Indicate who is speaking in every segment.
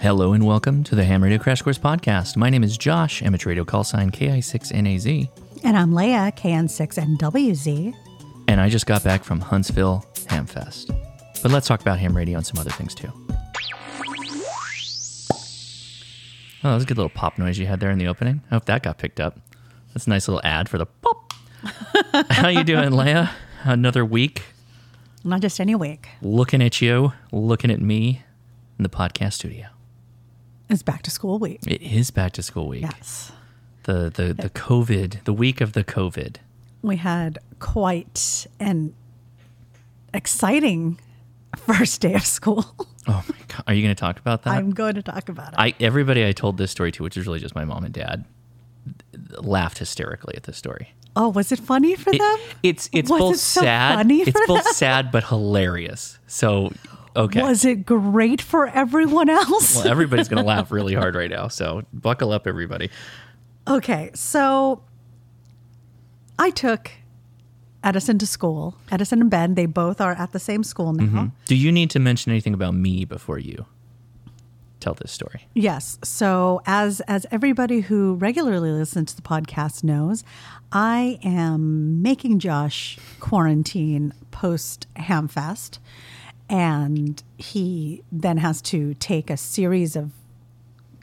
Speaker 1: Hello and welcome to the Ham Radio Crash Course Podcast. My name is Josh. I'm at radio call sign KI6NAZ,
Speaker 2: And I'm Leah, KN6NWZ.
Speaker 1: and I just got back from Huntsville Hamfest. But let's talk about ham radio and some other things too. Oh, that was a good little pop noise you had there in the opening. I hope that got picked up. That's a nice little ad for the pop. How you doing, Leia? Another week
Speaker 2: Not just any week.
Speaker 1: looking at you, looking at me in the podcast studio.
Speaker 2: It's back to school week.
Speaker 1: It is back to school week.
Speaker 2: Yes.
Speaker 1: the the the COVID, the week of the COVID.
Speaker 2: We had quite an exciting first day of school.
Speaker 1: Oh my god, are you going to talk about that?
Speaker 2: I'm going to talk about it.
Speaker 1: I everybody I told this story to, which is really just my mom and dad, laughed hysterically at this story.
Speaker 2: oh, was it funny for
Speaker 1: It-
Speaker 2: them?
Speaker 1: it's it's
Speaker 2: Um, Was
Speaker 1: both
Speaker 2: it so
Speaker 1: sad,
Speaker 2: funny for
Speaker 1: it's both sad but hilarious. So okay,
Speaker 2: Was it great for everyone else?
Speaker 1: well everybody's going to laugh really hard right now. So buckle up, everybody.
Speaker 2: Okay, so I took Edison to school. Edison and Ben, they both are at the same school now.
Speaker 1: Do you need to mention anything about me before you tell this story?
Speaker 2: Yes. So as as everybody who regularly listens to the podcast knows, I am making Josh quarantine post Hamfest and he then has to take a series of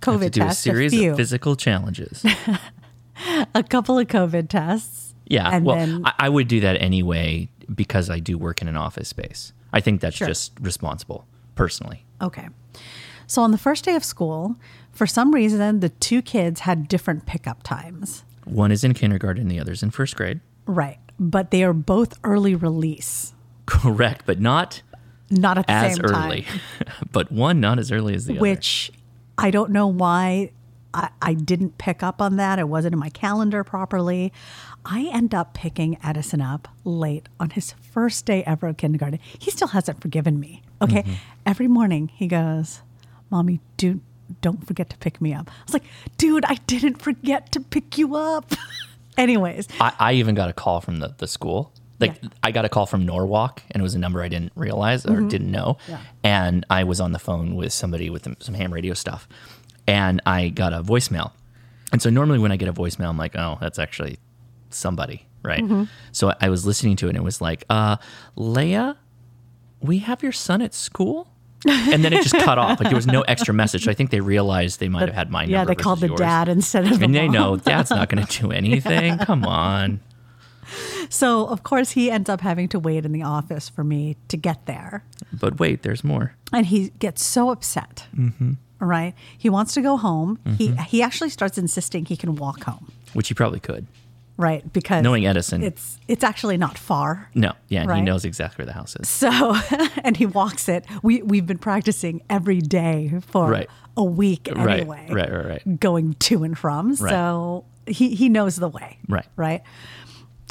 Speaker 1: I have
Speaker 2: COVID
Speaker 1: to do a
Speaker 2: tests,
Speaker 1: series
Speaker 2: few,
Speaker 1: of physical challenges.
Speaker 2: a couple of COVID tests.
Speaker 1: Yeah.
Speaker 2: And
Speaker 1: well,
Speaker 2: then-
Speaker 1: I, I would do that anyway because I do work in an office space. I think that's just responsible, personally.
Speaker 2: Okay. So on the first day of school, for some reason the two kids had different pickup times.
Speaker 1: One is in kindergarten, the other's in first grade.
Speaker 2: Right. But they are both early release.
Speaker 1: Correct, but not
Speaker 2: Not at the
Speaker 1: as
Speaker 2: same time.
Speaker 1: early. but one not as early as the other.
Speaker 2: which I don't know why I, I didn't pick up on that. It wasn't in my calendar properly. I end up picking Edison up late on his first day ever of kindergarten. He still hasn't forgiven me. Okay.
Speaker 1: Mm-hmm.
Speaker 2: Every morning he goes, Mommy, do, don't forget to pick me up. I was like, dude, I didn't forget to pick you up. Anyways,
Speaker 1: I, I even got a call from the, the school. Like
Speaker 2: Yeah. Mm-hmm.
Speaker 1: I got a call from Norwalk and it was a number I didn't realize or didn't know. And I was on the phone with somebody with some- some ham radio stuff and I got a voicemail. And so normally when I get a voicemail, I'm like, oh, that's actually somebody, right?
Speaker 2: Mm-hmm.
Speaker 1: So I- I was listening to it and it was like, uh, Leia, we have your son at school? and then it just cut off. Like there was no extra message. So I think they realized they might have had my number.
Speaker 2: yeah, they called the
Speaker 1: versus yours.
Speaker 2: dad instead of the
Speaker 1: And they
Speaker 2: mom.
Speaker 1: know dad's not going to do anything. Come on.
Speaker 2: So, of course, he ends up having to wait in the office for me to get there.
Speaker 1: But wait, there's more.
Speaker 2: and he gets so upset. Mm-hmm. Right? He wants to go home. He
Speaker 1: Mm-hmm.
Speaker 2: he actually starts insisting he can walk home.
Speaker 1: Which he probably could.
Speaker 2: Right? Because
Speaker 1: Knowing Edison.
Speaker 2: it's it's actually not far.
Speaker 1: no, yeah, and he
Speaker 2: Right.
Speaker 1: knows exactly where the house is.
Speaker 2: So and he walks it. We we've been practicing every day for
Speaker 1: Right.
Speaker 2: a week
Speaker 1: Right,
Speaker 2: anyway.
Speaker 1: right, right, right.
Speaker 2: Going to and from. So he he knows the way.
Speaker 1: Right.
Speaker 2: Right.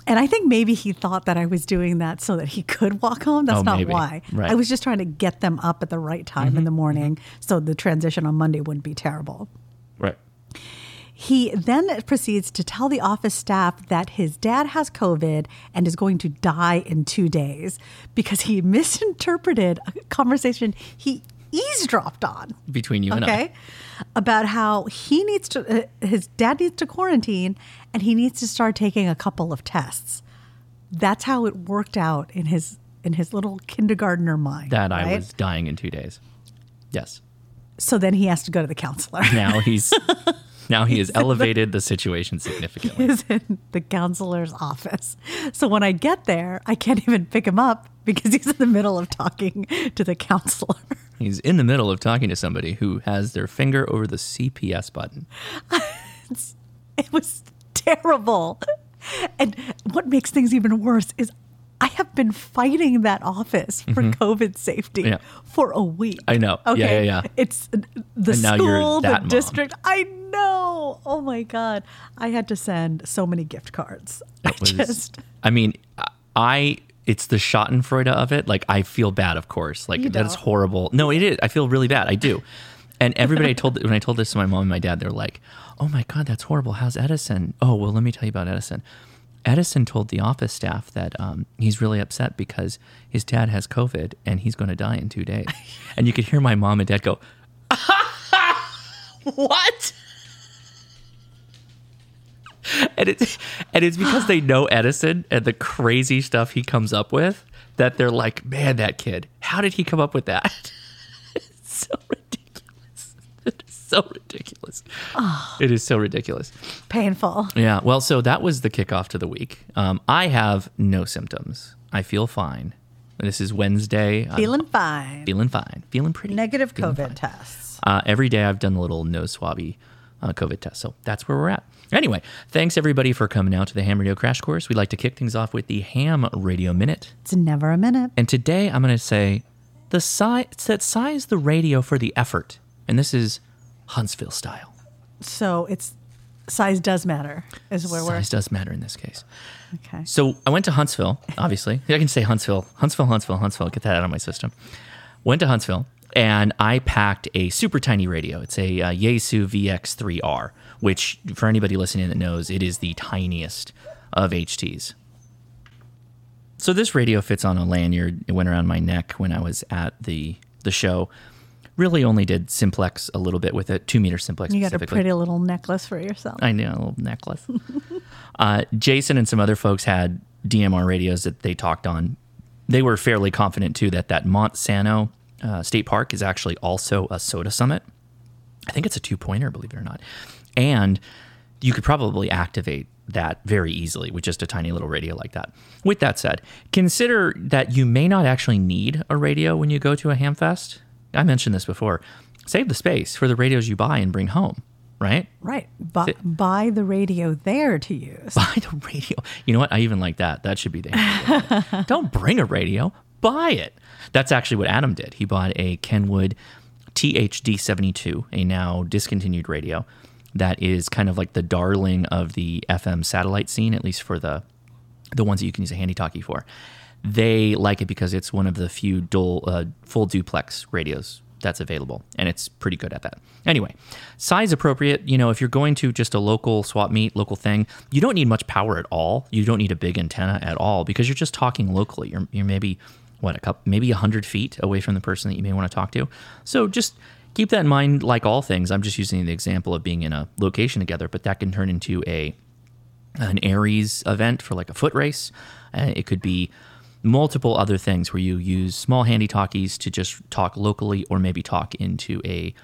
Speaker 2: And I think maybe he thought that I was doing that so that he could walk home. That's
Speaker 1: Oh,
Speaker 2: not
Speaker 1: maybe.
Speaker 2: why.
Speaker 1: Right. Mm-hmm.
Speaker 2: I was just trying to get them up at the right time in the morning so the transition on Monday wouldn't be terrible.
Speaker 1: Right.
Speaker 2: He then proceeds to tell the office staff that his dad has COVID and is going to die in two days because he misinterpreted a conversation he eavesdropped on.
Speaker 1: Between you and I.
Speaker 2: Okay. About how he needs to, uh, his dad needs to quarantine and he needs to start taking a couple of tests. That's how it worked out in his in his little kindergartner mind.
Speaker 1: That I
Speaker 2: right?
Speaker 1: was dying in two days. Yes.
Speaker 2: So then he has to go to the counselor.
Speaker 1: Now he's now he has elevated the situation significantly.
Speaker 2: is in the counselor's office. So when I get there, I can't even pick him up because he's in the middle of talking to the counselor.
Speaker 1: He's in the middle of talking to somebody who has their finger over the CPS button.
Speaker 2: It was terrible. And what makes things even worse is I have been fighting that office for COVID safety
Speaker 1: Mm-hmm. Yeah.
Speaker 2: for a week.
Speaker 1: I know. Yeah, yeah, yeah.
Speaker 2: It's the
Speaker 1: And now you're
Speaker 2: school, the
Speaker 1: that mom.
Speaker 2: district. I know. Oh my God. I had to send so many gift cards. I
Speaker 1: was-
Speaker 2: just.
Speaker 1: I mean, I- I it's the Schadenfreude of it. Like I feel bad, of course. Like that's
Speaker 2: don't.
Speaker 1: horrible. No, it is. I feel really bad. I do. And everybody I told when I told this to my mom and my dad, they're like, "Oh my god, that's horrible. How's Edison?" Oh well, let me tell you about Edison. Edison told the office staff that um, he's really upset because his dad has COVID and he's going to die in two days. And you could hear my mom and dad go, what? and it's and it's because they know Edison and the crazy stuff he comes up with that they're like, man, that kid, how did he come up with that? it's so ridiculous. It's so ridiculous. It is so ridiculous.
Speaker 2: Painful.
Speaker 1: Yeah. Well, so that was the kickoff to the week. Um, I have no symptoms. I feel fine. This is Wednesday. I'm
Speaker 2: Feeling fine.
Speaker 1: feeling fine. Feeling pretty.
Speaker 2: Negative
Speaker 1: Feeling
Speaker 2: COVID
Speaker 1: fine.
Speaker 2: tests.
Speaker 1: Uh, every day I've done a little nose swabby uh, COVID test. So that's where we're at. Anyway, thanks everybody for coming out to the Ham Radio Crash Course. We'd like to kick things off with the Ham Radio Minute.
Speaker 2: It's never a minute.
Speaker 1: And today I'm going to say the size that size the radio for the effort. And this is Huntsville style.
Speaker 2: So it's size does matter. Is where
Speaker 1: Size does matter in this case.
Speaker 2: we're okay.
Speaker 1: So I went to Huntsville, obviously. I can say Huntsville, Huntsville, Huntsville, Huntsville. Get that out of my system. Went to Huntsville and I packed a super tiny radio. It's a uh, Yaesu VX3R, which for anybody listening that knows, it is the tiniest of HTs. So this radio fits on a lanyard. It went around my neck when I was at the the show. Really only did simplex a little bit with it, two meter simplex
Speaker 2: You got a
Speaker 1: specifically.
Speaker 2: pretty little necklace for yourself.
Speaker 1: I know, a little necklace. uh, Jason and some other folks had DMR radios that they talked on. They were fairly confident too that that Mont Sano uh, State Park is actually also a soda summit. I think it's a two pointer, believe it or not. And you could probably activate that very easily with just a tiny little radio like that. With that said, consider that you may not actually need a radio when you go to a hamfest. I mentioned this before. Save the space for the radios you buy and bring home, right?
Speaker 2: Right. Bu- buy the radio there to use.
Speaker 1: buy the radio. You know what? I even like that. That should be the. answer. Don't bring a radio. Buy it. That's actually what Adam did. He bought a Kenwood THD72, a now discontinued radio that is kind of like the darling of the FM satellite scene, at least for the the ones that you can use a handy talkie for. They like it because it's one of the few dual, uh, full duplex radios that's available, and it's pretty good at that. Anyway, size appropriate. You know, if you're going to just a local swap meet, local thing, you don't need much power at all. You don't need a big antenna at all because you're just talking locally. You're, you're maybe what a cup, maybe hundred feet away from the person that you may want to talk to. So just keep that in mind. Like all things, I'm just using the example of being in a location together, but that can turn into a an Aries event for like a foot race. Uh, it could be multiple other things where you use small handy talkies to just talk locally or maybe talk into a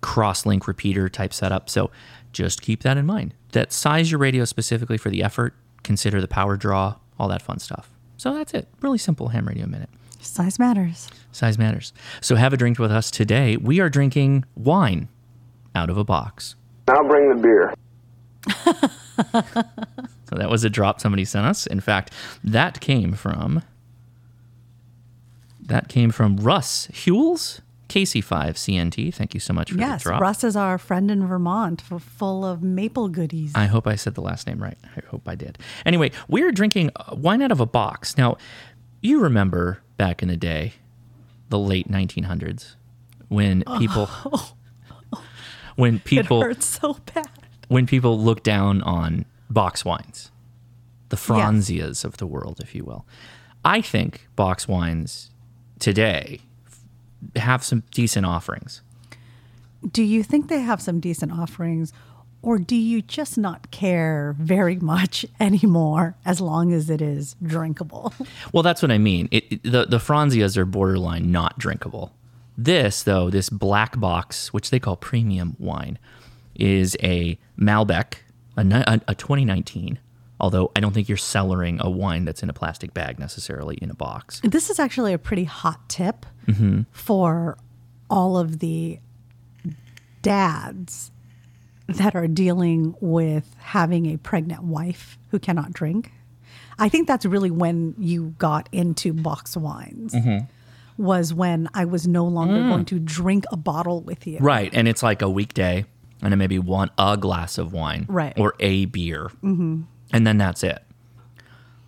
Speaker 1: cross link repeater type setup. So just keep that in mind. That size your radio specifically for the effort, consider the power draw, all that fun stuff. So that's it. Really simple ham radio minute.
Speaker 2: Size matters.
Speaker 1: Size matters. So have a drink with us today. We are drinking wine out of a box.
Speaker 3: Now bring the beer.
Speaker 1: So that was a drop somebody sent us. In fact, that came from that came from Russ Hewells, KC5CNT. Thank you so much for
Speaker 2: Yes.
Speaker 1: the drop.
Speaker 2: Russ is our friend in Vermont, f- full of maple goodies.
Speaker 1: I hope I said the last name right. I hope I did. Anyway, we're drinking uh, wine out of a box. Now, you remember back in the day, the late 1900s, when people when
Speaker 2: Oh. it
Speaker 1: people
Speaker 2: hurts so bad.
Speaker 1: when people look down on box wines, the Franzias of the world, if you will. I think box wines today f- have some decent offerings.
Speaker 2: Do you think they have some decent offerings, or do you just not care very much anymore as long as it is drinkable?
Speaker 1: Well, that's what I mean. It, it- the the Franzias are borderline not drinkable. This though, this black box, which they call premium wine, is a Malbec, a, ni- a, a 2019. Although I don't think you're cellaring a wine that's in a plastic bag necessarily in a box.
Speaker 2: This is actually a pretty hot tip
Speaker 1: Mm-hmm.
Speaker 2: for all of the dads that are dealing with having a pregnant wife who cannot drink. I think that's really when you got into box wines.
Speaker 1: Mm-hmm.
Speaker 2: Was when I was no longer
Speaker 1: Mm.
Speaker 2: going to drink a bottle with you.
Speaker 1: Right. And it's like a weekday and then maybe one a glass of wine.
Speaker 2: Right.
Speaker 1: Or a beer. Mm-hmm. And then that's it.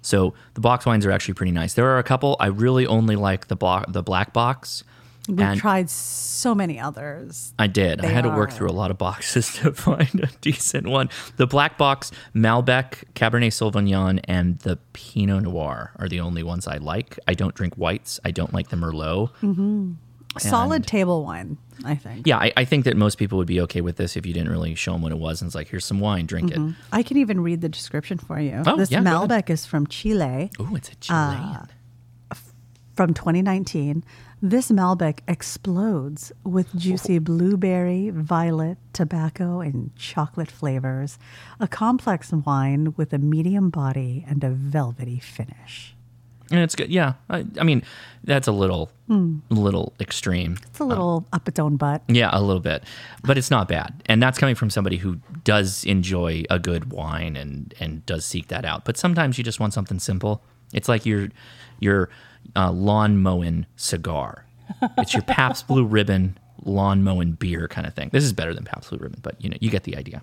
Speaker 1: So the box wines are actually pretty nice. There are a couple. I really only like the block the black box.
Speaker 2: We've tried so many others.
Speaker 1: I did. I had to work
Speaker 2: are.
Speaker 1: through a lot of boxes to find a decent one. The black box, Malbec, Cabernet Sauvignon, and the
Speaker 2: Mm.
Speaker 1: Pinot Noir are the only ones I like. I don't drink whites. I don't like the Merlot.
Speaker 2: Solid table wine, I think.
Speaker 1: Yeah, I, I think that most people would be okay with this if you didn't really show them what it was. And it's like, here's some wine, drink it.
Speaker 2: I can even read the description for you.
Speaker 1: Oh,
Speaker 2: this
Speaker 1: yeah, go ahead.
Speaker 2: Malbec is from Chile
Speaker 1: Ooh, it's a Chilean.
Speaker 2: from 2019. This Malbec explodes with juicy blueberry, violet, tobacco, and chocolate flavors. A complex wine with a medium body and a velvety finish.
Speaker 1: and it's good. Yeah, I, I mean, that's a little, little extreme.
Speaker 2: It's a little up its own butt.
Speaker 1: Yeah, a little bit, but it's not bad. And that's coming from somebody who does enjoy a good wine and and does seek that out. But sometimes you just want something simple. It's like your your uh, lawn mowing cigar. It's your Pabst Blue Ribbon lawn mowing beer kind of thing. This is better than Pabst Blue Ribbon, but you know you get the idea.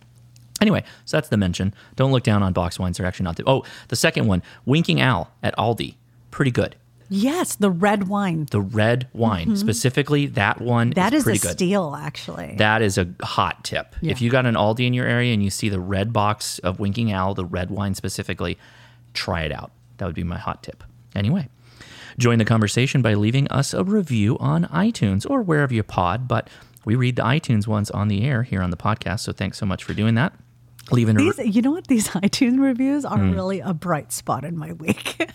Speaker 1: Anyway, so that's the mention. Don't look down on box wines; they're actually not. The, oh, the second one, Winking Owl at Aldi, pretty good.
Speaker 2: Yes, the red wine.
Speaker 1: The red wine, specifically that one,
Speaker 2: Mm-hmm. That
Speaker 1: is
Speaker 2: is,
Speaker 1: pretty
Speaker 2: a
Speaker 1: good.
Speaker 2: steal, actually.
Speaker 1: That is a hot tip.
Speaker 2: Yeah.
Speaker 1: If you got an Aldi in your area and you see the red box of Winking Owl, the red wine specifically, try it out. That would be my hot tip. Anyway, join the conversation by leaving us a review on iTunes or wherever you pod, but we read the iTunes ones on the air here on the podcast. So thanks so much for doing that. Leaving a re-
Speaker 2: These, you know what? These iTunes reviews are
Speaker 1: Hmm.
Speaker 2: really a bright spot in my week.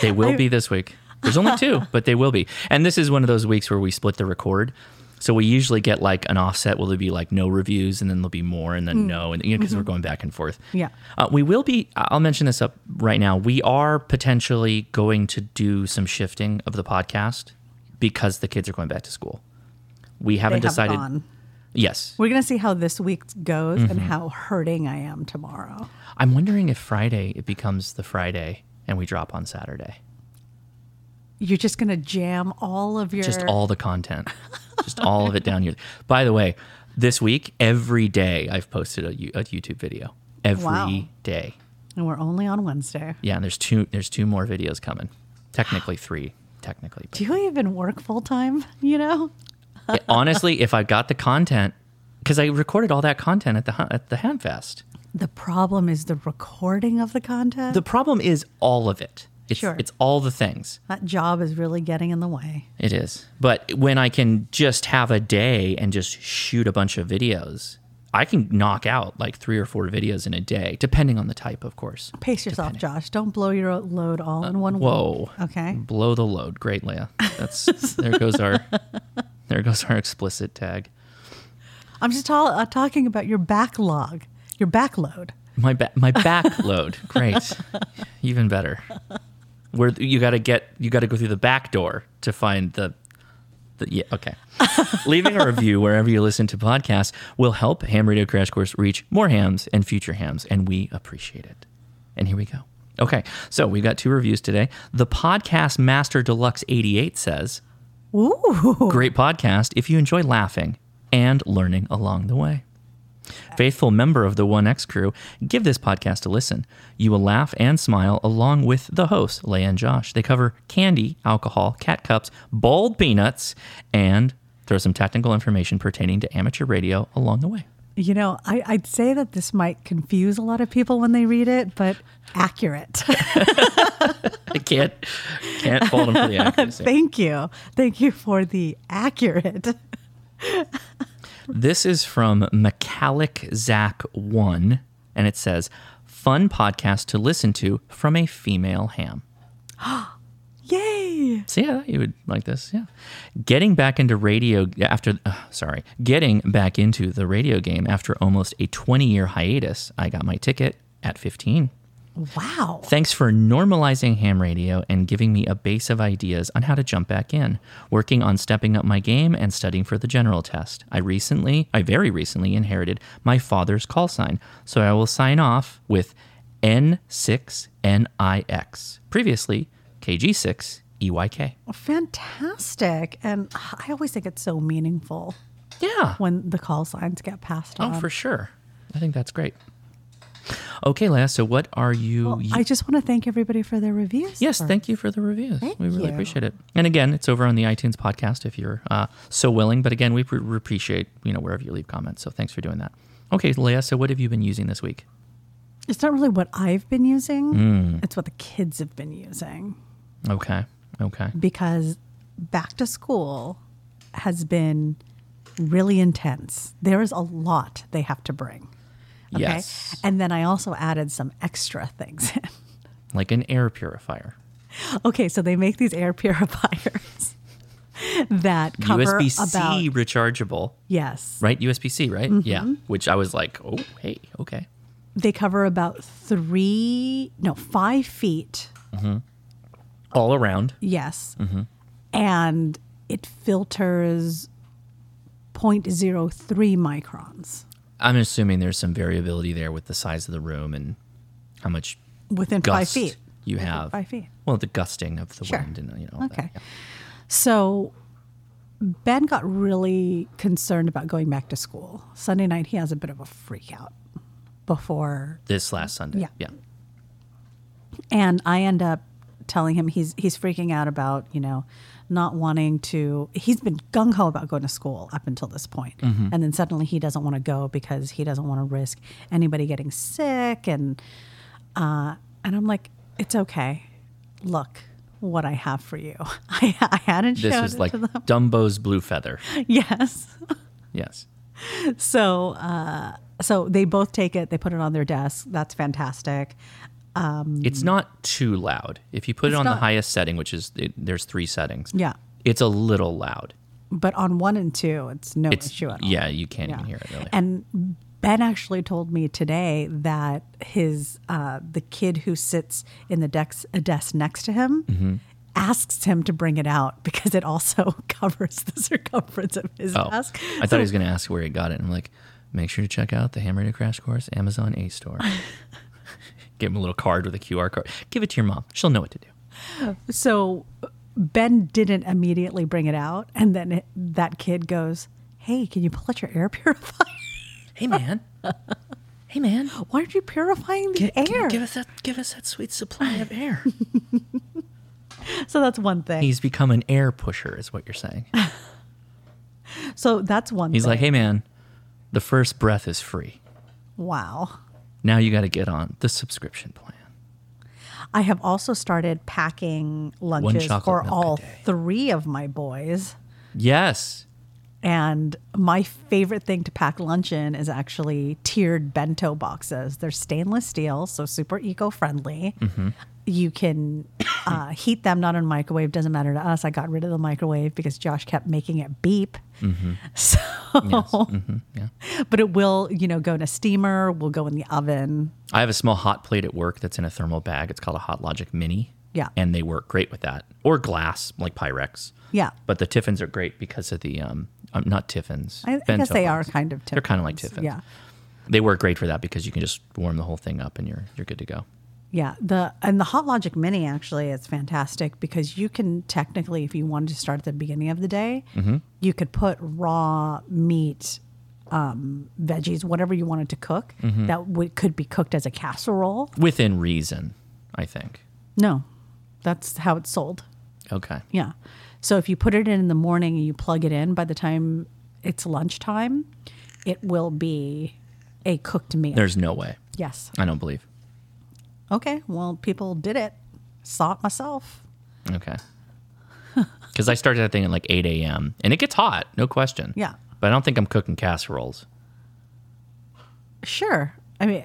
Speaker 1: They will be this week. There's only two, but they will be. And this is one of those weeks where we split the record. So we usually get like an offset. Will there be like no reviews, and then there'll be more, and then no, and you know because we're going back and forth.
Speaker 2: Hmm. Mm-hmm. Yeah.
Speaker 1: uh, we will be. I- I'll mention this up right now. We are potentially going to do some shifting of the podcast because the kids are going back to school. We
Speaker 2: they
Speaker 1: haven't
Speaker 2: have
Speaker 1: decided.
Speaker 2: gone.
Speaker 1: Yes,
Speaker 2: We're gonna see how this week goes and
Speaker 1: Mm-hmm.
Speaker 2: how hurting I am tomorrow.
Speaker 1: I'm wondering if Friday it becomes the Friday and we drop on Saturday.
Speaker 2: You're just gonna jam all of your
Speaker 1: just all the content, just all of it down here. By the way, this week every day I've posted a, Yo- a YouTube video Every day,
Speaker 2: Wow. and we're only on Wednesday.
Speaker 1: Yeah, and there's two there's two more videos coming. Technically three, technically. But
Speaker 2: Do you even work full time? You know?
Speaker 1: honestly, if I got the content, because I recorded all that content at the hu- at the Hamfest.
Speaker 2: The problem is the recording of the content.
Speaker 1: The problem is all of it. It's,
Speaker 2: Sure.
Speaker 1: it's all the things.
Speaker 2: that job is really getting in the way.
Speaker 1: It is. But when I can just have a day and just shoot a bunch of videos, I can knock out like three or four videos in a day, depending on the type, of course.
Speaker 2: Pace yourself, Josh. Don't blow your load all in one week.
Speaker 1: Whoa.
Speaker 2: Okay.
Speaker 1: Blow the load. Great, Leah. That's there goes our there goes our explicit tag.
Speaker 2: I'm just ta- uh, talking about your backlog, your backload.
Speaker 1: My ba- my back load. Great. Even better. Where you got to get you got to go through the back door to find the the yeah, okay. Leaving a review wherever you listen to podcasts will help Ham Radio Crash Course reach more hams and future hams and we appreciate it. And here we go. Okay. So, we've got two reviews today. The Podcast Master Deluxe 88 says,
Speaker 2: Ooh.
Speaker 1: Great podcast if you enjoy laughing and learning along the way. Faithful member of the 1X crew, give this podcast a listen. You will laugh and smile along with the hosts, Leia and Josh. They cover candy, alcohol, cat cups, boiled peanuts, and throw some technical information pertaining to amateur radio along the way.
Speaker 2: You know, I, I'd say that this might confuse a lot of people when they read it, but accurate.
Speaker 1: I can't, can't fault them for the accuracy.
Speaker 2: Thank you. Thank you for the accurate.
Speaker 1: This is from McCallick Zach One, and it says, "Fun podcast to listen to from a female ham."
Speaker 2: Yay.
Speaker 1: So yeah, you would like this. Yeah, getting back into radio after uh, sorry, getting back into the radio game after almost a 20-year hiatus. I got my ticket at 15.
Speaker 2: Wow.
Speaker 1: Thanks for normalizing ham radio and giving me a base of ideas on how to jump back in. Working on stepping up my game and studying for the general test. I recently, I very recently inherited my father's call sign, so I will sign off with N6NIX. Previously, E KG6EYK.
Speaker 2: Fantastic. And I always think it's so meaningful
Speaker 1: Yeah.
Speaker 2: when the call signs get passed
Speaker 1: Oh,
Speaker 2: on.
Speaker 1: for sure. I think that's great. Okay, Leah, so what are you.
Speaker 2: I just want to thank everybody for their reviews.
Speaker 1: Yes,
Speaker 2: for-
Speaker 1: thank you for the reviews. we really
Speaker 2: you.
Speaker 1: appreciate it. And again, it's over on the iTunes podcast if you're uh, so willing. But again, we pre- we appreciate you know wherever you leave comments. So thanks for doing that. Okay, Leah. So what have you been using this week?
Speaker 2: It's not really what I've been
Speaker 1: Mm.
Speaker 2: using, it's what the kids have been using
Speaker 1: Okay, okay.
Speaker 2: because back to school has been really intense. There is a lot they have to bring. Okay.
Speaker 1: Yes.
Speaker 2: And then I also added some extra things in.
Speaker 1: Like an air purifier.
Speaker 2: Okay, so they make these air purifiers that cover
Speaker 1: USB C
Speaker 2: about Mm-hmm.
Speaker 1: rechargeable,
Speaker 2: yes,
Speaker 1: right? USB C, right? Yeah. Which I was like, oh, hey, okay.
Speaker 2: they cover about three no five feet.
Speaker 1: All around.
Speaker 2: Yes, and it filters 0.03 microns
Speaker 1: I'm assuming there's some variability there with the size of the room and how much
Speaker 2: within five
Speaker 1: gust
Speaker 2: feet.
Speaker 1: you have.
Speaker 2: Five feet.
Speaker 1: Well, the gusting of the
Speaker 2: Sure.
Speaker 1: wind and you know. all that.
Speaker 2: Okay. So Ben got really concerned about going back to school. Sunday night, he has a bit of a freak out before,
Speaker 1: This last Sunday.
Speaker 2: Yeah.
Speaker 1: Yeah.
Speaker 2: and I end up telling him he's he's freaking out about you know not wanting to. He's been gung ho about going to school up until this point,
Speaker 1: Mm-hmm.
Speaker 2: and then suddenly he doesn't want to go because he doesn't want to risk anybody getting sick, and uh, and I'm like, it's okay. Look what I have for you. I, I hadn't
Speaker 1: This
Speaker 2: shown
Speaker 1: was
Speaker 2: it
Speaker 1: like
Speaker 2: to them.
Speaker 1: Dumbo's blue feather.
Speaker 2: Yes.
Speaker 1: Yes.
Speaker 2: So, uh, so they both take it. They put it on their desk. That's fantastic.
Speaker 1: It's not too loud. If you put it on
Speaker 2: not-
Speaker 1: the highest setting, which is it, there's three settings.
Speaker 2: Yeah,
Speaker 1: It's a little loud.
Speaker 2: but on one and two, it's no
Speaker 1: It's
Speaker 2: issue at all.
Speaker 1: yeah, you can't even
Speaker 2: Yeah.
Speaker 1: hear it really.
Speaker 2: And Ben actually told me today that his uh, the kid who sits in the dex- uh, desk next to him.
Speaker 1: Mm-hmm.
Speaker 2: Asks him to bring it out because it also covers the circumference of his
Speaker 1: oh,
Speaker 2: desk.
Speaker 1: I thought he was going to ask where he got it. I'm like, make sure to check out the Hammer to Crash Course Amazon A Store. Give him a little card with a QR code. Give it to your mom. She'll know what to do.
Speaker 2: So Ben didn't immediately bring it out, and then it, that kid goes, "Hey, can you pull out your air purifier?
Speaker 1: Hey man. hey man.
Speaker 2: Why aren't you purifying the
Speaker 1: G-
Speaker 2: air?"
Speaker 1: Give us that give us that sweet supply of air.
Speaker 2: so that's one thing.
Speaker 1: He's become an air pusher is what you're saying.
Speaker 2: so that's one.
Speaker 1: He's
Speaker 2: thing.
Speaker 1: like, "Hey man, the first breath is free.
Speaker 2: "Wow."
Speaker 1: Now you got to get on the subscription plan."
Speaker 2: I have also started packing lunches
Speaker 1: chocolate
Speaker 2: for
Speaker 1: milk a
Speaker 2: all
Speaker 1: day.
Speaker 2: three of my boys.
Speaker 1: Yes.
Speaker 2: And my favorite thing to pack lunch in is actually tiered bento boxes. They're stainless steel, so super eco friendly.
Speaker 1: Mm-hmm.
Speaker 2: You can uh, heat them, not in microwave, doesn't matter to us. I got rid of the microwave because Josh kept making it beep. So,
Speaker 1: Mm-hmm. yeah.
Speaker 2: but it will, you know, go in a steamer, will go in the oven.
Speaker 1: I have a small hot plate at work that's in a thermal bag. It's called a Hot Logic Mini.
Speaker 2: Yeah.
Speaker 1: And they work great with that. Or glass, like Pyrex.
Speaker 2: Yeah.
Speaker 1: But the Tiffins are great because of the, um, um not Tiffins.
Speaker 2: I, I
Speaker 1: bento
Speaker 2: guess they are
Speaker 1: box.
Speaker 2: kind of tiffins.
Speaker 1: They're kind of like Tiffins.
Speaker 2: Yeah.
Speaker 1: They work great for that because you can just warm the whole thing up and you're you're good to go.
Speaker 2: Yeah, the and the Hot Logic Mini actually is fantastic because you can technically, if you wanted to start at the beginning of the day, you could put raw meat, um, veggies, whatever you wanted to cook. That would could be cooked as a casserole.
Speaker 1: Within reason, I think.
Speaker 2: No, that's how it's sold.
Speaker 1: Okay.
Speaker 2: Yeah, so if you put it in in the morning and you plug it in, by the time it's lunchtime, it will be a cooked meal.
Speaker 1: There's no way.
Speaker 2: yes.
Speaker 1: I don't believe.
Speaker 2: Okay. Well, people did it. Saw it myself.
Speaker 1: Okay. Because I started that thing at like 8 a.m. and it gets hot, no question.
Speaker 2: Yeah.
Speaker 1: But I don't think I'm cooking casseroles.
Speaker 2: Sure. I mean,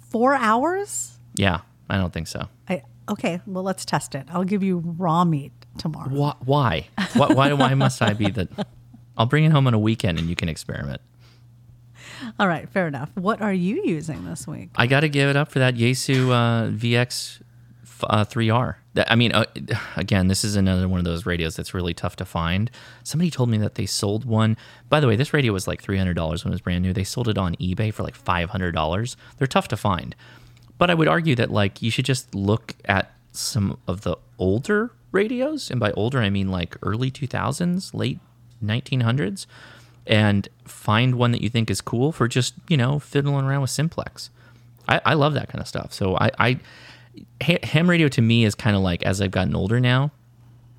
Speaker 2: four hours?
Speaker 1: Yeah, I don't think so.
Speaker 2: I okay. Well, let's test it. I'll give you raw meat tomorrow.
Speaker 1: Why? Why? Why, why, why must I be the? I'll bring it home on a weekend and you can experiment.
Speaker 2: All right, fair enough. What are you using this week?
Speaker 1: I got to give it up for that Yaesu uh, VX uh, 3R. That- I mean, uh, again, this is another one of those radios that's really tough to find. Somebody told me that they sold one. By the way, this radio was like $300 when it was brand new. They sold it on eBay for like $500. They're tough to find. But I would argue that like you should just look at some of the older radios, and by older I mean like early 2000s, late 1900s, and find one that you think is cool for just you know fiddling around with simplex. I, I love that kind of stuff. So I, I ha- ham radio to me is kind of like as I've gotten older now,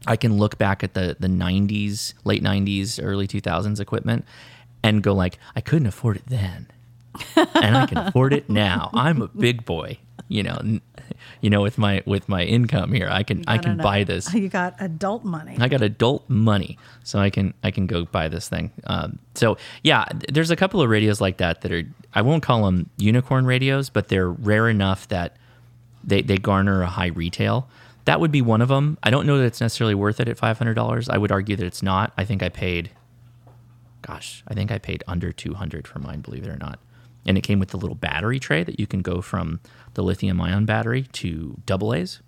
Speaker 1: I can look back at the the 90s, late 90s, early 2000s equipment and go like I couldn't afford it then. and I can afford it now. I'm a big boy, you know. n- you know, with my with my income here, I can I
Speaker 2: got
Speaker 1: can
Speaker 2: an-
Speaker 1: buy this.
Speaker 2: You got adult money.
Speaker 1: I got adult money, so I can I can go buy this thing. Um, so yeah, th- there's a couple of radios like that that are I won't call them unicorn radios, but they're rare enough that they they garner a high retail. That would be one of them. I don't know that it's necessarily worth it at five hundred dollars. I would argue that it's not. I think I paid, gosh, I think I paid under two hundred for mine, believe it or not. And it came with the little battery tray that you can go from the lithium ion battery to double A's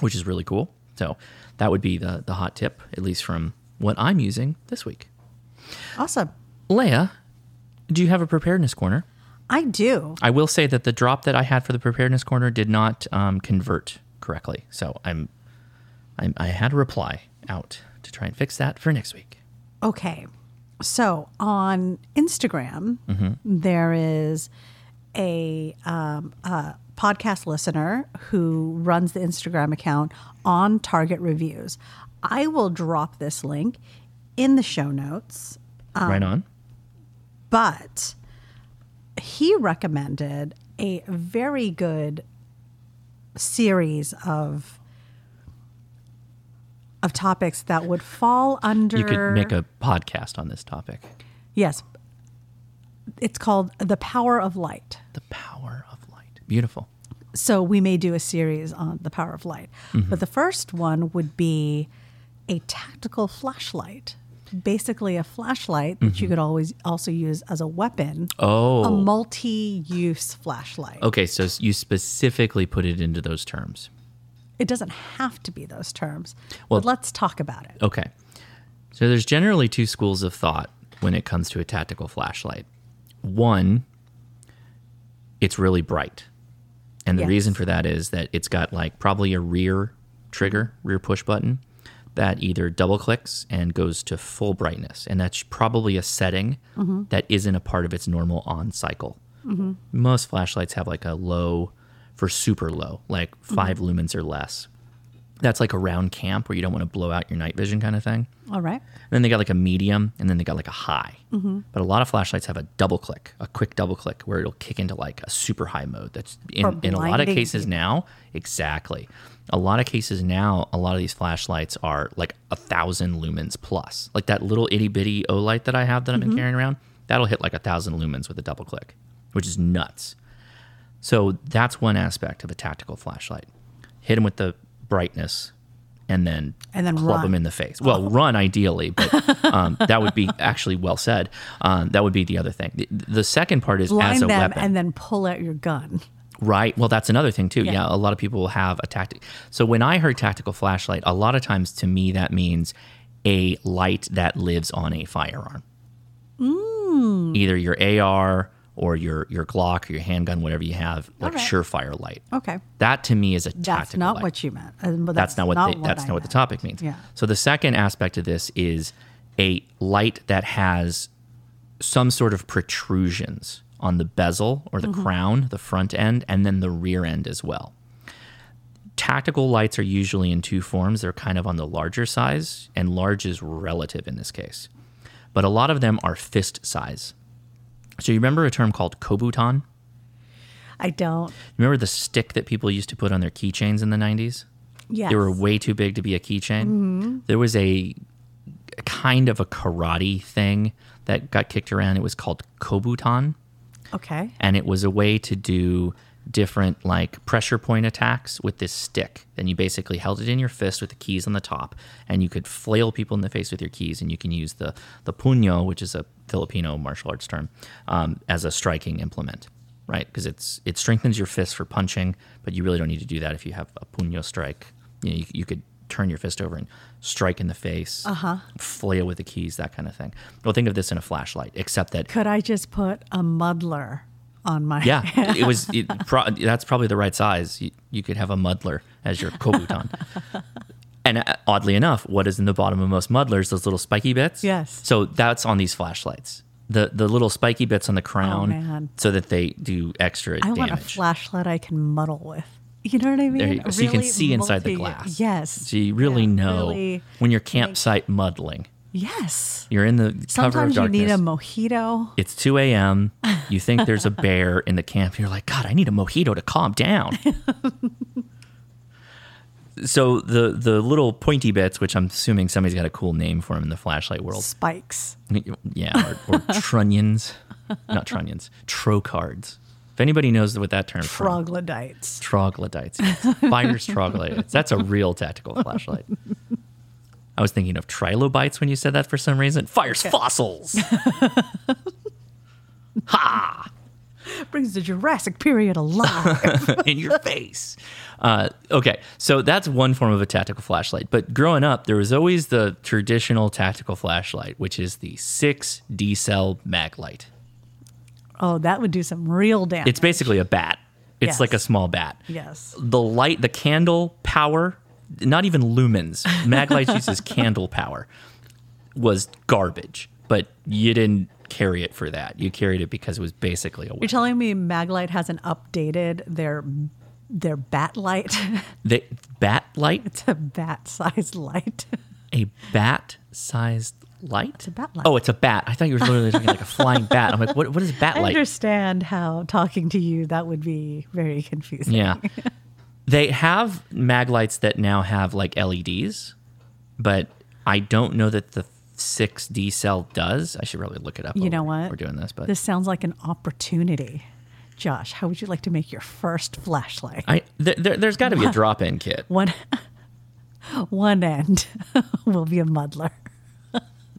Speaker 1: which is really cool. So that would be the the hot tip, at least from what I'm using this week.
Speaker 2: Awesome.
Speaker 1: Leia, do you have a preparedness corner?
Speaker 2: I do.
Speaker 1: I will say that the drop that I had for the preparedness corner did not um, convert correctly, so I'm, I'm I had a reply out to try and fix that for next week.
Speaker 2: Okay. So on Instagram,
Speaker 1: Mm-hmm.
Speaker 2: there is a, um, a podcast listener who runs the Instagram account on Target Reviews. I will drop this link in the show notes,
Speaker 1: right on.
Speaker 2: but he recommended a very good series of of topics that would fall under
Speaker 1: You could make a podcast on this topic.
Speaker 2: Yes. It's called The Power of Light.
Speaker 1: The power of light. Beautiful.
Speaker 2: So we may do a series on The Power of Light.
Speaker 1: Mm-hmm.
Speaker 2: But the first one would be a tactical flashlight. Basically, a flashlight that you could always also use as a weapon,
Speaker 1: Mm-hmm.
Speaker 2: a
Speaker 1: Oh,
Speaker 2: multi use flashlight.
Speaker 1: okay. So you specifically put it into those terms.
Speaker 2: It doesn't have to be those terms,
Speaker 1: Well-
Speaker 2: but let's talk about it.
Speaker 1: Okay. So there's generally two schools of thought when it comes to a tactical flashlight. One, it's really bright. And the
Speaker 2: Yes.
Speaker 1: reason for that is that it's got like probably a rear trigger, rear push button that either double clicks and goes to full brightness. And that's probably a setting that isn't a part of its normal on cycle. Most flashlights have like a low for super low, like 5 lumens or less. That's like around camp where you don't want to blow out your night vision kind of thing.
Speaker 2: All right.
Speaker 1: And then they got like a medium, and then they got like a high. But a lot of flashlights have a double click, a quick double click, where it'll kick into like a super high mode. That's in, in a lot of
Speaker 2: blinding
Speaker 1: cases now. Exactly. A lot of cases now, a lot of these flashlights are like a thousand lumens plus. Like that little itty bitty O light that I have that I've been carrying around, that'll hit like a thousand lumens with a double click, which is nuts. So that's one aspect of a tactical flashlight. Hit them with the brightness, and then
Speaker 2: And then
Speaker 1: club
Speaker 2: run. Oh.
Speaker 1: them in the face. Well, run ideally, but um, that would be actually well said. Um, that would be the other thing. The, the second part is
Speaker 2: Blind
Speaker 1: as a
Speaker 2: them
Speaker 1: weapon,
Speaker 2: and then pull out your gun.
Speaker 1: right? Well, that's another thing too. Yeah. a lot of people will have a tactic. So when I heard tactical flashlight, a lot of times to me that means a light that lives on a firearm,
Speaker 2: Mm.
Speaker 1: either your AR or your your Glock or your handgun, whatever you have, like
Speaker 2: right.
Speaker 1: surefire light.
Speaker 2: Okay.
Speaker 1: That to me is a
Speaker 2: That's
Speaker 1: tactical
Speaker 2: not
Speaker 1: light.
Speaker 2: what you meant. Uh, but
Speaker 1: that's, not what, they, that's
Speaker 2: I
Speaker 1: not what the
Speaker 2: meant.
Speaker 1: topic means.
Speaker 2: Yeah.
Speaker 1: So the second aspect of this is a light that has some sort of protrusions on the bezel or the crown, the front end, and then the rear end as well. Tactical lights are usually in two forms. They're kind of on the larger size, and large is relative in this case. But a lot of them are fist size. So you remember a term called kobutan?
Speaker 2: I don't.
Speaker 1: Remember the stick that people used to put on their keychains in the 90s?
Speaker 2: Yes.
Speaker 1: They were way too big to be a keychain. There was a a kind of a karate thing that got kicked around. It was called Kobutan,
Speaker 2: okay.
Speaker 1: and it was a way to do different like pressure point attacks with this stick. And you basically held it in your fist with the keys on the top, and you could flail people in the face with your keys. And you can use the the puño, which is a Filipino martial arts term, um, as a striking implement. Right, because it's it strengthens your fist for punching, but you really don't need to do that if you have a puño strike. You, know, you, you could turn your fist over and strike in the face, uh-huh. flail with the keys, that kind of thing. Well, think of this in a flashlight, except that
Speaker 2: Could I just put a muddler on my
Speaker 1: yeah, it was. It, pro, that's probably the right size. You, you could have a muddler as your kobutan. and uh, oddly enough, what is in the bottom of most muddlers? Those little spiky bits.
Speaker 2: Yes.
Speaker 1: So that's on these flashlights. The the little spiky bits on the crown,
Speaker 2: Oh, man.
Speaker 1: so that they do extra
Speaker 2: I
Speaker 1: damage.
Speaker 2: want a flashlight I can muddle with. You know what I mean?
Speaker 1: There you go. So you can
Speaker 2: Really
Speaker 1: see inside the
Speaker 2: multi-
Speaker 1: glass.
Speaker 2: Yes.
Speaker 1: so you really
Speaker 2: Yeah,
Speaker 1: know
Speaker 2: really
Speaker 1: when you're campsite muddling.
Speaker 2: Yes.
Speaker 1: You're in the cover of
Speaker 2: Sometimes you
Speaker 1: darkness.
Speaker 2: need a mojito.
Speaker 1: it's 2 a.m. You think there's a bear in the camp. You're like, God, I need a mojito to calm down. so the the little pointy bits, which I'm assuming somebody's got a cool name for them in the flashlight world.
Speaker 2: Spikes.
Speaker 1: Yeah, or, or trunions, not trunions, trocards. If anybody knows what that term is from,
Speaker 2: Troglodytes.
Speaker 1: troglodytes, yes. fires troglodytes. That's a real tactical flashlight. I was thinking of trilobites when you said that for some reason. Fires fossils.
Speaker 2: Brings the Jurassic period alive.
Speaker 1: in your face. Uh, okay, so that's one form of a tactical flashlight. But growing up, there was always the traditional tactical flashlight, which is the six D cell mag light.
Speaker 2: oh, that would do some real damage.
Speaker 1: It's basically a bat. It's
Speaker 2: Yes.
Speaker 1: like a small bat.
Speaker 2: yes.
Speaker 1: The light, the candle power, not even lumens. Mag light uses candle power. Was garbage, but you didn't carry it for that. You carried it because it was basically a.
Speaker 2: You're
Speaker 1: weapon.
Speaker 2: telling me Maglite hasn't updated their their bat light
Speaker 1: The bat light
Speaker 2: to bat sized light.
Speaker 1: a bat-sized light. It's
Speaker 2: a bat light.
Speaker 1: Oh, it's a bat. I thought you were literally talking like a flying bat. I'm like, what? What is bat
Speaker 2: I
Speaker 1: light?
Speaker 2: understand how talking to you that would be very confusing.
Speaker 1: Yeah, they have mag lights that now have like LEDs, but I don't know that the six D cell does. I should probably look it up. while
Speaker 2: know
Speaker 1: we're-
Speaker 2: what?
Speaker 1: We're doing this, but
Speaker 2: This sounds like an opportunity. Josh, how would you like to make your first flashlight?
Speaker 1: I th- there, there's got to be a drop-in kit.
Speaker 2: One one end will be a muddler.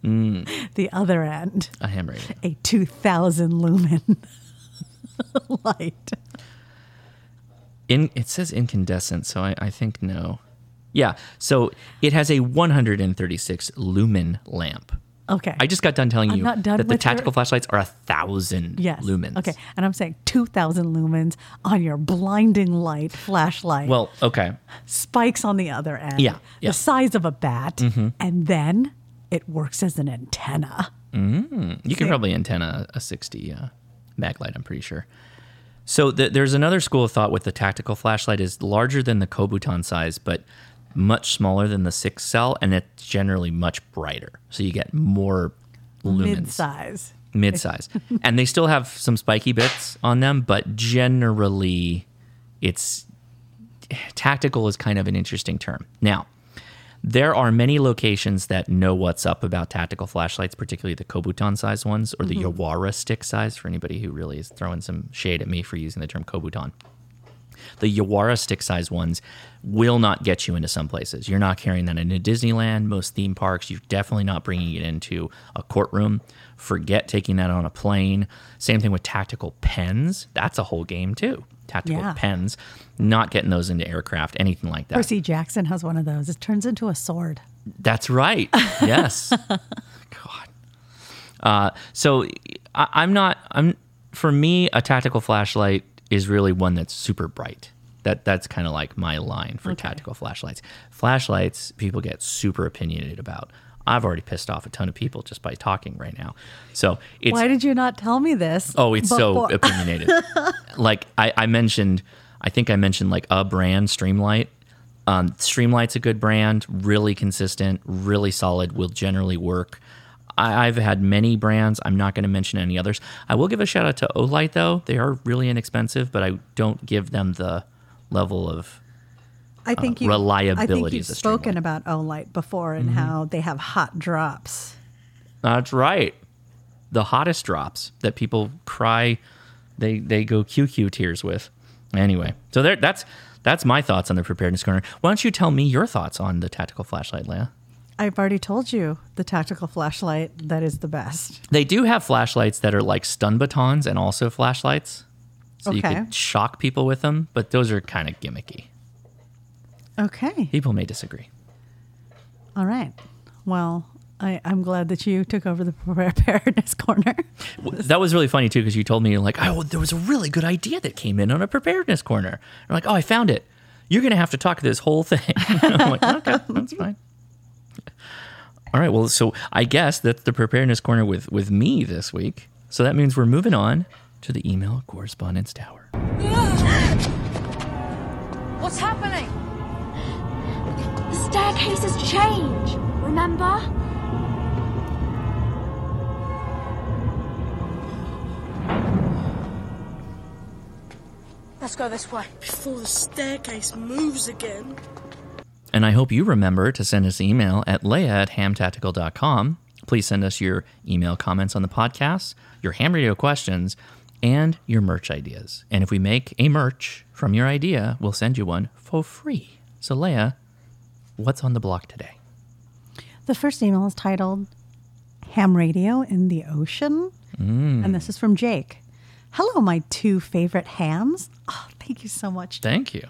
Speaker 1: Mm.
Speaker 2: The other end,
Speaker 1: I am ready.
Speaker 2: a 2000 lumen light.
Speaker 1: In it says incandescent, so I, I think no. Yeah, so it has a 136 lumen lamp.
Speaker 2: Okay.
Speaker 1: I just got done telling you
Speaker 2: not done
Speaker 1: that the
Speaker 2: with your-
Speaker 1: tactical flashlights are a thousand
Speaker 2: Yes.
Speaker 1: lumens.
Speaker 2: Okay. And I'm saying 2,000 lumens on your blinding light flashlight.
Speaker 1: Well, okay.
Speaker 2: spikes on the other end.
Speaker 1: Yeah, yeah. Mm-hmm.
Speaker 2: The size of a bat. And then it works as an antenna.
Speaker 1: You can probably antenna a 60 uh, mag light, I'm pretty sure. So th- there's another school of thought with the tactical flashlight is larger than the Kobutan size, but much smaller than the six cell, and it's generally much brighter. So you get more
Speaker 2: Mid
Speaker 1: lumens,
Speaker 2: size.
Speaker 1: mid size. and they still have some spiky bits on them, but generally it's tactical is kind of an interesting term. Now, there are many locations that know what's up about tactical flashlights, particularly the Kobutan size ones or the Yawara stick size for anybody who really is throwing some shade at me for using the term Kobutan. The Yawara stick size ones will not get you into some places. You're not carrying that into Disneyland, most theme parks. You're definitely not bringing it into a courtroom. Forget taking that on a plane. Same thing with tactical pens. That's a whole game, too. Tactical
Speaker 2: Yeah.
Speaker 1: pens, not getting those into aircraft, anything like that.
Speaker 2: Percy Jackson has one of those. It turns into a sword.
Speaker 1: That's right. Yes. God. Uh, so I, I'm not. I'm for me, a tactical flashlight is really one that's super bright. That that's kind of like my line for tactical flashlights. Flashlights, people get super opinionated about. I've already pissed off a ton of people just by talking right now. So it's
Speaker 2: Why did you not tell me this?
Speaker 1: Oh, it's
Speaker 2: before?
Speaker 1: so opinionated. like I, I mentioned, I think I mentioned like a brand, Streamlight. Um, Streamlight's a good brand, really consistent, really solid, will generally work. I, I've had many brands. I'm not going to mention any others. I will give a shout out to Olight though. They are really inexpensive, but I don't give them the level of
Speaker 2: I think you, I think
Speaker 1: reliability
Speaker 2: you've
Speaker 1: is a
Speaker 2: spoken about Olight before and
Speaker 1: Mm-hmm.
Speaker 2: how they have hot drops.
Speaker 1: That's right. The hottest drops that people cry, they they go QQ tears with. Anyway, so there. That's that's my thoughts on the preparedness corner. Why don't you tell me your thoughts on the tactical flashlight, Leia?
Speaker 2: I've already told you the tactical flashlight that is the best.
Speaker 1: They do have flashlights that are like stun batons and also flashlights, so you
Speaker 2: Okay.
Speaker 1: could shock people with them. But those are kind of gimmicky.
Speaker 2: Okay.
Speaker 1: People may disagree.
Speaker 2: All right. Well, I, I'm glad that you took over the preparedness corner.
Speaker 1: W- That was really funny too because you told me like, oh, there was a really good idea that came in on a preparedness corner. I'm like, oh, I found it. You're gonna have to talk this whole thing. I'm like, okay, that's fine. All right, well, so I guess that's the preparedness corner with with me this week. So that means we're moving on to the email correspondence tower.
Speaker 4: What's happening?
Speaker 5: The staircases change, remember?
Speaker 6: Let's go this way.
Speaker 7: Before the staircase moves again.
Speaker 1: And I hope you remember to send us an email at leia at hamtactical.com. Please send us your email comments on the podcast, your ham radio questions, and your merch ideas. And if we make a merch from your idea, we'll send you one for free. So, Leia, what's on the block today?
Speaker 2: The first email is titled Ham Radio in the Ocean. And this is from Jake. Hello, my two favorite hams. Oh, thank you so much,
Speaker 1: Thank you.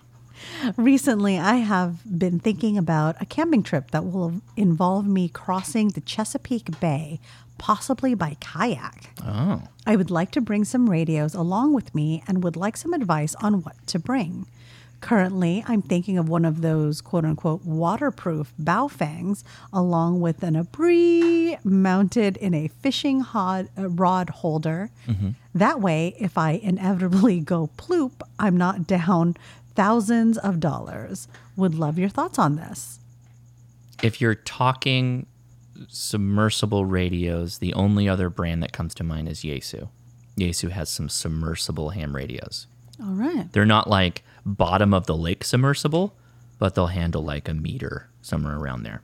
Speaker 2: Recently, I have been thinking about a camping trip that will involve me crossing the Chesapeake Bay, possibly by kayak.
Speaker 1: Oh,
Speaker 2: I would like to bring some radios along with me and would like some advice on what to bring. Currently, I'm thinking of one of those quote unquote waterproof bow fangs along with an abri mounted in a fishing hod, uh, rod holder. That way, if I inevitably go ploop, I'm not down thousands of dollars. Would love your thoughts on this.
Speaker 1: if you're talking submersible radios, the only other brand that comes to mind is Yaesu. Yaesu has some submersible ham radios.
Speaker 2: All right.
Speaker 1: They're not like bottom of the lake submersible, but they'll handle like a meter somewhere around there.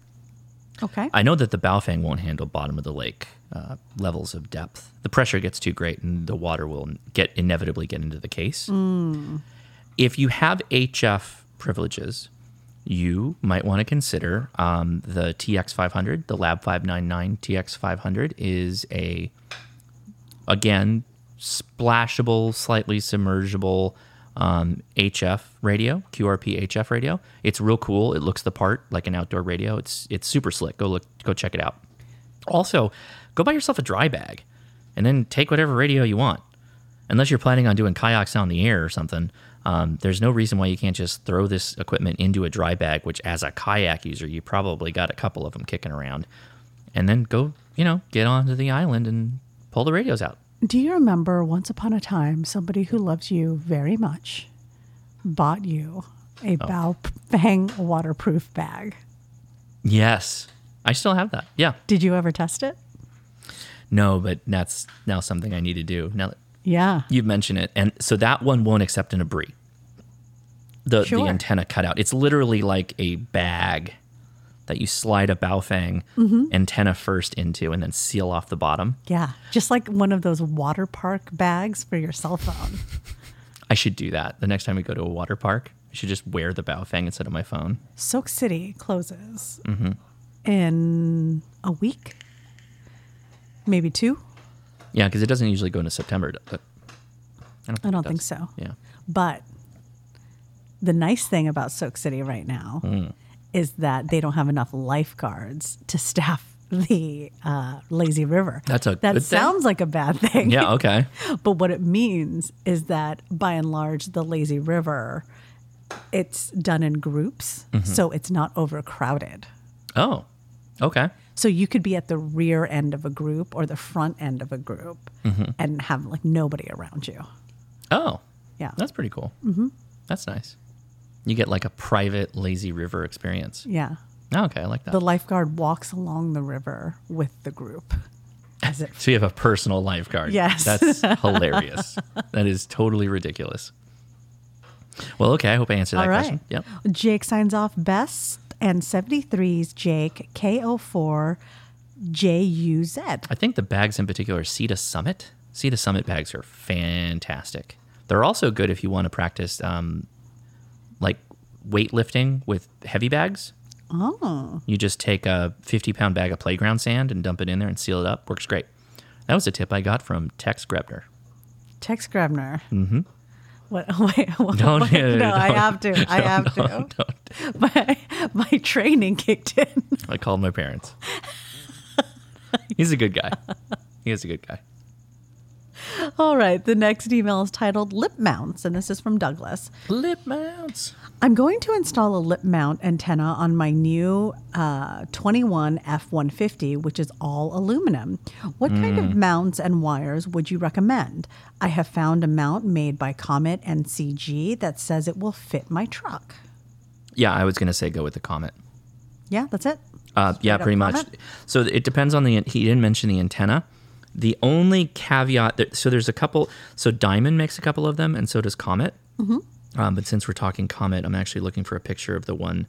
Speaker 2: Okay.
Speaker 1: I know that the Baofeng won't handle bottom of the lake uh, levels of depth. The pressure gets too great, and the water will get inevitably get into the case. If you have HF privileges, you might want to consider um, the TX500. The Lab 599 TX500 is a again splashable, slightly submersible um, HF radio, QRP HF radio. It's real cool. It looks the part like an outdoor radio. It's it's super slick. Go look, go check it out. Also, go buy yourself a dry bag, and then take whatever radio you want. Unless you're planning on doing kayaks on the air or something, um, there's no reason why you can't just throw this equipment into a dry bag. Which, as a kayak user, you probably got a couple of them kicking around, and then go, you know, get onto the island and pull the radios out.
Speaker 2: Do you remember once upon a time somebody who loves you very much bought you a bow bang waterproof bag?
Speaker 1: Yes. I still have that. Yeah.
Speaker 2: Did you ever test it?
Speaker 1: No, but that's now something I need to do. Now that
Speaker 2: Yeah.
Speaker 1: you've mentioned it. And so that one won't accept an abri. The
Speaker 2: Sure.
Speaker 1: the antenna cutout. It's literally like a bag that you slide a baofeng antenna first into and then seal off the bottom.
Speaker 2: Yeah. Just like one of those water park bags for your cell phone.
Speaker 1: I should do that. The next time we go to a water park, I should just wear the baofeng instead of my phone.
Speaker 2: Soak City closes in a week, maybe two.
Speaker 1: Yeah, because it doesn't usually go into September. does it?
Speaker 2: I don't think
Speaker 1: does.
Speaker 2: so.
Speaker 1: Yeah.
Speaker 2: But the nice thing about Soak City right now
Speaker 1: Mm.
Speaker 2: is that they don't have enough lifeguards to staff the uh, lazy river.
Speaker 1: That's a
Speaker 2: that
Speaker 1: good thing.
Speaker 2: sounds like a bad thing.
Speaker 1: Yeah, okay.
Speaker 2: But what it means is that by and large, the lazy river, it's done in groups,
Speaker 1: Mm-hmm.
Speaker 2: so it's not overcrowded.
Speaker 1: Oh. Okay.
Speaker 2: So you could be at the rear end of a group or the front end of a group
Speaker 1: Mm-hmm.
Speaker 2: and have like nobody around you.
Speaker 1: Oh.
Speaker 2: Yeah.
Speaker 1: That's pretty cool. Mm-hmm. That's nice. You get like a private lazy river experience.
Speaker 2: yeah.
Speaker 1: Oh, okay, I like that.
Speaker 2: the lifeguard walks along the river with the group. As it,
Speaker 1: so you have a personal lifeguard.
Speaker 2: Yes.
Speaker 1: That's hilarious. that is totally ridiculous. Well, okay. I hope I answered that
Speaker 2: all right.
Speaker 1: question. Yep.
Speaker 2: Jake signs off best and 73's Jake KO4 JUZ.
Speaker 1: I think the bags in particular, Ceta Summit. Ceta Summit bags are fantastic. They're also good if you want to practice um, like weightlifting with heavy bags.
Speaker 2: Oh,
Speaker 1: You just take a 50 pound bag of playground sand and dump it in there and seal it up. Works great. That was a tip I got from Tex Grebner.
Speaker 2: Tex Grabner. Mm-hmm. What, wait, what,
Speaker 1: Don't
Speaker 2: what-
Speaker 1: do it.
Speaker 2: no, I
Speaker 1: Don't-
Speaker 2: have to. I have to. My, my training kicked in.
Speaker 1: I called my parents. He's a good guy. He is a good guy.
Speaker 2: All right. The next email is titled Lip Mounts, and this is from Douglas.
Speaker 1: Lip mounts.
Speaker 2: I'm going to install a lip mount antenna on my new uh, 21 F150, which is all aluminum. What kind of mounts and wires would you recommend? I have found a mount made by Comet and CG that says it will fit my truck.
Speaker 1: Yeah, I was gonna say go with the comment.
Speaker 2: Yeah, that's it.
Speaker 1: Uh, yeah,
Speaker 2: up
Speaker 1: pretty much.
Speaker 2: comment?
Speaker 1: So it depends on the. He didn't mention the antenna. The only caveat that so there's a couple. So Diamond makes a couple of them, and so does Comet.
Speaker 2: Mm-hmm.
Speaker 1: Um, but since we're talking Comet, I'm actually looking for a picture of the one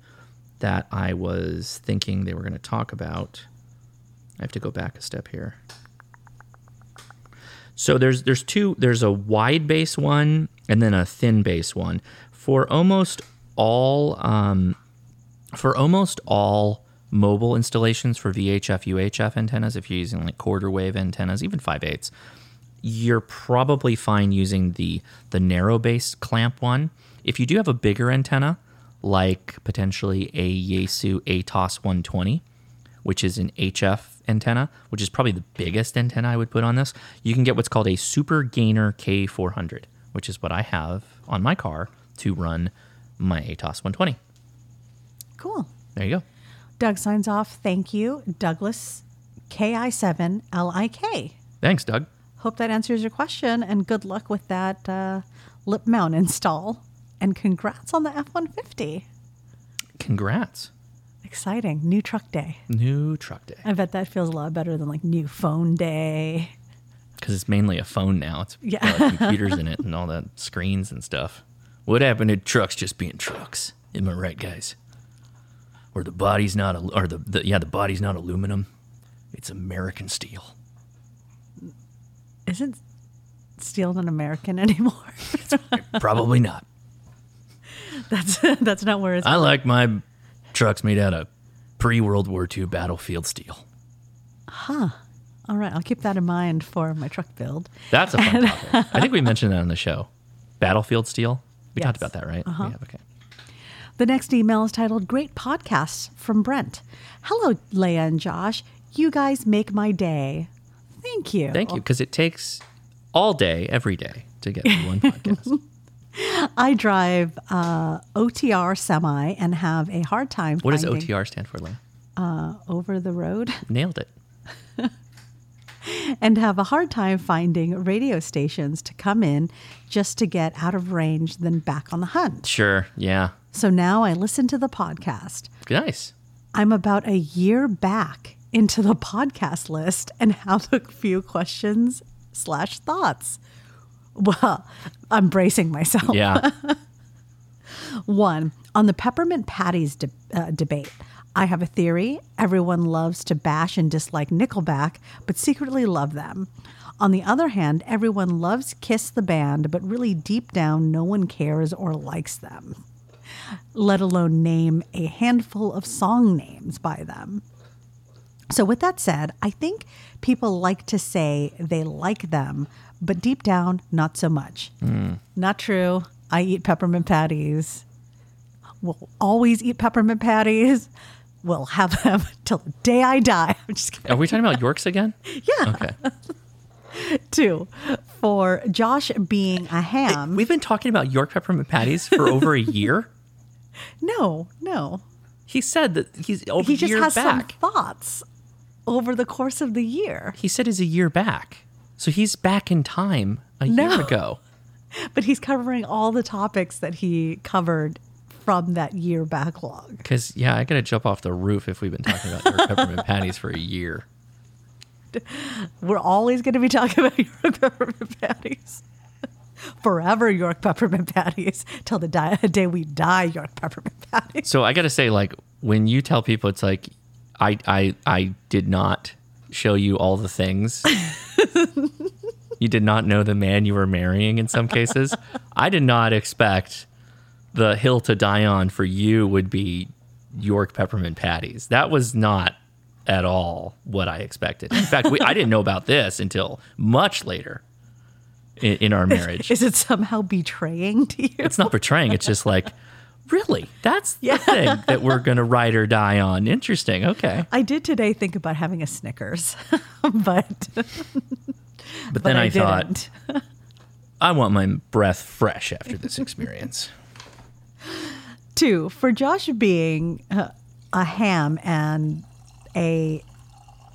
Speaker 1: that I was thinking they were going to talk about. I have to go back a step here. So there's there's two there's a wide base one and then a thin base one. For almost all um, for almost all mobile installations for VHF UHF antennas, if you're using like quarter wave antennas, even five eighths, you're probably fine using the the narrow base clamp one. If you do have a bigger antenna, like potentially a Yaesu ATOS 120, which is an HF antenna, which is probably the biggest antenna I would put on this, you can get what's called a Super Gainer K400, which is what I have on my car to run my ATOS 120.
Speaker 2: Cool.
Speaker 1: There you go.
Speaker 2: Doug signs off. Thank you, Douglas KI7LIK.
Speaker 1: Thanks, Doug.
Speaker 2: Hope that answers your question and good luck with that uh, lip mount install. And congrats on the F 150.
Speaker 1: Congrats.
Speaker 2: Exciting. New truck day.
Speaker 1: New truck day.
Speaker 2: I bet that feels a lot better than like new phone day.
Speaker 1: Because it's mainly a phone now. It's
Speaker 2: Yeah.
Speaker 1: got computers in it and all that screens and stuff. What happened to trucks just being trucks? Am I right, guys? Or the body's not, al- or the, the yeah, the body's not aluminum. It's American steel.
Speaker 2: Isn't steel not American anymore?
Speaker 1: Probably not.
Speaker 2: that's that's not where it's.
Speaker 1: I like my trucks made out of pre World War II battlefield steel.
Speaker 2: All right, I'll keep that in mind for my truck build.
Speaker 1: That's a fun topic. I think we mentioned that on the show. Battlefield steel. We talked
Speaker 2: Yes. Uh-huh.
Speaker 1: about that, right? Yeah. Okay.
Speaker 2: The next email is titled Great Podcasts from Brent. Hello, Leia and Josh. You guys make my day. Thank you.
Speaker 1: Thank you, because it takes all day, every day, to get through one podcast.
Speaker 2: I drive uh, OTR semi and have a hard time
Speaker 1: What does
Speaker 2: finding
Speaker 1: OTR stand for, Lynn?
Speaker 2: over the road
Speaker 1: Nailed it.
Speaker 2: and have a hard time finding radio stations to come in just to get out of range, then back on the hunt.
Speaker 1: Sure. Yeah.
Speaker 2: So now I listen to the podcast.
Speaker 1: Nice.
Speaker 2: I'm about a year back into the podcast list and have a few questions slash thoughts. Well, I'm bracing myself.
Speaker 1: Yeah.
Speaker 2: One, on the peppermint patties de- uh, debate, I have a theory. Everyone loves to bash and dislike Nickelback, but secretly love them. On the other hand, everyone loves Kiss the band, but really deep down, no one cares or likes them, let alone name a handful of song names by them. So, with that said, I think people like to say they like them, but deep down, not so much. Not true. I eat peppermint patties. Will always eat peppermint patties. Will have them till the day I die. I'm just kidding.
Speaker 1: Are we talking about Yorks again?
Speaker 2: Yeah.
Speaker 1: Okay.
Speaker 2: Two. For Josh being a ham.
Speaker 1: We've been talking about York peppermint patties for over a year.
Speaker 2: No, no.
Speaker 1: He said that he's over
Speaker 2: He
Speaker 1: a
Speaker 2: just
Speaker 1: year
Speaker 2: has
Speaker 1: back.
Speaker 2: some thoughts over the course of the year,
Speaker 1: He said he's a year back. So he's back in time a year ago.
Speaker 2: but he's covering all the topics that he covered from that year backlog.
Speaker 1: Because, yeah, I got to jump off the roof if we've been talking about York peppermint patties for a year.
Speaker 2: We're always going to be talking about York peppermint patties. Forever York peppermint patties till the di- day we die, York peppermint patties.
Speaker 1: So I got to say, like, when you tell people, it's like, I, I, I did not show you all the things. you did not know the man you were marrying in some cases. I did not expect the hill to die on for you would be York peppermint patties. That was not at all what I expected. In fact, we, I didn't know about this until much later in, in our marriage.
Speaker 2: Is it somehow betraying to you?
Speaker 1: It's not betraying. It's just like, really, that's the thing that we're going to ride or die on. Interesting. Okay.
Speaker 2: I did today think about having a Snickers, but, but
Speaker 1: But, then I, thought,
Speaker 2: didn't.
Speaker 1: I want my breath fresh after this experience.
Speaker 2: Two, for Josh being uh, a ham and a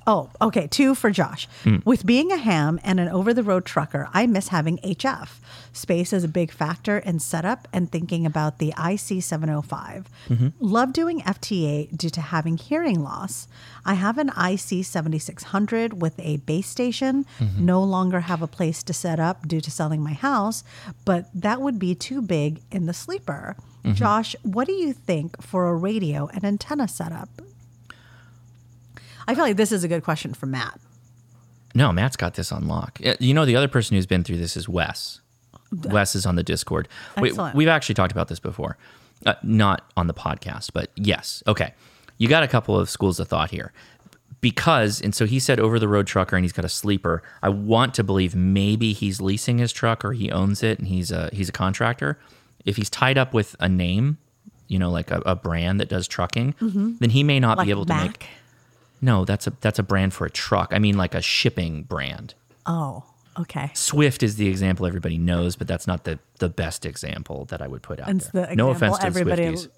Speaker 2: Oh, okay. Two for Josh. With being a ham and an over the road trucker, I miss having HF. Space is a big factor in setup and thinking about the IC 705. Love doing FTA due to having hearing loss. I have an IC 7600 with a base station, no longer have a place to set up due to selling my house, but that would be too big in the sleeper. Josh, what do you think for a radio and antenna setup? I feel like this is a good question for Matt.
Speaker 1: No, Matt's got this on lock. Uh, You know, the other person who's been through this is Wes. Wes is on the Discord. We,
Speaker 2: Excellent.
Speaker 1: we've actually talked about this before, uh, not on the podcast, but yes. Okay. You got a couple of schools of thought here. Because, and so he said over the road trucker and he's got a sleeper. I want to believe maybe he's leasing his truck or he owns it and he's a, he's a contractor. If he's tied up with a name, you know, like a, a brand that does trucking, then he may not
Speaker 2: Mm-hmm. Like
Speaker 1: be able
Speaker 2: Mac.
Speaker 1: to make no, that's a that's a brand for a truck. I mean like a shipping brand.
Speaker 2: Oh, okay.
Speaker 1: Swift is the example everybody knows, but that's not the the best example that I would put out
Speaker 2: It's the
Speaker 1: there.
Speaker 2: example
Speaker 1: no offense to the
Speaker 2: everybody.
Speaker 1: Swifties.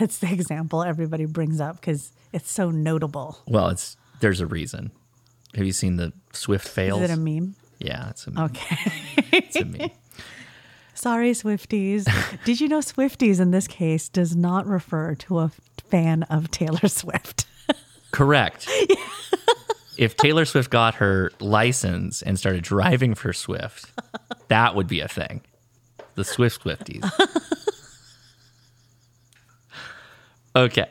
Speaker 2: It's the example everybody brings up because it's so notable.
Speaker 1: Well, it's there's a reason. Have you seen the Swift fails?
Speaker 2: Is it a meme?
Speaker 1: yeah, it's a meme.
Speaker 2: Okay.
Speaker 1: It's a meme.
Speaker 2: Sorry, Swifties. Did you know Swifties in this case does not refer to a fan of Taylor Swift?
Speaker 1: Correct. if Taylor Swift got her license and started driving for Swift, that would be a thing. The Swift Swifties. okay.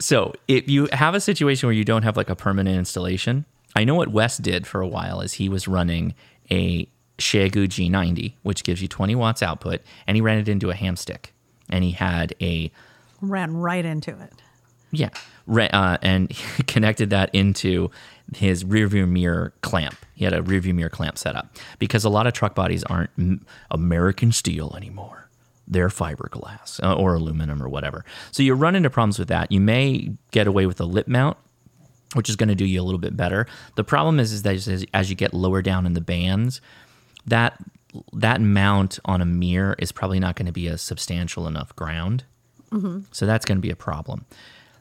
Speaker 1: So if you have a situation where you don't have like a permanent installation, I know what Wes did for a while is he was running a Shagu G90, which gives you 20 watts output, and he ran it into a hamstick. And he had a
Speaker 2: Ran right into it.
Speaker 1: yeah. Re- uh, and he connected that into his rearview mirror clamp. He had a rearview mirror clamp set up because a lot of truck bodies aren't m- American steel anymore. They're fiberglass uh, or aluminum or whatever. So you run into problems with that. You may get away with a lip mount, which is going to do you a little bit better. The problem is, is that as, as you get lower down in the bands, that that mount on a mirror is probably not going to be a substantial enough ground. So that's going to be a problem.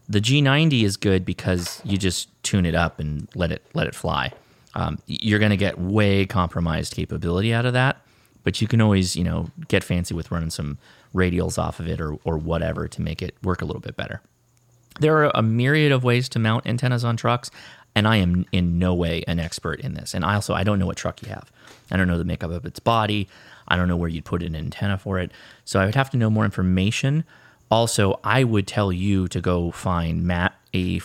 Speaker 1: The G90 is good because you just tune it up and let it let it fly. Um, y- you're going to get way compromised capability out of that, but you can always you know get fancy with running some radials off of it or or whatever to make it work a little bit better. There are a myriad of ways to mount antennas on trucks, and I am in no way an expert in this. And I also I don't know what truck you have. I don't know the makeup of its body. I don't know where you'd put an antenna for it. So I would have to know more information. Also, I would tell you to go find Matt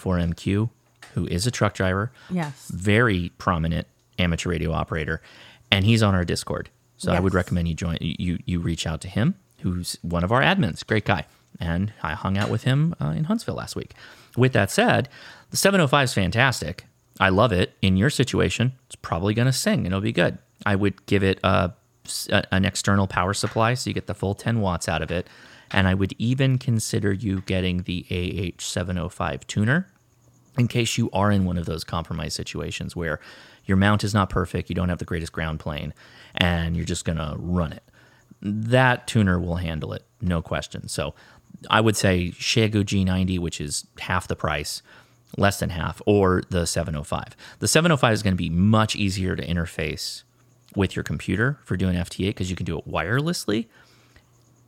Speaker 1: AE4MQ, who is a truck driver
Speaker 2: Yes.
Speaker 1: very prominent amateur radio operator, and he's on our Discord. So I would
Speaker 2: Yes.
Speaker 1: recommend you join. You you reach out to him, who's one of our admins, great guy, and I hung out with him uh, in Huntsville last week. With that said, the 705 is fantastic. I love it. In your situation, it's probably going to sing and it'll be good. I would give it a, s- a- an external power supply so you get the full 10 watts out of it. And I would even consider you getting the AH705 tuner in case you are in one of those compromised situations where your mount is not perfect, you don't have the greatest ground plane, and you're just going to run it. That tuner will handle it, no question. So I would say Shago G90, which is half the price, less than half, or the 705. The 705 is going to be much easier to interface with your computer for doing FTA because you can do it wirelessly.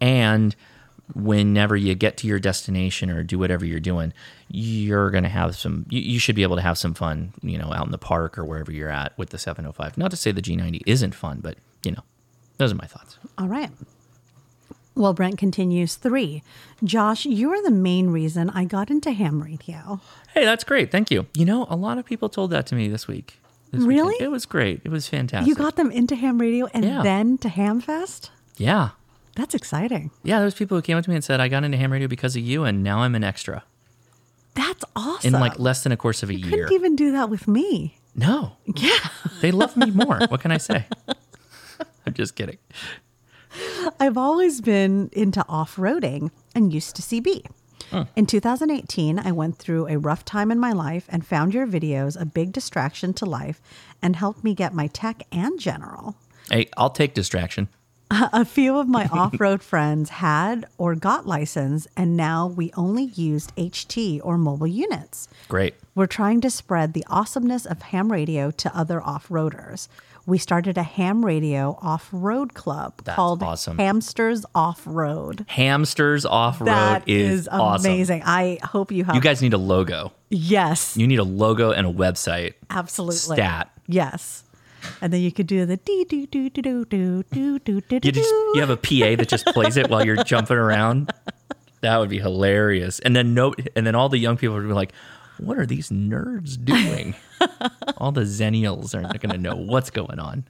Speaker 1: And whenever you get to your destination or do whatever you're doing, you're going to have some, you, you should be able to have some fun, you know, out in the park or wherever you're at with the 705. Not to say the G90 isn't fun, but, you know, those are my thoughts.
Speaker 2: All right. Well, Brent continues three. Josh, you are the main reason I got into ham radio.
Speaker 1: Hey, that's great. Thank you. You know, a lot of people told that to me this week. this weekend.
Speaker 2: Really?
Speaker 1: It was great. It was fantastic.
Speaker 2: You got them into ham radio and
Speaker 1: Yeah.
Speaker 2: then to Hamfest?
Speaker 1: yeah.
Speaker 2: That's exciting.
Speaker 1: Yeah. There's people who came up to me and said, I got into ham radio because of you, and now I'm an extra
Speaker 2: That's awesome.
Speaker 1: in like less than a course of a year.
Speaker 2: couldn't even do that with me.
Speaker 1: no. Yeah. they love me more. What can I say? I'm just kidding.
Speaker 2: I've always been into off roading and used to CB. In 2018, I went through a rough time in my life and found your videos a big distraction to life and helped me get my tech and general.
Speaker 1: Hey, I'll take distraction.
Speaker 2: A few of my off road friends had or got license, and now we only used HT or mobile units.
Speaker 1: Great.
Speaker 2: We're trying to spread the awesomeness of ham radio to other off roaders. We started a ham radio off road club
Speaker 1: That's
Speaker 2: called
Speaker 1: awesome.
Speaker 2: Hamsters Off Road.
Speaker 1: Hamsters off road
Speaker 2: That
Speaker 1: is,
Speaker 2: is
Speaker 1: awesome.
Speaker 2: amazing. I hope you have.
Speaker 1: You guys need a logo.
Speaker 2: yes,
Speaker 1: You need a logo and a website.
Speaker 2: absolutely.
Speaker 1: Stat.
Speaker 2: Yes. And then you could do the dee doo doo doo doo doo doo doo doo
Speaker 1: You
Speaker 2: doo.
Speaker 1: just you have a PA that just plays it while you're jumping around. That would be hilarious. And then no, and then all the young people would be like, "What are these nerds doing?" all the zennials are not going to know what's going on.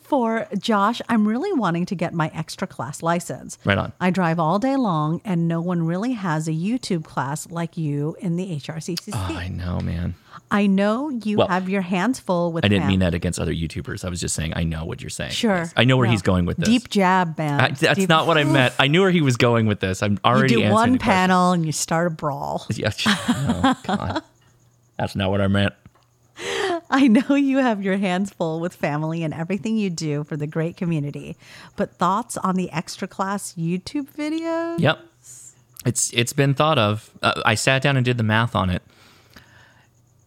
Speaker 2: for Josh, I'm really wanting to get my extra class license.
Speaker 1: Right on.
Speaker 2: I drive all day long, and no one really has a YouTube class like you in the HRCCC.
Speaker 1: Oh, I know, man.
Speaker 2: I know you
Speaker 1: Well,
Speaker 2: have your hands full with.
Speaker 1: I didn't
Speaker 2: Pam.
Speaker 1: mean that against other YouTubers. I was just saying I know what you're saying.
Speaker 2: Sure,
Speaker 1: Yes. I know where
Speaker 2: No.
Speaker 1: he's going with this.
Speaker 2: Deep jab, man.
Speaker 1: I, that's
Speaker 2: Deep-
Speaker 1: not what I meant. I knew where he was going with this. I'm
Speaker 2: You
Speaker 1: already
Speaker 2: do
Speaker 1: answering
Speaker 2: one
Speaker 1: the question.
Speaker 2: panel and you start a brawl.
Speaker 1: Yeah, sh- no, come on. That's not what I meant.
Speaker 2: I know you have your hands full with family and everything you do for the great community, but thoughts on the extra class YouTube video?
Speaker 1: Yep. It's it's been thought of. Uh, I sat down and did the math on it.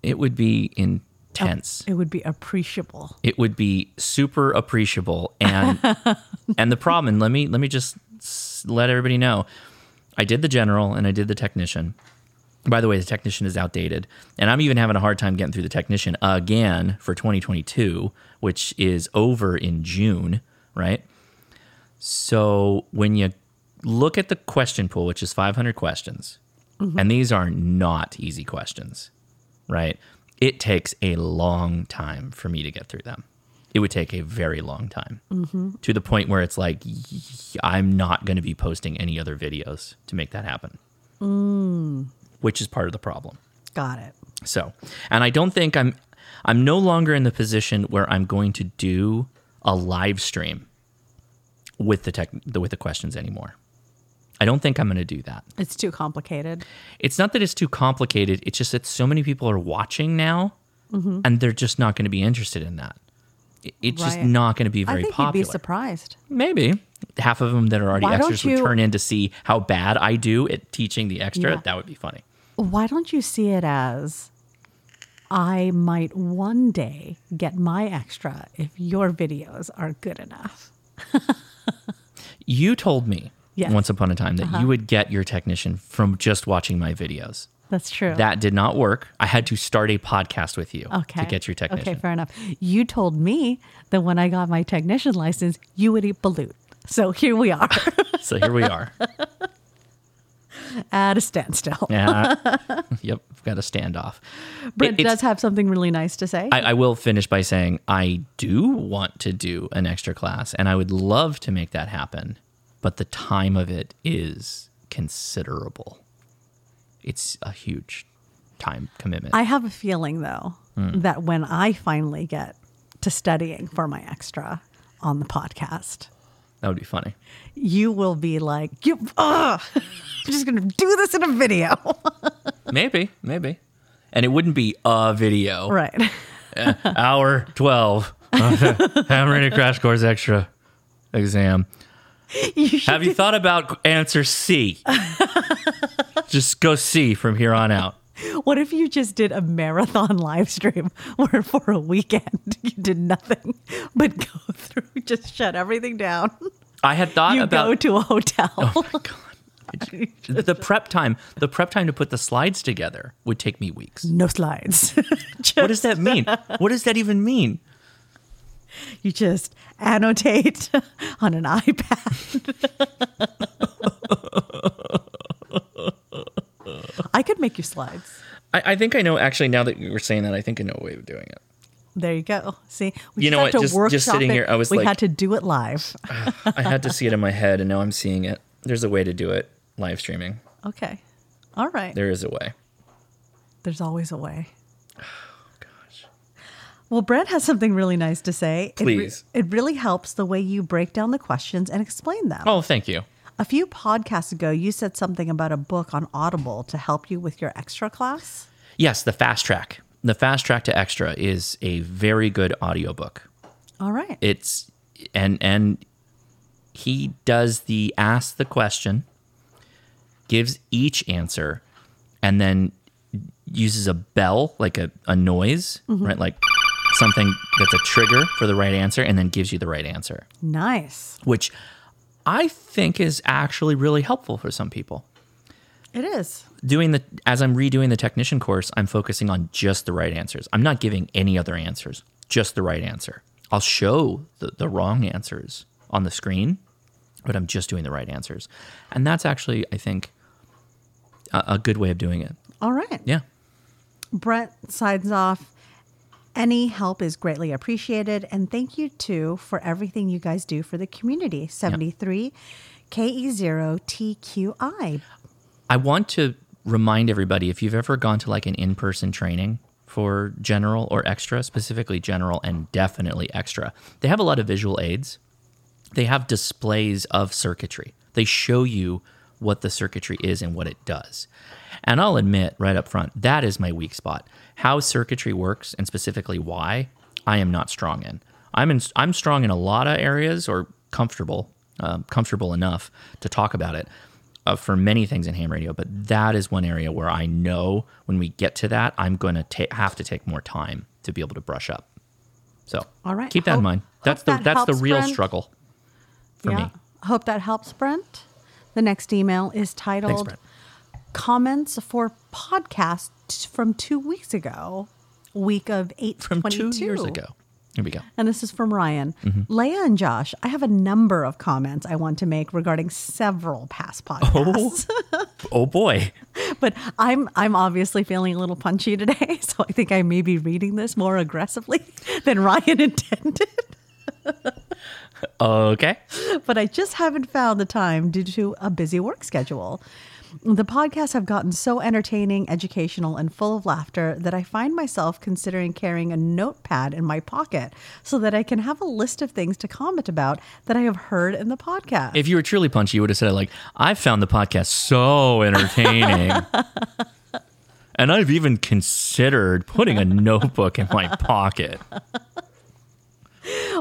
Speaker 1: It would be
Speaker 2: Oh,
Speaker 1: intense.
Speaker 2: It would be appreciable.
Speaker 1: It would be super appreciable and and the problem and let me let me just s- let everybody know. I did the general and I did the technician. By the way, the technician is outdated, and I'm even having a hard time getting through the technician again for 2022, which is over in June, right? So when you look at the question pool, which is 500 questions, and these are not easy questions, right? It takes a long time for me to get through them. It would take a very long time to the point where it's like, y- I'm not going to be posting any other videos to make that happen, which is part of the problem.
Speaker 2: Got it.
Speaker 1: So, and I don't think I'm I'm no longer in the position where I'm going to do a live stream with the tech the, with the questions anymore. I don't think I'm going to do that.
Speaker 2: It's too complicated.
Speaker 1: It's not that it's too complicated. It's just that so many people are watching now,
Speaker 2: Mm-hmm.
Speaker 1: and they're just not going to be interested in that. It- It's just
Speaker 2: Right.
Speaker 1: not going to be very
Speaker 2: I think
Speaker 1: popular.
Speaker 2: you'd be surprised.
Speaker 1: Maybe half of them that are already
Speaker 2: Why don't
Speaker 1: extras would
Speaker 2: you-
Speaker 1: turn in to see how bad I do at teaching the extra.
Speaker 2: Yeah.
Speaker 1: That would be funny.
Speaker 2: Why don't you see it as I might one day get my extra if your videos are good enough?
Speaker 1: You told me
Speaker 2: Yes. Uh-huh.
Speaker 1: once upon a time that you would get your technician from just watching my videos.
Speaker 2: That's true.
Speaker 1: That did not work. I had to start a podcast with you
Speaker 2: okay.
Speaker 1: to get your technician.
Speaker 2: Okay, fair enough. You told me that when I got my technician license, you would eat balut. So here we are
Speaker 1: So here we are.
Speaker 2: at a standstill.
Speaker 1: Yeah. yep. Got a standoff.
Speaker 2: Brent
Speaker 1: It- it's-
Speaker 2: does have something really nice to say.
Speaker 1: I, I will finish by saying I do want to do an extra class and I would love to make that happen, but the time of it is considerable. It's a huge time commitment.
Speaker 2: I have a feeling though
Speaker 1: Hmm.
Speaker 2: that when I finally get to studying for my extra on the podcast,
Speaker 1: that would be funny.
Speaker 2: you will be like, you, ugh, I'm just going to do this in a video.
Speaker 1: Maybe, maybe. And it wouldn't be a video.
Speaker 2: right.
Speaker 1: hour 12 hammering a crash course extra exam have you thought about answer c just go c from here on out
Speaker 2: What if you just did a marathon live stream where for a weekend you did nothing but go through, just shut everything down?
Speaker 1: i had thought
Speaker 2: You
Speaker 1: about
Speaker 2: go to a hotel.
Speaker 1: Oh my God. the prep time the prep time to put the slides together would take me weeks
Speaker 2: No slides. just,
Speaker 1: what does that mean what does that even mean
Speaker 2: You just annotate on an iPad. I could make you slides.
Speaker 1: I, I think i know actually now that you were saying that i think i know a way of doing it
Speaker 2: There you go. See, we
Speaker 1: You
Speaker 2: just
Speaker 1: know
Speaker 2: had
Speaker 1: what?
Speaker 2: to
Speaker 1: Just- just
Speaker 2: workshop
Speaker 1: sitting
Speaker 2: it.
Speaker 1: here, I was
Speaker 2: we
Speaker 1: like-
Speaker 2: had to do it live.
Speaker 1: i had to see it in my head and now i'm seeing it there's a way to do it live streaming
Speaker 2: Okay, all right.
Speaker 1: there is a way
Speaker 2: There's always a way. Well, Brent has something really nice to say. It re-
Speaker 1: Please.
Speaker 2: It, really helps the way you break down the questions and explain them.
Speaker 1: oh thank you
Speaker 2: A few podcasts ago, you said something about a book on Audible to help you with your extra class.
Speaker 1: Yes, the fast track. The fast track to extra is a very good audiobook.
Speaker 2: All right.
Speaker 1: It's and and he does the ask the question, gives each answer, and then uses a bell like a, a noise, right? Like something that's a trigger for the right answer, and then gives you the right answer,
Speaker 2: Nice.
Speaker 1: which I think is actually really helpful for some people
Speaker 2: It is.
Speaker 1: doing the as I'm redoing the technician course, I'm focusing on just the right answers. I'm not giving any other answers, just the right answer. I'll show the, the wrong answers on the screen, but I'm just doing the right answers. And that's actually, I think, a, a good way of doing it.
Speaker 2: All right.
Speaker 1: Yeah.
Speaker 2: Brett signs off. Any help is greatly appreciated. And thank you, too, for everything you guys do for the community. E 73 KE0TQI.
Speaker 1: I want to remind everybody if you've ever gone to like an in person training for general or extra, specifically general and definitely extra, they have a lot of visual aids. They have displays of circuitry, they show you what the circuitry is and what it does. And I'll admit right up front, that is my weak spot. How circuitry works and specifically why, I am not strong in. I'm in, I'm strong in a lot of areas or comfortable, um, comfortable enough to talk about it uh, for many things in ham radio, but that is one area where I know when we get to that, I'm going to ta- have to take more time to be able to brush up. So,
Speaker 2: All right.
Speaker 1: keep that
Speaker 2: Hope-
Speaker 1: in mind. That's
Speaker 2: hope
Speaker 1: the
Speaker 2: that
Speaker 1: that's the
Speaker 2: helps,
Speaker 1: real
Speaker 2: Brent.
Speaker 1: struggle for me.
Speaker 2: Hope that helps, Brent. The next email is
Speaker 1: Thanks,
Speaker 2: titled
Speaker 1: Brent.
Speaker 2: Comments for Podcasts from two weeks ago, week of 8
Speaker 1: From two years ago. Mm-hmm. Here we go.
Speaker 2: And this is from Ryan. Leia and Josh, I have a number of comments I want to make regarding several past podcasts.
Speaker 1: Oh boy.
Speaker 2: but I'm I'm obviously feeling a little punchy today, so I think I may be reading this more aggressively than Ryan intended.
Speaker 1: Okay.
Speaker 2: but I just haven't found the time due to a busy work schedule. The podcasts have gotten so entertaining, educational, and full of laughter that I find myself considering carrying a notepad in my pocket so that I can have a list of things to comment about that I have heard in the podcast.
Speaker 1: If you were truly punchy, you would have said like, "I found the podcast so entertaining." And I've even considered putting a notebook in my pocket.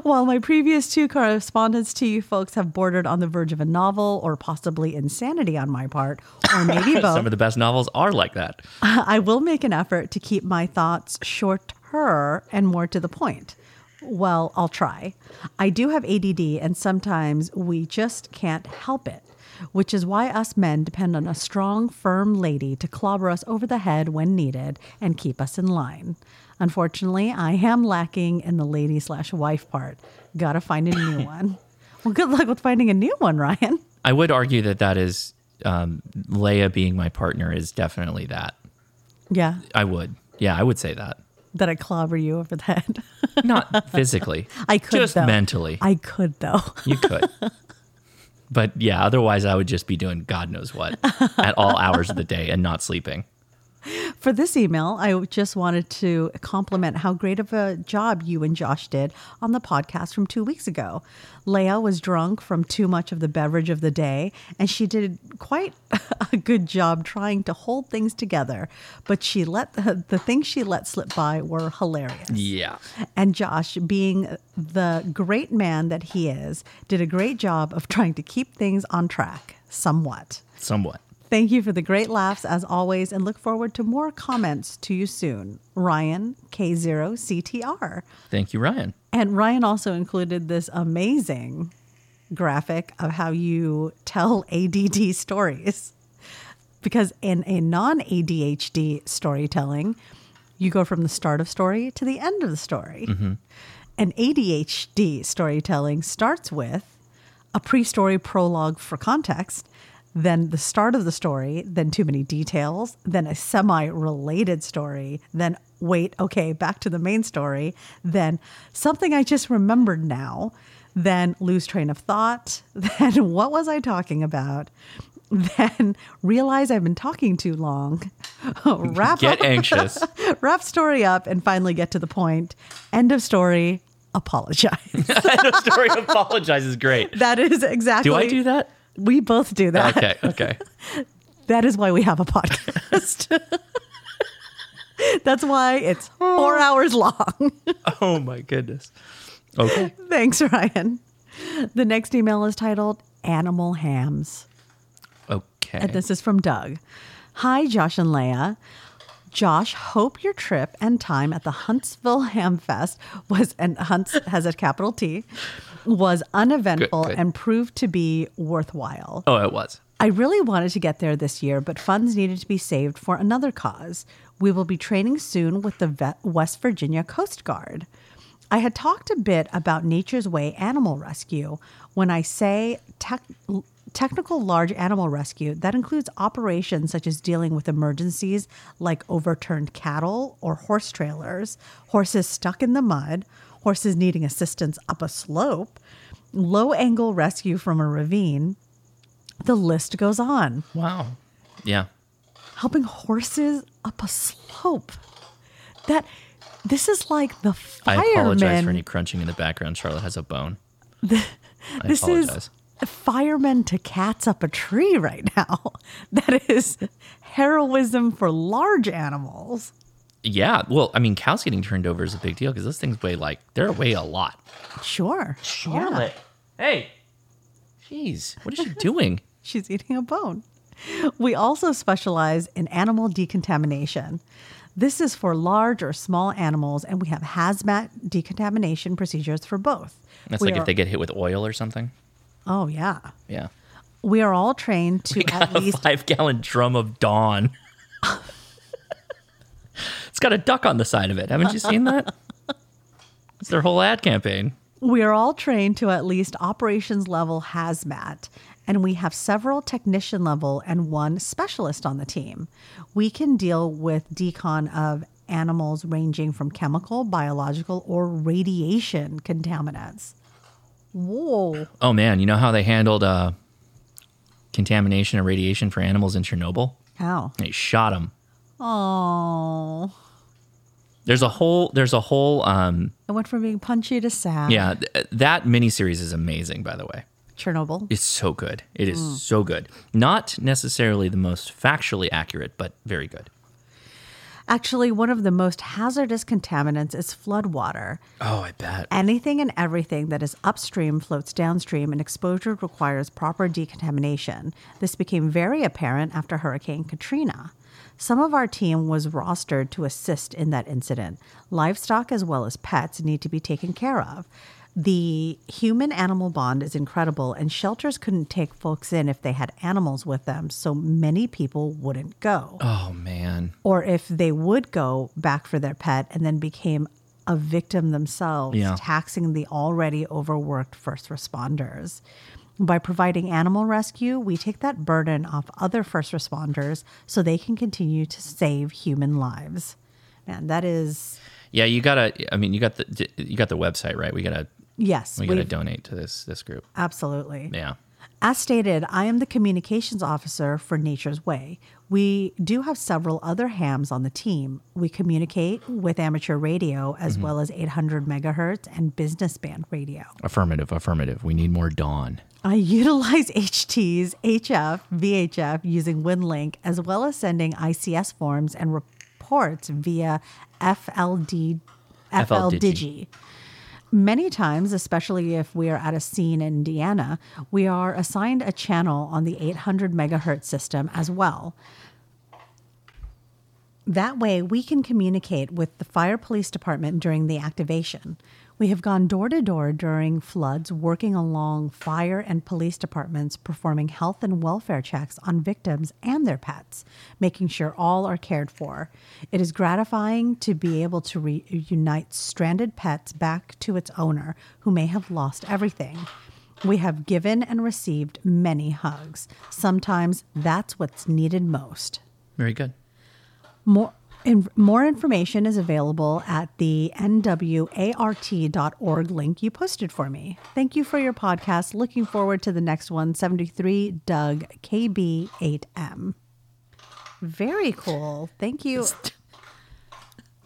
Speaker 2: While my previous two correspondents to you folks have bordered on the verge of a novel or possibly insanity on my part, or maybe both,
Speaker 1: Some of the best novels are like that.
Speaker 2: I will make an effort to keep my thoughts shorter and more to the point. Well, I'll try. I do have ADD, and sometimes we just can't help it, which is why us men depend on a strong, firm lady to clobber us over the head when needed and keep us in line. Unfortunately, I am lacking in the lady slash wife part. Gotta find a new one. Well, good luck with finding a new one, Ryan.
Speaker 1: I would argue that that is um, Leia being my partner is definitely that.
Speaker 2: Yeah,
Speaker 1: I would. Yeah, I would say that.
Speaker 2: that I clobber you over the head.
Speaker 1: Not physically.
Speaker 2: I could
Speaker 1: just
Speaker 2: though.
Speaker 1: mentally.
Speaker 2: I could though.
Speaker 1: you could. But yeah, otherwise I would just be doing God knows what at all hours of the day and not sleeping.
Speaker 2: For this email, I just wanted to compliment how great of a job you and Josh did on the podcast from two weeks ago. Leia was drunk from too much of the beverage of the day, and she did quite a good job trying to hold things together. But she let the, the things she let slip by were hilarious.
Speaker 1: Yeah.
Speaker 2: And Josh, being the great man that he is, did a great job of trying to keep things on track somewhat.
Speaker 1: Somewhat.
Speaker 2: Thank you for the great laughs as always, and look forward to more comments to you soon. Ryan K0CTR.
Speaker 1: Thank you, Ryan.
Speaker 2: And Ryan also included this amazing graphic of how you tell ADD stories. Because in a non ADHD storytelling, you go from the start of story to the end of the story. An ADHD storytelling starts with a pre story prologue for context, then the start of the story, then too many details, then a semi related story, then wait, okay, back to the main story, then something I just remembered now, then lose train of thought, then what was I talking about? Then realize I've been talking too long. Wrap up
Speaker 1: Get anxious.
Speaker 2: wrap story up and finally get to the point. End of story. Apologize.
Speaker 1: the story apologize is great.
Speaker 2: that is exactly.
Speaker 1: Do I do that?
Speaker 2: We both do that.
Speaker 1: Okay, okay.
Speaker 2: That is why we have a podcast. That's why it's four hours long.
Speaker 1: Oh my goodness. Okay.
Speaker 2: Thanks, Ryan. The next email is titled Animal Hams.
Speaker 1: Okay.
Speaker 2: And this is from Doug. Hi, Josh and Leah. Josh, hope your trip and time at the Huntsville Ham Fest was, and Hunts has a capital T, was uneventful
Speaker 1: Good, good.
Speaker 2: and proved to be worthwhile.
Speaker 1: oh, it was.
Speaker 2: I really wanted to get there this year, but funds needed to be saved for another cause. We will be training soon with the Ve- West Virginia Coast Guard. I had talked a bit about Nature's Way Animal Rescue. When I say tech, technical large animal rescue, that includes operations such as dealing with emergencies like overturned cattle or horse trailers, horses stuck in the mud, horses needing assistance up a slope, low angle rescue from a ravine, the list goes on.
Speaker 1: Wow. Yeah.
Speaker 2: Helping horses up a slope. That this is like the
Speaker 1: I apologize for
Speaker 2: firemen.
Speaker 1: any crunching in the background. Charlotte has a bone. I
Speaker 2: this
Speaker 1: apologize.
Speaker 2: is firemen to cats up a tree right now. That is heroism for large animals.
Speaker 1: Yeah. Well, I mean, cows getting turned over is a big deal because those things weigh like they're weigh a lot.
Speaker 2: Sure. Yeah.
Speaker 1: Charlotte. Hey. Jeez. What is she doing?
Speaker 2: She's eating a bone. We also specialize in animal decontamination. This is for large or small animals, and we have hazmat decontamination procedures for both.
Speaker 1: That's
Speaker 2: We
Speaker 1: like
Speaker 2: are-
Speaker 1: if they get hit with oil or something.
Speaker 2: Oh, yeah.
Speaker 1: Yeah.
Speaker 2: We are all trained to at
Speaker 1: A
Speaker 2: least
Speaker 1: five gallon drum of Dawn. it's got a duck on the side of it. Haven't you seen that? It's their whole ad campaign.
Speaker 2: we are all trained to at least operations level hazmat and we have several technician level and one specialist on the team. We can deal with decon of animals ranging from chemical, biological or radiation contaminants. Whoa.
Speaker 1: Oh man, you know how they handled uh, contamination and radiation for animals in Chernobyl?
Speaker 2: How?
Speaker 1: They shot them.
Speaker 2: Oh.
Speaker 1: There's a whole. There's a whole. Um,
Speaker 2: I went from being punchy to sad.
Speaker 1: yeah, th- that miniseries is amazing. By the way,
Speaker 2: Chernobyl.
Speaker 1: it's so good. It is so good. Not necessarily the most factually accurate, but very good.
Speaker 2: Actually, one of the most hazardous contaminants is floodwater.
Speaker 1: Oh, I bet.
Speaker 2: Anything and everything that is upstream floats downstream, and exposure requires proper decontamination. This became very apparent after Hurricane Katrina. Some of our team was rostered to assist in that incident. Livestock as well as pets need to be taken care of. The human animal bond is incredible, and shelters couldn't take folks in if they had animals with them, so many people wouldn't go
Speaker 1: Oh man.
Speaker 2: or if they would go back for their pet and then became a victim themselves,
Speaker 1: Yeah.
Speaker 2: taxing the already overworked first responders. By providing animal rescue, we take that burden off other first responders so they can continue to save human lives. Man, that is
Speaker 1: Yeah, you gotta. I mean, you got the you got the website right. We gotta
Speaker 2: yes,
Speaker 1: we gotta
Speaker 2: we've-
Speaker 1: donate to this this group.
Speaker 2: absolutely.
Speaker 1: Yeah.
Speaker 2: As stated, I am the communications officer for Nature's Way. We do have several other hams on the team. We communicate with amateur radio as well as 800 megahertz and business band radio.
Speaker 1: Affirmative. Affirmative. We need more dawn.
Speaker 2: I utilize HTs, HF, VHF using WinLink as well as sending ICS forms and reports via FLD, FLDigi.
Speaker 1: FLDigi.
Speaker 2: Many times, especially if we are at a scene in Indiana, we are assigned a channel on the 800 megahertz system as well. That way, we can communicate with the fire police department during the activation. We have gone door to door during floods, working along fire and police departments, performing health and welfare checks on victims and their pets, making sure all are cared for. It is gratifying to be able to reunite stranded pets back to its owner who may have lost everything. We have given and received many hugs. Sometimes that's what's needed most.
Speaker 1: Very good.
Speaker 2: More in, more information is available at the nwart.org link you posted for me. Thank you for your podcast. Looking forward to the next one, 73 Doug KB8M. Very cool. Thank you.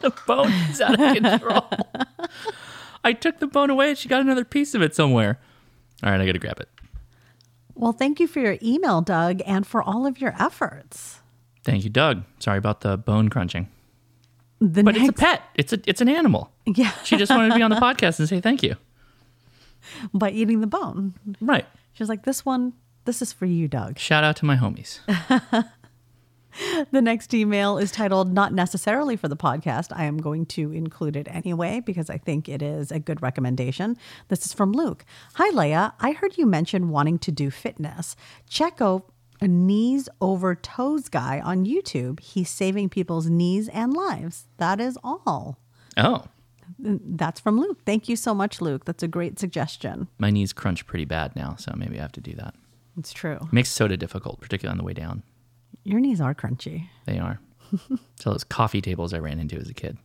Speaker 1: The bone is out of control. I took the bone away and she got another piece of it somewhere. All right, I gotta grab it.
Speaker 2: Well, thank you for your email, Doug, and for all of your efforts.
Speaker 1: Thank you, Doug. Sorry about the bone crunching.
Speaker 2: The
Speaker 1: But it's a
Speaker 2: next,
Speaker 1: pet. It's a it's an animal.
Speaker 2: yeah,
Speaker 1: She just wanted to be on the podcast and say thank you.
Speaker 2: by eating the bone.
Speaker 1: Right.
Speaker 2: She was like, This one, this is for you, Doug.
Speaker 1: Shout out to my homies.
Speaker 2: The next email is titled Not Necessarily for the Podcast. I am going to include it anyway because I think it is a good recommendation. This is from Luke. Hi, Leia. I heard you mention wanting to do fitness. Check out a knees over toes guy on YouTube. He's saving people's knees and lives. That is all.
Speaker 1: Oh,
Speaker 2: That's from Luke. Thank you so much, Luke. That's a great suggestion.
Speaker 1: my knees crunch pretty bad now, so maybe I have to do that.
Speaker 2: It's true.
Speaker 1: Makes soda difficult, particularly on the way down.
Speaker 2: Your knees are crunchy.
Speaker 1: They are. so those coffee tables I ran into as a kid.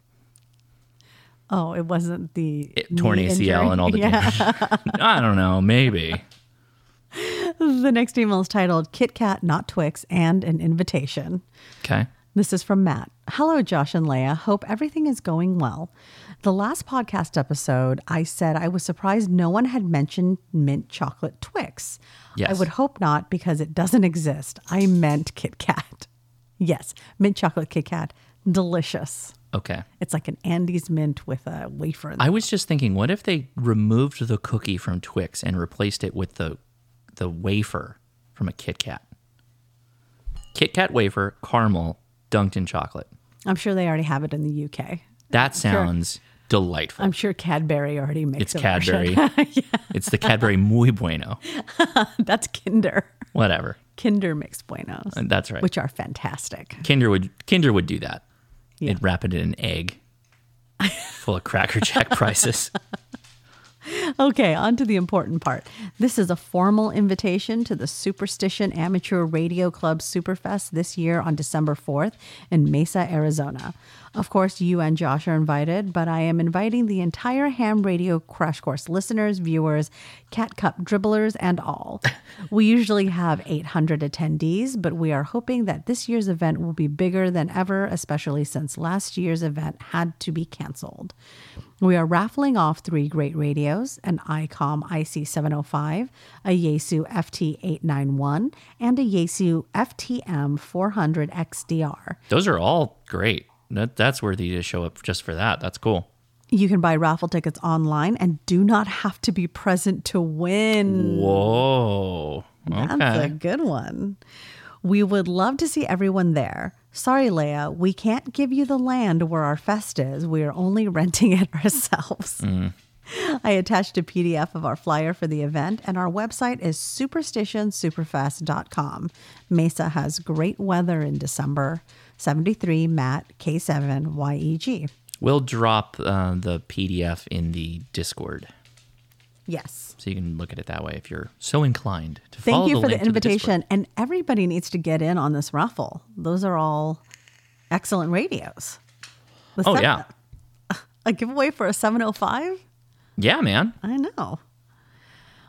Speaker 2: Oh, it wasn't the
Speaker 1: It, torn
Speaker 2: knee
Speaker 1: ACL
Speaker 2: injury.
Speaker 1: and all the damage. I don't know. Maybe.
Speaker 2: The next email is titled Kit Kat, Not Twix, and an Invitation.
Speaker 1: Okay.
Speaker 2: This is from Matt. Hello, Josh and Leah. Hope everything is going well. The last podcast episode, I said I was surprised no one had mentioned mint chocolate Twix.
Speaker 1: Yes.
Speaker 2: I would hope not because it doesn't exist. I meant Kit Kat. Yes, mint chocolate Kit Kat. Delicious.
Speaker 1: Okay.
Speaker 2: It's like an Andes mint with a wafer.
Speaker 1: I was just thinking, what if they removed the cookie from Twix and replaced it with the the wafer from a Kit Kat? Kit Kat wafer, caramel, dunked in chocolate.
Speaker 2: I'm sure they already have it in the UK.
Speaker 1: That sounds delightful.
Speaker 2: I'm sure Cadbury already makes
Speaker 1: it's
Speaker 2: a version.
Speaker 1: Cadbury. It's the Cadbury Muy Bueno.
Speaker 2: That's Kinder.
Speaker 1: Whatever.
Speaker 2: Kinder mixed buenos,
Speaker 1: And Uh, That's right.
Speaker 2: which are fantastic.
Speaker 1: Kinder would Kinder would do that. They'd wrap it in an egg full of Cracker Jack prices.
Speaker 2: Okay, on to the important part. This is a formal invitation to the Superstition Amateur Radio Club Superfest this year on December 4th in Mesa, Arizona. Of course, you and Josh are invited, but I am inviting the entire ham radio crash course listeners, viewers, cat cup dribblers, and all. we usually have 800 attendees, but we are hoping that this year's event will be bigger than ever, especially since last year's event had to be canceled. We are raffling off three great radios an ICOM IC705, a Yaesu FT891, and a Yaesu FTM400 XDR.
Speaker 1: Those are all great. That, that's worthy to show up just for that. That's cool.
Speaker 2: You can buy raffle tickets online and do not have to be present to win.
Speaker 1: Whoa.
Speaker 2: That's a
Speaker 1: Okay.
Speaker 2: good one. We would love to see everyone there. Sorry, Leia, we can't give you the land where our fest is. We are only renting it ourselves. I attached a PDF of our flyer for the event, and our website is superstitionsuperfest.com. Mesa has great weather in December. 73 Matt K7 YEG.
Speaker 1: We'll drop uh, the PDF in the Discord
Speaker 2: Yes.
Speaker 1: so you can look at it that way if you're so inclined to
Speaker 2: Thank
Speaker 1: follow
Speaker 2: you
Speaker 1: the
Speaker 2: for the
Speaker 1: link to Discord.
Speaker 2: invitation. and everybody needs to get in on this raffle. Those are all excellent radios. The
Speaker 1: Oh yeah.
Speaker 2: seven- A giveaway for a 705?
Speaker 1: Yeah, man.
Speaker 2: I know.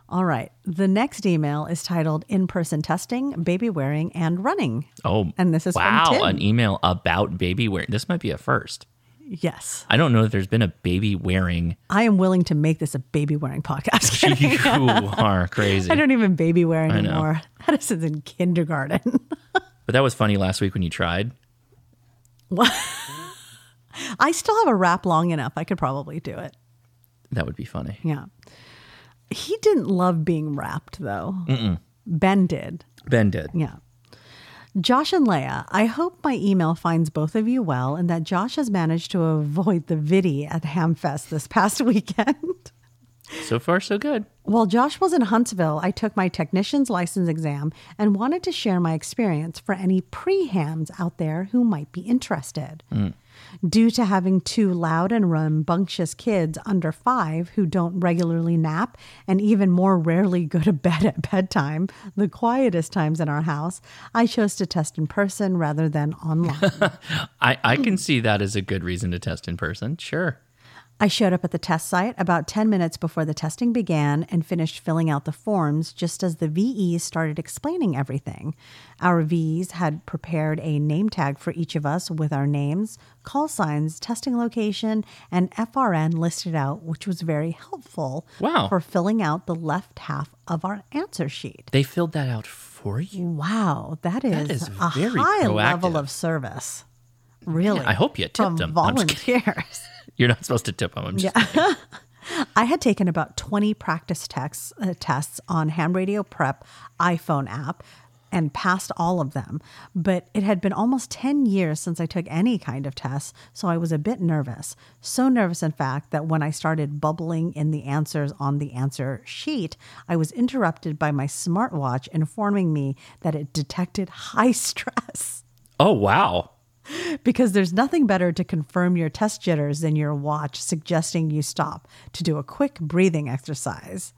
Speaker 2: All right. The next email is titled In Person Testing, Baby Wearing, and Running.
Speaker 1: Oh.
Speaker 2: And this is from
Speaker 1: wow,
Speaker 2: Tim.
Speaker 1: an email about baby wear. This might be a first.
Speaker 2: Yes.
Speaker 1: I don't know if there's been a baby wearing.
Speaker 2: I am willing to make this a baby wearing podcast.
Speaker 1: you are crazy.
Speaker 2: I don't even baby wearing
Speaker 1: know.
Speaker 2: anymore. Edison's in kindergarten.
Speaker 1: But that was funny last week when you tried.
Speaker 2: I still have a wrap long enough. I could probably do it.
Speaker 1: That would be funny.
Speaker 2: Yeah. He didn't love being wrapped, though. Ben did.
Speaker 1: Ben did.
Speaker 2: Yeah. Josh and Leia, I hope my email finds both of you well and that Josh has managed to avoid the viddy at Hamfest this past weekend.
Speaker 1: So far, so good.
Speaker 2: While Josh was in Huntsville, I took my technician's license exam and wanted to share my experience for any pre hams out there who might be interested. Due to having two loud and rambunctious kids under five who don't regularly nap and even more rarely go to bed at bedtime, the quietest times in our house, I chose to test in person rather than online.
Speaker 1: I, I can see that as a good reason to test in person. Sure.
Speaker 2: I showed up at the test site about 10 minutes before the testing began and finished filling out the forms just as the VE started explaining everything. Our VEs had prepared a name tag for each of us with our names, call signs, testing location, and FRN listed out, which was very helpful
Speaker 1: Wow.
Speaker 2: for filling out the left half of our answer sheet.
Speaker 1: They filled that out for you.
Speaker 2: Wow, that is,
Speaker 1: is
Speaker 2: a
Speaker 1: very
Speaker 2: high level
Speaker 1: proactive.
Speaker 2: of service. Really?
Speaker 1: I hope you tipped
Speaker 2: from
Speaker 1: them. I'm just kidding.
Speaker 2: volunteers.
Speaker 1: You're not supposed to tip them. I'm just,
Speaker 2: I had taken about 20 practice texts, uh, tests on Ham Radio Prep iPhone app and passed all of them. But it had been almost 10 years since I took any kind of test, so I was a bit nervous. So nervous, in fact, that when I started bubbling in the answers on the answer sheet, I was interrupted by my smartwatch informing me that it detected high stress
Speaker 1: Oh wow.
Speaker 2: because there's nothing better to confirm your test jitters than your watch suggesting you stop to do a quick breathing exercise.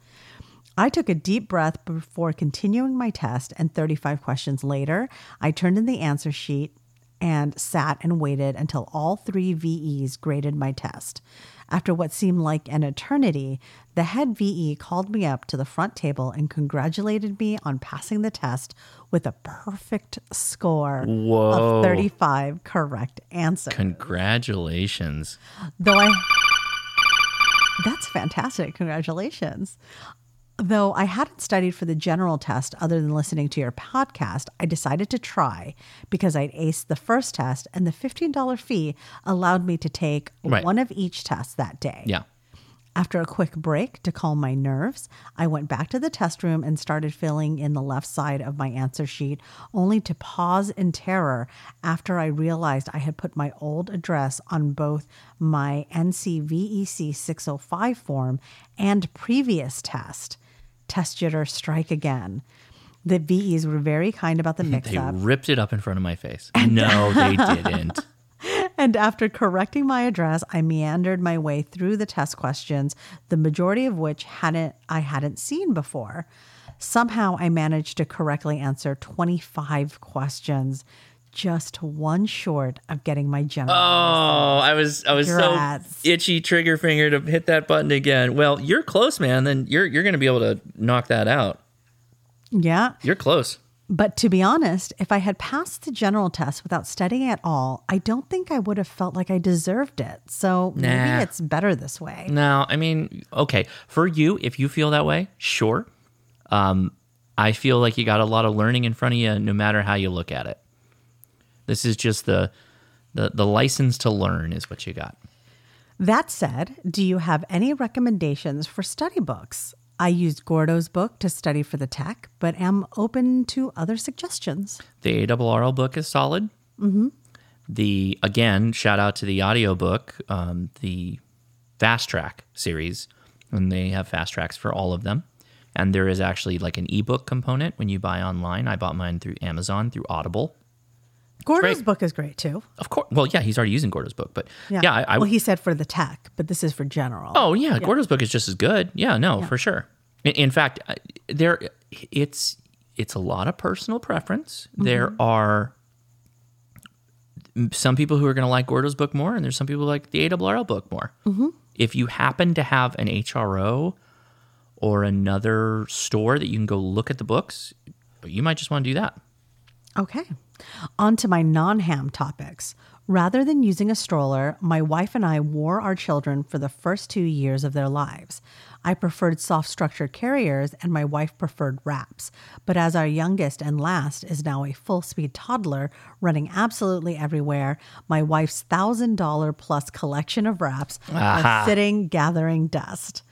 Speaker 2: I took a deep breath before continuing my test, and 35 questions later, I turned in the answer sheet and sat and waited until all three VEs graded my test. After what seemed like an eternity, the head VE called me up to the front table and congratulated me on passing the test with a perfect score
Speaker 1: Whoa.
Speaker 2: of 35 correct answers.
Speaker 1: Congratulations.
Speaker 2: Though I. That's fantastic. Congratulations. Though I hadn't studied for the general test other than listening to your podcast, I decided to try because I'd aced the first test and the $15 fee allowed me to take
Speaker 1: Right.
Speaker 2: one of each test that day.
Speaker 1: Yeah.
Speaker 2: After a quick break to calm my nerves, I went back to the test room and started filling in the left side of my answer sheet, only to pause in terror after I realized I had put my old address on both my NCVEC 605 form and previous test. Test jitter strike again. The VEs were very kind about the mix
Speaker 1: They
Speaker 2: up.
Speaker 1: ripped it up in front of my face. No, they didn't.
Speaker 2: And after correcting my address, I meandered my way through the test questions, the majority of which hadn't I hadn't seen before. Somehow I managed to correctly answer 25 questions, just one short of getting my general.
Speaker 1: Oh, I was I was
Speaker 2: Congrats.
Speaker 1: so itchy trigger finger to hit that button again. Well, you're close, man. Then you're you're gonna be able to knock that out.
Speaker 2: Yeah.
Speaker 1: You're close.
Speaker 2: But to be honest, if I had passed the general test without studying at all, I don't think I would have felt like I deserved it. So
Speaker 1: Nah.
Speaker 2: maybe it's better this way.
Speaker 1: No, I mean, okay. For you, if you feel that way, sure. Um, I feel like you got a lot of learning in front of you, no matter how you look at it. This is just the the, the license to learn is what you got.
Speaker 2: That said, do you have any recommendations for study books? I used Gordo's book to study for the tech, but am open to other suggestions.
Speaker 1: The ARRL book is solid. Mm-hmm. The again, shout out to the audiobook, um, the Fast Track series, and they have fast tracks for all of them. And there is actually like an ebook component when you buy online. I bought mine through Amazon through Audible.
Speaker 2: Gordo's
Speaker 1: Great.
Speaker 2: book is great too.
Speaker 1: Of course. Well, yeah, he's already using Gordo's book, but yeah, I, I
Speaker 2: well, he said for the tech, but this is for general.
Speaker 1: oh yeah, Gordo's book is just as good. Yeah, no, for sure. In, in fact, I- there it's it's a lot of personal preference.
Speaker 2: Mm-hmm.
Speaker 1: There are some people who are going to like Gordo's book more, and there's some people who like the AWRL book more.
Speaker 2: Mm-hmm.
Speaker 1: If you happen to have an HRO or another store that you can go look at the books, you might just want to do that.
Speaker 2: Okay. On to my non ham topics. Rather than using a stroller, my wife and I wore our children for the first two years of their lives. I preferred soft structured carriers and my wife preferred wraps. But as our youngest and last is now a full speed toddler running absolutely everywhere, my wife's $1,000 plus collection of wraps are sitting gathering dust.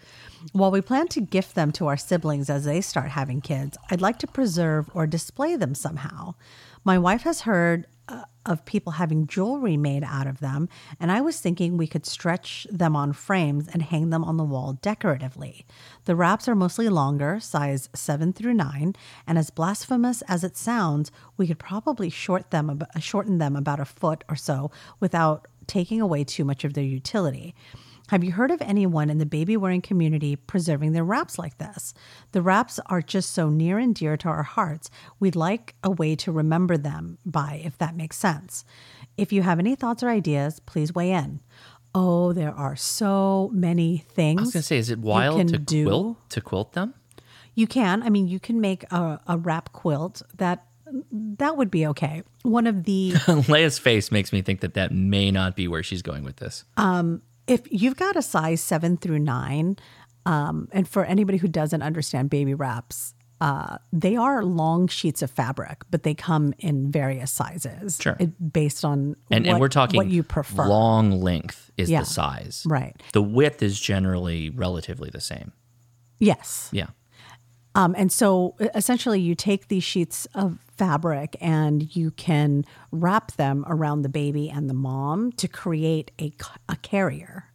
Speaker 2: While we plan to gift them to our siblings as they start having kids, I'd like to preserve or display them somehow. My wife has heard uh, of people having jewelry made out of them, and I was thinking we could stretch them on frames and hang them on the wall decoratively. The wraps are mostly longer, size 7 through 9, and as blasphemous as it sounds, we could probably short them ab- shorten them about a foot or so without taking away too much of their utility. Have you heard of anyone in the baby wearing community preserving their wraps like this? The wraps are just so near and dear to our hearts. We'd like a way to remember them by, if that makes sense. If you have any thoughts or ideas, please weigh in. Oh, there are so many things.
Speaker 1: I was going to say, is it wild
Speaker 2: can
Speaker 1: to
Speaker 2: do-
Speaker 1: quilt to quilt them?
Speaker 2: You can. I mean, you can make a, a wrap quilt that that would be okay. One of the
Speaker 1: Leia's face makes me think that that may not be where she's going with this.
Speaker 2: Uh, if you've got a size seven through nine, um, and for anybody who doesn't understand baby wraps, Uh, they are long sheets of fabric, but they come in various sizes
Speaker 1: Sure.
Speaker 2: it- based on
Speaker 1: and,
Speaker 2: what-
Speaker 1: and we're talking
Speaker 2: what you prefer.
Speaker 1: long length is
Speaker 2: Yeah.
Speaker 1: the size
Speaker 2: Right.
Speaker 1: the width is generally relatively the same
Speaker 2: Yes.
Speaker 1: yeah
Speaker 2: Um, and so e- essentially, you take these sheets of fabric and you can wrap them around the baby and the mom to create a, c- a carrier.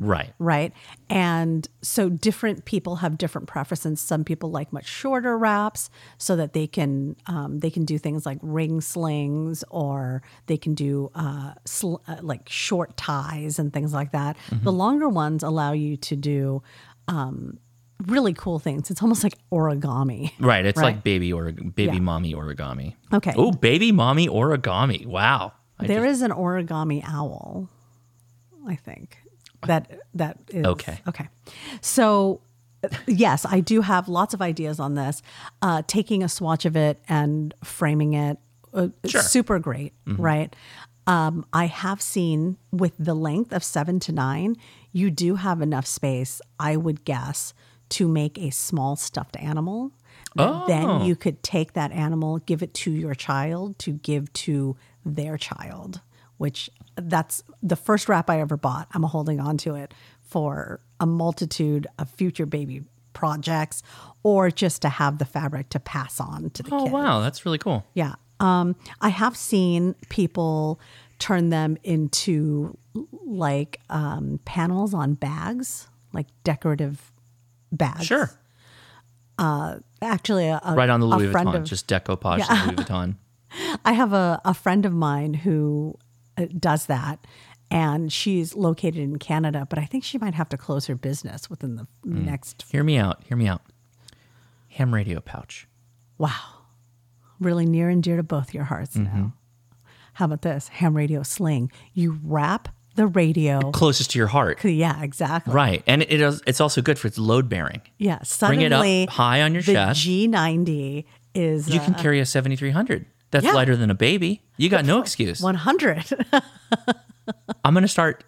Speaker 1: right
Speaker 2: Right. And so different people have different preferences. Some people like much shorter wraps so that they can um, they can do things like ring slings or they can do uh, sl- uh, like short ties and things like that. The longer ones allow you to do um, really cool things. It's almost like origami.
Speaker 1: right it's
Speaker 2: Right.
Speaker 1: like baby or baby
Speaker 2: Yeah.
Speaker 1: mommy origami
Speaker 2: Okay.
Speaker 1: oh baby mommy origami wow I
Speaker 2: There is an origami owl, I think. That that is
Speaker 1: Okay.
Speaker 2: Okay, so uh, yes, I do have lots of ideas on this. Uh, taking a swatch of it and framing it, uh,
Speaker 1: Sure. Mm-hmm.
Speaker 2: super great, right? Um, I have seen with the length of seven to nine, you do have enough space, I would guess, to make a small stuffed animal. that Then you could take that animal, give it to your child to give to their child, which that's the first wrap I ever bought. I'm holding on to it for a multitude of future baby projects or just to have the fabric to pass on to the
Speaker 1: oh
Speaker 2: kid.
Speaker 1: wow that's really cool
Speaker 2: Yeah. Um, I have seen people turn them into like um, panels on bags, like decorative bags. Uh,
Speaker 1: sure
Speaker 2: Actually, a, a-
Speaker 1: right on the
Speaker 2: a
Speaker 1: louis
Speaker 2: friend
Speaker 1: vuitton
Speaker 2: of-
Speaker 1: just decoupage the louis vuitton
Speaker 2: I have a, a friend of mine who uh, does that, and she's located in Canada, but I think she might have to close her business within the
Speaker 1: Mm.
Speaker 2: next.
Speaker 1: hear me out hear me out ham radio pouch
Speaker 2: Wow. Really near and dear to both your hearts now.
Speaker 1: Mm-hmm.
Speaker 2: How about this? Ham radio sling. You wrap the radio.
Speaker 1: closest to your heart
Speaker 2: Yeah, exactly.
Speaker 1: right and it is it's also good for its load bearing
Speaker 2: Yeah,
Speaker 1: bring
Speaker 2: suddenly
Speaker 1: it up high on your
Speaker 2: the
Speaker 1: chest
Speaker 2: G90 is
Speaker 1: you
Speaker 2: uh,
Speaker 1: can carry a 7300 that's
Speaker 2: Yeah.
Speaker 1: lighter than a baby you got no excuse
Speaker 2: 100.
Speaker 1: i'm going to start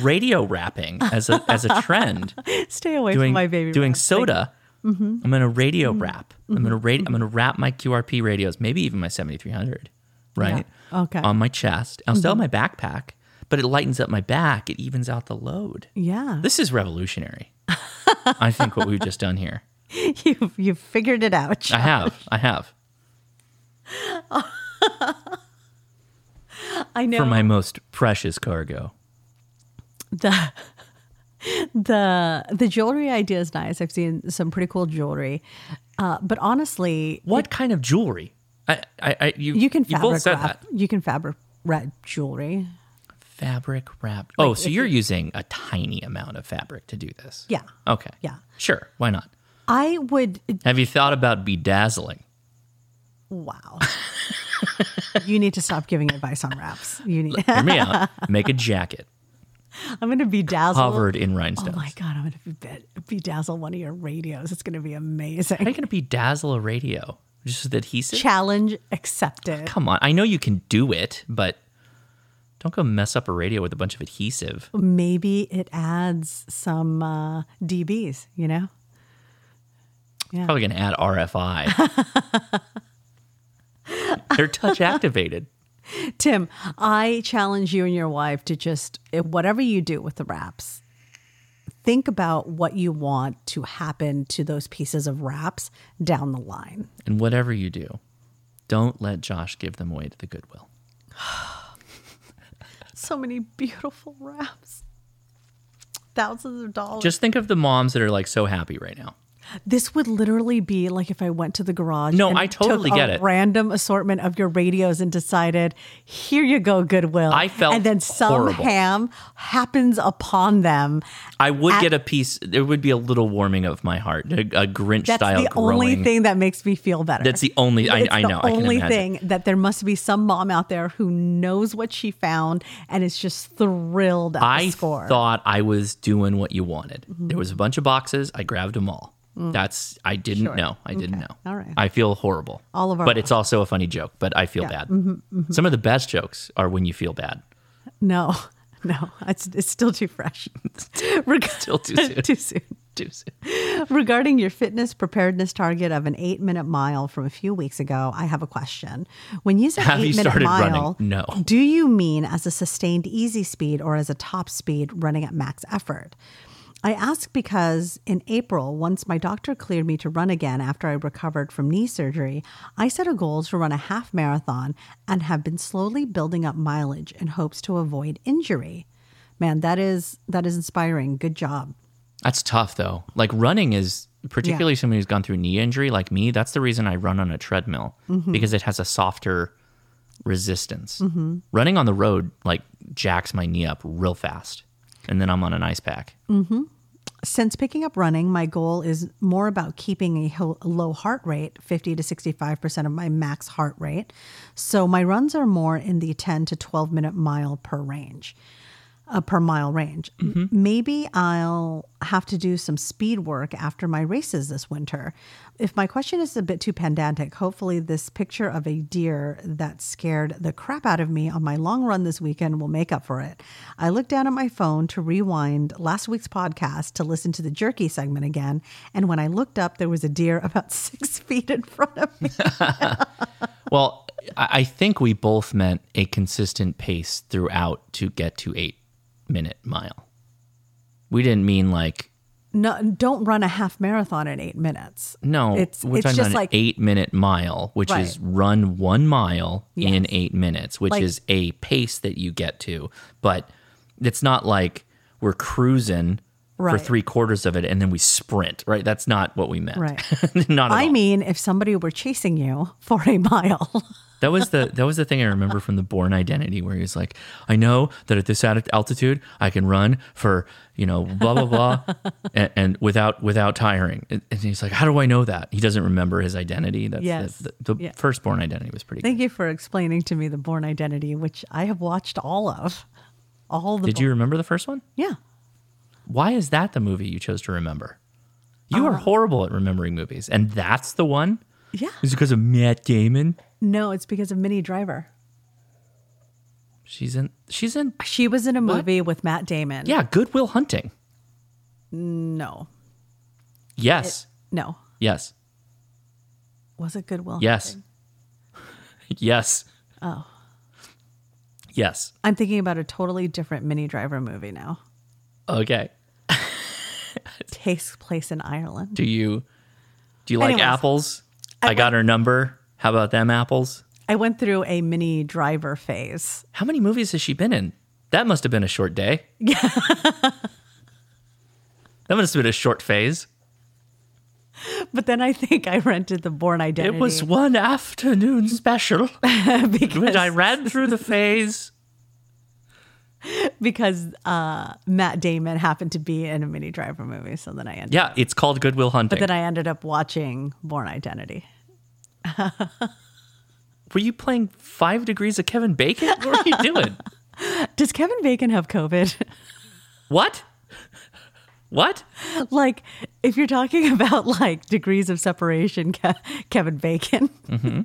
Speaker 1: radio wrapping as a as a trend
Speaker 2: Stay away
Speaker 1: doing
Speaker 2: from my baby. mm-hmm.
Speaker 1: doing
Speaker 2: wrap.
Speaker 1: soda i'm going to radio wrap i'm going to rate
Speaker 2: Mm-hmm.
Speaker 1: i'm going to wrap my qrp radios maybe even my 7300 right
Speaker 2: Yeah. Okay. Mm-hmm.
Speaker 1: on my chest i'll still have my backpack but it lightens up my back it evens out the load
Speaker 2: Yeah,
Speaker 1: this is revolutionary i think what we've just done here
Speaker 2: you've you've figured it out.
Speaker 1: i have i have
Speaker 2: I know
Speaker 1: for my most precious cargo
Speaker 2: the the the jewelry idea is nice. I've seen some pretty cool jewelry, uh, but honestly,
Speaker 1: What kind of jewelry? I, I, I you,
Speaker 2: you can
Speaker 1: you
Speaker 2: fabric
Speaker 1: both said
Speaker 2: wrap.
Speaker 1: that
Speaker 2: You can fabric wrap jewelry.
Speaker 1: fabric wrapped. Oh, so you're using a tiny amount of fabric to do this?
Speaker 2: Yeah,
Speaker 1: Okay.
Speaker 2: yeah.
Speaker 1: Sure. Why not?
Speaker 2: I would.
Speaker 1: Have you thought about bedazzling?
Speaker 2: Wow. you need to stop giving advice on wraps. You need.
Speaker 1: Hear me out. Make a jacket
Speaker 2: I'm going to be dazzled.
Speaker 1: covered in
Speaker 2: Oh
Speaker 1: rhinestones.
Speaker 2: my god, I'm gonna be- bedazzle one of your radios. It's gonna be
Speaker 1: How are
Speaker 2: amazing.
Speaker 1: you going to bedazzle a radio? Just with adhesive?
Speaker 2: Challenge accepted.
Speaker 1: Come on. I know you can do it, but don't go mess up a radio with a bunch of adhesive.
Speaker 2: Maybe it adds some uh, DBs. You know, Mm.
Speaker 1: Probably going to add RFI. They're touch activated.
Speaker 2: Tim, I challenge you and your wife to just eh, whatever you do with the wraps. Think about what you want to happen to those pieces of wraps down the line.
Speaker 1: And whatever you do, don't let Josh give them away to the Goodwill.
Speaker 2: So many beautiful wraps, thousands of dollars.
Speaker 1: Just think of the moms that are like so happy right now.
Speaker 2: This would literally be like if I went to the garage.
Speaker 1: No,
Speaker 2: and
Speaker 1: I totally
Speaker 2: took
Speaker 1: get
Speaker 2: a
Speaker 1: it.
Speaker 2: Random assortment of your radios and decided, here you go, Goodwill.
Speaker 1: I felt
Speaker 2: and then some
Speaker 1: horrible.
Speaker 2: ham happens upon them.
Speaker 1: I would get a piece. There would be a little warming of my heart, a, a Grinch
Speaker 2: That's
Speaker 1: style
Speaker 2: the
Speaker 1: growing.
Speaker 2: only thing that makes me feel better.
Speaker 1: That's the only. I,
Speaker 2: it's
Speaker 1: I
Speaker 2: the
Speaker 1: know. I can
Speaker 2: only
Speaker 1: imagine.
Speaker 2: thing that there must be some mom out there who knows what she found and is just thrilled at
Speaker 1: I
Speaker 2: the score.
Speaker 1: thought I was doing what you wanted.
Speaker 2: Mm-hmm.
Speaker 1: There was a bunch of boxes. I grabbed them all. That's. I didn't know. I didn't know.
Speaker 2: Mm. All right.
Speaker 1: I feel horrible.
Speaker 2: All of our Mm-hmm.
Speaker 1: But it's also a funny joke. But I feel bad. Some of the best jokes are when you feel bad.
Speaker 2: no, no, it's, it's still too fresh. still
Speaker 1: too soon.
Speaker 2: too soon.
Speaker 1: too soon.
Speaker 2: Regarding your fitness preparedness target of an eight minute mile from a few weeks ago, I have a question. When you say
Speaker 1: Have
Speaker 2: eight
Speaker 1: you
Speaker 2: minute
Speaker 1: started running?
Speaker 2: mile,
Speaker 1: No.
Speaker 2: do you mean as a sustained easy speed or as a top speed running at max effort? I ask because in April, once my doctor cleared me to run again after I recovered from knee surgery, I set a goal to run a half marathon and have been slowly building up mileage in hopes to avoid injury. Man, that is that is inspiring. Good job.
Speaker 1: That's tough though. Like running is particularly someone who's gone through knee injury like me. That's the reason I run on a treadmill because it has a softer resistance. Running on the road like jacks my knee up real fast, and then I'm on an ice pack.
Speaker 2: Since picking up running, my goal is more about keeping a ho- low heart rate, 50 to 65% of my max heart rate. So my runs are more in the 10 to 12 minute mile per range, uh, per mile range. M- Maybe I'll have to do some speed work after my races this winter. If my question is a bit too pedantic, hopefully this picture of a deer that scared the crap out of me on my long run this weekend will make up for it. I looked down at my phone to rewind last week's podcast to listen to the jerky segment again, and when I looked up, there was a deer about six feet in front of me.
Speaker 1: Well, I I think we both meant a consistent pace throughout to get to eight minute mile. We didn't mean like
Speaker 2: No, don't run a half marathon in eight minutes.
Speaker 1: no.
Speaker 2: It's-
Speaker 1: we're
Speaker 2: it's
Speaker 1: talking
Speaker 2: just
Speaker 1: about
Speaker 2: like-
Speaker 1: an eight minute mile, which is run one mile in eight minutes, which
Speaker 2: Like-
Speaker 1: is a pace that you get to. But it's not like we're cruising for
Speaker 2: Right.
Speaker 1: three quarters of it and then we sprint. Right? That's not what we meant.
Speaker 2: Right.
Speaker 1: not at
Speaker 2: I
Speaker 1: all.
Speaker 2: mean, if somebody were chasing you for a mile.
Speaker 1: That was the that was the thing I remember from the Born Identity, where he was like, "I know that at this atti- altitude, I can run for you know blah blah blah, and, and without without tiring." And and he's like, "How do I know that?" He doesn't remember his identity. That's
Speaker 2: Yes.
Speaker 1: the, the, the
Speaker 2: Yeah.
Speaker 1: first Born Identity was pretty. good.
Speaker 2: Thank you for explaining to me the Born Identity, which I have watched all of. All the
Speaker 1: Did you remember the first one?
Speaker 2: yeah.
Speaker 1: Why is that the movie you chose to remember? You
Speaker 2: Ah.
Speaker 1: are horrible at remembering movies, and that's the one.
Speaker 2: Yeah.
Speaker 1: Is it because of Matt Damon?
Speaker 2: No, it's because of Minnie Driver.
Speaker 1: She's in. She's in.
Speaker 2: She was in a movie with Matt Damon.
Speaker 1: Yeah, Goodwill Hunting.
Speaker 2: No.
Speaker 1: Yes.
Speaker 2: No.
Speaker 1: yes.
Speaker 2: Was it Goodwill?
Speaker 1: Yes. yes. Oh. Yes.
Speaker 2: I'm thinking about a totally different Minnie Driver movie now.
Speaker 1: Okay.
Speaker 2: Takes place in Ireland.
Speaker 1: Do you do you like
Speaker 2: Anyways.
Speaker 1: apples? I, got her number. How about them apples?
Speaker 2: I went through a Minnie Driver phase.
Speaker 1: How many movies has she been in? That must have been a short day. Yeah. that must have been a short phase.
Speaker 2: But then I think I rented the Born Identity.
Speaker 1: It was one afternoon special,
Speaker 2: because
Speaker 1: and I ran through the phase.
Speaker 2: because uh, Matt Damon happened to be in a Minnie Driver movie, so then I ended.
Speaker 1: Yeah, it's called Goodwill Hunting.
Speaker 2: Then I ended up watching Born Identity.
Speaker 1: Were you playing Five Degrees of Kevin Bacon? What were you doing?
Speaker 2: Does Kevin Bacon have COVID?
Speaker 1: what? What?
Speaker 2: like, if you're talking about like degrees of separation, Ke- Kevin Bacon,
Speaker 1: Mm-hmm.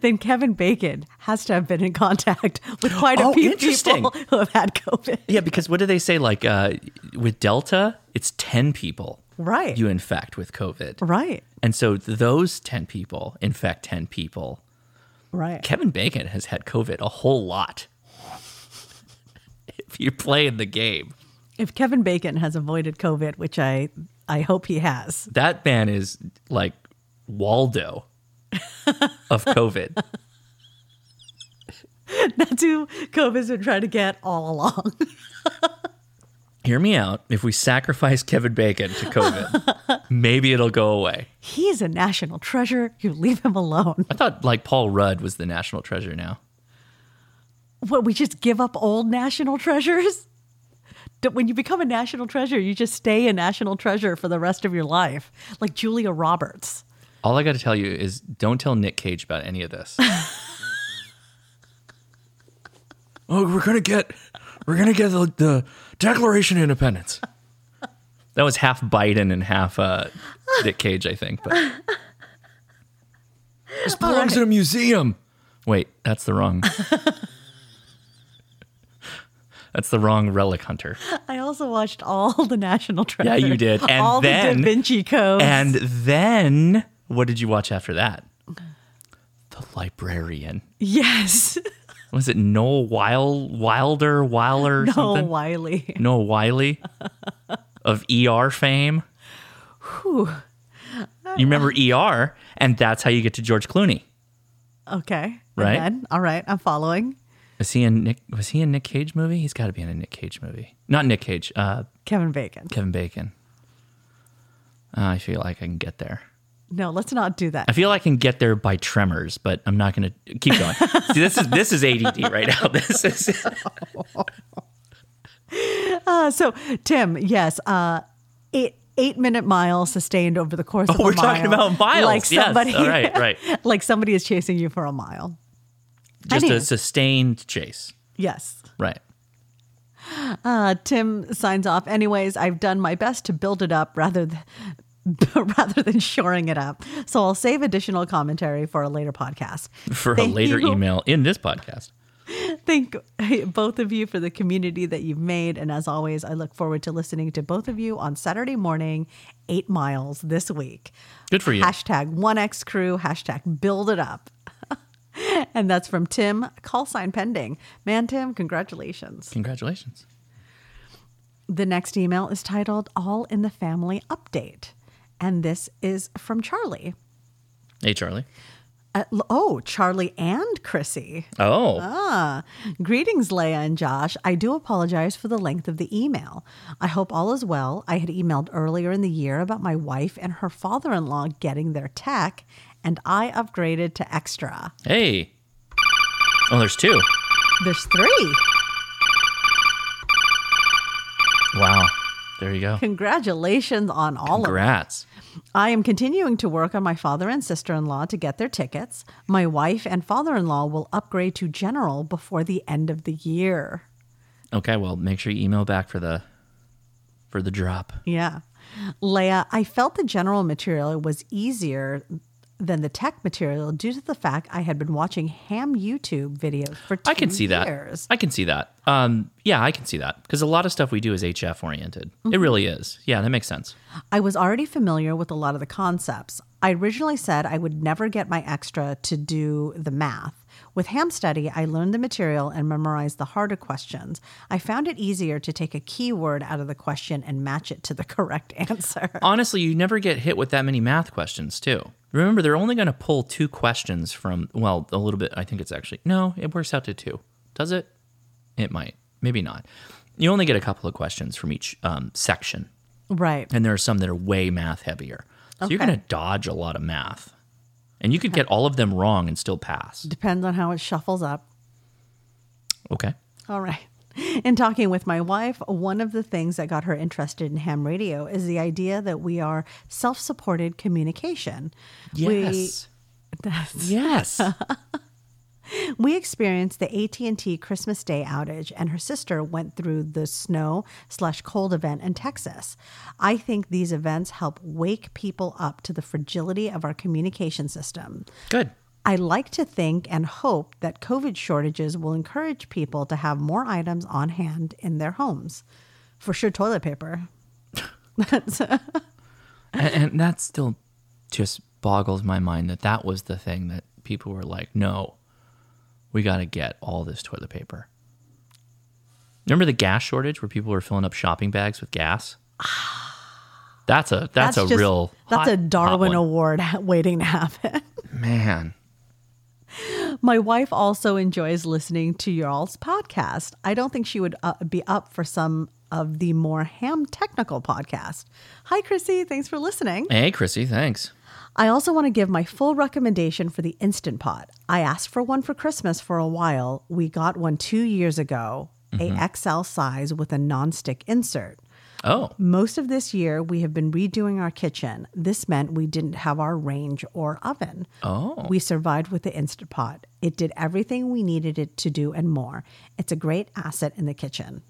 Speaker 2: then Kevin Bacon has to have been in contact with quite a
Speaker 1: Oh,
Speaker 2: few
Speaker 1: interesting.
Speaker 2: people who have had COVID.
Speaker 1: Yeah, because what do they say? Like uh, with Delta, it's 10 people
Speaker 2: Right.
Speaker 1: you infect with COVID.
Speaker 2: right.
Speaker 1: And so th- those 10 people infect 10 people.
Speaker 2: Right.
Speaker 1: Kevin Bacon has had COVID a whole lot. if you play in the game,
Speaker 2: If Kevin Bacon has avoided COVID, which I I hope he has,
Speaker 1: that man is like Waldo of COVID.
Speaker 2: that's who COVID's been trying to get all along.
Speaker 1: Hear me out. If we sacrifice Kevin Bacon to COVID, maybe it'll go away.
Speaker 2: He's a national treasure. You leave him alone.
Speaker 1: I thought like Paul Rudd was the national treasure now.
Speaker 2: What, we just give up old national treasures? D- When you become a national treasure, you just stay a national treasure for the rest of your life, like Julia Roberts.
Speaker 1: All I got to tell you is don't tell Nick Cage about any of this. oh, we're gonna get, we're gonna get the, the Declaration of Independence. That was half Biden and half uh, Nick Cage, I think. But this belongs in a museum. Wait, that's the wrong. That's the wrong relic hunter.
Speaker 2: I also watched all the National Treasure.
Speaker 1: Yeah, you did. And
Speaker 2: all
Speaker 1: then-
Speaker 2: the Da Vinci Code.
Speaker 1: And then what did you watch after that? The Librarian.
Speaker 2: yes,
Speaker 1: Was it Noel Weil, Wilder, Weiler,
Speaker 2: oh
Speaker 1: something?
Speaker 2: Wiley.
Speaker 1: Noel Wiley of ER fame. You remember ER, and that's how you get to George Clooney.
Speaker 2: Okay,
Speaker 1: Right.
Speaker 2: And then- all right, I'm following.
Speaker 1: Was he in Nick? Was he in Nick Cage movie? He's got to be in a Nick Cage movie. Not Nick Cage. Uh,
Speaker 2: Kevin Bacon.
Speaker 1: Kevin Bacon. Uh, I feel like I can get there.
Speaker 2: No, let's not do that.
Speaker 1: I feel I can get there by tremors, but I'm not going to keep going. See, this is this is ADD right now. This is
Speaker 2: Uh, so, Tim, yes, uh, eight eight minute mile sustained over the course of a
Speaker 1: Oh, we're talking
Speaker 2: mile.
Speaker 1: about miles.
Speaker 2: Like
Speaker 1: Yes.
Speaker 2: somebody,
Speaker 1: All right, right.
Speaker 2: like somebody is chasing you for a mile.
Speaker 1: just
Speaker 2: Anyway.
Speaker 1: a sustained chase,
Speaker 2: Yes.
Speaker 1: right?
Speaker 2: Uh, Tim signs off. Anyways, I've done my best to build it up rather than. Rather than shoring it up. So I'll save additional commentary for a later podcast.
Speaker 1: For
Speaker 2: Thank
Speaker 1: a later
Speaker 2: you.
Speaker 1: email in this podcast.
Speaker 2: Thank both of you for the community that you've made. And as always, I look forward to listening to both of you on Saturday morning, eight miles this week.
Speaker 1: Good for you.
Speaker 2: Hashtag 1X crew, hashtag build it up. and that's from Tim, call sign pending. Man, Tim, congratulations.
Speaker 1: Congratulations.
Speaker 2: The next email is titled All in the Family Update. And this is from Charlie.
Speaker 1: Hey, Charlie.
Speaker 2: Uh, oh, Charlie and Chrissy.
Speaker 1: Oh,
Speaker 2: Greetings, Leia and Josh. I do apologize for the length of the email. I hope all is well. I had emailed earlier in the year about my wife and her father in law getting their tech, and I upgraded to extra.
Speaker 1: hey. Oh, there's two.
Speaker 2: There's three.
Speaker 1: Wow. There you go.
Speaker 2: Congratulations on all of them.
Speaker 1: Congrats.
Speaker 2: I am continuing to work on my father and sister in law to get their tickets. My wife and father in law will upgrade to general before the end of the year.
Speaker 1: Okay, well, make sure you email back for the for the drop.
Speaker 2: Yeah. Leia, I felt the general material was easier than the tech material due to the fact I had been watching ham YouTube videos for two
Speaker 1: I can see that.
Speaker 2: years.
Speaker 1: I can see that. Um, yeah, I can see that because a lot of stuff we do is HF oriented. It really is. Yeah, that makes sense.
Speaker 2: I was already familiar with a lot of the concepts. I originally said I would never get my extra to do the math. With ham study, I learned the material and memorized the harder questions. I found it easier to take a keyword out of the question and match it to the correct answer.
Speaker 1: Honestly, you never get hit with that many math questions, too. Remember, they're only going to pull two questions from. Well, a little bit. I think it's actually no. It works out to two. Does it? It might. Maybe not. You only get a couple of questions from each um, section,
Speaker 2: Right.
Speaker 1: and there are some that are way math heavier. So you're
Speaker 2: Okay.
Speaker 1: going to dodge a lot of math, and you could get all of them wrong and still pass.
Speaker 2: Depends on how it shuffles up.
Speaker 1: Okay.
Speaker 2: All right. In talking with my wife, one of the things that got her interested in ham radio is the idea that we are self supported communication.
Speaker 1: Yes. yes.
Speaker 2: We, we experienced the AT&T Christmas Day outage and her sister went through the snow slash cold event in Texas. I think these events help wake people up to the fragility of our communication system.
Speaker 1: Good.
Speaker 2: I like to think and hope that COVID shortages will encourage people to have more items on hand in their homes. For sure, toilet paper.
Speaker 1: and, and that still just boggles my mind that that was the thing that people were like, no, we got to get all this toilet paper. Remember the gas shortage where people were filling up shopping bags with gas? That's a that's, a
Speaker 2: just-
Speaker 1: real
Speaker 2: That's
Speaker 1: hot-
Speaker 2: a
Speaker 1: hot
Speaker 2: Darwin
Speaker 1: one.
Speaker 2: Award waiting to happen.
Speaker 1: man.
Speaker 2: My wife also enjoys listening to your all's podcast. I don't think she would uh, be up for some of the more ham technical podcast. Hi, Chrissy. Thanks for listening.
Speaker 1: Hey, Chrissy, thanks.
Speaker 2: I also want to give my full recommendation for the Instant Pot. I asked for one for Christmas for a while. We got one two years ago, a XL size with a nonstick insert.
Speaker 1: Oh,
Speaker 2: Most of this year, we have been redoing our kitchen. This meant we didn't have our range or oven.
Speaker 1: Oh.
Speaker 2: We survived with the Instant Pot. It did everything we needed it to do and more. It's a great asset in the kitchen.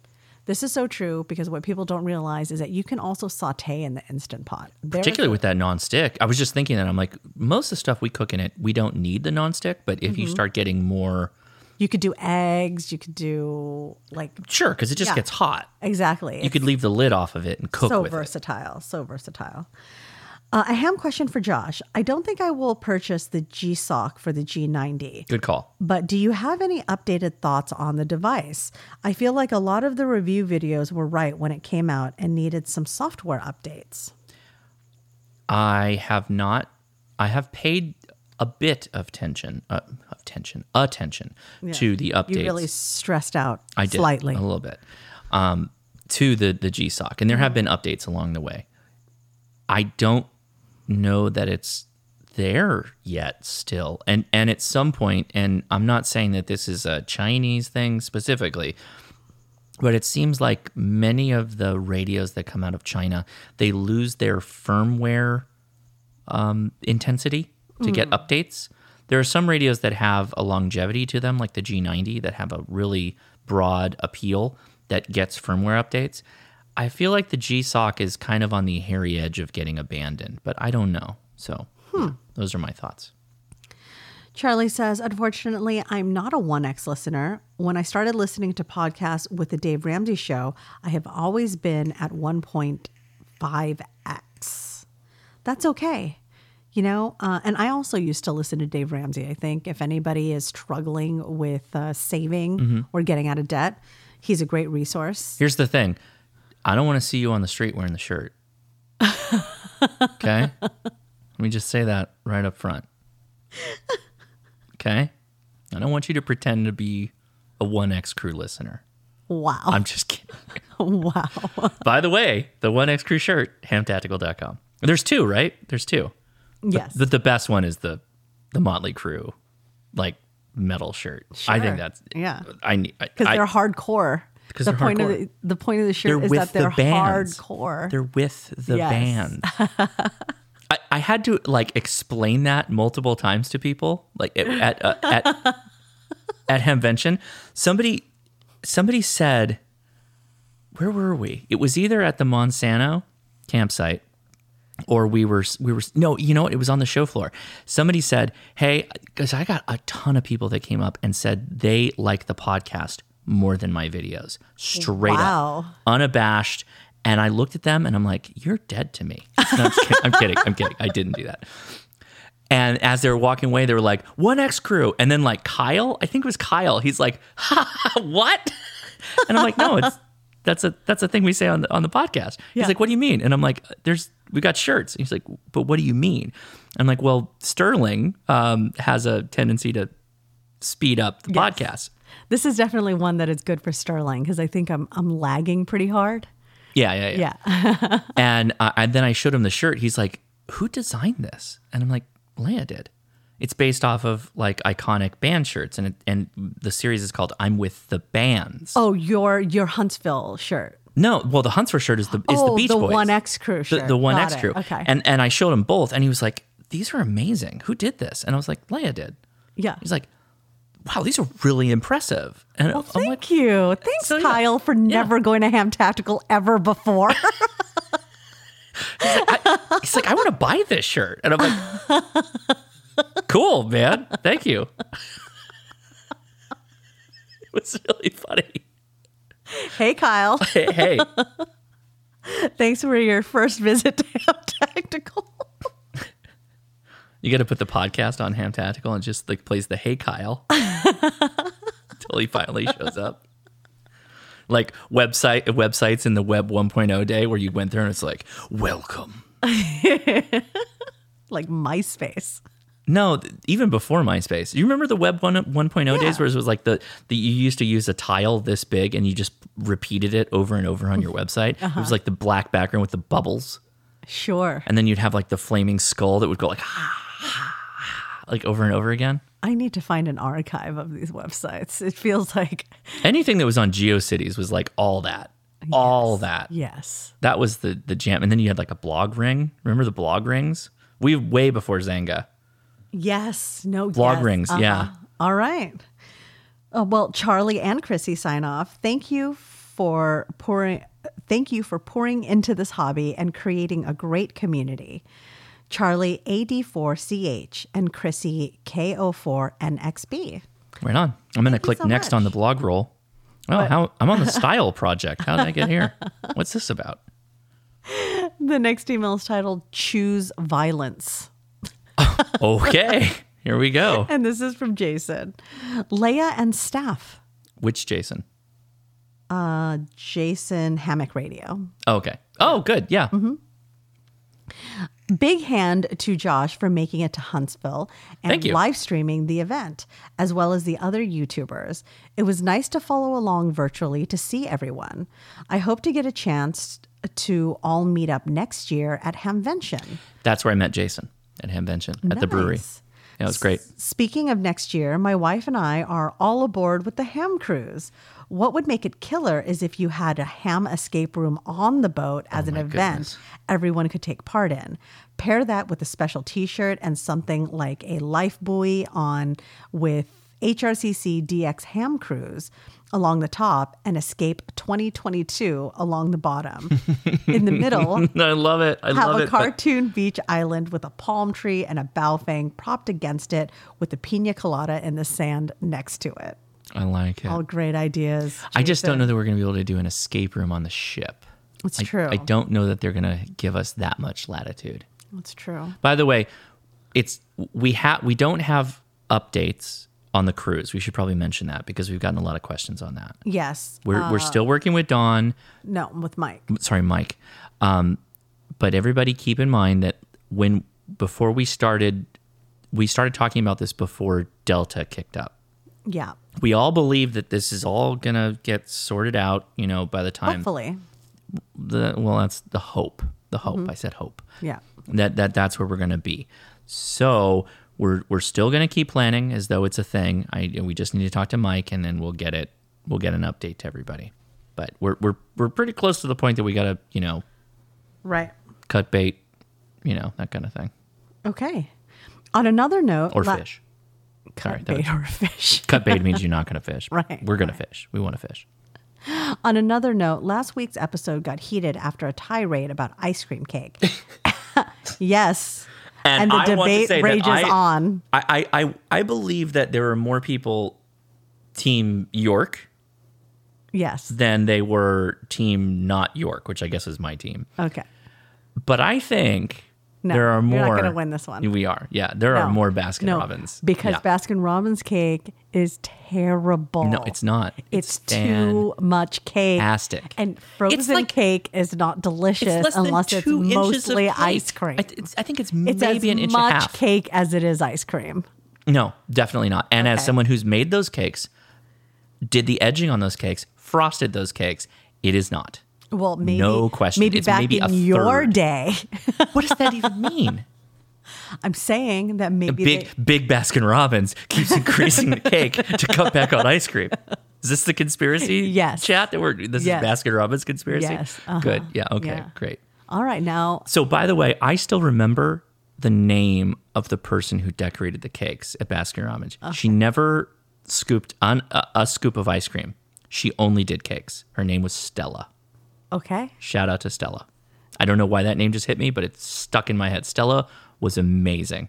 Speaker 2: This is so true because what people don't realize is that you can also saute in the Instant Pot. There is
Speaker 1: particularly with that nonstick. I was just
Speaker 2: Mm-hmm.
Speaker 1: thinking that I'm like most of the stuff we cook in it, we don't need the nonstick, but if you start getting more
Speaker 2: You could do eggs. You could do like
Speaker 1: Sure, because it just
Speaker 2: Yeah.
Speaker 1: gets hot.
Speaker 2: exactly.
Speaker 1: You could leave the lid off of it and cook
Speaker 2: so
Speaker 1: with it.
Speaker 2: versatile, so versatile. Uh, a ham question for Josh. I don't think I will purchase the G Sock for the G90,
Speaker 1: Good call.
Speaker 2: but do you have any updated thoughts on the device? I feel like a lot of the review videos were right when it came out and needed some software updates.
Speaker 1: I have not. I have paid a bit of tension, uh, of tension, attention to the updates.
Speaker 2: You really stressed out
Speaker 1: I did
Speaker 2: slightly.
Speaker 1: a little bit um, to the the GSOC, and there have been updates along the way. I don't know that it's there yet still, and and at some point, and I'm not saying that this is a Chinese thing specifically, but it seems like many of the radios that come out of China they lose their firmware um, intensity to get updates. There are some radios that have a longevity to them, like the G90, that have a really broad appeal that gets firmware updates. I feel like the GSOC is kind of on the hairy edge of getting abandoned, but I don't know. So, yeah, those are my thoughts.
Speaker 2: Charlie says, Unfortunately, I'm not a 1X listener. When I started listening to podcasts with the Dave Ramsey show, I have always been at 1.5X. That's okay. You know, uh, and I also used to listen to Dave Ramsey. I think if anybody is struggling with uh, saving
Speaker 1: Mm-hmm.
Speaker 2: or getting out of debt, he's a great resource.
Speaker 1: Here's the thing I don't want to see you on the street wearing the shirt. okay? Let me just say that right up front. Okay? I don't want you to pretend to be a 1X crew listener.
Speaker 2: Wow.
Speaker 1: I'm just kidding.
Speaker 2: wow.
Speaker 1: By the way, the 1X crew shirt, hamtactical.com. There's two, right? There's two.
Speaker 2: Yes.
Speaker 1: The, the best one is the the Motley Crew like metal shirt. I
Speaker 2: Sure.
Speaker 1: think that's
Speaker 2: Yeah.
Speaker 1: I need I-
Speaker 2: Because
Speaker 1: I-
Speaker 2: they're hardcore.
Speaker 1: 'Because
Speaker 2: the
Speaker 1: they're
Speaker 2: point of
Speaker 1: hardcore.
Speaker 2: the, the point of the shirt
Speaker 1: they're
Speaker 2: is
Speaker 1: with
Speaker 2: that they're
Speaker 1: the bands.
Speaker 2: hardcore.
Speaker 1: They're with the
Speaker 2: Yes.
Speaker 1: band. I, I had to like explain that multiple times to people, like at at uh, at, at Hemvention. Somebody somebody said, "Where were we?" It was either at the Monsanto campsite or we were we were no you know what it was on the show floor somebody said hey because i got a ton of people that came up and said they like the podcast more than my videos straight
Speaker 2: Wow.
Speaker 1: up unabashed and i looked at them and i'm like you're dead to me No, I'm, just kidding, I'm kidding i'm kidding i didn't do that and as they were walking away they were like one x crew and then like kyle i think it was kyle he's like ha, ha, what and i'm like no it's that's a that's a thing we say on the on the podcast.
Speaker 2: Yeah.
Speaker 1: He's like, "What do you mean?" And I'm like, "There's we got shirts." And he's like, "But what do you mean?" I'm like, "Well, Sterling um, has a tendency to speed up the podcast.
Speaker 2: This is definitely one that is good for Sterling because I think I'm I'm lagging pretty hard.
Speaker 1: Yeah, yeah, yeah."
Speaker 2: Yeah.
Speaker 1: And uh, and then I showed him the shirt. He's like, "Who designed this?" And I'm like, "Leia did." It's based off of like iconic band shirts, and it, and the series is called "I'm with the Bands."
Speaker 2: Oh, your your Huntsville shirt.
Speaker 1: No, well, the Huntsford shirt is the is
Speaker 2: oh,
Speaker 1: the Beach
Speaker 2: the
Speaker 1: Boys.
Speaker 2: one X crew
Speaker 1: the,
Speaker 2: shirt.
Speaker 1: the one
Speaker 2: Got
Speaker 1: X
Speaker 2: it.
Speaker 1: crew.
Speaker 2: Okay.
Speaker 1: And and I showed him both, and he was like, "These are amazing. Who did this?" And I was like, "Leia did."
Speaker 2: yeah.
Speaker 1: He's like, "Wow, these are really impressive." And I'm
Speaker 2: Thank
Speaker 1: like,
Speaker 2: you. Thanks,
Speaker 1: So, yeah.
Speaker 2: Kyle, for never going to Ham Tactical ever before.
Speaker 1: "He's like, I want to buy this shirt," and I'm like, "Cool, man. Thank you." it was really funny.
Speaker 2: hey, Kyle.
Speaker 1: Hey, hey,
Speaker 2: Thanks for your first visit to Ham Tactical.
Speaker 1: you got to put the podcast on Ham Tactical and just like plays the Hey Kyle until he finally shows up. Like website websites in the Web 1.0 day where you went there and it's like, "Welcome."
Speaker 2: like MySpace.
Speaker 1: No, th- even before MySpace. You remember the web 1, 1.0 days where it was like the, the you used to use a tile this big and you just repeated it over and over on your website. It was like the black background with the bubbles.
Speaker 2: Sure.
Speaker 1: And then you'd have like the flaming skull that would go like like over and over again.
Speaker 2: I need to find an archive of these websites. It feels like
Speaker 1: Anything that was on GeoCities was like all that. All that.
Speaker 2: yes.
Speaker 1: That was the the jam. And then you had like a blog ring. Remember the blog rings? We way before Zanga.
Speaker 2: Yes. No.
Speaker 1: Blog
Speaker 2: yes.
Speaker 1: rings, yeah.
Speaker 2: All right. Uh, well, Charlie and Chrissy sign off. Thank you for pouring. Thank you for pouring into this hobby and creating a great community. Charlie AD4CH and Chrissy KO4NXB.
Speaker 1: Right on. I'm going to
Speaker 2: you
Speaker 1: click
Speaker 2: so
Speaker 1: next on
Speaker 2: much.
Speaker 1: the blog roll. Oh, how I'm on the style project. How did I get here? What's this about?
Speaker 2: The next email is titled Choose Violence.
Speaker 1: Okay, here we go.
Speaker 2: And this is from Jason. Leia and staff,
Speaker 1: Which Jason?
Speaker 2: Jason Hammock Radio.
Speaker 1: Oh, okay. Oh, good. Yeah.
Speaker 2: Mm-hmm. Big hand to Josh for making it to Huntsville and
Speaker 1: Thank you.
Speaker 2: live streaming the event, as well as the other YouTubers. It was nice to follow along virtually to see everyone. I hope to get a chance to all meet up next year at Hamvention.
Speaker 1: That's where I met Jason at Hamvention at the brewery.
Speaker 2: Nice.
Speaker 1: Yeah, it was great.
Speaker 2: Speaking of next year, my wife and I are all aboard with the ham cruise. What would make it killer is if you had a ham escape room on the boat as an event
Speaker 1: Oh goodness.
Speaker 2: everyone could take part in. Pair that with a special t shirt and something like a life buoy on with HRCC DX ham cruise along the top and escape 2022 along the bottom. in the middle,
Speaker 1: I love it. I
Speaker 2: have
Speaker 1: love
Speaker 2: a
Speaker 1: it. but-
Speaker 2: cartoon beach island with a palm tree and a baofeng propped against it with a pina colada in the sand next to it.
Speaker 1: I like it.
Speaker 2: All great ideas.
Speaker 1: I just don't know that we're going to be able to do an escape room on the ship.
Speaker 2: It's
Speaker 1: I-
Speaker 2: true.
Speaker 1: I don't know that they're going to give us that much latitude.
Speaker 2: It's true.
Speaker 1: By the way, it's we have we don't have updates on the cruise. We should probably mention that because we've gotten a lot of questions on that.
Speaker 2: Yes. Uh,
Speaker 1: We're we're still working with Dawn.
Speaker 2: no, with Mike.
Speaker 1: Sorry, Mike. Um, but everybody keep in mind that when before we started, we started talking about this before Delta kicked up.
Speaker 2: Yeah.
Speaker 1: We all believe that this is all gonna get sorted out, you know, by the time
Speaker 2: Hopefully.
Speaker 1: the well, that's the hope. The hope.
Speaker 2: Mm-hmm.
Speaker 1: I said hope.
Speaker 2: Yeah.
Speaker 1: that that that's where we're going to be. So we're we're still going to keep planning as though it's a thing. I we just need to talk to Mike and then we'll get it. We'll get an update to everybody. But we're we're we're pretty close to the point that we got to you know
Speaker 2: Right.
Speaker 1: cut bait, you know that kind of thing
Speaker 2: Okay. On another note,
Speaker 1: or
Speaker 2: la-
Speaker 1: fish.
Speaker 2: Cut
Speaker 1: that
Speaker 2: bait or fish.
Speaker 1: Cut bait means you're not going to fish.
Speaker 2: Right,
Speaker 1: We're going to fish. We want to fish.
Speaker 2: On another note, last week's episode got heated after a tirade about ice cream cake. yes. And, the debate rages on.
Speaker 1: I, I I I believe that there are more people team York
Speaker 2: Yes.
Speaker 1: than they were team not York, which I guess is my team.
Speaker 2: Okay.
Speaker 1: But I think
Speaker 2: No,
Speaker 1: there are
Speaker 2: you're not
Speaker 1: more.
Speaker 2: gonna win this one.
Speaker 1: We are. Yeah, there are
Speaker 2: No.
Speaker 1: more Baskin
Speaker 2: No,
Speaker 1: Robbins
Speaker 2: Because
Speaker 1: Yeah.
Speaker 2: Baskin Robbins cake is terrible.
Speaker 1: no, it's not.
Speaker 2: It's, too much cake.
Speaker 1: fantastic.
Speaker 2: And frozen
Speaker 1: like-
Speaker 2: cake is not delicious
Speaker 1: than
Speaker 2: unless it's
Speaker 1: two inches of
Speaker 2: mostly
Speaker 1: cake.
Speaker 2: ice cream.
Speaker 1: I, th- it's, I think it's
Speaker 2: it's
Speaker 1: maybe
Speaker 2: as
Speaker 1: an inch
Speaker 2: much
Speaker 1: and a half.
Speaker 2: cake as it is ice cream.
Speaker 1: No, definitely not. And as someone who's made those cakes, did the edging on those cakes, frosted those cakes, it is not.
Speaker 2: Well, maybe
Speaker 1: No question.
Speaker 2: Maybe
Speaker 1: It's
Speaker 2: back
Speaker 1: maybe a
Speaker 2: in your
Speaker 1: third.
Speaker 2: day,
Speaker 1: What does that even mean?
Speaker 2: I'm saying that maybe
Speaker 1: big
Speaker 2: they-
Speaker 1: big Baskin Robbins keeps increasing the cake to cut back on ice cream. Is this the conspiracy
Speaker 2: Yes.
Speaker 1: chat that we're this
Speaker 2: Yes.
Speaker 1: is Baskin Robbins conspiracy?
Speaker 2: Yes, uh-huh.
Speaker 1: Good. Yeah, okay,
Speaker 2: Yeah.
Speaker 1: great.
Speaker 2: All right, now
Speaker 1: So by the way, I still remember the name of the person who decorated the cakes at Baskin Robbins. She never scooped on a, a scoop of ice cream. She only did cakes. Her name was Stella.
Speaker 2: okay.
Speaker 1: Shout out to Stella. I don't know why that name just hit me, but it stuck in my head. Stella was amazing.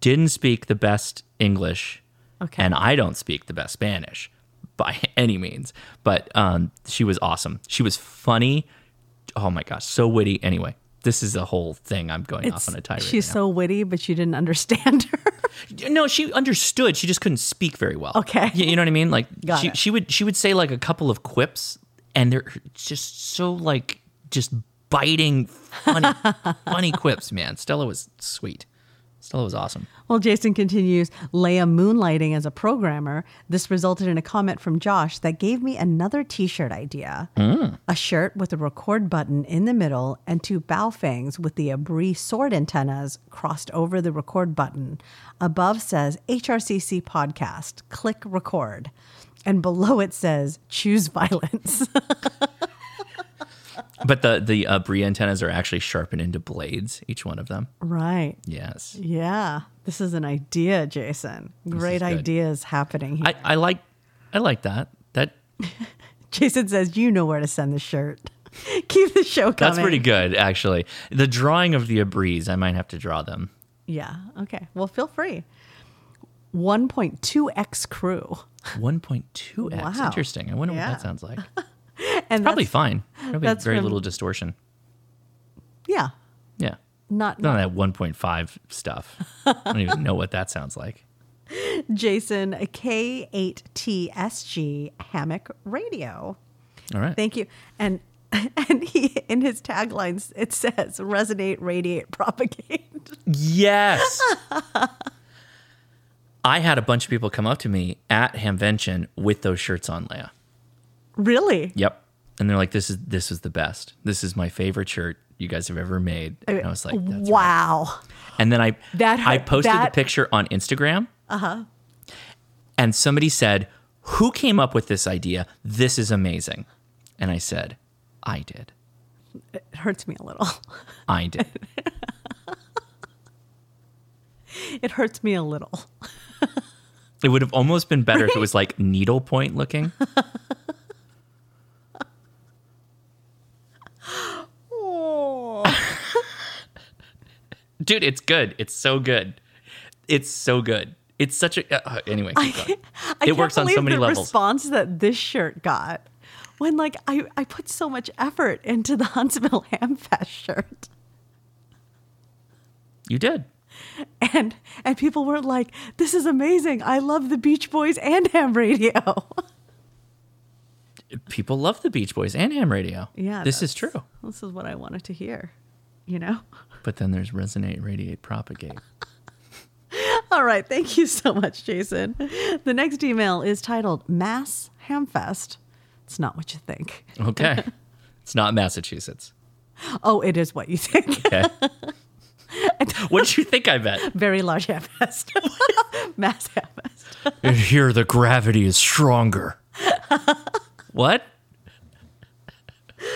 Speaker 1: Didn't speak the best English,
Speaker 2: Okay.
Speaker 1: and I don't speak the best Spanish by any means, but um, she was awesome. She was funny. Oh my gosh, so witty. Anyway, this is the whole thing. I'm going off on a tirade.
Speaker 2: She's so witty, but you didn't understand her.
Speaker 1: No, she understood. She just couldn't speak very well.
Speaker 2: Okay.
Speaker 1: you, you know what I mean? Like
Speaker 2: Got
Speaker 1: she,
Speaker 2: it.
Speaker 1: she would she would say like a couple of quips, and they're just so like just biting, funny, funny quips. Man, Stella was sweet. Stella was awesome.
Speaker 2: Well, Jason continues Leia moonlighting as a programmer. This resulted in a comment from Josh that gave me another t shirt idea a shirt with a record button in the middle and two bow fangs with the Abri sword antennas crossed over the record button. Above says HRCC podcast, click record. And below it says choose violence.
Speaker 1: But the the uh, Brie antennas are actually sharpened into blades. Each one of them.
Speaker 2: right.
Speaker 1: Yes,
Speaker 2: Yeah. This is an idea, Jason. Great
Speaker 1: good.
Speaker 2: ideas happening here.
Speaker 1: I, I like I like that. That
Speaker 2: Jason says, "You know where to send the shirt. Keep the show coming."
Speaker 1: that's pretty good actually. The drawing of the abris, I might have to draw them.
Speaker 2: Yeah. Okay. Well, feel free. 1.2x crew.
Speaker 7: 1.2x.
Speaker 2: Wow.
Speaker 7: Interesting. I wonder
Speaker 2: Yeah.
Speaker 7: what that sounds like.
Speaker 2: And
Speaker 7: Probably
Speaker 2: that's-
Speaker 7: fine. Probably
Speaker 2: that's
Speaker 7: very
Speaker 2: from-
Speaker 7: little distortion.
Speaker 2: yeah,
Speaker 7: Yeah.
Speaker 2: not,
Speaker 7: None of that 1.5 stuff. I don't even know what that sounds like.
Speaker 2: Jason K8TSG Hammock Radio.
Speaker 7: All right.
Speaker 2: Thank you. And and he in his taglines it says resonate, radiate, propagate.
Speaker 7: Yes. I had a bunch of people come up to me at Hamvention with those shirts on, Leia.
Speaker 2: really?
Speaker 7: Yep. And they're like, "This is this is the best. This is my favorite shirt you guys have ever made." And I was like, That's right.
Speaker 2: wow.
Speaker 7: And then I
Speaker 2: That
Speaker 7: I
Speaker 2: hurt-
Speaker 7: posted
Speaker 2: that- Uh-huh.
Speaker 7: the picture on Instagram. Uh huh. And somebody said, "Who came up with this idea? This is amazing." And I said, "I did.
Speaker 2: It hurts me a little.
Speaker 7: I did."
Speaker 2: It hurts me a little.
Speaker 7: It would have almost been better if it was like needlepoint looking. Dude, it's good. It's so good. It's so good. It's such a. Uh, anyway, keep going.
Speaker 2: I
Speaker 7: It
Speaker 2: can't
Speaker 7: works on so
Speaker 2: believe
Speaker 7: many
Speaker 2: the
Speaker 7: levels.
Speaker 2: response that this shirt got when like I, I put so much effort into the Huntsville Hamfest shirt.
Speaker 7: you did.
Speaker 2: And and people were like, This is amazing. I love the Beach Boys and Ham Radio.
Speaker 7: People love the Beach Boys and ham radio.
Speaker 2: Yeah.
Speaker 7: This is
Speaker 2: that's-
Speaker 7: true.
Speaker 2: This is what I wanted to hear. You know?
Speaker 7: But then there's resonate, radiate, propagate.
Speaker 2: All right. Thank you so much, Jason. The next email is titled Mass Hamfest. It's not what you think.
Speaker 7: Okay. it's not Massachusetts.
Speaker 2: Oh, it is what you think.
Speaker 7: Okay. what did you think I meant?
Speaker 2: Very large Hamfest. Mass Hamfest.
Speaker 7: And here the gravity is stronger. what?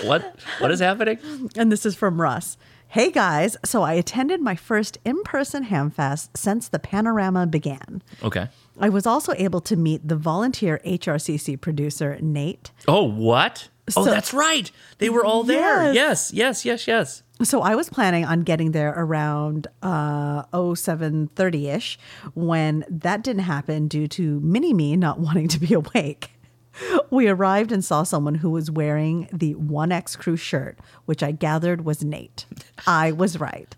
Speaker 7: What? What is happening?
Speaker 2: And this is from Russ. Hey guys, so I attended my first in person Hamfest since the panorama began.
Speaker 7: Okay.
Speaker 2: I was also able to meet the volunteer HRCC producer, Nate.
Speaker 7: Oh, what?
Speaker 2: So-
Speaker 7: oh, that's right. They were all there.
Speaker 2: Yes.
Speaker 7: Yes, yes, yes, yes.
Speaker 2: So I was planning on getting there around uh, 0730-ish when that didn't happen due to mini-me not wanting to be awake. We arrived and saw someone who was wearing the 1X crew shirt, which I gathered was Nate. I was right.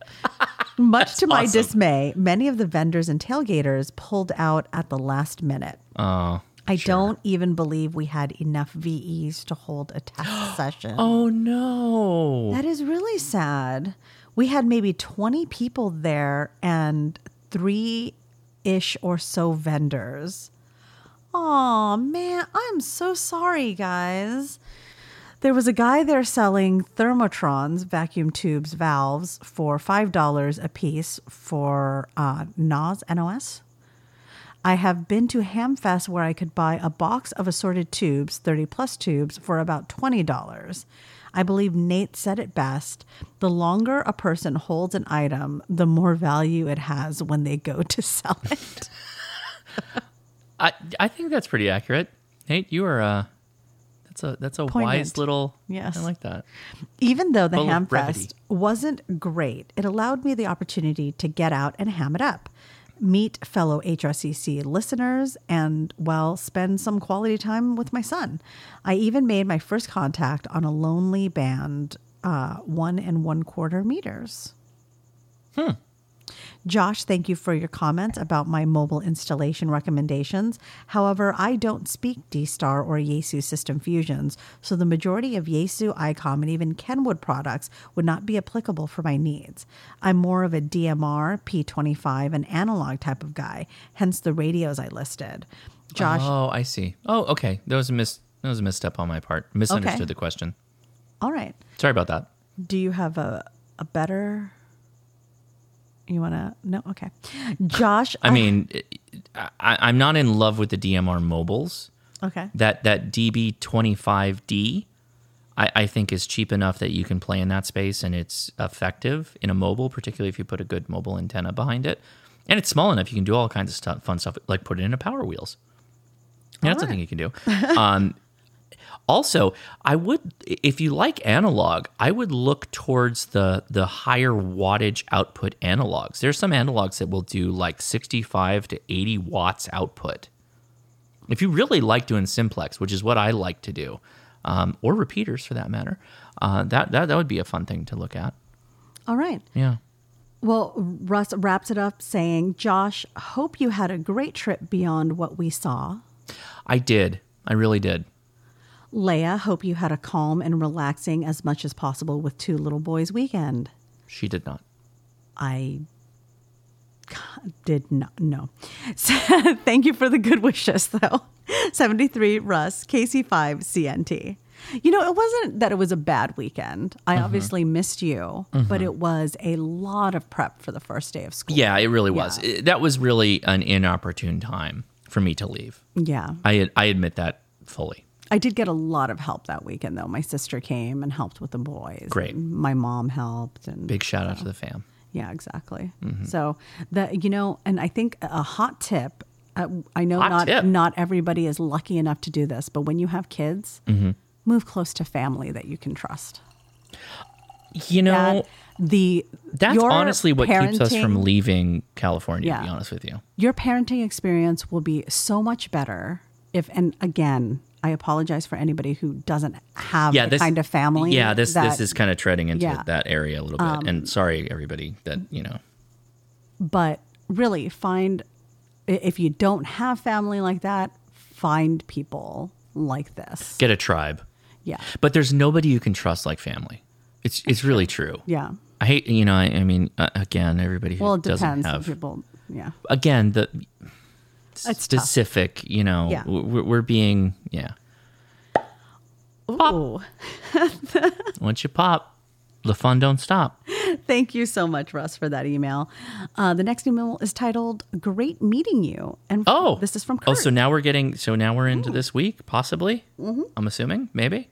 Speaker 2: Much to my
Speaker 7: awesome.
Speaker 2: dismay, many of the vendors and tailgaters pulled out at the last minute.
Speaker 7: Oh,
Speaker 2: I don't even believe we had enough VEs to hold a test session.
Speaker 7: Oh no.
Speaker 2: That is really sad. We had maybe 20 people there and three ish or so vendors. Oh man, I'm so sorry, guys. There was a guy there selling thermotrons, vacuum tubes, valves for $5 a piece for uh, NOS, NOS. I have been to Hamfest where I could buy a box of assorted tubes, 30 plus tubes, for about $20. I believe Nate said it best the longer a person holds an item, the more value it has when they go to sell it.
Speaker 7: I I think that's pretty accurate. Nate, you are uh that's a that's a wise
Speaker 2: Poignant.
Speaker 7: little
Speaker 2: Yes.
Speaker 7: I like that.
Speaker 2: Even though the
Speaker 7: Full of brevity.
Speaker 2: Hamfest wasn't great, it allowed me the opportunity to get out and ham it up, meet fellow HRCC listeners, and, well, spend some quality time with my son. I even made my first contact on a lonely band, uh, one and one quarter meters. Josh, thank you for your comments about my mobile installation recommendations. However, I don't speak DStar or Yaesu system fusions, so the majority of Yaesu, ICOM, and even Kenwood products would not be applicable for my needs. I'm more of a DMR, P25, and analog type of guy, hence the radios I listed. Josh,
Speaker 7: Oh, I see. Oh, okay. That was a mis that was a misstep on my part. Misunderstood
Speaker 2: Okay.
Speaker 7: the question.
Speaker 2: all right.
Speaker 7: Sorry about that.
Speaker 2: Do you have a, a better. You want to? No? Okay. Josh,
Speaker 7: I mean, I, I, I'm not in love with the DMR mobiles.
Speaker 2: oh, Okay.
Speaker 7: That that DB25D, I, I think is cheap enough that you can play in that space and it's effective in a mobile, particularly if you put a good mobile antenna behind it, and it's small enough you can do all kinds of stuff, fun stuff like put it in a Power Wheels. Yeah, that's a thing you can do. Um, also, I would if you like analog, I would look towards the the higher wattage output analogs. There's some analogs that will do like 65 to 80 watts output. If you really like doing simplex, which is what I like to do, um, or repeaters for that matter, uh, that, that that would be a fun thing to look at.
Speaker 2: All right.
Speaker 7: Yeah.
Speaker 2: Well, Russ wraps it up saying, Josh, hope you had a great trip beyond what we saw.
Speaker 7: I did. I really did.
Speaker 2: Leia, hope you had a calm and relaxing as much as possible with two little boys weekend.
Speaker 7: She did not.
Speaker 2: I did not know. So, thank you for the good wishes, though. 73 Russ, KC5 CNT. You know, it wasn't that it was a bad weekend. I obviously missed you, but it was a lot of prep for the first day of school.
Speaker 7: Yeah, it really was. It- that was really an inopportune time for me to leave.
Speaker 2: Yeah.
Speaker 7: I I admit that fully.
Speaker 2: I did get a lot of help that weekend, though. My sister came and helped with the boys.
Speaker 7: Great.
Speaker 2: and My mom helped. And
Speaker 7: Big Mm-hmm. shout out to the fam.
Speaker 2: Yeah, exactly. So that you know, and I think a hot tip. Uh, I know
Speaker 7: Hot
Speaker 2: not
Speaker 7: tip.
Speaker 2: not everybody is lucky enough to do this, but when you have kids,
Speaker 7: Mm-hmm.
Speaker 2: move close to family that you can trust.
Speaker 7: You know,
Speaker 2: That the
Speaker 7: Oh, that's
Speaker 2: your
Speaker 7: honestly what keeps us
Speaker 2: parenting-
Speaker 7: from leaving California, to be
Speaker 2: Yeah.
Speaker 7: honest with you.
Speaker 2: your parenting experience will be so much better if and again i apologize for anybody who doesn't have
Speaker 7: Yeah,
Speaker 2: the
Speaker 7: this
Speaker 2: kind of family
Speaker 7: Yeah, this
Speaker 2: that-
Speaker 7: this is kind of treading into
Speaker 2: Yeah. Um,
Speaker 7: that area a little bit. and sorry everybody that, you know.
Speaker 2: but really find i- if you don't have family like that find people like this
Speaker 7: Get a tribe.
Speaker 2: yeah
Speaker 7: But there's nobody you can trust like family. It's it's really true.
Speaker 2: yeah
Speaker 7: I hate, you know, I, I mean, uh, again, everybody who
Speaker 2: well it
Speaker 7: doesn't
Speaker 2: depends on
Speaker 7: have
Speaker 2: people yeah
Speaker 7: again the
Speaker 2: It's tough.
Speaker 7: specific you know
Speaker 2: Yeah.
Speaker 7: we're, we're being yeah
Speaker 2: Ooh.
Speaker 7: Oh. once you pop the fun don't stop
Speaker 2: Thank you so much, Russ, for that email. Uh, the next email is titled "Great Meeting You," and
Speaker 7: oh
Speaker 2: this is from Kurt. Mm-hmm.
Speaker 7: oh so now we're getting so now we're into this week possibly i'm assuming maybe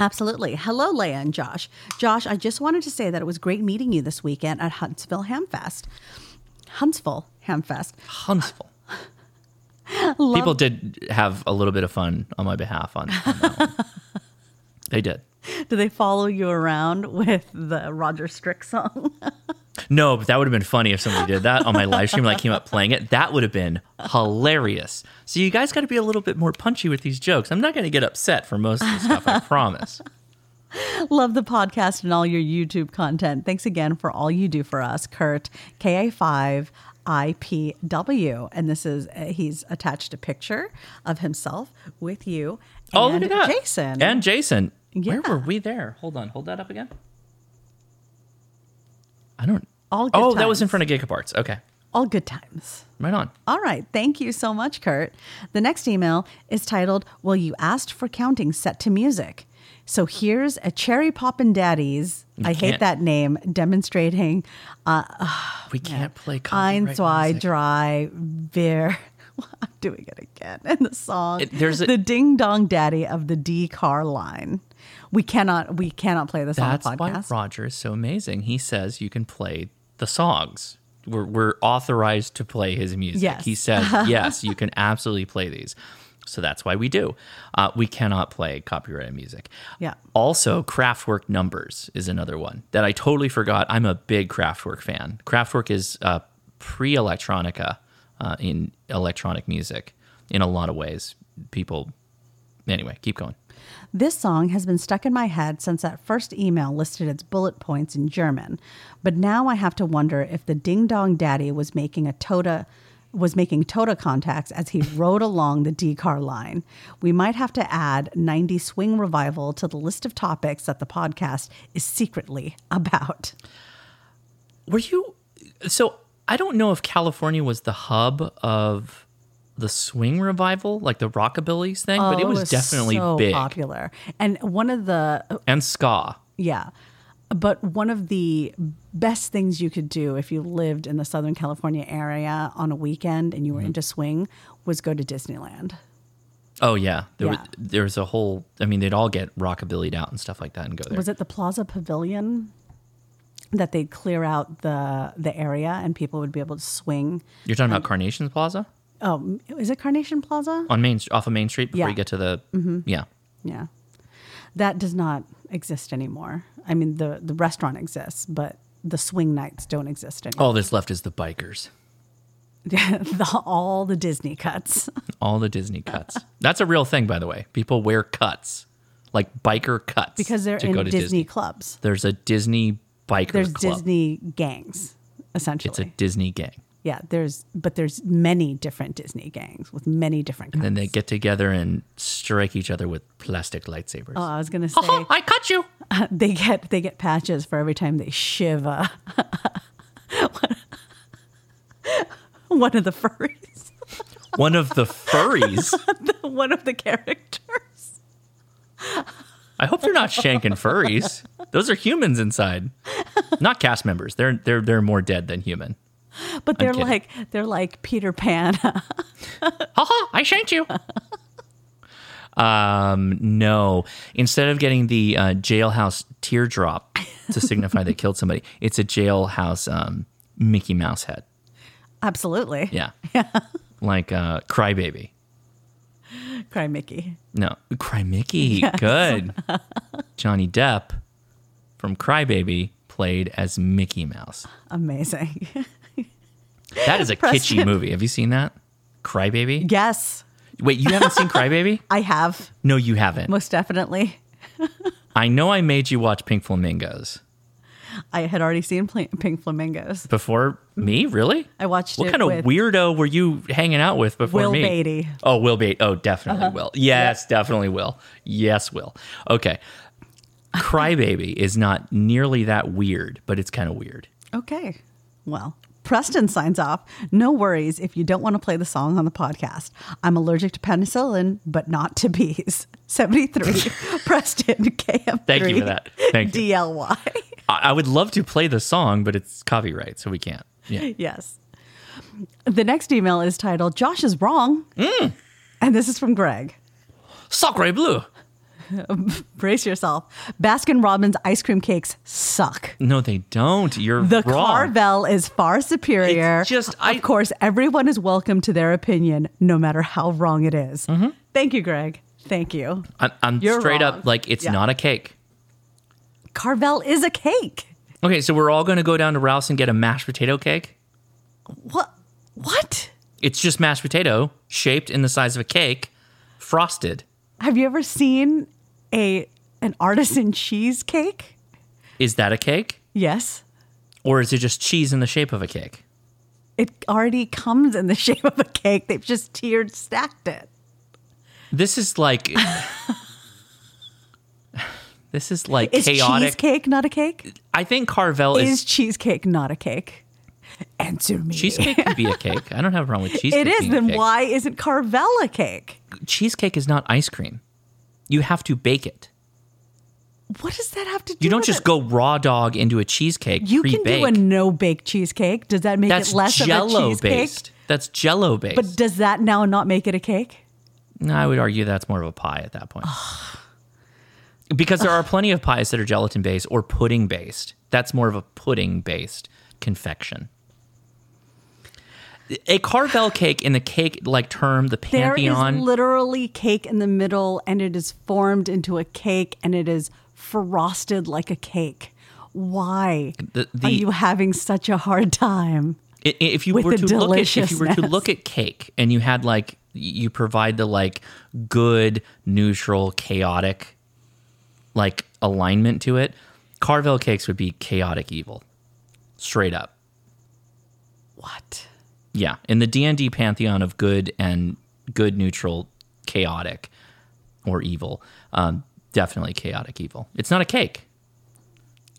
Speaker 2: Absolutely. Hello, Leia and Josh. Josh, I just wanted to say that it was great meeting you this weekend at Huntsville Hamfest. Huntsville Hamfest.
Speaker 7: huntsville
Speaker 2: Love-
Speaker 7: people did have a little bit of fun on my behalf on, on that one. they did
Speaker 2: Do they follow you around with the Roger Strick song?
Speaker 7: no but that would have been funny if somebody did that on my live stream and i came up playing it that would have been hilarious so you guys got to be a little bit more punchy with these jokes i'm not going to get upset for most of the stuff i promise
Speaker 2: Love the podcast and all your YouTube content. Thanks again for all you do for us, Kurt, KA5. IPW. And this is, uh, he's attached a picture of himself with you
Speaker 7: Oh,
Speaker 2: and
Speaker 7: look at that.
Speaker 2: Jason.
Speaker 7: And Jason.
Speaker 2: Yeah.
Speaker 7: Where were we there? Hold on. Hold that up again. I don't.
Speaker 2: All good
Speaker 7: oh, that was in
Speaker 2: times.
Speaker 7: front of Gigaparts. Okay.
Speaker 2: all good times.
Speaker 7: Right on.
Speaker 2: All right. Thank you so much, Kurt. The next email is titled, Well, You Asked for Counting Set to Music. So here's a Cherry Poppin' Daddies. I hate
Speaker 7: can't-
Speaker 2: that name, demonstrating
Speaker 7: We can't play
Speaker 2: Ein,
Speaker 7: copyright
Speaker 2: Zwei,
Speaker 7: music.
Speaker 2: Drei, Wir. I'm doing it again. And the song,
Speaker 7: It- there's a-
Speaker 2: the Ding Dong Daddy of the D Car line. We cannot, we cannot play this
Speaker 7: That's
Speaker 2: on the
Speaker 7: why
Speaker 2: podcast.
Speaker 7: Roger is so amazing. He says you can play the songs. We're, we're authorized to play his music.
Speaker 2: Yes.
Speaker 7: He says, yes, you can absolutely play these. So that's why we do. Uh, we cannot play copyrighted music.
Speaker 2: Yeah.
Speaker 7: Also, Kraftwerk Numbers is another one that I totally forgot. I'm a big Kraftwerk fan. Kraftwerk is uh, pre electronica uh, in electronic music in a lot of ways. People, anyway, keep going.
Speaker 2: This song has been stuck in my head since that first email listed its bullet points in German, but now I have to wonder if the Ding Dong Daddy was making a Tota was making Tota contacts as he rode along the D car line. We might have to add 90 Swing Revival to the list of topics that the podcast is secretly about.
Speaker 7: Were you so I don't know if California was the hub of the swing revival, like the rockabilly's thing, but it was, definitely
Speaker 2: Oh, so
Speaker 7: big
Speaker 2: popular. And one of the
Speaker 7: and ska.
Speaker 2: Yeah. But one of the best things you could do if you lived in the Southern California area on a weekend and you were
Speaker 7: Mm-hmm.
Speaker 2: into swing was go to Disneyland.
Speaker 7: Oh yeah, there was
Speaker 2: Yeah.
Speaker 7: there was a whole. I mean, they'd all get rockabillyed out and stuff like that and go there.
Speaker 2: Was it the Plaza Pavilion that they'd clear out the the area and people would be able to swing?
Speaker 7: You're talking about Carnations Plaza?
Speaker 2: oh, is it Carnation Plaza?
Speaker 7: on Main off of Main Street before
Speaker 2: Yeah. Mm-hmm.
Speaker 7: you get to the yeah.
Speaker 2: Yeah. That does not exist anymore. I mean, the, the restaurant exists, but the swing nights don't exist anymore.
Speaker 7: All that's left is the bikers.
Speaker 2: the, all the Disney cuts.
Speaker 7: All the Disney cuts. That's a real thing, by the way. People wear cuts, like biker cuts,
Speaker 2: because they're
Speaker 7: to
Speaker 2: in
Speaker 7: go to
Speaker 2: Disney, clubs.
Speaker 7: There's a Disney biker
Speaker 2: There's
Speaker 7: club.
Speaker 2: Disney gangs, essentially.
Speaker 7: It's a Disney gang.
Speaker 2: yeah, there's but there's many different Disney gangs with many different. Kinds.
Speaker 7: Then they get together and strike each other with plastic lightsabers.
Speaker 2: Oh, I was gonna
Speaker 7: Ha
Speaker 2: say
Speaker 7: ha, Uh-huh, I cut you.
Speaker 2: they get they get patches for every time they shiv uh, one of the furries,
Speaker 7: One of the furries.
Speaker 2: one of the characters.
Speaker 7: I hope they're not shanking furries. Those are humans inside, not cast members. They're they're they're more dead than human.
Speaker 2: But they're
Speaker 7: kidding.
Speaker 2: like they're like Peter Pan.
Speaker 7: Ha ha, I shanked you. um, no. Instead of getting the uh, jailhouse teardrop to signify they killed somebody, it's a jailhouse um, Mickey Mouse head.
Speaker 2: Absolutely,
Speaker 7: Yeah. Like uh, Crybaby.
Speaker 2: cry Mickey.
Speaker 7: No, Cry Mickey. Good. Johnny Depp from Crybaby played as Mickey Mouse.
Speaker 2: Amazing.
Speaker 7: That is a kitschy
Speaker 2: Preston.
Speaker 7: movie. Have you seen that? Crybaby?
Speaker 2: yes,
Speaker 7: Wait, you haven't seen Crybaby?
Speaker 2: I have
Speaker 7: No, you haven't.
Speaker 2: most definitely.
Speaker 7: I know I made you watch Pink Flamingos.
Speaker 2: I had already seen Pla- Pink Flamingos.
Speaker 7: Before me? Really?
Speaker 2: I watched
Speaker 7: What
Speaker 2: it
Speaker 7: kind of
Speaker 2: with
Speaker 7: weirdo were you hanging out with before
Speaker 2: Will
Speaker 7: me?
Speaker 2: Beatty. Uh-huh.
Speaker 7: Oh, Will Beatty. Oh, definitely Will. Yes, definitely Will. Yes, Will. Okay. Crybaby is not nearly that weird, but it's kind of weird.
Speaker 2: Okay. Well, Preston signs off. No worries if you don't want to play the song on the podcast. I'm allergic to penicillin, but not to bees. 73 Preston KM3.
Speaker 7: Thank you for that. Thank you.
Speaker 2: DLY.
Speaker 7: I I would love to play the song, but it's copyright, so we can't. Yeah.
Speaker 2: yes. The next email is titled Josh is Wrong.
Speaker 7: Mm.
Speaker 2: And this is from Greg.
Speaker 7: Sacre bleu.
Speaker 2: Brace yourself. Baskin Robbins ice cream cakes suck.
Speaker 7: No, they don't. You're
Speaker 2: The
Speaker 7: wrong.
Speaker 2: Carvel is far superior.
Speaker 7: It's just- I-
Speaker 2: of course, everyone is welcome to their opinion, no matter how wrong it is.
Speaker 7: Mm-hmm.
Speaker 2: Thank you, Greg. Thank you.
Speaker 7: I'm, I'm
Speaker 2: You're
Speaker 7: straight
Speaker 2: wrong.
Speaker 7: up like it's
Speaker 2: Yeah.
Speaker 7: not a cake.
Speaker 2: Carvel is a cake.
Speaker 7: Okay, so we're all going to go down to Rouse and get a mashed potato cake.
Speaker 2: What? What?
Speaker 7: It's just mashed potato shaped in the size of a cake, frosted.
Speaker 2: Have you ever seen a an artisan cheesecake?
Speaker 7: Is that a cake?
Speaker 2: Yes.
Speaker 7: Or is it just cheese in the shape of a cake?
Speaker 2: It already comes in the shape of a cake. They've just tiered stacked it.
Speaker 7: This is like. this is like
Speaker 2: Is
Speaker 7: chaotic.
Speaker 2: cheesecake not a cake?
Speaker 7: I think Carvel is.
Speaker 2: Is cheesecake not a cake? Answer me.
Speaker 7: cheesecake can be a cake. I don't have a problem with cheesecake.
Speaker 2: It is.
Speaker 7: being a
Speaker 2: Then
Speaker 7: cake.
Speaker 2: why isn't Carvel a cake?
Speaker 7: Cheesecake is not ice cream. You have to bake it.
Speaker 2: What does that have to do?
Speaker 7: You don't
Speaker 2: with
Speaker 7: just
Speaker 2: it?
Speaker 7: go raw dog into a cheesecake.
Speaker 2: You
Speaker 7: pre-bake.
Speaker 2: can do a no bake cheesecake. Does that make
Speaker 7: That's
Speaker 2: it less of a
Speaker 7: jello
Speaker 2: cheesecake?
Speaker 7: based. That's jello based.
Speaker 2: But does that now not make it a cake?
Speaker 7: No, I would argue that's more of a pie at that point. because there are plenty of pies that are gelatin based or pudding based. That's more of a pudding based confection. A Carvel cake in the cake like term, the
Speaker 2: There is
Speaker 7: pantheon.
Speaker 2: literally cake in the middle, and it is formed into a cake, and it is frosted like a cake. Why
Speaker 7: the,
Speaker 2: are
Speaker 7: the,
Speaker 2: you having such a hard time?
Speaker 7: I- i- if you
Speaker 2: With
Speaker 7: were
Speaker 2: the
Speaker 7: to look at if you were to
Speaker 2: deliciousness.
Speaker 7: look at cake and you had like you provide the like good neutral chaotic like alignment to it carvel cakes would be chaotic evil straight up
Speaker 2: What?
Speaker 7: yeah in the d&d pantheon of good and good neutral chaotic or evil um, definitely chaotic evil it's not a cake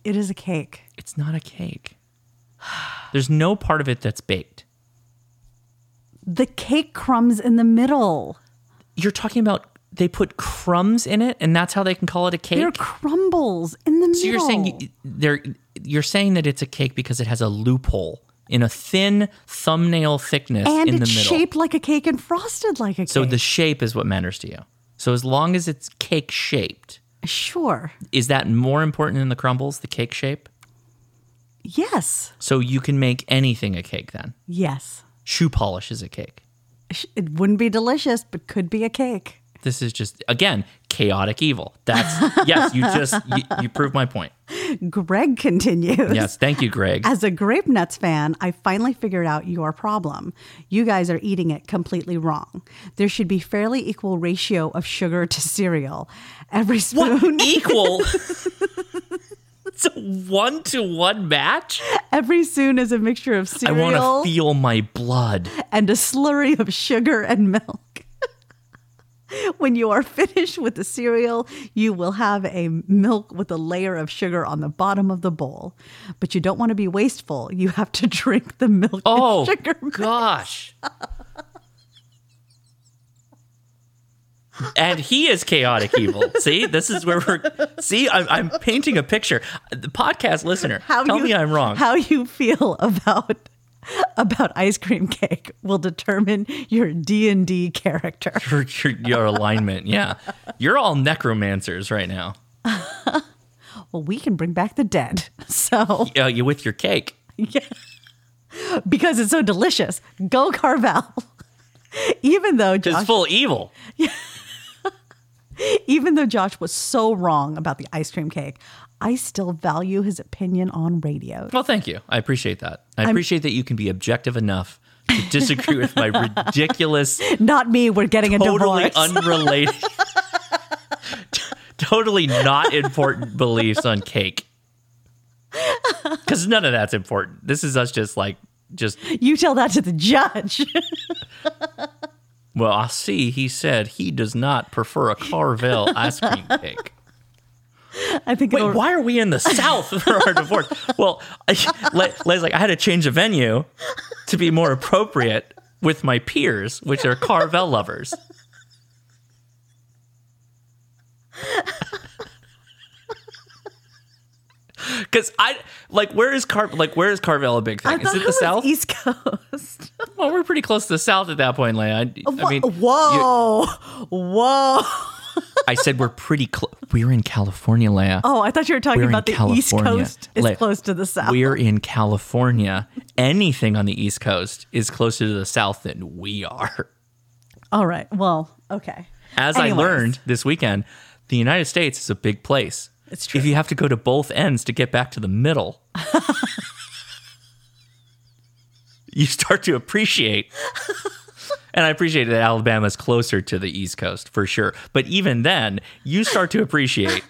Speaker 2: It is a cake.
Speaker 7: it's not a cake there's no part of it that's baked
Speaker 2: The cake crumbs in the middle.
Speaker 7: You're talking about they put crumbs in it, and that's how they can call it a cake.
Speaker 2: There are crumbles in the middle.
Speaker 7: so you're saying you- they're you're saying that it's a cake because it has a loophole in a thin thumbnail thickness
Speaker 2: and
Speaker 7: in the
Speaker 2: it's
Speaker 7: middle.
Speaker 2: shaped like a cake and frosted like a
Speaker 7: so
Speaker 2: cake.
Speaker 7: the shape is what matters to you. So as long as it's cake shaped,
Speaker 2: sure,
Speaker 7: is that more important than the crumbles, the cake shape?
Speaker 2: yes,
Speaker 7: So you can make anything a cake then.
Speaker 2: yes.
Speaker 7: Shoe polish is a cake.
Speaker 2: sh- it wouldn't be delicious, but could be a cake.
Speaker 7: This is just again chaotic evil. That's yes. You just you, you proved my point.
Speaker 2: Greg continues.
Speaker 7: Yes. Thank you, Greg.
Speaker 2: As a grape nuts fan, I finally figured out your problem. You guys are eating it completely wrong. There should be fairly equal ratio of sugar to cereal. Every spoon,
Speaker 7: Equal. it's a one to one match.
Speaker 2: every spoon is a mixture of
Speaker 7: I want
Speaker 2: cereal
Speaker 7: to feel my blood.
Speaker 2: and a slurry of sugar and milk. when you are finished with the cereal, you will have a milk with a layer of sugar on the bottom of the bowl. But you don't want to be wasteful. You have to drink the milk and
Speaker 7: Oh
Speaker 2: sugar.
Speaker 7: gosh. and he is chaotic evil. See, this is where we're. See, I'm, I'm painting a picture. The podcast listener, tell me I'm wrong.
Speaker 2: How you feel about about ice cream cake will determine your D and D character.
Speaker 7: your, your, your alignment. Yeah. You're all necromancers right now.
Speaker 2: Well, we can bring back the dead. So
Speaker 7: Yeah, Uh, you with your cake.
Speaker 2: because it's so delicious, go Carvel. Even though
Speaker 7: It's
Speaker 2: Josh,
Speaker 7: full of evil.
Speaker 2: even though Josh was so wrong about the ice cream cake, I still value his opinion on radio.
Speaker 7: Well, thank you. I appreciate that. I appreciate that you can be objective enough to disagree with my ridiculous,
Speaker 2: Not me. We're getting a
Speaker 7: totally
Speaker 2: divorce.
Speaker 7: unrelated, totally not important beliefs on cake. Because none of that's important. This is us just like, just,
Speaker 2: you tell that to the judge.
Speaker 7: well, I see he said he does not prefer a Carvel ice cream cake.
Speaker 2: I think.
Speaker 7: Wait,
Speaker 2: it'll-
Speaker 7: why are we in the South for our divorce? Well, I, Le- Le's like, I had to change a venue to be more appropriate with my peers, which are Carvel lovers. Because I like, where is Car like where is Carvel a big
Speaker 2: I
Speaker 7: thing? Is
Speaker 2: thought
Speaker 7: it the
Speaker 2: was e-
Speaker 7: South?
Speaker 2: East Coast.
Speaker 7: well, we're pretty close to the South at that point, Lay. I, I mean,
Speaker 2: whoa, whoa.
Speaker 7: I said we're pretty close. We're in California, Leia.
Speaker 2: Oh, I thought you were talking
Speaker 7: We're in
Speaker 2: about the
Speaker 7: California.
Speaker 2: East Coast is
Speaker 7: Like,
Speaker 2: close to the South.
Speaker 7: We're in California. Anything on the East Coast is closer to the South than we are.
Speaker 2: All right. Well, okay.
Speaker 7: As
Speaker 2: Anyways.
Speaker 7: I learned this weekend, the United States is a big place.
Speaker 2: It's true.
Speaker 7: If you have to go to both ends to get back to the middle, you start to appreciate. And I appreciate that Alabama's closer to the East Coast for sure. But even then, you start to appreciate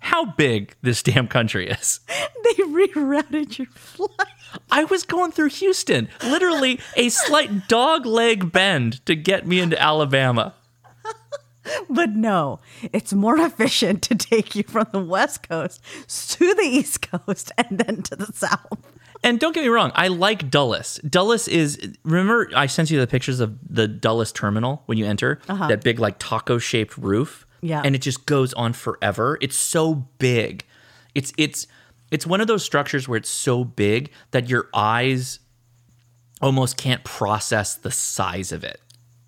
Speaker 7: how big this damn country is.
Speaker 2: They rerouted your flight.
Speaker 7: I was going through Houston, literally a slight dog leg bend to get me into Alabama.
Speaker 2: But no, it's more efficient to take you from the West Coast to the East Coast and then to the South.
Speaker 7: And don't get me wrong, I like Dulles. Dulles is remember I sent you the pictures of the Dulles terminal when you enter that big like taco shaped roof.
Speaker 2: Yeah.
Speaker 7: And it just goes on forever. It's so big. It's it's it's one of those structures where it's so big that your eyes almost can't process the size of it.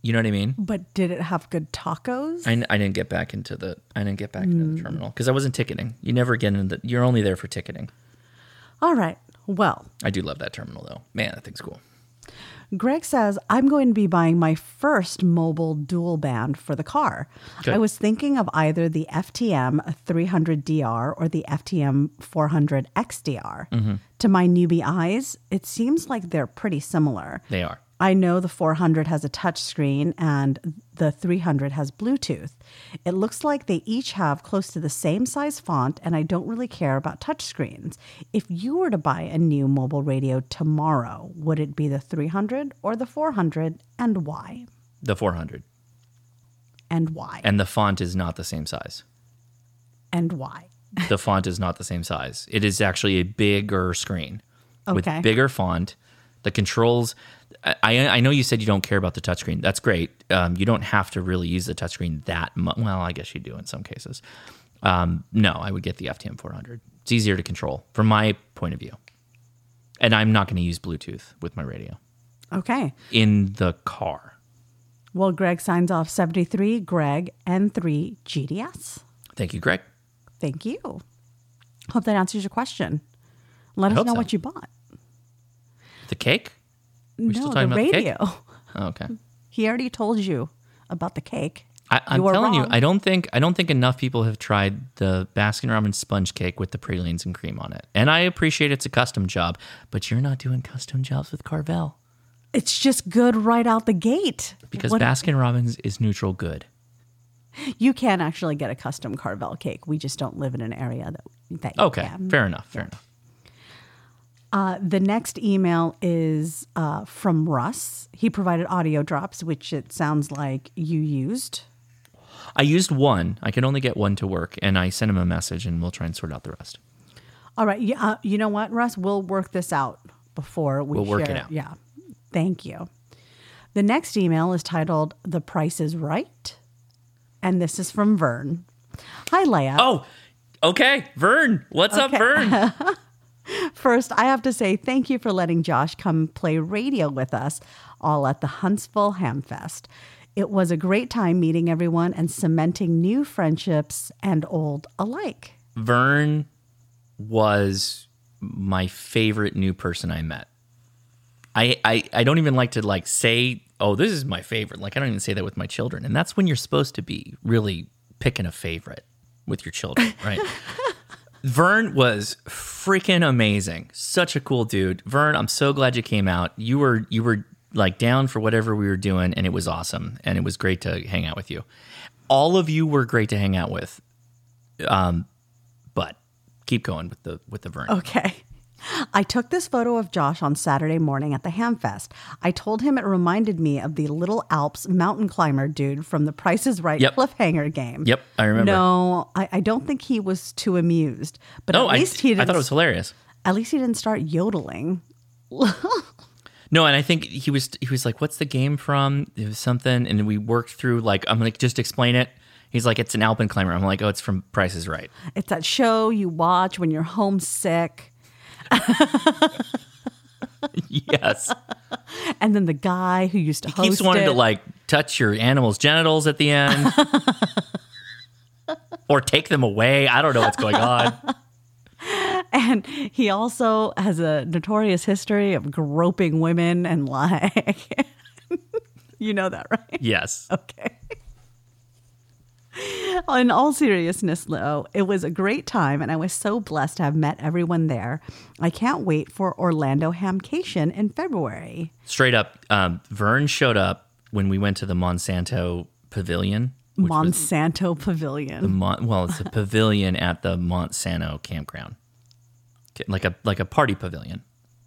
Speaker 7: You know what I mean?
Speaker 2: But did it have good tacos?
Speaker 7: I, I didn't get back into the I didn't get back into the terminal because I wasn't ticketing. You never get into the, you're only there for ticketing.
Speaker 2: All right. Well,
Speaker 7: I do love that terminal though. Man, that thing's cool.
Speaker 2: Greg says, I'm going to be buying my first mobile dual band for the car.
Speaker 7: Good.
Speaker 2: I was thinking of either the FTM 300DR or the FTM 400XDR. To my newbie eyes, it seems like they're pretty similar.
Speaker 7: They are.
Speaker 2: I know the 400 has a touchscreen and the 300 has Bluetooth. It looks like they each have close to the same size font, and I don't really care about touchscreens. If you were to buy a new mobile radio tomorrow, would it be the 300 or the 400, and why?
Speaker 7: The 400
Speaker 2: And why?
Speaker 7: and the font is not the same size.
Speaker 2: And why?
Speaker 7: The font is not the same size. It is actually a bigger screen with
Speaker 2: Okay.
Speaker 7: bigger font. The controls. I I I know you said you don't care about the touchscreen. That's great. Um, you don't have to really use the touchscreen that much. Well, I guess you do in some cases. Um, no, I would get the FTM 400. It's easier to control from my point of view. And I'm not going to use Bluetooth with my radio
Speaker 2: Okay.
Speaker 7: in the car.
Speaker 2: Well, Greg signs off 73 Greg N3 GDS.
Speaker 7: Thank you, Greg.
Speaker 2: Thank you. Hope that answers your question. Let us
Speaker 7: hope
Speaker 2: know
Speaker 7: so.
Speaker 2: what you bought.
Speaker 7: The cake?
Speaker 2: no,
Speaker 7: still talking
Speaker 2: the
Speaker 7: about the cake?
Speaker 2: radio.
Speaker 7: Oh, okay.
Speaker 2: He already told you about the cake.
Speaker 7: I, I'm
Speaker 2: You were
Speaker 7: telling you,
Speaker 2: wrong.
Speaker 7: I don't think I don't think enough people have tried the Baskin Robbins sponge cake with the pralines and cream on it. And I appreciate it's a custom job, but you're not doing custom jobs with Carvel
Speaker 2: It's just good right out the gate.
Speaker 7: because
Speaker 2: What-
Speaker 7: Baskin Robbins is neutral good.
Speaker 2: you can actually get a custom Carvel cake. We just don't live in an area that, that you
Speaker 7: Okay,
Speaker 2: can.
Speaker 7: fair enough, fair enough.
Speaker 2: Uh, the next email is uh, from Russ. He provided audio drops, which it sounds like you used.
Speaker 7: I used one. I could only get one to work, and I sent him a message, and we'll try and sort out the rest.
Speaker 2: All right. Yeah. Uh, you know what, Russ? We'll work this out before we
Speaker 7: We'll work
Speaker 2: share-
Speaker 7: it out.
Speaker 2: Yeah. Thank you. The next email is titled "The Price Is Right," and this is from Vern. Hi, Leia.
Speaker 7: Oh, okay, Vern. What's up, Vern?
Speaker 2: First, I have to say thank you for letting Josh come play radio with us all at the Huntsville Hamfest. It was a great time meeting everyone and cementing new friendships and old alike.
Speaker 7: Vern was my favorite new person I met. I, I I don't even like to like say, oh, this is my favorite. Like I don't even say that with my children, and that's when you're supposed to be really picking a favorite with your children, right? Vern was freaking amazing. Such a cool dude. Vern, I'm so glad you came out. You were you were like down for whatever we were doing and it was awesome and it was great to hang out with you. All of you were great to hang out with. Um but keep going with the with the Vern.
Speaker 2: Okay. I took this photo of Josh on Saturday morning at the Hamfest. I told him it reminded me of the Little Alps mountain climber dude from the Price is Right
Speaker 7: Yep.
Speaker 2: cliffhanger game.
Speaker 7: Yep, I remember.
Speaker 2: No, I, I don't think he was too amused. But
Speaker 7: no,
Speaker 2: at
Speaker 7: Oh, I,
Speaker 2: least he didn't
Speaker 7: I thought it was hilarious.
Speaker 2: at least he didn't start yodeling.
Speaker 7: No, and I think he was he was like, "What's the game from?" It was something, and we worked through like I'm like, just explain it. He's like, "It's an Alpen climber." I'm like, "Oh, it's from Price is Right."
Speaker 2: It's that show you watch when you're homesick.
Speaker 7: yes,
Speaker 2: And then the guy who used to host
Speaker 7: keeps wanting
Speaker 2: it,
Speaker 7: to like touch your animal's genitals at the end, or take them away. I don't know what's going on.
Speaker 2: and he also has a notorious history of groping women and like, you know that, right?
Speaker 7: Yes,
Speaker 2: Okay. In all seriousness, though, it was a great time, and I was so blessed to have met everyone there. I can't wait for Orlando Hamcation in February.
Speaker 7: straight up, um, Vern showed up when we went to the Monsanto Pavilion. Which was
Speaker 2: Monsanto Pavilion.
Speaker 7: the Mon- well, it's a pavilion at the Monsanto campground, like a like a party pavilion.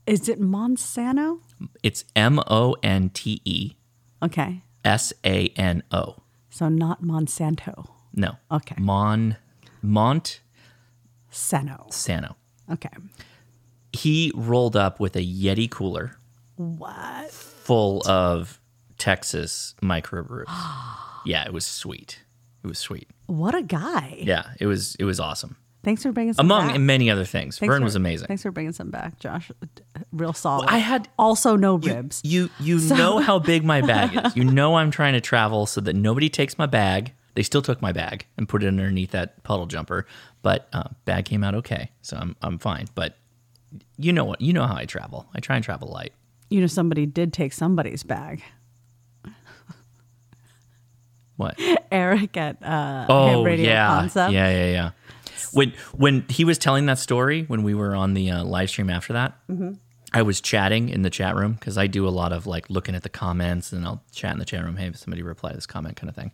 Speaker 2: Is it Monsanto?
Speaker 7: It's M O N T E
Speaker 2: Okay.
Speaker 7: S A N O.
Speaker 2: So not Monsanto.
Speaker 7: No.
Speaker 2: Okay.
Speaker 7: Mon Mont
Speaker 2: Seno.
Speaker 7: Sano.
Speaker 2: Okay.
Speaker 7: He rolled up with a Yeti cooler
Speaker 2: What?
Speaker 7: full of Texas microbrews. yeah, it was sweet. It was sweet.
Speaker 2: What a guy.
Speaker 7: Yeah, it was it was awesome.
Speaker 2: Thanks for bringing some
Speaker 7: Among
Speaker 2: back.
Speaker 7: many other things,
Speaker 2: Thanks
Speaker 7: Vern
Speaker 2: for-
Speaker 7: was amazing.
Speaker 2: Thanks for bringing some back, Josh. Real solid.
Speaker 7: I had-
Speaker 2: also no ribs.
Speaker 7: You you know how big my bag is. You know I'm trying to travel so that nobody takes my bag. They still took my bag and put it underneath that puddle jumper, but uh, bag came out okay, so I'm I'm fine. But you know what? You know how I travel. I try and travel light.
Speaker 2: You know somebody did take somebody's bag.
Speaker 7: What?
Speaker 2: Eric at uh
Speaker 7: Oh
Speaker 2: Ham Radio
Speaker 7: yeah,
Speaker 2: Concept.
Speaker 7: yeah, yeah, yeah. When when he was telling that story when we were on the uh, live stream after that,
Speaker 2: Mm-hmm.
Speaker 7: I was chatting in the chat room because I do a lot of like looking at the comments and I'll chat in the chat room. Hey, somebody reply to this comment kind of thing.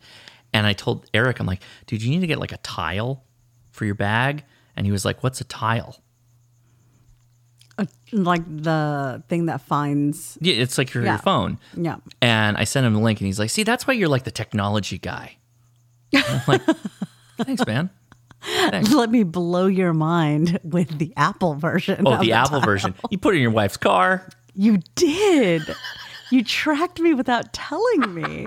Speaker 7: And I told Eric, I'm like, dude, you need to get like a tile for your bag. And he was like, what's a tile?
Speaker 2: Uh, Like the thing that finds
Speaker 7: Yeah, it's like your, your
Speaker 2: Yeah.
Speaker 7: phone.
Speaker 2: Yeah.
Speaker 7: And I sent him the link, and he's like, "See, that's why you're like the technology guy." I'm like, thanks, man.
Speaker 2: Let me blow your mind with the Apple version.
Speaker 7: Oh,
Speaker 2: of
Speaker 7: the Apple version. You put it in your wife's car.
Speaker 2: You did. you tracked me without telling me.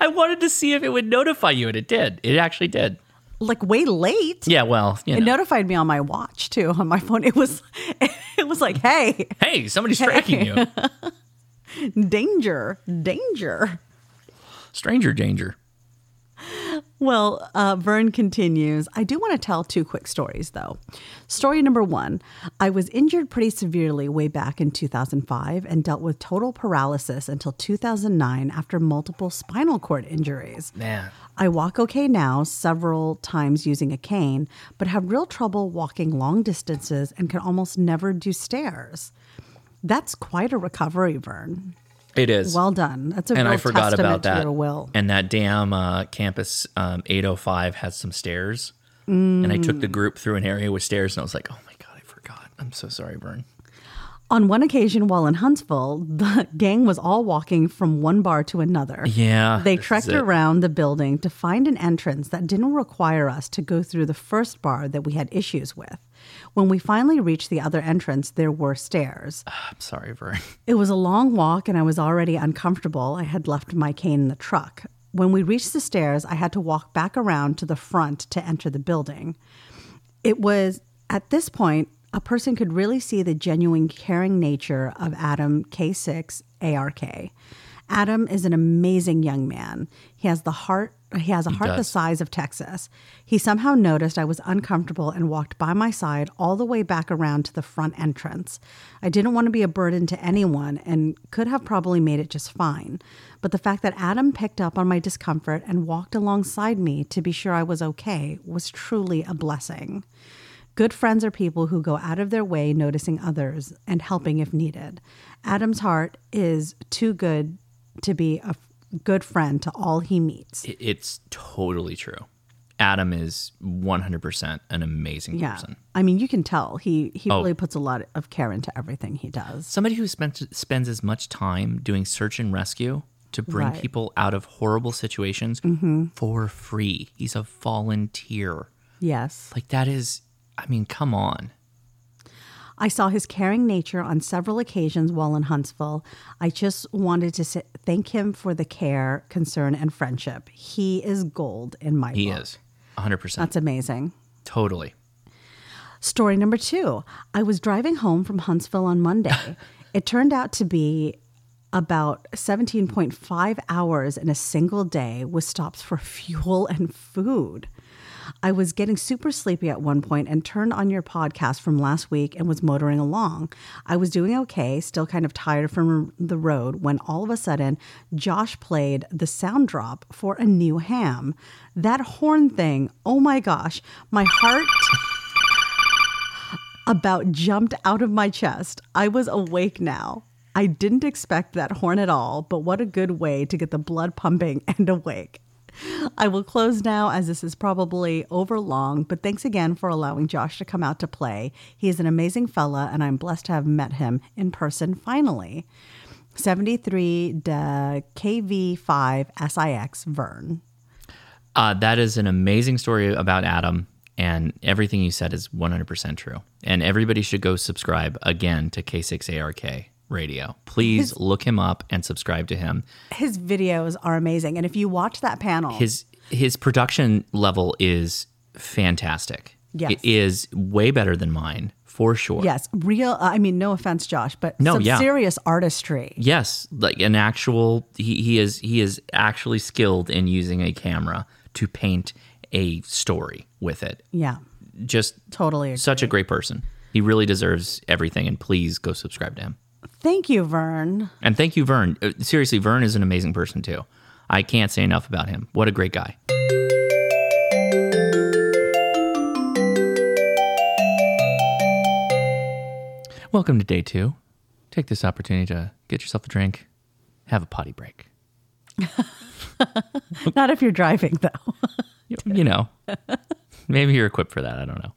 Speaker 7: I wanted to see if it would notify you, and it did. It actually did.
Speaker 2: Like way late.
Speaker 7: Yeah, well, you
Speaker 2: It
Speaker 7: know.
Speaker 2: notified me on my watch too, on my phone. It was it was like, "Hey,
Speaker 7: hey, somebody's tracking you.
Speaker 2: danger, danger."
Speaker 7: Stranger danger.
Speaker 2: Well, uh, Vern continues. I do want to tell two quick stories, though. Story number one I was injured pretty severely way back in 2005 and dealt with total paralysis until 2009 after multiple spinal cord injuries.
Speaker 7: Man.
Speaker 2: I walk okay now, several times using a cane, but have real trouble walking long distances and can almost never do stairs. That's quite a recovery, Vern.
Speaker 7: It is.
Speaker 2: Well done. That's a
Speaker 7: and
Speaker 2: real
Speaker 7: I forgot
Speaker 2: testament
Speaker 7: about
Speaker 2: to
Speaker 7: that.
Speaker 2: your will.
Speaker 7: And that damn uh, campus um, 805 has some stairs. And I took the group through an area with stairs, and I was like, oh my God, I forgot. I'm so sorry, Vern.
Speaker 2: On one occasion while in Huntsville, the gang was all walking from one bar to another.
Speaker 7: Yeah.
Speaker 2: They
Speaker 7: this is
Speaker 2: trekked
Speaker 7: it.
Speaker 2: around the building to find an entrance that didn't require us to go through the first bar that we had issues with. When we finally reached the other entrance, there were stairs.
Speaker 7: I'm sorry, Vern.
Speaker 2: It was a long walk and I was already uncomfortable. I had left my cane in the truck. When we reached the stairs, I had to walk back around to the front to enter the building. It was at this point, a person could really see the genuine caring nature of Adam K6 ARK. Adam is an amazing young man. He has the heart he has a heart the
Speaker 7: does.
Speaker 2: size of Texas. He somehow noticed I was uncomfortable and walked by my side all the way back around to the front entrance. I didn't want to be a burden to anyone and could have probably made it just fine. But the fact that Adam picked up on my discomfort and walked alongside me to be sure I was okay was truly a blessing. Good friends are people who go out of their way noticing others and helping if needed. Adam's heart is too good to be a f- good friend to all he meets.
Speaker 7: It- It's totally true. Adam is 100% an amazing
Speaker 2: Yeah.
Speaker 7: person.
Speaker 2: I mean, you can tell he he really puts a lot of care into everything he does.
Speaker 7: Somebody who spends, spends as much time doing search and rescue to bring
Speaker 2: Right.
Speaker 7: people out of horrible situations for free. He's a volunteer.
Speaker 2: Yes.
Speaker 7: Like, that is, I mean, come on.
Speaker 2: I saw his caring nature on several occasions while in Huntsville. I just wanted to say, thank him for the care, concern, and friendship. He is gold in my
Speaker 7: He
Speaker 2: book.
Speaker 7: is 100%.
Speaker 2: That's amazing.
Speaker 7: totally.
Speaker 2: Story number two I was driving home from Huntsville on Monday. it turned out to be about 17.5 hours in a single day with stops for fuel and food. I was getting super sleepy at one point and turned on your podcast from last week and was motoring along. I was doing okay, still kind of tired from the road, when all of a sudden Josh played the sound drop for a new ham. That horn thing, oh my gosh, my heart about jumped out of my chest. I was awake now. I didn't expect that horn at all, but what a good way to get the blood pumping and awake. I will close now as this is probably over long, but thanks again for allowing Josh to come out to play. He is an amazing fella, and I'm blessed to have met him in person finally. 73 KV5SIX Vern.
Speaker 7: Uh, that is an amazing story about Adam, and everything you said is 100% true. And everybody should go subscribe again to K6ARK Radio. Please look him up and subscribe to him.
Speaker 2: His videos are amazing, and if you watch that panel,
Speaker 7: His his production level is fantastic.
Speaker 2: Yes.
Speaker 7: It is way better than mine, for sure.
Speaker 2: Yes, real. uh, I mean, no offense, Josh, but
Speaker 7: No,
Speaker 2: some
Speaker 7: yeah.
Speaker 2: serious artistry.
Speaker 7: Yes, like an actual he, he is he is actually skilled in using a camera to paint a story with it.
Speaker 2: Yeah,
Speaker 7: Just
Speaker 2: totally. agree.
Speaker 7: such a great person. He really deserves everything, and please go subscribe to him.
Speaker 2: Thank you, Vern.
Speaker 7: And thank you, Vern. Uh, Seriously, Vern is an amazing person too. I can't say enough about him. What a great guy. Welcome to day two. Take this opportunity to get yourself a drink, have a potty break.
Speaker 2: Not if you're driving though.
Speaker 7: You- You know, maybe you're equipped for that. I don't know.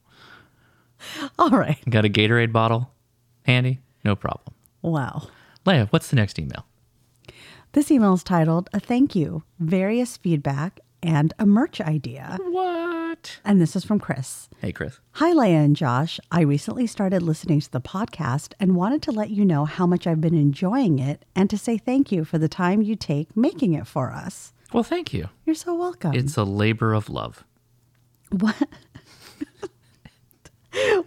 Speaker 2: All right.
Speaker 7: Got a Gatorade bottle handy? No problem.
Speaker 2: Wow.
Speaker 7: Leia, what's the next email?
Speaker 2: This email is titled "A Thank You, Various Feedback, and a Merch Idea,"
Speaker 7: What?
Speaker 2: and this is from Chris.
Speaker 7: Hey, Chris.
Speaker 2: Hi, Leia and Josh. I recently started listening to the podcast and wanted to let you know how much I've been enjoying it and to say thank you for the time you take making it for us.
Speaker 7: Well, thank you.
Speaker 2: You're so welcome.
Speaker 7: It's a labor of love.
Speaker 2: What?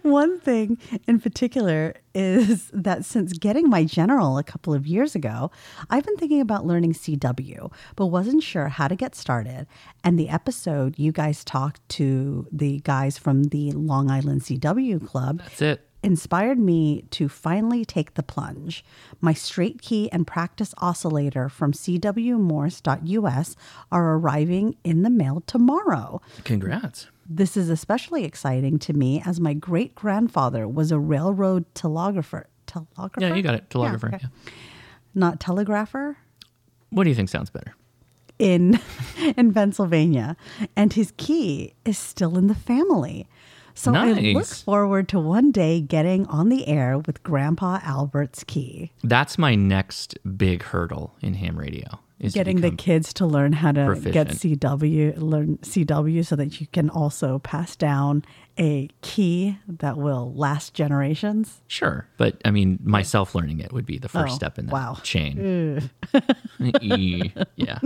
Speaker 2: One thing in particular is that since getting my general a couple of years ago, I've been thinking about learning CW, but wasn't sure how to get started. And the episode you guys talked to the guys from the Long Island CW Club
Speaker 7: That's it.
Speaker 2: inspired me to finally take the plunge. My straight key and practice oscillator from CWMorse.us are arriving in the mail tomorrow.
Speaker 7: Congrats.
Speaker 2: This is especially exciting to me as my great grandfather was a railroad telegrapher. Telegrapher?
Speaker 7: Yeah, you got it. Telegrapher.
Speaker 2: okay.
Speaker 7: yeah.
Speaker 2: Not telegrapher?
Speaker 7: What do you think sounds better?
Speaker 2: in in Pennsylvania, and his key is still in the family. So I look
Speaker 7: Nice.
Speaker 2: forward to one day getting on the air with Grandpa Albert's key,
Speaker 7: That's my next big hurdle in ham radio. Is to
Speaker 2: getting the
Speaker 7: become-
Speaker 2: kids to learn how to get
Speaker 7: proficient.
Speaker 2: CW, learn CW, so that you can also pass down a key that will last generations.
Speaker 7: sure, but I mean, myself learning it would be the first step in that
Speaker 2: Oh, wow.
Speaker 7: chain. E- yeah,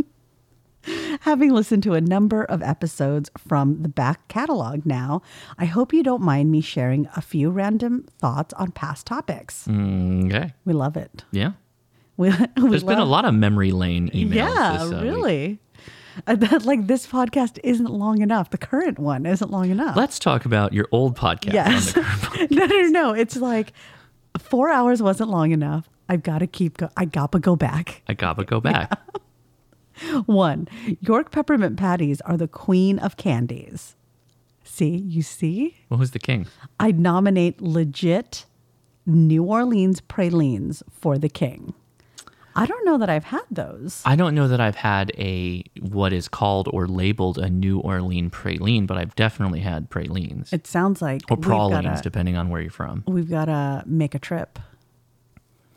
Speaker 2: Having listened to a number of episodes from the back catalog now, I hope you don't mind me sharing a few random thoughts on past topics.
Speaker 7: Mm. okay,
Speaker 2: We love it.
Speaker 7: yeah.
Speaker 2: We, we
Speaker 7: There's been a lot of memory lane emails.
Speaker 2: Yeah,
Speaker 7: this, uh, week.
Speaker 2: really. Uh, that like this podcast isn't long enough. The current one isn't long enough.
Speaker 7: Let's talk about your old podcast.
Speaker 2: yes. no, no, no. It's like four hours wasn't long enough. I've got to keep. Go- I gotta go back.
Speaker 7: I gotta go back.
Speaker 2: One York peppermint patties are the queen of candies. See, you see,
Speaker 7: Well, who's the king?
Speaker 2: I nominate legit New Orleans pralines for the king. I don't know that I've had those.
Speaker 7: I don't know that I've had a what is called or labeled a New Orleans praline, but I've definitely had pralines
Speaker 2: It sounds like
Speaker 7: or
Speaker 2: we've gotta-
Speaker 7: pralines, depending on where you're from.
Speaker 2: we've got to make a trip.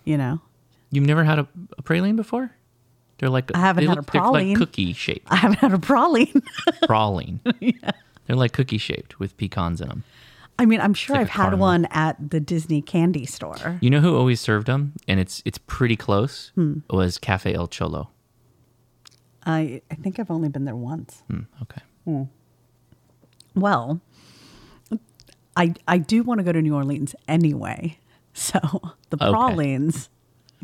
Speaker 2: You know,
Speaker 7: You've never had a, a praline before? They're like
Speaker 2: I haven't
Speaker 7: they
Speaker 2: had
Speaker 7: look-
Speaker 2: a
Speaker 7: they're
Speaker 2: praline.
Speaker 7: like cookie shaped.
Speaker 2: I haven't had a praline.
Speaker 7: praline. They're like cookie shaped with pecans in them.
Speaker 2: I mean, I'm sure
Speaker 7: like
Speaker 2: I've
Speaker 7: a
Speaker 2: had
Speaker 7: caramel.
Speaker 2: one at the Disney candy store.
Speaker 7: You know who always served them, and it's it's pretty close.
Speaker 2: Hmm.
Speaker 7: Was Cafe El Cholo?
Speaker 2: I, I think I've only been there once.
Speaker 7: Hmm, okay.
Speaker 2: Well, I I do want to go to New Orleans anyway. So the
Speaker 7: Okay.
Speaker 2: pralines,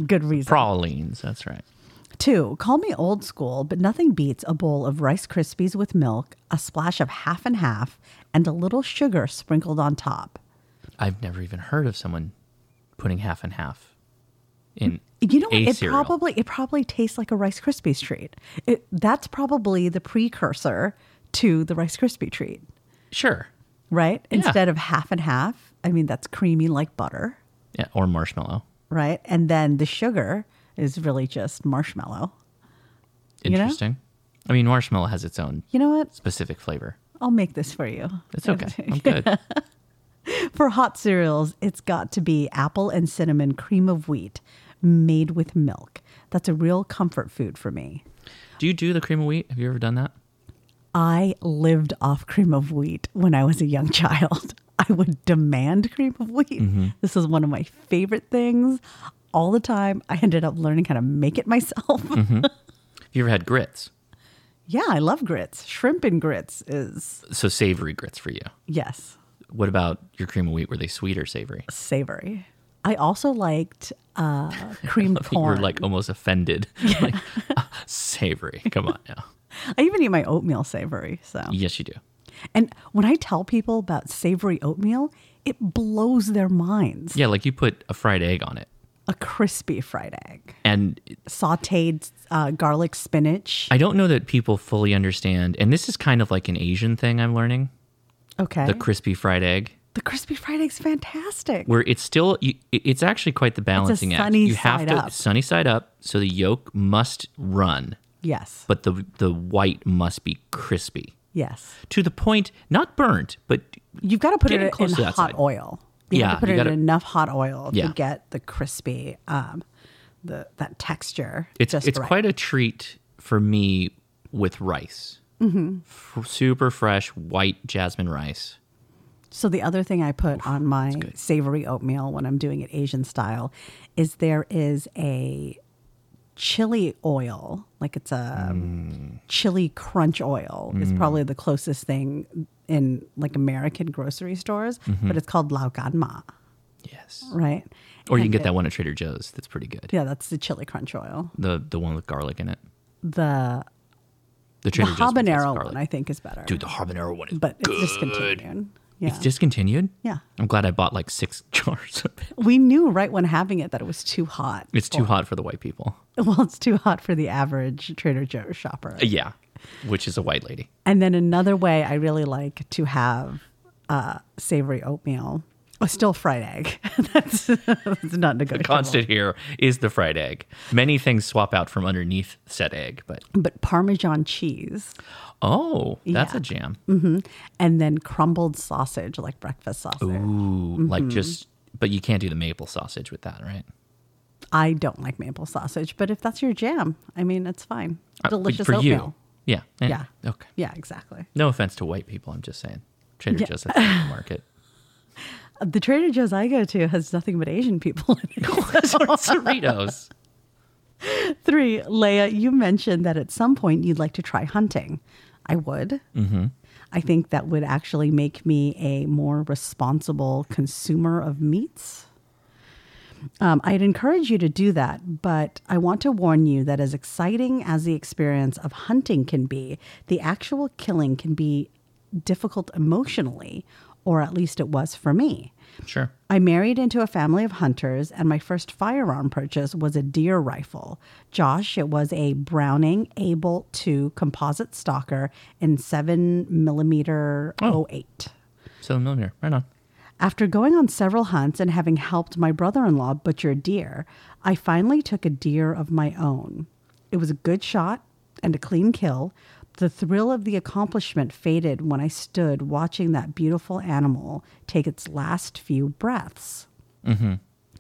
Speaker 2: good reason.
Speaker 7: Pralines. That's right.
Speaker 2: Two, call me old school, but nothing beats a bowl of Rice Krispies with milk, a splash of half and half, and a little sugar sprinkled on top.
Speaker 7: I've never even heard of someone putting half and half in.
Speaker 2: You know, what?
Speaker 7: a
Speaker 2: it
Speaker 7: cereal.
Speaker 2: probably it probably tastes like a Rice Krispies treat. It, that's probably the precursor to the Rice Krispie treat,
Speaker 7: Sure.
Speaker 2: right? Instead of half and half, I mean that's creamy like butter,
Speaker 7: Yeah, or marshmallow.
Speaker 2: right? And then the sugar is really just marshmallow. know?
Speaker 7: Interesting. I mean, marshmallow has its own
Speaker 2: You know what?
Speaker 7: specific flavor.
Speaker 2: I'll make this for you.
Speaker 7: It's okay. I'm good.
Speaker 2: For hot cereals, it's got to be apple and cinnamon cream of wheat made with milk. That's a real comfort food for me.
Speaker 7: Do you do the cream of wheat? Have you ever done that?
Speaker 2: I lived off cream of wheat when I was a young child. I would demand cream of wheat. This is one of my favorite things all the time. I ended up learning how to make it myself.
Speaker 7: Have you ever had grits?
Speaker 2: Yeah, I love grits. Shrimp and grits is,
Speaker 7: So savory grits for you.
Speaker 2: yes,
Speaker 7: What about your cream of wheat? Were they sweet or savory?
Speaker 2: savory. I also liked uh, creamed
Speaker 7: You were
Speaker 2: corn.
Speaker 7: like almost offended. like, uh, savory. Come on now.
Speaker 2: I even eat my oatmeal savory. So,
Speaker 7: Yes, you do.
Speaker 2: and when I tell people about savory oatmeal, it blows their minds.
Speaker 7: Yeah, like you put a fried egg on it,
Speaker 2: A crispy fried egg.
Speaker 7: and
Speaker 2: sauteed uh, garlic spinach.
Speaker 7: I don't know that people fully understand. And this is kind of like an Asian thing I'm learning:
Speaker 2: Okay.
Speaker 7: the
Speaker 2: The,
Speaker 7: crispy fried egg.
Speaker 2: crispy fried egg's fantastic.
Speaker 7: where it's still you, it- it's actually quite the balancing act.
Speaker 2: sunny
Speaker 7: You have
Speaker 2: side
Speaker 7: to
Speaker 2: up.
Speaker 7: sunny side up, so the yolk must run,
Speaker 2: yes.
Speaker 7: but the the white must be crispy
Speaker 2: Yes.
Speaker 7: to the point, not burnt, but
Speaker 2: You've got to put
Speaker 7: Getting
Speaker 2: it
Speaker 7: close
Speaker 2: in
Speaker 7: to that
Speaker 2: hot
Speaker 7: side.
Speaker 2: oil. You
Speaker 7: Yeah,
Speaker 2: have to put
Speaker 7: you
Speaker 2: it
Speaker 7: gotta-
Speaker 2: in enough hot oil
Speaker 7: Yeah.
Speaker 2: to get the crispy, um, the that texture.
Speaker 7: it's
Speaker 2: just
Speaker 7: it's
Speaker 2: right.
Speaker 7: quite a treat for me with rice, F- super fresh white jasmine rice.
Speaker 2: So the other thing I put on my savory oatmeal when I'm doing it Asian style is there is a chili oil, like it's a
Speaker 7: Mm.
Speaker 2: chili crunch oil, is probably the closest thing in like American grocery stores, but it's called Lao Gan Ma,
Speaker 7: Mm-hmm. Yes.
Speaker 2: right?
Speaker 7: Or you can get that one at Trader Joe's. That's pretty good.
Speaker 2: Yeah, that's the chili crunch oil.
Speaker 7: The the one with garlic in it.
Speaker 2: The,
Speaker 7: The
Speaker 2: the
Speaker 7: Trader Joe's one has
Speaker 2: habanero
Speaker 7: garlic.
Speaker 2: one, I think, is better.
Speaker 7: Dude, the habanero one is
Speaker 2: but
Speaker 7: good.
Speaker 2: it's discontinued. Yeah.
Speaker 7: It's discontinued.
Speaker 2: Yeah.
Speaker 7: I'm glad I bought like six jars of it.
Speaker 2: we knew right when having it that it was too hot.
Speaker 7: It's too hot for the white people.
Speaker 2: Well, it's too hot for the average Trader Joe's shopper.
Speaker 7: Yeah, which is a white lady.
Speaker 2: And then another way I really like to have uh, savory oatmeal, oh, still fried egg. that's, that's not negotiable.
Speaker 7: Constant here is the fried egg. Many things swap out from underneath said egg, but
Speaker 2: But Parmesan cheese
Speaker 7: oh, that's a jam.
Speaker 2: Mm-hmm. and then crumbled sausage, like breakfast sausage.
Speaker 7: Ooh,
Speaker 2: Mm-hmm.
Speaker 7: like just, but you can't do the maple sausage with that, right?
Speaker 2: I don't like maple sausage, but if that's your jam, I mean, it's fine.
Speaker 7: Uh, but
Speaker 2: Delicious
Speaker 7: for you.
Speaker 2: oatmeal.
Speaker 7: Yeah. eh,
Speaker 2: Yeah.
Speaker 7: Okay.
Speaker 2: Yeah, exactly.
Speaker 7: No offense to white people. I'm just saying. Trader Joe's that's not the market.
Speaker 2: The Trader Joe's I go to has nothing but Asian people in it.
Speaker 7: Cerritos.
Speaker 2: Three, Leia, you mentioned that at some point you'd like to try hunting. I would. Mm-hmm. I think that would actually make me a more responsible consumer of meats. Um, I'd encourage you to do that, but I want to warn you that as exciting as the experience of hunting can be, the actual killing can be difficult emotionally, or at least it was for me.
Speaker 7: Sure.
Speaker 2: I married into a family of hunters, and my first firearm purchase was a deer rifle. Josh, it was a Browning Able II composite stalker in 7 millimeter 08.
Speaker 7: So millionaire. Right on.
Speaker 2: After going on several hunts and having helped my brother in law butcher deer, I finally took a deer of my own. It was a good shot and a clean kill. The thrill of the accomplishment faded when I stood watching that beautiful animal take its last few breaths.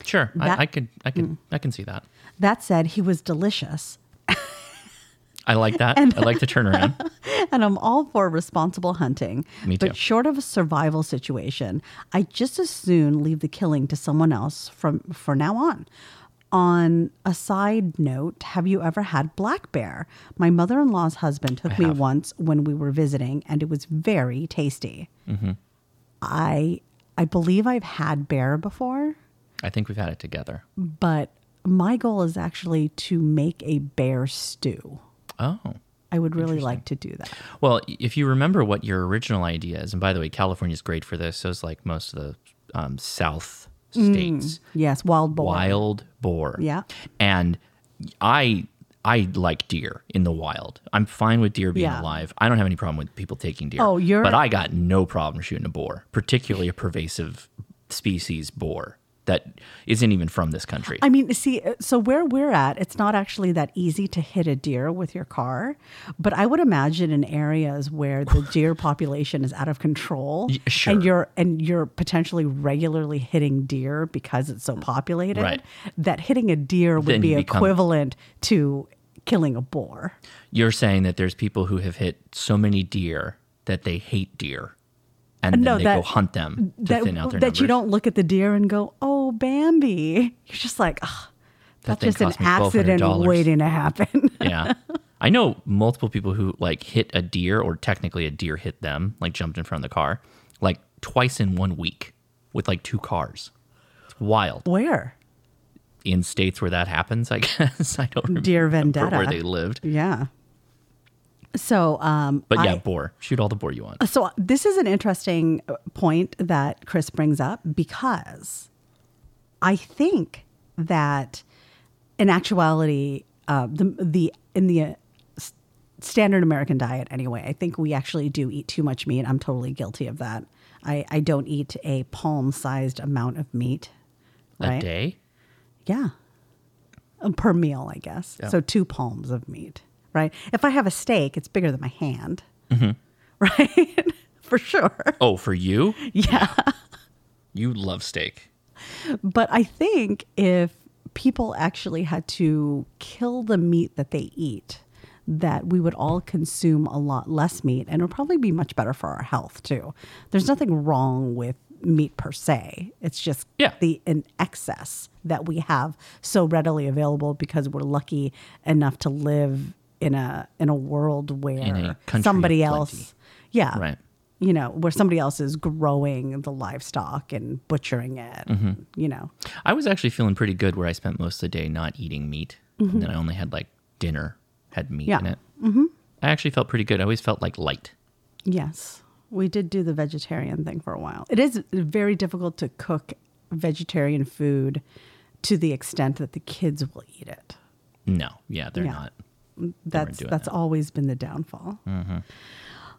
Speaker 7: Sure.
Speaker 2: That- Mm.
Speaker 7: I, I could. I could. I can see that.
Speaker 2: That said, he was delicious,
Speaker 7: I like that. I like the turnaround.
Speaker 2: and I'm all for responsible hunting.
Speaker 7: Me too.
Speaker 2: But short of a survival situation, I just as soon leave the killing to someone else from for now on. On a side note, have you ever had black bear? My mother in law's husband took me once when we were visiting, and it was very tasty.
Speaker 7: Mm-hmm.
Speaker 2: I I believe I've had bear before.
Speaker 7: I think we've had it together.
Speaker 2: but my goal is actually to make a bear stew.
Speaker 7: Oh.
Speaker 2: I would really like to do that.
Speaker 7: Well, y- if you remember what your original idea is, and by the way, California's great for this. So is like most of the um, South
Speaker 2: Mm.
Speaker 7: states.
Speaker 2: Yes, wild boar.
Speaker 7: Wild boar.
Speaker 2: Yeah.
Speaker 7: And I I like deer in the wild. I'm fine with deer being
Speaker 2: Yeah.
Speaker 7: alive. I don't have any problem with people taking deer.
Speaker 2: Oh, you're-
Speaker 7: But I got no problem shooting a boar, particularly a pervasive species boar that isn't even from this country.
Speaker 2: I mean, see, uh, so where we're at, it's not actually that easy to hit a deer with your car, but I would imagine in areas where the deer population is out of control,
Speaker 7: sure.
Speaker 2: and you're and you're potentially regularly hitting deer because it's so populated,
Speaker 7: Right.
Speaker 2: that hitting a deer would
Speaker 7: Then
Speaker 2: be
Speaker 7: you become-
Speaker 2: equivalent to killing a boar.
Speaker 7: You're saying that there's people who have hit so many deer that they hate deer, and then
Speaker 2: No,
Speaker 7: they
Speaker 2: that-
Speaker 7: go hunt them to
Speaker 2: that,
Speaker 7: thin out their
Speaker 2: that you
Speaker 7: numbers?
Speaker 2: don't look at the deer and go, "Oh, Bambi." You're just like, "Ugh,
Speaker 7: That
Speaker 2: that's
Speaker 7: thing
Speaker 2: just an
Speaker 7: cost me
Speaker 2: accident
Speaker 7: $1,200.
Speaker 2: waiting to happen."
Speaker 7: yeah. I know multiple people who like hit a deer or technically a deer hit them, like jumped in front of the car, like twice in one week with like two cars. It's wild.
Speaker 2: Where?
Speaker 7: In states where that happens, I guess. I don't remember
Speaker 2: Deer vendetta.
Speaker 7: where they lived.
Speaker 2: Yeah. So, um,
Speaker 7: But yeah,
Speaker 2: I-
Speaker 7: boar. Shoot all the boar you want.
Speaker 2: so this is an interesting uh, point that Chris brings up because I think that in actuality, uh, the the in the uh, s- standard American diet anyway, I think we actually do eat too much meat. I'm totally guilty of that. I, I don't eat a palm sized amount of meat.
Speaker 7: A
Speaker 2: Right?
Speaker 7: day?
Speaker 2: Yeah. Um, Per meal, I guess. So two palms of meat, right? If I have a steak, it's bigger than my hand, right? For sure.
Speaker 7: Oh, for you?
Speaker 2: Yeah.
Speaker 7: You love steak.
Speaker 2: But I think if people actually had to kill the meat that they eat, that we would all consume a lot less meat and it would probably be much better for our health too. There's nothing wrong with meat per se. It's just
Speaker 7: Yeah.
Speaker 2: the in excess that we have so readily available because we're lucky enough to live in a in a world where
Speaker 7: a country of
Speaker 2: somebody
Speaker 7: plenty.
Speaker 2: else yeah
Speaker 7: Right.
Speaker 2: you know where somebody else is growing the livestock and butchering it
Speaker 7: Mm-hmm.
Speaker 2: you know
Speaker 7: I was actually feeling pretty good where I spent most of the day not eating meat. And then I only had like dinner had meat
Speaker 2: Mm-hmm. Yeah.
Speaker 7: in it. Mm-hmm. I actually felt pretty good. I always felt like light.
Speaker 2: Yes, we did do the vegetarian thing for a while. It is very difficult to cook vegetarian food to the extent that the kids will eat it.
Speaker 7: No, yeah, they're
Speaker 2: Yeah.
Speaker 7: not.
Speaker 2: That's
Speaker 7: doing Mm-hmm.
Speaker 2: that's always been the downfall.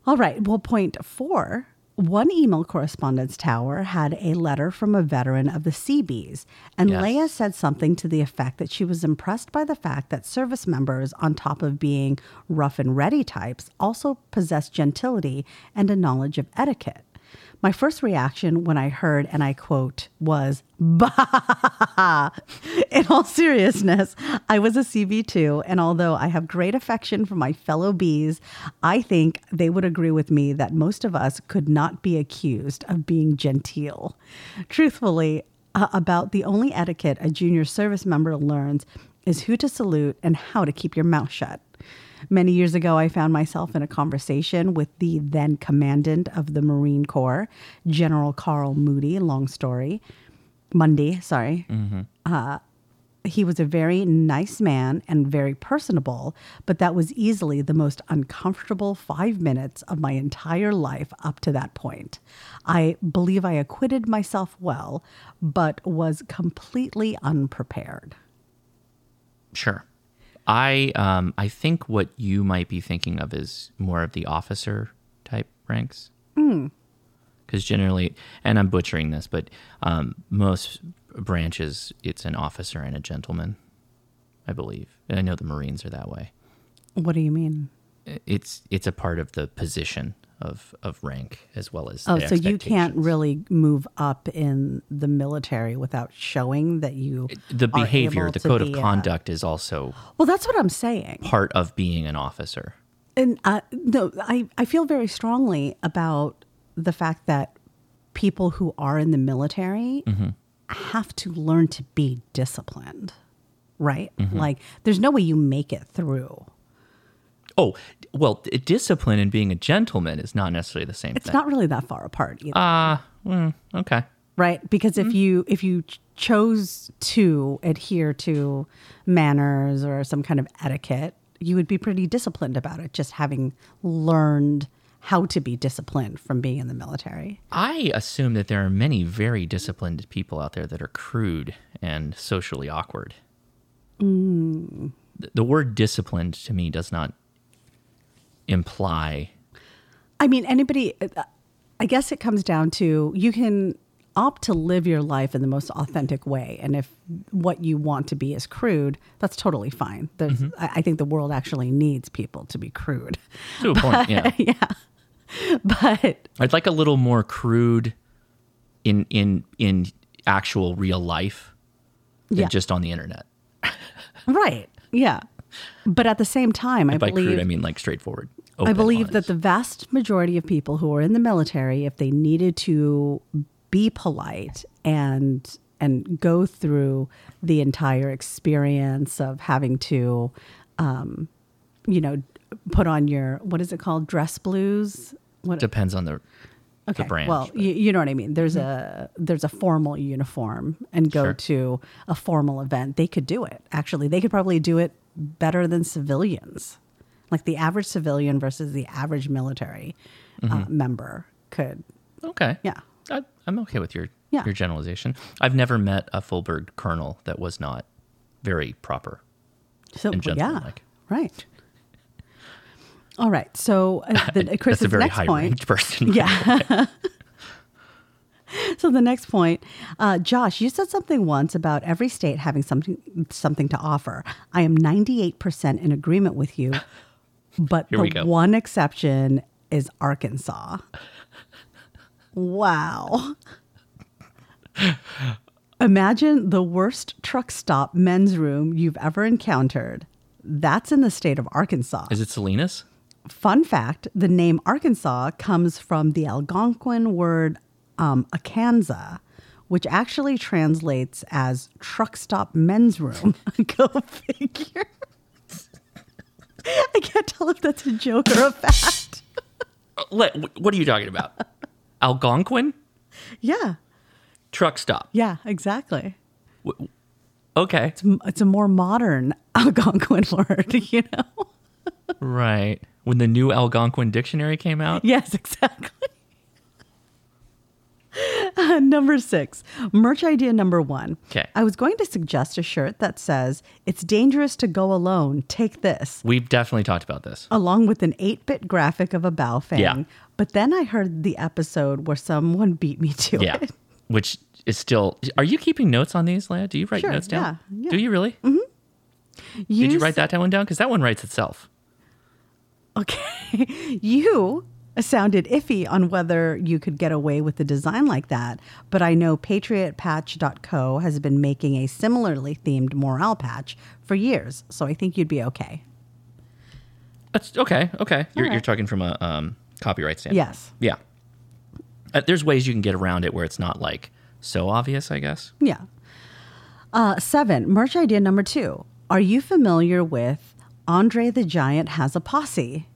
Speaker 2: All right. Well, point four. One email correspondence tower had a letter from a veteran of the Seabees, and
Speaker 7: Yes.
Speaker 2: Leia said something to the effect that she was impressed by the fact that service members, on top of being rough and ready types, also possess gentility and a knowledge of etiquette. My first reaction when I heard, and I quote, was, bah! In all seriousness, I was a CB too, and although I have great affection for my fellow bees, I think they would agree with me that most of us could not be accused of being genteel. Truthfully, uh, about the only etiquette a junior service member learns is who to salute and how to keep your mouth shut. Many years ago, I found myself in a conversation with the then commandant of the Marine Corps, General Carl Moody, long story, Mundy, sorry he was a very nice man and very personable, but that was easily the most uncomfortable five minutes of my entire life up to that point. I believe I acquitted myself well, but was completely unprepared.
Speaker 7: Sure. I um I think what you might be thinking of is more of the officer type ranks.
Speaker 2: Hmm.
Speaker 7: Because generally, and I'm butchering this, but um, most branches, it's an officer and a gentleman, I believe. And I know the Marines are that way.
Speaker 2: What do you mean?
Speaker 7: It's it's a part of the position of of rank as well as
Speaker 2: Oh,
Speaker 7: the
Speaker 2: so you can't
Speaker 7: expectations.
Speaker 2: really move up in the military without showing that you.
Speaker 7: the
Speaker 2: are
Speaker 7: behavior,
Speaker 2: able
Speaker 7: the
Speaker 2: to
Speaker 7: code of
Speaker 2: be a-
Speaker 7: conduct is also
Speaker 2: well, that's what I'm saying.
Speaker 7: part of being an officer.
Speaker 2: And uh, no, I, I feel very strongly about the fact that people who are in the military have to learn to be disciplined, right? Like, there's no way you make it through.
Speaker 7: Oh, d- well, d- discipline and being a gentleman is not necessarily the same
Speaker 2: It's
Speaker 7: thing.
Speaker 2: not really that far apart either,
Speaker 7: okay.
Speaker 2: right? Because if you if you ch- chose to adhere to manners or some kind of etiquette, you would be pretty disciplined about it. Just having learned how to be disciplined from being in the military.
Speaker 7: I assume that there are many very disciplined people out there that are crude and socially awkward.
Speaker 2: Mm.
Speaker 7: Th- The word disciplined to me does not imply.
Speaker 2: I mean, anybody, uh, I guess it comes down to you can opt to live your life in the most authentic way. And if what you want to be is crude, that's totally fine. There's, I I think the world actually needs people to be crude.
Speaker 7: To a point, yeah.
Speaker 2: But
Speaker 7: I'd like a little more crude in in in actual real life than
Speaker 2: Yeah.
Speaker 7: just on the internet.
Speaker 2: right. Yeah. But at the same time, I
Speaker 7: By
Speaker 2: believe
Speaker 7: crude, I mean like straightforward.
Speaker 2: I
Speaker 7: open,
Speaker 2: believe
Speaker 7: honest.
Speaker 2: that the vast majority of people who are in the military, if they needed to be polite and and go through the entire experience of having to, um, you know, put on your what is it called, dress blues? What
Speaker 7: depends on the the branch.
Speaker 2: well, you, you know what I mean. There's a there's a formal uniform and go
Speaker 7: Sure.
Speaker 2: to a formal event. They could do it. Actually, they could probably do it better than civilians. Like the average civilian versus the average military uh,
Speaker 7: Mm-hmm.
Speaker 2: member could.
Speaker 7: Okay.
Speaker 2: Yeah.
Speaker 7: I, I'm okay with your
Speaker 2: Yeah.
Speaker 7: your generalization. I've never met a full bird colonel that was not very proper.
Speaker 2: So
Speaker 7: And
Speaker 2: yeah,
Speaker 7: gentlemanlike.
Speaker 2: right. All right. So uh, the, Chris,
Speaker 7: That's a very
Speaker 2: next
Speaker 7: high
Speaker 2: point.
Speaker 7: ranked person.
Speaker 2: Yeah. so the next point, uh, Josh, you said something once about every state having something something to offer. I am ninety eight percent in agreement with you, but
Speaker 7: Here we
Speaker 2: the
Speaker 7: go.
Speaker 2: one exception is Arkansas. Wow. Imagine the worst truck stop men's room you've ever encountered. That's in the state of Arkansas.
Speaker 7: Is it Salinas?
Speaker 2: Fun fact the name Arkansas comes from the Algonquin word um, a Kanza, which actually translates as truck stop men's room. Go figure. I can't tell if that's a joke or a fact.
Speaker 7: Let, wh- what are you talking about? Algonquin
Speaker 2: Yeah.
Speaker 7: truck stop.
Speaker 2: Yeah, exactly.
Speaker 7: Okay,
Speaker 2: M- It's a more modern Algonquin word, you know?
Speaker 7: right. When the new Algonquin dictionary came out,
Speaker 2: Yes, exactly. Uh, number six, merch idea number one.
Speaker 7: 'Kay.
Speaker 2: I was going to suggest a shirt that says, It's dangerous to go alone. Take this,
Speaker 7: we've definitely talked about this.
Speaker 2: along with an 8 bit graphic of a Baofeng.
Speaker 7: Yeah.
Speaker 2: But then I heard the episode where someone beat me to
Speaker 7: Yeah,
Speaker 2: it.
Speaker 7: which is still. Are you keeping notes on these, Leah? Do you write
Speaker 2: Sure,
Speaker 7: notes down?
Speaker 2: yeah, Mm-hmm. yeah.
Speaker 7: Do you really?
Speaker 2: You
Speaker 7: Did you write that one down? Because that one writes itself.
Speaker 2: Okay. You sounded iffy on whether you could get away with a design like that, but I know patriotpatch.co has been making a similarly themed morale patch for years, so I think you'd be okay.
Speaker 7: That's okay. Okay, you're, you're
Speaker 2: right.
Speaker 7: talking from a um, copyright standpoint.
Speaker 2: Yes.
Speaker 7: Yeah. Uh, there's ways you can get around it where it's not like so obvious, I guess.
Speaker 2: Yeah. Uh, seven, merch idea number two. Are you familiar with Andre the Giant has a posse?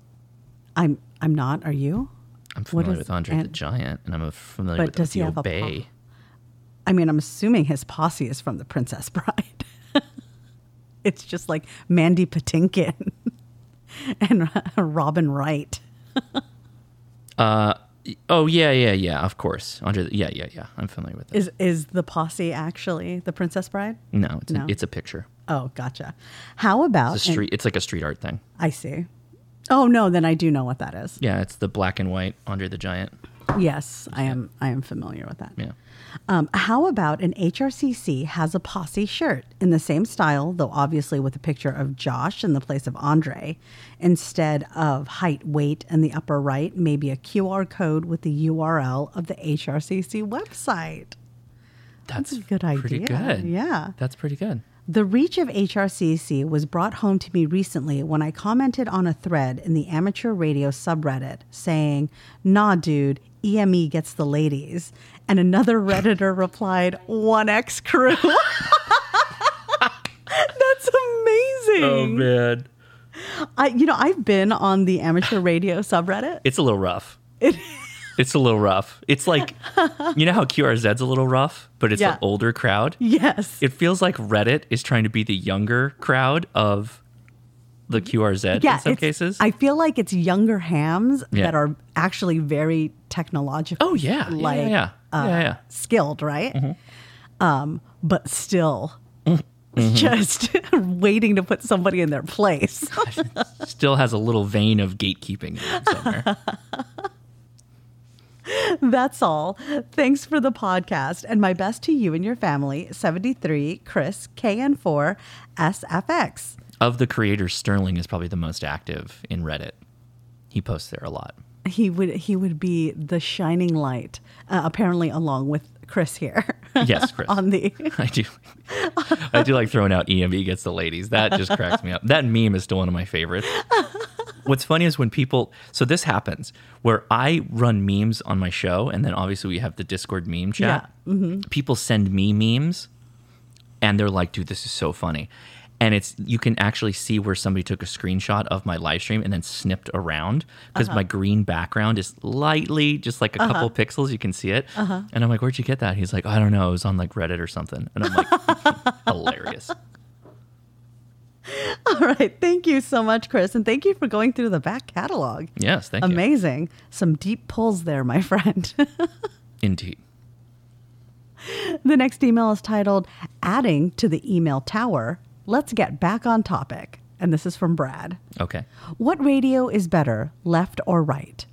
Speaker 2: I'm I'm not. Are you?
Speaker 7: I'm familiar
Speaker 2: is
Speaker 7: with Andre the
Speaker 2: an-
Speaker 7: Giant, and I'm familiar
Speaker 2: But
Speaker 7: with
Speaker 2: does he
Speaker 7: Othiel
Speaker 2: have a
Speaker 7: Bay.
Speaker 2: I mean, I'm assuming his posse is from The Princess Bride. it's just like Mandy Patinkin and Robin Wright.
Speaker 7: Oh yeah, yeah, yeah. Of course, Andre. The, yeah, yeah, yeah. I'm familiar with it.
Speaker 2: Is is the posse actually The Princess Bride?
Speaker 7: No, it's,
Speaker 2: No.
Speaker 7: A, it's a picture.
Speaker 2: Oh, gotcha. How about
Speaker 7: It's a street. It's like a street art thing.
Speaker 2: I see. Oh no, then I do know what that is.
Speaker 7: Yeah, it's the black and white Andre the Giant.
Speaker 2: Yes, I am. I am familiar with that.
Speaker 7: Yeah.
Speaker 2: Um, how about an HRCC has a posse shirt in the same style, though obviously with a picture of Josh in the place of Andre, instead of height, weight, and the upper right, maybe a QR code with the URL of the HRCC website.
Speaker 7: That's,
Speaker 2: a good
Speaker 7: Pretty
Speaker 2: idea.
Speaker 7: good.
Speaker 2: Yeah.
Speaker 7: That's pretty good.
Speaker 2: The reach of HRCC was brought home to me recently when I commented on a thread in the amateur radio subreddit saying, Nah, dude, EME gets the ladies. And another Redditor replied, 1X crew. That's amazing.
Speaker 7: Oh, man,
Speaker 2: I, you know, I've been on the amateur radio subreddit.
Speaker 7: it's a little rough. it's a little rough. It's like you know how QRZ's a little rough, but it's
Speaker 2: Yeah.
Speaker 7: an older crowd.
Speaker 2: Yes.
Speaker 7: It feels like Reddit is trying to be the younger crowd of the QRZ
Speaker 2: yeah,
Speaker 7: in some
Speaker 2: it's-
Speaker 7: cases.
Speaker 2: I feel like it's younger hams
Speaker 7: Yeah.
Speaker 2: that are actually very technological.
Speaker 7: oh yeah, yeah,
Speaker 2: like, uh,
Speaker 7: yeah, yeah. yeah, Mm-hmm. yeah.
Speaker 2: skilled, right? Um, but still,
Speaker 7: Mm-hmm.
Speaker 2: just waiting to put somebody in their place.
Speaker 7: still has a little vein of gatekeeping in it somewhere.
Speaker 2: That's all. Thanks for the podcast, and my best to you and your family. Seventy-three, Chris KN4 SFX.
Speaker 7: of the creators, Sterling is probably the most active in Reddit. He posts there a lot.
Speaker 2: He would he would be the shining light, uh, apparently along with Chris here
Speaker 7: Yes, Chris.
Speaker 2: on the.
Speaker 7: I do. I do like throwing out EMV gets the ladies. That just cracks me up. That meme is still one of my favorites. What's funny is when people so this happens where I run memes on my show and then obviously we have the Discord meme chat. People send me memes and they're like, "Dude, this is so funny." And it's you can actually see where somebody took a screenshot of my live stream and then snipped around because
Speaker 2: Uh-huh.
Speaker 7: my green background is lightly just like a couple pixels. You can see it,
Speaker 2: Uh-huh.
Speaker 7: and I'm like, "Where'd you get that?" He's like, "I don't know. It was on like Reddit or something." And I'm like, "Hilarious."
Speaker 2: All right, thank you so much, Chris, and thank you for going through the back catalog.
Speaker 7: Yes, thank you.
Speaker 2: Amazing, some deep pulls there, my friend.
Speaker 7: Indeed.
Speaker 2: The next email is titled Adding to the Email Tower. Let's get back on topic. And this is from Brad.
Speaker 7: Okay.
Speaker 2: What radio is better, left or right?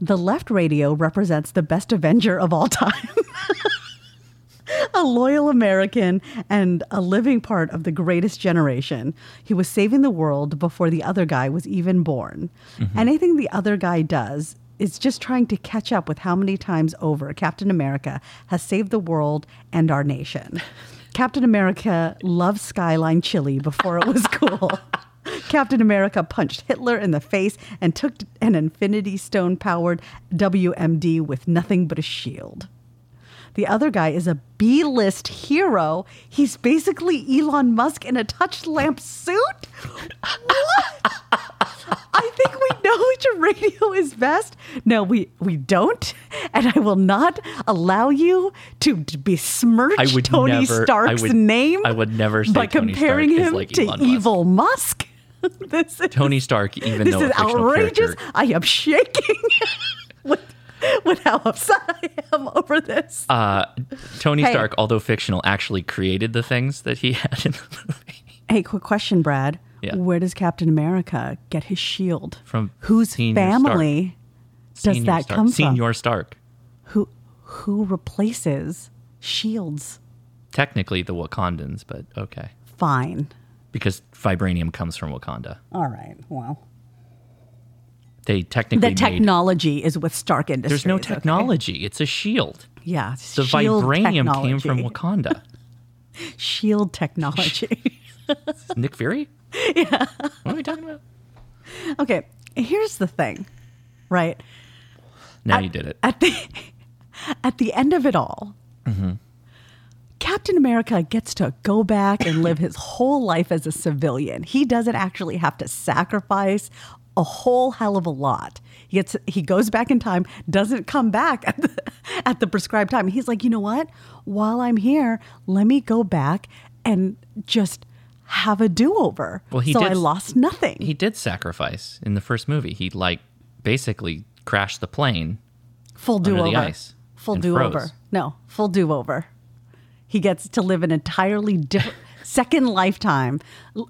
Speaker 2: The left radio represents the best Avenger of all time. a loyal American and a living part of the greatest generation. He was saving the world before the other guy was even born. Anything the other guy does is just trying to catch up with how many times over Captain America has saved the world and our nation. Captain America loved Skyline Chili before it was cool. Captain America punched Hitler in the face and took an Infinity Stone powered WMD with nothing but a shield. The other guy is a B list hero. He's basically Elon Musk in a touch lamp suit. What? I think we know which radio is best. No, we, we don't. And I will not allow you to d- besmirch
Speaker 7: I would
Speaker 2: Tony
Speaker 7: never- I
Speaker 2: Stark's
Speaker 7: would-
Speaker 2: name.
Speaker 7: I would never say
Speaker 2: by
Speaker 7: Tony
Speaker 2: comparing
Speaker 7: Stark is
Speaker 2: him
Speaker 7: like
Speaker 2: to
Speaker 7: Elon Musk.
Speaker 2: evil Musk. this is,
Speaker 7: Tony Stark, even
Speaker 2: this
Speaker 7: though
Speaker 2: is
Speaker 7: a fictional
Speaker 2: outrageous.
Speaker 7: character,
Speaker 2: I am shaking with, with how upset I am over this.
Speaker 7: uh, Tony
Speaker 2: Hey.
Speaker 7: Stark, although fictional, actually created the things that he had in the movie.
Speaker 2: Hey, quick question, Brad.
Speaker 7: Yeah.
Speaker 2: Where does Captain America get his shield?
Speaker 7: From
Speaker 2: whose
Speaker 7: Senior Stark.
Speaker 2: family does
Speaker 7: Senior
Speaker 2: that
Speaker 7: Stark.
Speaker 2: come from?
Speaker 7: Senior Stark,
Speaker 2: Who who replaces shields?
Speaker 7: technically the Wakandans, but okay,
Speaker 2: Fine.
Speaker 7: because vibranium comes from Wakanda.
Speaker 2: All right. Well,
Speaker 7: They technically
Speaker 2: the
Speaker 7: made.
Speaker 2: technology is with Stark Industries.
Speaker 7: There's no
Speaker 2: okay?
Speaker 7: technology. It's a shield.
Speaker 2: Yeah.
Speaker 7: The
Speaker 2: shield
Speaker 7: vibranium came from
Speaker 2: technology.
Speaker 7: Wakanda.
Speaker 2: shield technology.
Speaker 7: Nick Fury? Yeah. What are we talking about?
Speaker 2: Okay, here's the thing, right?
Speaker 7: Now you did it.
Speaker 2: At the at the end of it all,
Speaker 7: Mm-hmm.
Speaker 2: Captain America gets to go back and live his whole life as a civilian. He doesn't actually have to sacrifice a whole hell of a lot. He gets he goes back in time, doesn't come back at the, at the prescribed time. He's like, "You know what? While I'm here, let me go back and just have a do-over."
Speaker 7: Well, he
Speaker 2: so
Speaker 7: did-
Speaker 2: I lost nothing.
Speaker 7: He did sacrifice in the first movie. He like basically crashed the plane.
Speaker 2: full do
Speaker 7: the
Speaker 2: over.
Speaker 7: ice
Speaker 2: Full
Speaker 7: and
Speaker 2: do over.
Speaker 7: froze.
Speaker 2: No, full do over. He gets to live an entirely different second lifetime l-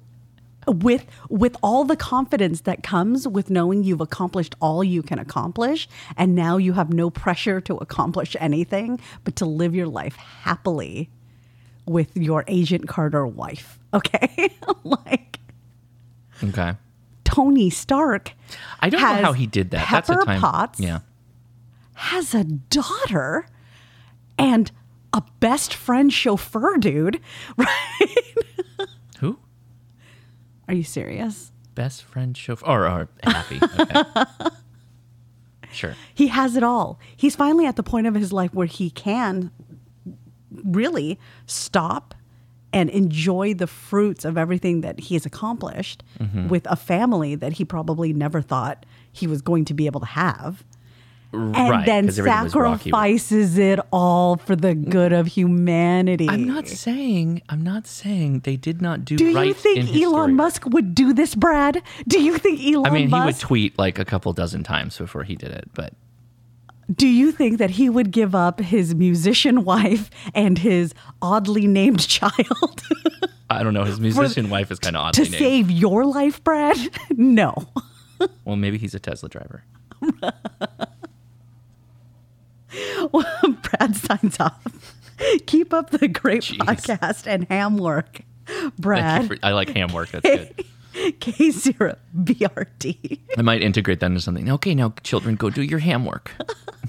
Speaker 2: with with all the confidence that comes with knowing you've accomplished all you can accomplish and now you have no pressure to accomplish anything but to live your life happily with your agent Carter wife. Okay? like
Speaker 7: Okay.
Speaker 2: Tony Stark
Speaker 7: I don't
Speaker 2: Has
Speaker 7: know how he did that. That's
Speaker 2: Pepper
Speaker 7: a time.
Speaker 2: Potts
Speaker 7: yeah.
Speaker 2: has a daughter and a best friend chauffeur dude, right?
Speaker 7: Who?
Speaker 2: Are you serious?
Speaker 7: Best friend chauffeur or, or happy. Okay. sure.
Speaker 2: He has it all. He's finally at the point of his life where he can really stop and enjoy the fruits of everything that he has accomplished
Speaker 7: Mm-hmm.
Speaker 2: with a family that he probably never thought he was going to be able to have. And
Speaker 7: right.
Speaker 2: then
Speaker 7: 'cause everything was rocky.
Speaker 2: sacrifices it all for the good of humanity.
Speaker 7: I'm not saying I'm not saying they did not do,
Speaker 2: Do
Speaker 7: right.
Speaker 2: you
Speaker 7: in
Speaker 2: think
Speaker 7: his
Speaker 2: Elon
Speaker 7: story.
Speaker 2: Musk would do this, Brad? Do you think Elon
Speaker 7: I mean, he would
Speaker 2: Musk?
Speaker 7: tweet like a couple dozen times before he did it, but
Speaker 2: do you think that he would give up his musician wife and his oddly named child
Speaker 7: I don't know. His musician wife is kind of
Speaker 2: to
Speaker 7: oddly named.
Speaker 2: save your life, Brad? No.
Speaker 7: well, maybe he's a Tesla driver.
Speaker 2: Brad signs off. Keep up the great
Speaker 7: Jeez.
Speaker 2: podcast and ham work,
Speaker 7: Thank
Speaker 2: Brad.
Speaker 7: you for- I like ham work. That's good.
Speaker 2: K0BRD.
Speaker 7: I might integrate that into something. Okay, now children, go do your ham work.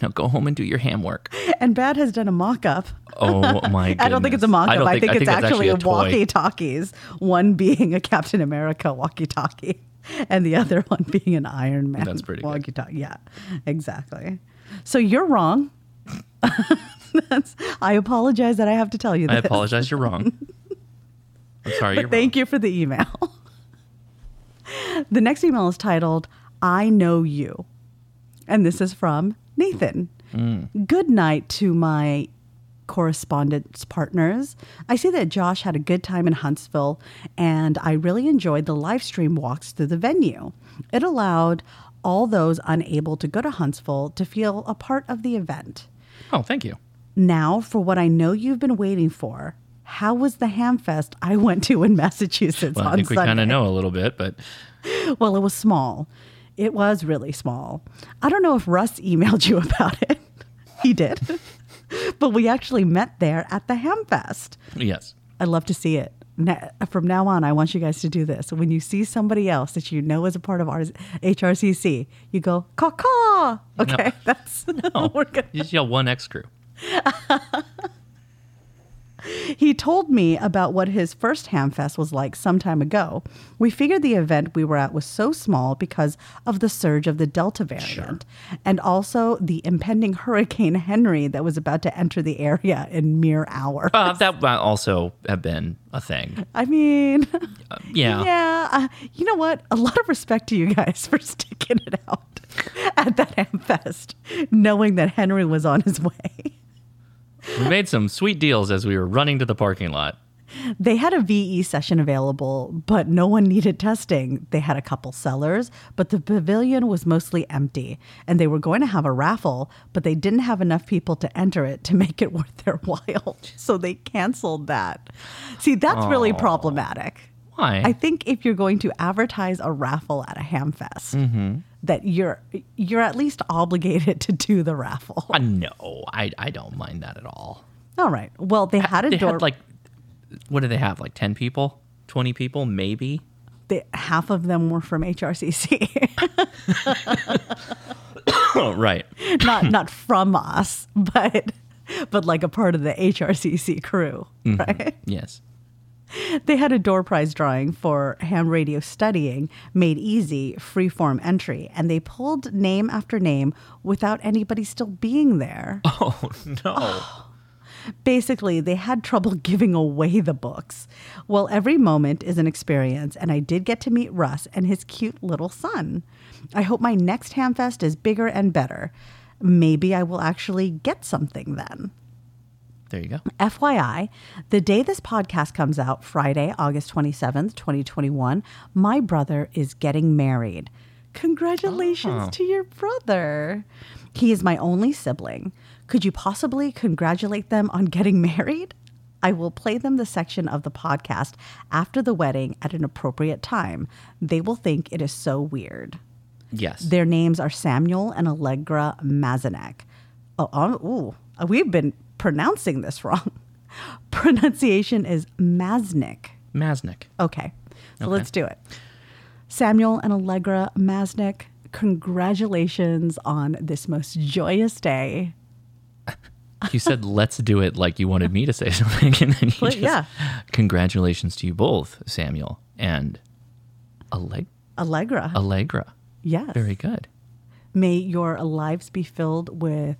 Speaker 7: Now go home and do your ham work.
Speaker 2: And Brad has done a mock up.
Speaker 7: Oh my goodness!
Speaker 2: I don't think it's a mock up. I,
Speaker 7: don't
Speaker 2: think it's
Speaker 7: that's
Speaker 2: actually,
Speaker 7: a toy.
Speaker 2: walkie talkies, one being a Captain America walkie talkie and the other one being an Iron Man
Speaker 7: That's pretty good.
Speaker 2: walkie talkie. Yeah, exactly. So you're wrong. That's, I apologize that I have to tell you
Speaker 7: I
Speaker 2: this.
Speaker 7: apologize. You're wrong. I'm sorry. You're
Speaker 2: Thank you for the email. the next email is titled, I Know You. And this is from Nathan.
Speaker 7: Mm.
Speaker 2: Good night to my correspondence partners. I see that Josh had a good time in Huntsville, and I really enjoyed the live stream walks through the venue. It allowed all those unable to go to Huntsville to feel a part of the event.
Speaker 7: wrong. Oh, thank you.
Speaker 2: Now for what I know you've been waiting for. How was the hamfest I went to in Massachusetts
Speaker 7: Well, I
Speaker 2: on
Speaker 7: think we kind
Speaker 2: Sunday?
Speaker 7: of know a little bit, but
Speaker 2: Well, it was small. It was really small. I don't know if Russ emailed you about it. He did. but we actually met there at the hamfest.
Speaker 7: yes,
Speaker 2: I love to see it. Na- From now on, I want you guys to do this. When you see somebody else that you know is a part of our HRCC, you go caw caw. Okay, that's we're good.
Speaker 7: you just yell one X crew.
Speaker 2: He told me about what his first Hamfest was like some time ago. We figured the event we were at was so small because of the surge of the Delta variant and also the impending Hurricane Henry that was about to enter the area in mere hours.
Speaker 7: Uh, that might also have been a thing.
Speaker 2: I mean,
Speaker 7: Yeah.
Speaker 2: yeah. Uh, you know what? A lot of respect to you guys for sticking it out at that Hamfest, knowing that Henry was on his way.
Speaker 7: We made some sweet deals as we were running to the parking lot.
Speaker 2: They had a VE session available, but no one needed testing. They had a couple sellers, but the pavilion was mostly empty, and they were going to have a raffle, but they didn't have enough people to enter it to make it worth their while. So they canceled that. See, that's really problematic.
Speaker 7: Why?
Speaker 2: I think if you're going to advertise a raffle at a hamfest,
Speaker 7: Mm-hmm.
Speaker 2: that you're you're at least obligated to do the raffle.
Speaker 7: Uh, no, I, I don't mind that at all.
Speaker 2: All right. Well, they had a
Speaker 7: They
Speaker 2: door
Speaker 7: had like, what did they have? Like 10 people? 20 people? Maybe?
Speaker 2: they, half of them were from HRCC.
Speaker 7: Oh, right.
Speaker 2: not not from us, but but like a part of the HRCC crew, right?
Speaker 7: Yes.
Speaker 2: They had a door prize drawing for ham radio studying made easy free form entry, and they pulled name after name without anybody still being there.
Speaker 7: Oh, no.
Speaker 2: Basically, they had trouble giving away the books. Well, every moment is an experience, and I did get to meet Russ and his cute little son. I hope my next Hamfest is bigger and better. Maybe I will actually get something then.
Speaker 7: There you go.
Speaker 2: FYI, the day this podcast comes out, Friday, August 27th, 2021, my brother is getting married. Congratulations to your brother. He is my only sibling. Could you possibly congratulate them on getting married? I will play them the section of the podcast after the wedding at an appropriate time. They will think it is so weird.
Speaker 7: Yes.
Speaker 2: Their names are Samuel and Allegra Mazanek. Oh, um, ooh, we've been pronouncing this wrong. Pronunciation is Maznik.
Speaker 7: Masnick.
Speaker 2: Okay, so let's do it. Samuel and Allegra Maznik, congratulations on this most joyous day.
Speaker 7: You said, let's do it like you wanted me to say something. And then you
Speaker 2: Well,
Speaker 7: just,
Speaker 2: yeah.
Speaker 7: Congratulations to you both, Samuel and Alleg-
Speaker 2: Allegra,
Speaker 7: Allegra.
Speaker 2: yes.
Speaker 7: Oh, Very good.
Speaker 2: May your lives be filled with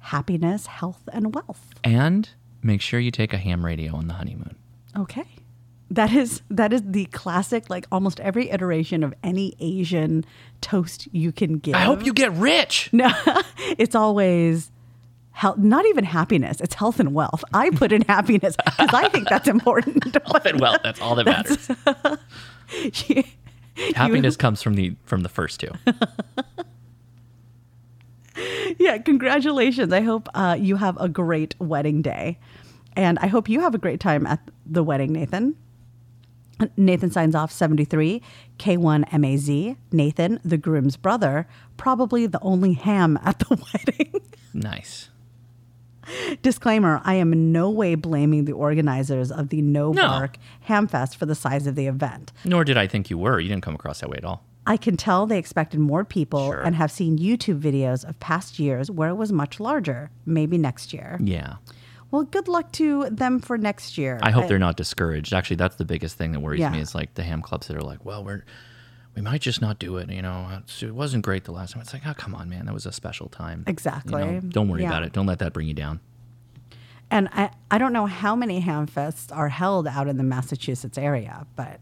Speaker 2: happiness, health, and wealth.
Speaker 7: And make sure you take a ham radio on the honeymoon.
Speaker 2: Okay. That is that is the classic, like almost every iteration of any Asian toast you can give.
Speaker 7: I hope you get rich.
Speaker 2: No, it's always health, not even happiness. It's health and wealth. I put in happiness because I think that's important.
Speaker 7: But well, that's all that matters. Happiness comes from the from the first two.
Speaker 2: yeah, congratulations. I hope uh, you have a great wedding day. And I hope you have a great time at the wedding, Nathan. Nathan signs off 73, K1MAZ, Nathan, the groom's brother, probably the only ham at the wedding.
Speaker 7: Nice.
Speaker 2: Disclaimer I am in no way blaming the organizers of the No
Speaker 7: No.
Speaker 2: Bark Hamfest for the size of the event.
Speaker 7: Nor did I think you were. You didn't come across that way at all.
Speaker 2: I can tell they expected more people and have seen YouTube videos of past years where it was much larger, maybe next year.
Speaker 7: Yeah.
Speaker 2: Well, good luck to them for next year.
Speaker 7: I hope they're not discouraged. Actually, that's the biggest thing that worries
Speaker 2: Yeah.
Speaker 7: me is like the ham clubs that are like, well, we're we might just not do it. You know, It's- it wasn't great the last time. It's like, oh, come on, man, that was a special time.
Speaker 2: Exactly.
Speaker 7: You know, don't worry
Speaker 2: Yeah.
Speaker 7: about it. Don't let that bring you down.
Speaker 2: And I, I don't know how many hamfests are held out in the Massachusetts area, but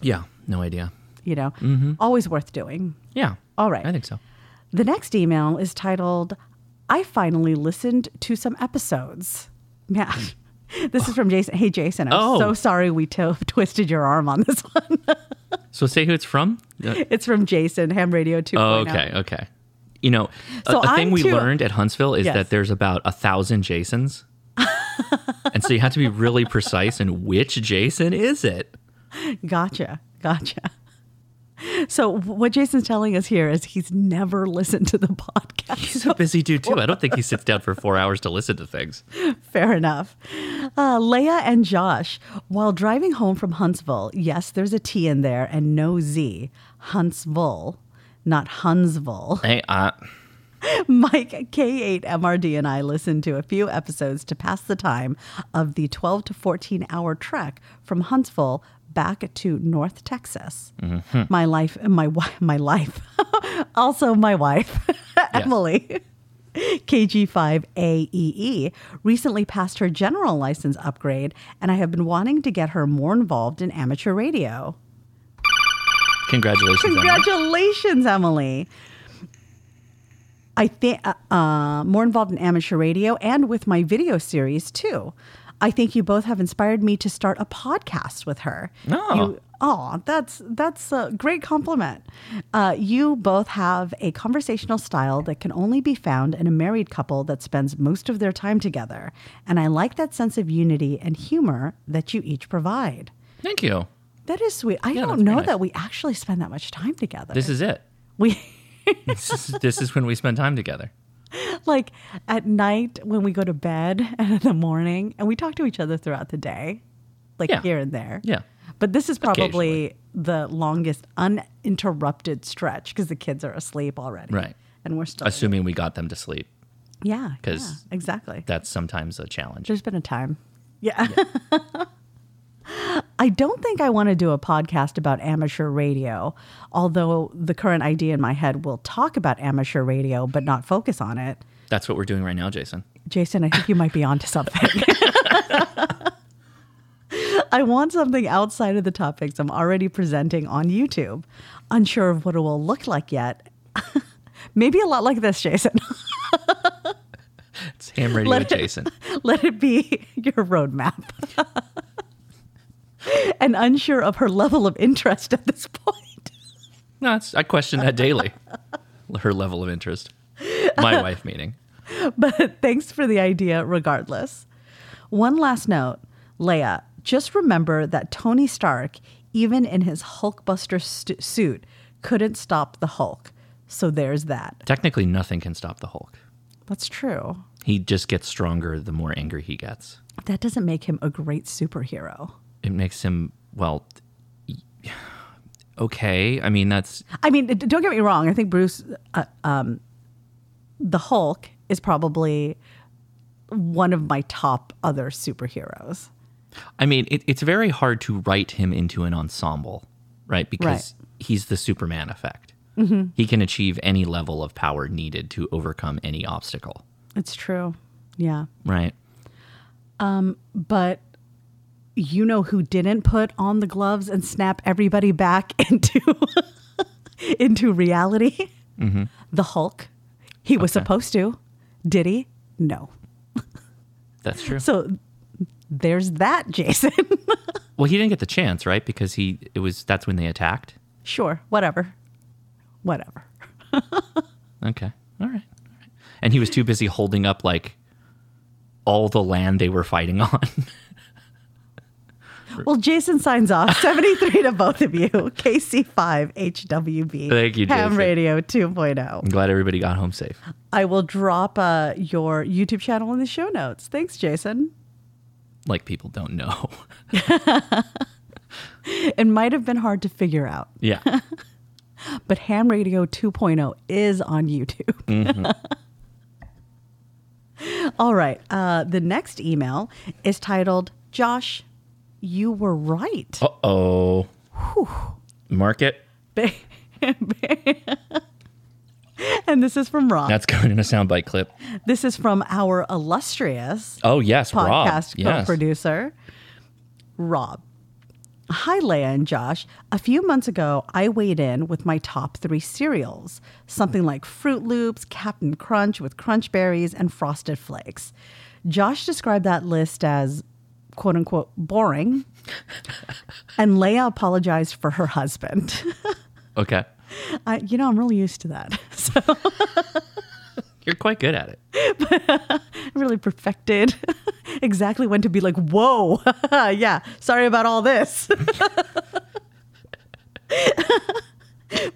Speaker 7: Yeah. No idea.
Speaker 2: you know, always worth doing.
Speaker 7: Yeah.
Speaker 2: All right.
Speaker 7: Mm-hmm. I think so.
Speaker 2: The next email is titled, I finally listened to some episodes. Yeah. This is from Jason. Hey, Jason, I'm
Speaker 7: Oh.
Speaker 2: so sorry we to- twisted your arm on this one.
Speaker 7: So say who it's from. Uh,
Speaker 2: It's from Jason, Ham Radio oh. 2.0.
Speaker 7: Oh, okay. Okay. You know, a,
Speaker 2: So
Speaker 7: a thing
Speaker 2: I'm
Speaker 7: we
Speaker 2: too-
Speaker 7: learned at Huntsville is
Speaker 2: Yes.
Speaker 7: that there's about a thousand Jasons. and so you have to be really precise in which Jason is it.
Speaker 2: Gotcha. Gotcha. So, what Jason's telling us here is he's never listened to the podcast.
Speaker 7: He's a busy dude too. I don't think he sits down for four hours to listen to things.
Speaker 2: Fair enough. Uh, Leia and Josh, while driving home from Huntsville, yes, there's a T in there and no Z. Huntsville, not Hunsville.
Speaker 7: Hey, uh,
Speaker 2: Mike, K8MRD, and I listened to a few episodes to pass the time of the 12 to 14 hour trek from Huntsville back to North Texas. My life, my, wi- my life, also my wife, Emily. KG5AEE E recently passed her general license upgrade, and I have been wanting to get her more involved in amateur radio.
Speaker 7: Congratulations. Emily.
Speaker 2: Congratulations, Emily. I think uh, uh, more involved in amateur radio and with my video series too. I think you both have inspired me to start a podcast with her.
Speaker 7: Oh.
Speaker 2: You- Aw, that's that's a great compliment. Uh, you both have a conversational style that can only be found in a married couple that spends most of their time together, and I like that sense of unity and humor that you each provide.
Speaker 7: Thank you.
Speaker 2: That is sweet. I
Speaker 7: that's
Speaker 2: don't know
Speaker 7: nice.
Speaker 2: that we actually spend that much time together.
Speaker 7: This is it.
Speaker 2: we
Speaker 7: This is, this is when we spend time together.
Speaker 2: like at night when we go to bed and in the morning and we talk to each other throughout the day like
Speaker 7: Yeah.
Speaker 2: here and there
Speaker 7: Yeah.
Speaker 2: but this is probably the longest uninterrupted stretch because the kids are asleep already
Speaker 7: Right.
Speaker 2: and we're still
Speaker 7: Assuming we got them to sleep.
Speaker 2: yeah
Speaker 7: 'cause-
Speaker 2: yeah, exactly
Speaker 7: That's sometimes a challenge.
Speaker 2: there's been a time yeah, I don't think I want to do a podcast about amateur radio, although the current idea in my head will talk about amateur radio but not focus on it.
Speaker 7: That's what we're doing right now, Jason.
Speaker 2: Jason, I think you might be onto something. I want something outside of the topics I'm already presenting on YouTube. Unsure of what it will look like yet. Maybe a lot like this, Jason.
Speaker 7: It's ham radio
Speaker 2: Let it-
Speaker 7: Jason.
Speaker 2: Let it be your roadmap. and unsure of her level of interest at this point.
Speaker 7: No, it's, I question that daily. Her level of interest. My wife meaning.
Speaker 2: but thanks for the idea regardless. One last note, Leia, just remember that Tony Stark, even in his Hulkbuster st- suit, couldn't stop the Hulk. So there's that.
Speaker 7: Technically, nothing can stop the Hulk.
Speaker 2: That's true.
Speaker 7: He just gets stronger the more angry he gets.
Speaker 2: That doesn't make him a great superhero.
Speaker 7: It makes him, well, okay. I mean, that's
Speaker 2: I mean, d- don't get me wrong. I think Bruce, uh, um, the Hulk, is probably one of my top other superheroes.
Speaker 7: I mean, it, it's very hard to write him into an ensemble, right? Because he's the Superman effect. He can achieve any level of power needed to overcome any obstacle,
Speaker 2: It's true. Yeah.
Speaker 7: right?
Speaker 2: but you know who didn't put on the gloves and snap everybody back into into reality?
Speaker 7: Mm-hmm.
Speaker 2: The Hulk. He was supposed to. Did he? No.
Speaker 7: That's true.
Speaker 2: So there's that, Jason.
Speaker 7: well, he didn't get the chance, right? Because he it was that's when they attacked.
Speaker 2: sure, whatever. Whatever.
Speaker 7: Okay, all right, all right. And he was too busy holding up like all the land they were fighting on.
Speaker 2: Well, Jason signs off 73 to both of you. KC5HWB.
Speaker 7: Thank you,
Speaker 2: Ham
Speaker 7: Jason.
Speaker 2: Radio 2.0.
Speaker 7: I'm glad everybody got home safe.
Speaker 2: I will drop uh, your YouTube channel in the show notes. Thanks, Jason.
Speaker 7: Like people don't know.
Speaker 2: It might have been hard to figure out,
Speaker 7: yeah,
Speaker 2: but Ham Radio 2.0 is on YouTube. All right. Uh, the next email is titled Josh, You Were Right.
Speaker 7: Uh oh. Market.
Speaker 2: and this is from Rob.
Speaker 7: That's going in a soundbite clip.
Speaker 2: this is from our illustrious
Speaker 7: Oh yes, Rob.
Speaker 2: podcast
Speaker 7: Yes.
Speaker 2: co-producer, Rob. Hi, Leia and Josh. A few months ago, I weighed in with my top three cereals something like Fruit Loops, Captain Crunch with Crunch Berries, and Frosted Flakes. Josh described that list as quote unquote boring, and Leia apologized for her husband.
Speaker 7: Okay.
Speaker 2: I, you know, I'm really used to that. So
Speaker 7: You're quite good at it.
Speaker 2: really perfected exactly when to be like, whoa, yeah, sorry about all this.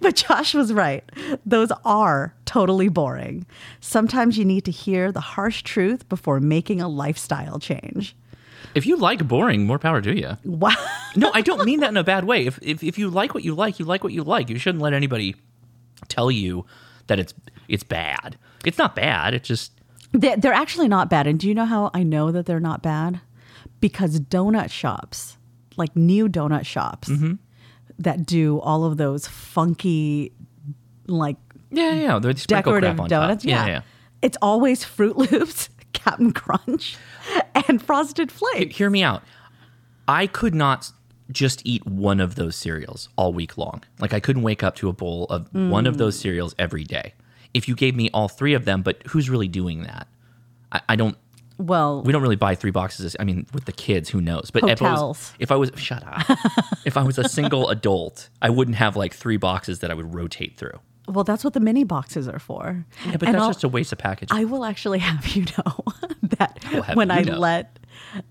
Speaker 2: but Josh was right. Those are totally boring. Sometimes you need to hear the harsh truth before making a lifestyle change.
Speaker 7: If you like boring, more power to you.
Speaker 2: Wow.
Speaker 7: No, I don't mean that in a bad way. If, if if you like what you like, you like what you like. You shouldn't let anybody tell you that it's it's bad. it's not bad. It's just
Speaker 2: They- They're actually not bad. And do you know how I know that they're not bad? Because donut shops, like new donut shops that do all of those funky, like
Speaker 7: yeah, yeah. They're sprinkle
Speaker 2: decorative
Speaker 7: crap on
Speaker 2: donuts.
Speaker 7: top.
Speaker 2: Yeah.
Speaker 7: yeah.
Speaker 2: It's always Fruit Loops, Captain Crunch, and Frosted Flakes.
Speaker 7: hear me out. I could not just eat one of those cereals all week long. Like I couldn't wake up to a bowl of one of those cereals every day. If you gave me all three of them, but who's really doing that? I, I don't.
Speaker 2: Well,
Speaker 7: We don't really buy three boxes. I mean, with the kids, who knows? But
Speaker 2: Hotels.
Speaker 7: if I was, if I was shut up, if I was a single adult, I wouldn't have like three boxes that I would rotate through.
Speaker 2: well, that's what the mini boxes are for.
Speaker 7: Yeah, but
Speaker 2: And
Speaker 7: that's
Speaker 2: I'll-
Speaker 7: just a waste of packaging.
Speaker 2: I will actually have you know that
Speaker 7: have
Speaker 2: when
Speaker 7: you
Speaker 2: I
Speaker 7: know.
Speaker 2: let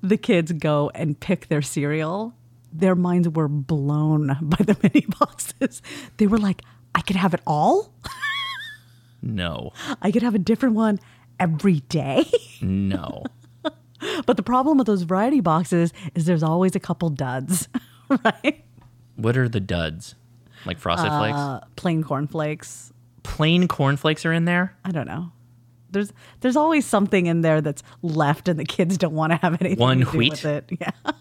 Speaker 2: the kids go and pick their cereal, their minds were blown by the mini boxes. They were like, I could have it all.
Speaker 7: no,
Speaker 2: I could have a different one every day.
Speaker 7: no.
Speaker 2: But the problem with those variety boxes is there's always a couple duds, right?
Speaker 7: what are the duds? Like frosted flakes?
Speaker 2: Uh, plain cornflakes.
Speaker 7: Plain cornflakes are in there.
Speaker 2: I don't know. There's there's always something in there that's left and the kids don't want to have anything
Speaker 7: One
Speaker 2: to do
Speaker 7: wheat?
Speaker 2: with it. Yeah.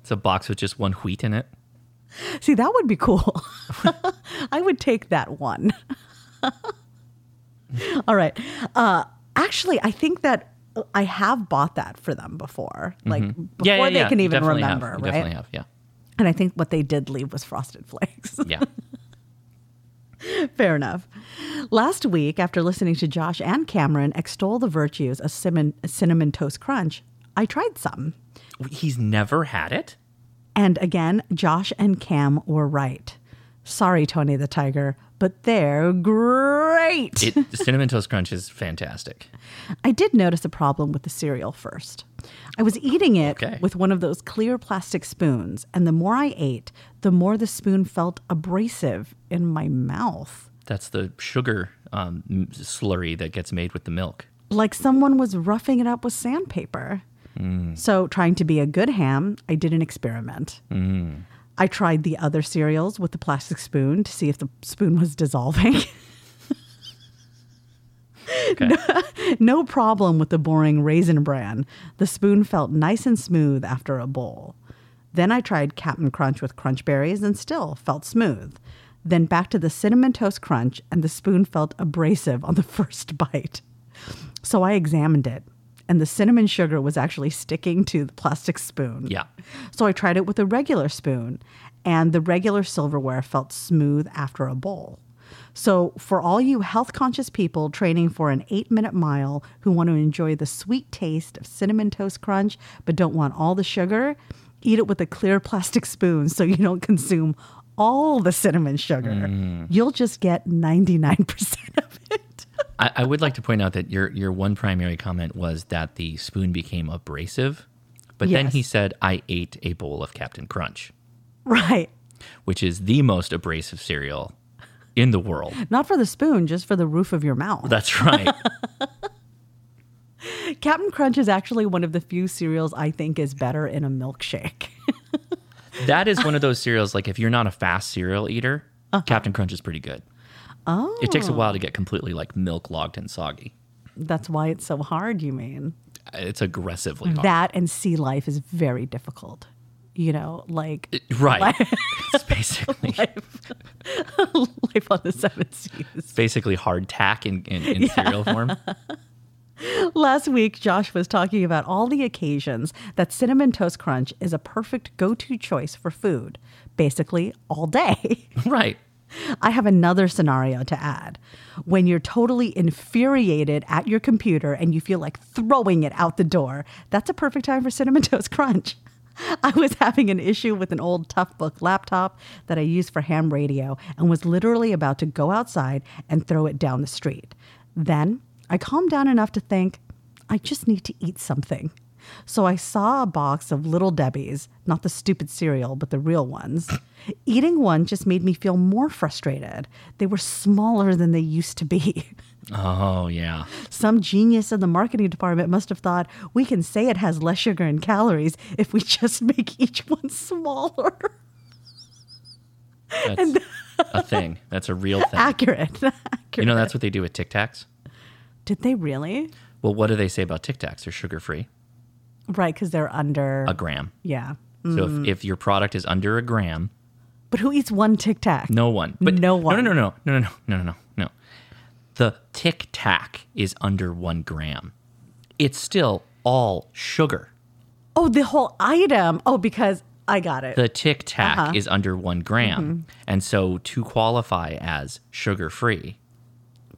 Speaker 7: It's a box with just one wheat in it.
Speaker 2: See, that would be cool. I would take that one. All right. Uh, actually, I think that uh, I have bought that for them before, like before
Speaker 7: Mm-hmm. yeah, yeah,
Speaker 2: they
Speaker 7: yeah.
Speaker 2: can
Speaker 7: You
Speaker 2: even
Speaker 7: definitely
Speaker 2: remember,
Speaker 7: have. You
Speaker 2: right?
Speaker 7: Definitely have. Yeah,
Speaker 2: And I think what they did leave was Frosted Flakes.
Speaker 7: yeah.
Speaker 2: Fair enough. Last week, after listening to Josh and Cameron extol the virtues of cinnamon, cinnamon Toast Crunch, I tried some.
Speaker 7: He's never had it.
Speaker 2: And again, Josh and Cam were right. Sorry, Tony the Tiger, but they're great.
Speaker 7: It the cinnamon toast crunch is fantastic.
Speaker 2: I did notice a problem with the cereal first. I was eating it
Speaker 7: Okay.
Speaker 2: with one of those clear plastic spoons, and the more I ate, the more the spoon felt abrasive in my mouth.
Speaker 7: That's the sugar um, m- slurry that gets made with the milk.
Speaker 2: Like someone was roughing it up with sandpaper. So, trying to be a good ham, I did an experiment. I tried the other cereals with the plastic spoon to see if the spoon was dissolving.
Speaker 7: Okay.
Speaker 2: No problem with the boring raisin bran. The spoon felt nice and smooth after a bowl. Then I tried Captain Crunch with crunch berries and still felt smooth. Then back to the cinnamon toast crunch and the spoon felt abrasive on the first bite. So I examined it and the cinnamon sugar was actually sticking to the plastic spoon.
Speaker 7: Yeah.
Speaker 2: So I tried it with a regular spoon, and the regular silverware felt smooth after a bowl. So, for all you health conscious people training for an eight minute mile who want to enjoy the sweet taste of Cinnamon Toast Crunch but don't want all the sugar, eat it with a clear plastic spoon so you don't consume all the cinnamon sugar. You'll just get 99% of it.
Speaker 7: I, I would like to point out that your your one primary comment was that the spoon became abrasive, but then
Speaker 2: Yes.
Speaker 7: he said, "I ate a bowl of Captain Crunch,"
Speaker 2: Right.
Speaker 7: which is the most abrasive cereal in the world.
Speaker 2: Not for the spoon, just for the roof of your mouth.
Speaker 7: That's right.
Speaker 2: Captain Crunch is actually one of the few cereals I think is better in a milkshake.
Speaker 7: That is one of those cereals. Like if you're not a fast cereal eater, Captain Crunch is pretty good. Oh. It takes a while to get completely like milk logged and soggy. Uh,
Speaker 2: That's why it's so hard, you mean?
Speaker 7: It's aggressively hard.
Speaker 2: That and sea life is very difficult. You know, like
Speaker 7: right. it's basically
Speaker 2: life on the seven seas.
Speaker 7: it's basically hard tack in, in, in cereal form.
Speaker 2: Last week, Josh was talking about all the occasions that Cinnamon Toast Crunch is a perfect go to choice for food, basically, all day.
Speaker 7: Right.
Speaker 2: I have another scenario to add. When you're totally infuriated at your computer and you feel like throwing it out the door, that's a perfect time for Cinnamon Toast Crunch. I was having an issue with an old Toughbook laptop that I used for ham radio and was literally about to go outside and throw it down the street. Then I calmed down enough to think, I just need to eat something. So I saw a box of Little Debbie's, not the stupid cereal, but the real ones. Eating one just made me feel more frustrated. They were smaller than they used to be.
Speaker 7: Oh yeah.
Speaker 2: Some genius in the marketing department must have thought we can say it has less sugar and calories if we just make each one smaller.
Speaker 7: That's a thing. That's a real thing.
Speaker 2: Accurate. Accurate.
Speaker 7: You know that's what they do with Tic Tacs.
Speaker 2: Did they really?
Speaker 7: Well, what do they say about Tic Tacs? They're sugar free,
Speaker 2: Right, because they're under.
Speaker 7: a gram.
Speaker 2: yeah.
Speaker 7: So if, if your product is under a gram,
Speaker 2: But who eats one Tic Tac?
Speaker 7: no one. But
Speaker 2: No one.
Speaker 7: No, no, no, no, no, no, no, no, no. The Tic Tac is under one gram. It's still all sugar.
Speaker 2: Oh, the whole item. Oh, because I got it.
Speaker 7: The Tic Tac
Speaker 2: Uh-huh.
Speaker 7: is under one gram,
Speaker 2: Mm-hmm.
Speaker 7: and so to qualify as sugar free,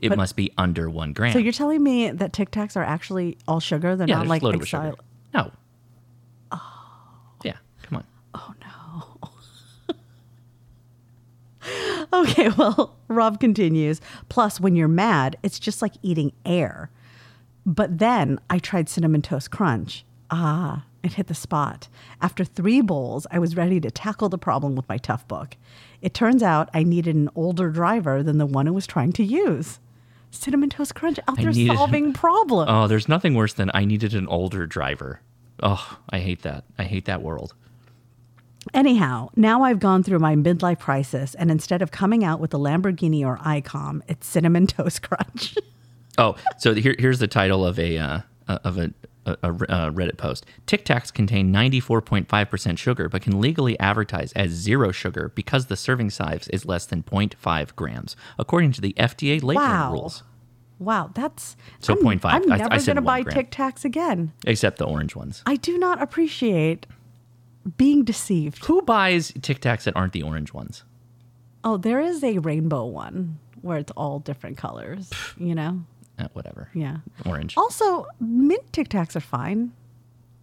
Speaker 7: it must be under one gram.
Speaker 2: so you're telling me that Tic Tacs are actually all sugar? They're not
Speaker 7: yeah, they're
Speaker 2: like Oh.
Speaker 7: just loaded with sugar.
Speaker 2: exil-
Speaker 7: No. Yeah, come on.
Speaker 2: Okay, well, Rob continues. Plus, when you're mad, it's just like eating air. But then I tried Cinnamon Toast Crunch. Ah, it hit the spot. After three bowls, I was ready to tackle the problem with my tough book. It turns out I needed an older driver than the one I was trying to use. Cinnamon Toast Crunch out there
Speaker 7: needed-
Speaker 2: solving problems.
Speaker 7: Oh, there's nothing worse than I needed an older driver. Oh, I hate that. I hate that world.
Speaker 2: Anyhow, now I've gone through my midlife crisis, and instead of coming out with a Lamborghini or ICOM, it's Cinnamon Toast Crunch.
Speaker 7: Oh, so here, here's the title of a uh, of a, a, a Reddit post. Tic Tacs contain 94.5% sugar, but can legally advertise as zero sugar because the serving size is less than 0.5 grams, according to the FDA labeling
Speaker 2: Wow.
Speaker 7: rules.
Speaker 2: Wow, that's
Speaker 7: So
Speaker 2: I'm,
Speaker 7: 0.5.
Speaker 2: I'm
Speaker 7: I- I
Speaker 2: never
Speaker 7: said
Speaker 2: going to
Speaker 7: one
Speaker 2: buy
Speaker 7: gram.
Speaker 2: Tic Tacs again.
Speaker 7: Except the orange ones.
Speaker 2: I do not appreciate being deceived.
Speaker 7: Who buys Tic Tacs that aren't the orange ones?
Speaker 2: Oh, there is a rainbow one where it's all different colors. You know,
Speaker 7: Uh, whatever.
Speaker 2: yeah. Oh.
Speaker 7: Orange.
Speaker 2: Also, mint Tic Tacs are fine.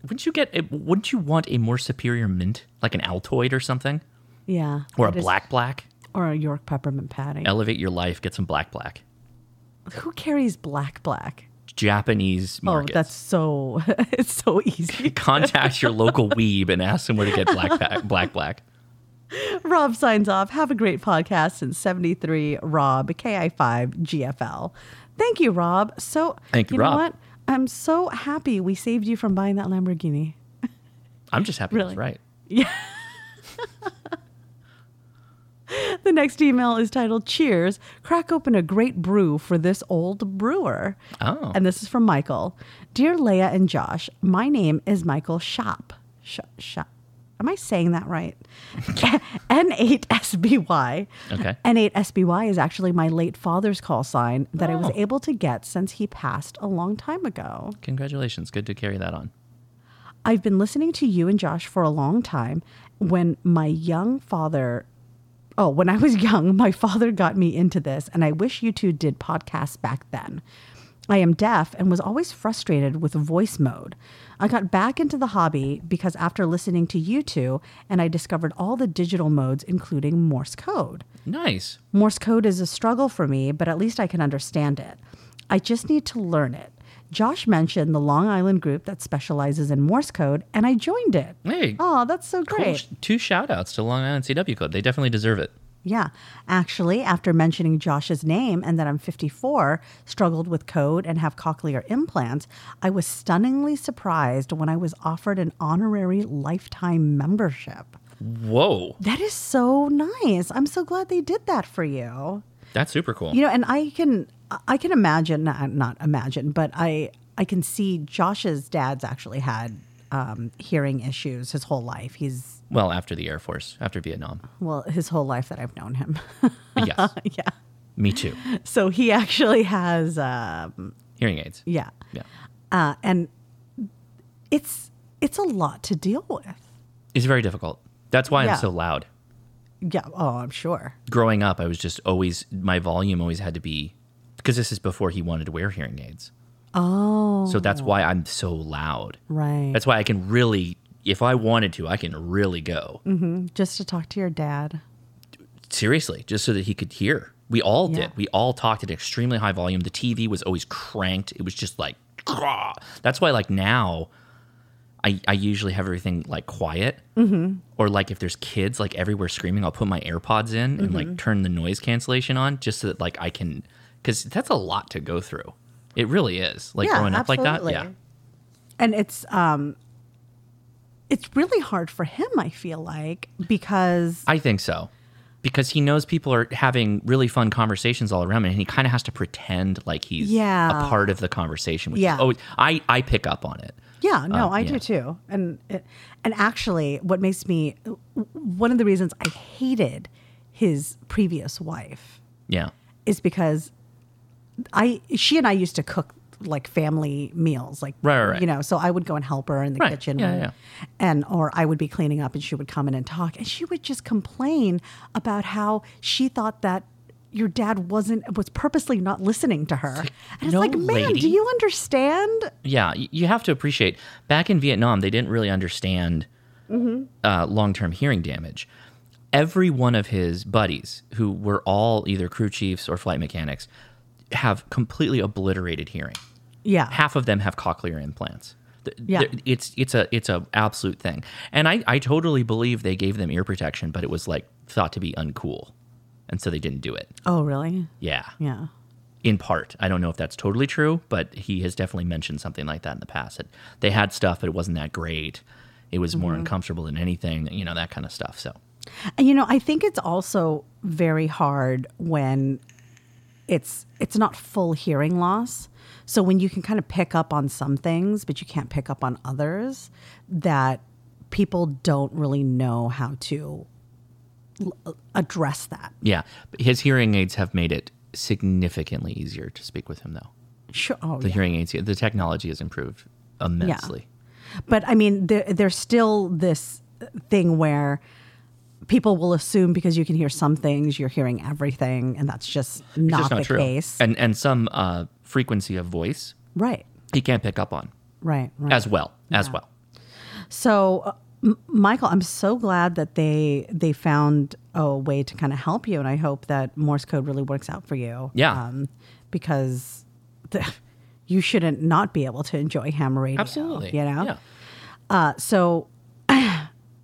Speaker 7: Wouldn't you get? A, wouldn't you want a more superior mint, like an Altoid or something,
Speaker 2: Yeah,
Speaker 7: or a
Speaker 2: That is-
Speaker 7: black black?
Speaker 2: or a York peppermint patty.
Speaker 7: Elevate your life. Get some black black.
Speaker 2: Who carries black black?
Speaker 7: Japanese market.
Speaker 2: Oh, that's so it's so easy.
Speaker 7: contact your local weeb and ask them where to get black pack, black black.
Speaker 2: Rob signs off. Have a great podcast since 73 Rob KI5 GFL. Thank you, Rob. So
Speaker 7: Thank you,
Speaker 2: know
Speaker 7: Rob.
Speaker 2: what? I'm so happy we saved you from buying that Lamborghini.
Speaker 7: I'm just happy
Speaker 2: Really?
Speaker 7: that's right.
Speaker 2: The next email is titled Cheers. Crack open a great brew for this old brewer.
Speaker 7: Oh.
Speaker 2: And this is from Michael. Dear Leah and Josh, my name is Michael Shop. Sh- Shop. Am I saying that right? N8SBY.
Speaker 7: Okay.
Speaker 2: N8SBY is actually my late father's call sign that I was
Speaker 7: Oh.
Speaker 2: able to get since he passed a long time ago.
Speaker 7: Congratulations. Good to carry that on.
Speaker 2: I've been listening to you and Josh for a long time. When my young father, oh, when I was young, my father got me into this, and I wish you two did podcasts back then. I am deaf and was always frustrated with voice mode. I got back into the hobby because after listening to you two, and I discovered all the digital modes, including Morse code.
Speaker 7: Nice.
Speaker 2: Morse code is a struggle for me, but at least I can understand it. I just need to learn it. Josh mentioned the Long Island group that specializes in Morse code, and I joined it.
Speaker 7: Hey.
Speaker 2: Oh, that's so
Speaker 7: Cool.
Speaker 2: great.
Speaker 7: sh- Two shout outs to Long Island CW Code. They definitely deserve it.
Speaker 2: Yeah. Actually, after mentioning Josh's name and that I'm 54, struggled with code, and have cochlear implants, I was stunningly surprised when I was offered an honorary lifetime membership.
Speaker 7: Whoa.
Speaker 2: That is so nice. I'm so glad they did that for you.
Speaker 7: That's super cool.
Speaker 2: you know and i can i can imagine not not imagine but i i can see josh's dad's actually had um, hearing issues his whole life he's
Speaker 7: well, after the Air Force, after Vietnam.
Speaker 2: well his whole life that i've known him
Speaker 7: Yes.
Speaker 2: yeah
Speaker 7: me too.
Speaker 2: so he actually has uh,
Speaker 7: Hearing aids.
Speaker 2: yeah
Speaker 7: Yeah.
Speaker 2: uh, and it's it's a lot to deal with
Speaker 7: It's very difficult. That's why
Speaker 2: Yeah.
Speaker 7: I'm so loud.
Speaker 2: yeah oh i'm sure
Speaker 7: Growing up, I was just always, my volume always had to be, because this is before he wanted to wear hearing aids.
Speaker 2: oh
Speaker 7: So that's why I'm so loud.
Speaker 2: right
Speaker 7: That's why I can really, if I wanted to, I can really go.
Speaker 2: just to talk to your dad
Speaker 7: Seriously, just so that he could hear. We all
Speaker 2: Yeah.
Speaker 7: did. We all talked at extremely high volume. The TV was always cranked. It was just like, "Grah." that's why, like, now I, I usually have everything like quiet.
Speaker 2: Mm-hmm.
Speaker 7: Or, like, if there's kids like everywhere screaming, I'll put my AirPods in and
Speaker 2: Mm-hmm.
Speaker 7: like turn the noise cancellation on just so that, like, I can, because that's a lot to go through. It really is. Like, growing up like that.
Speaker 2: absolutely.
Speaker 7: Yeah.
Speaker 2: And it's um it's really hard for him, I feel like, because
Speaker 7: I think so. because he knows people are having really fun conversations all around him, and he kind of has to pretend like he's
Speaker 2: Yeah.
Speaker 7: a part of the conversation. Which is
Speaker 2: Yeah.
Speaker 7: always- I I pick up on it.
Speaker 2: Yeah, no,
Speaker 7: Uh,
Speaker 2: I
Speaker 7: yeah.
Speaker 2: do too. And and actually, what makes me one of the reasons I hated his previous wife
Speaker 7: Yeah,
Speaker 2: is because I she and I used to cook like family meals, like
Speaker 7: Right, right, right.
Speaker 2: you know. So I would go and help her in the
Speaker 7: Right.
Speaker 2: kitchen,
Speaker 7: Yeah,
Speaker 2: and,
Speaker 7: yeah.
Speaker 2: and or I would be cleaning up, and she would come in and talk, and she would just complain about how she thought that. Your dad wasn't was purposely not listening to her, and it's
Speaker 7: "No,
Speaker 2: like, man,
Speaker 7: lady."
Speaker 2: do you understand?
Speaker 7: yeah. y- You have to appreciate back in Vietnam, they didn't really understand
Speaker 2: Mm-hmm.
Speaker 7: uh, long term hearing damage. Every one of his buddies, who were all either crew chiefs or flight mechanics, have completely obliterated hearing.
Speaker 2: Yeah,
Speaker 7: half of them have cochlear implants. Th-
Speaker 2: Yeah.
Speaker 7: th- it's it's a it's a absolute thing, and I I totally believe they gave them ear protection, but it was like thought to be uncool, and so they didn't do it.
Speaker 2: Oh, really?
Speaker 7: Yeah,
Speaker 2: Yeah.
Speaker 7: in part. I don't know if that's totally true, but he has definitely mentioned something like that in the past. That they had stuff, but it wasn't that great. It was more uncomfortable than anything, you know, that kind of stuff. So
Speaker 2: And you know, I think it's also very hard when it's it's not full hearing loss. So when you can kind of pick up on some things, but you can't pick up on others, that people don't really know how to l- uh, address that.
Speaker 7: yeah, But his hearing aids have made it significantly easier to speak with him, though.
Speaker 2: Sure. Oh,
Speaker 7: The
Speaker 2: yeah.
Speaker 7: hearing aids, the technology has improved immensely.
Speaker 2: But I mean, there, there's still this thing where people will assume because you can hear some things, you're hearing everything, and that's just not,
Speaker 7: It's just
Speaker 2: the case.
Speaker 7: And and some uh, frequency of voice
Speaker 2: right.
Speaker 7: he can't pick up on
Speaker 2: Right. Right.
Speaker 7: as well as well.
Speaker 2: So, uh, M- Michael, I'm so glad that they they found a way to kind of help you, and I hope that Morse code really works out for you. Um,
Speaker 7: Yeah.
Speaker 2: because the, you shouldn't not be able to enjoy ham radio.
Speaker 7: Absolutely.
Speaker 2: you know.
Speaker 7: Yeah.
Speaker 2: Uh, so,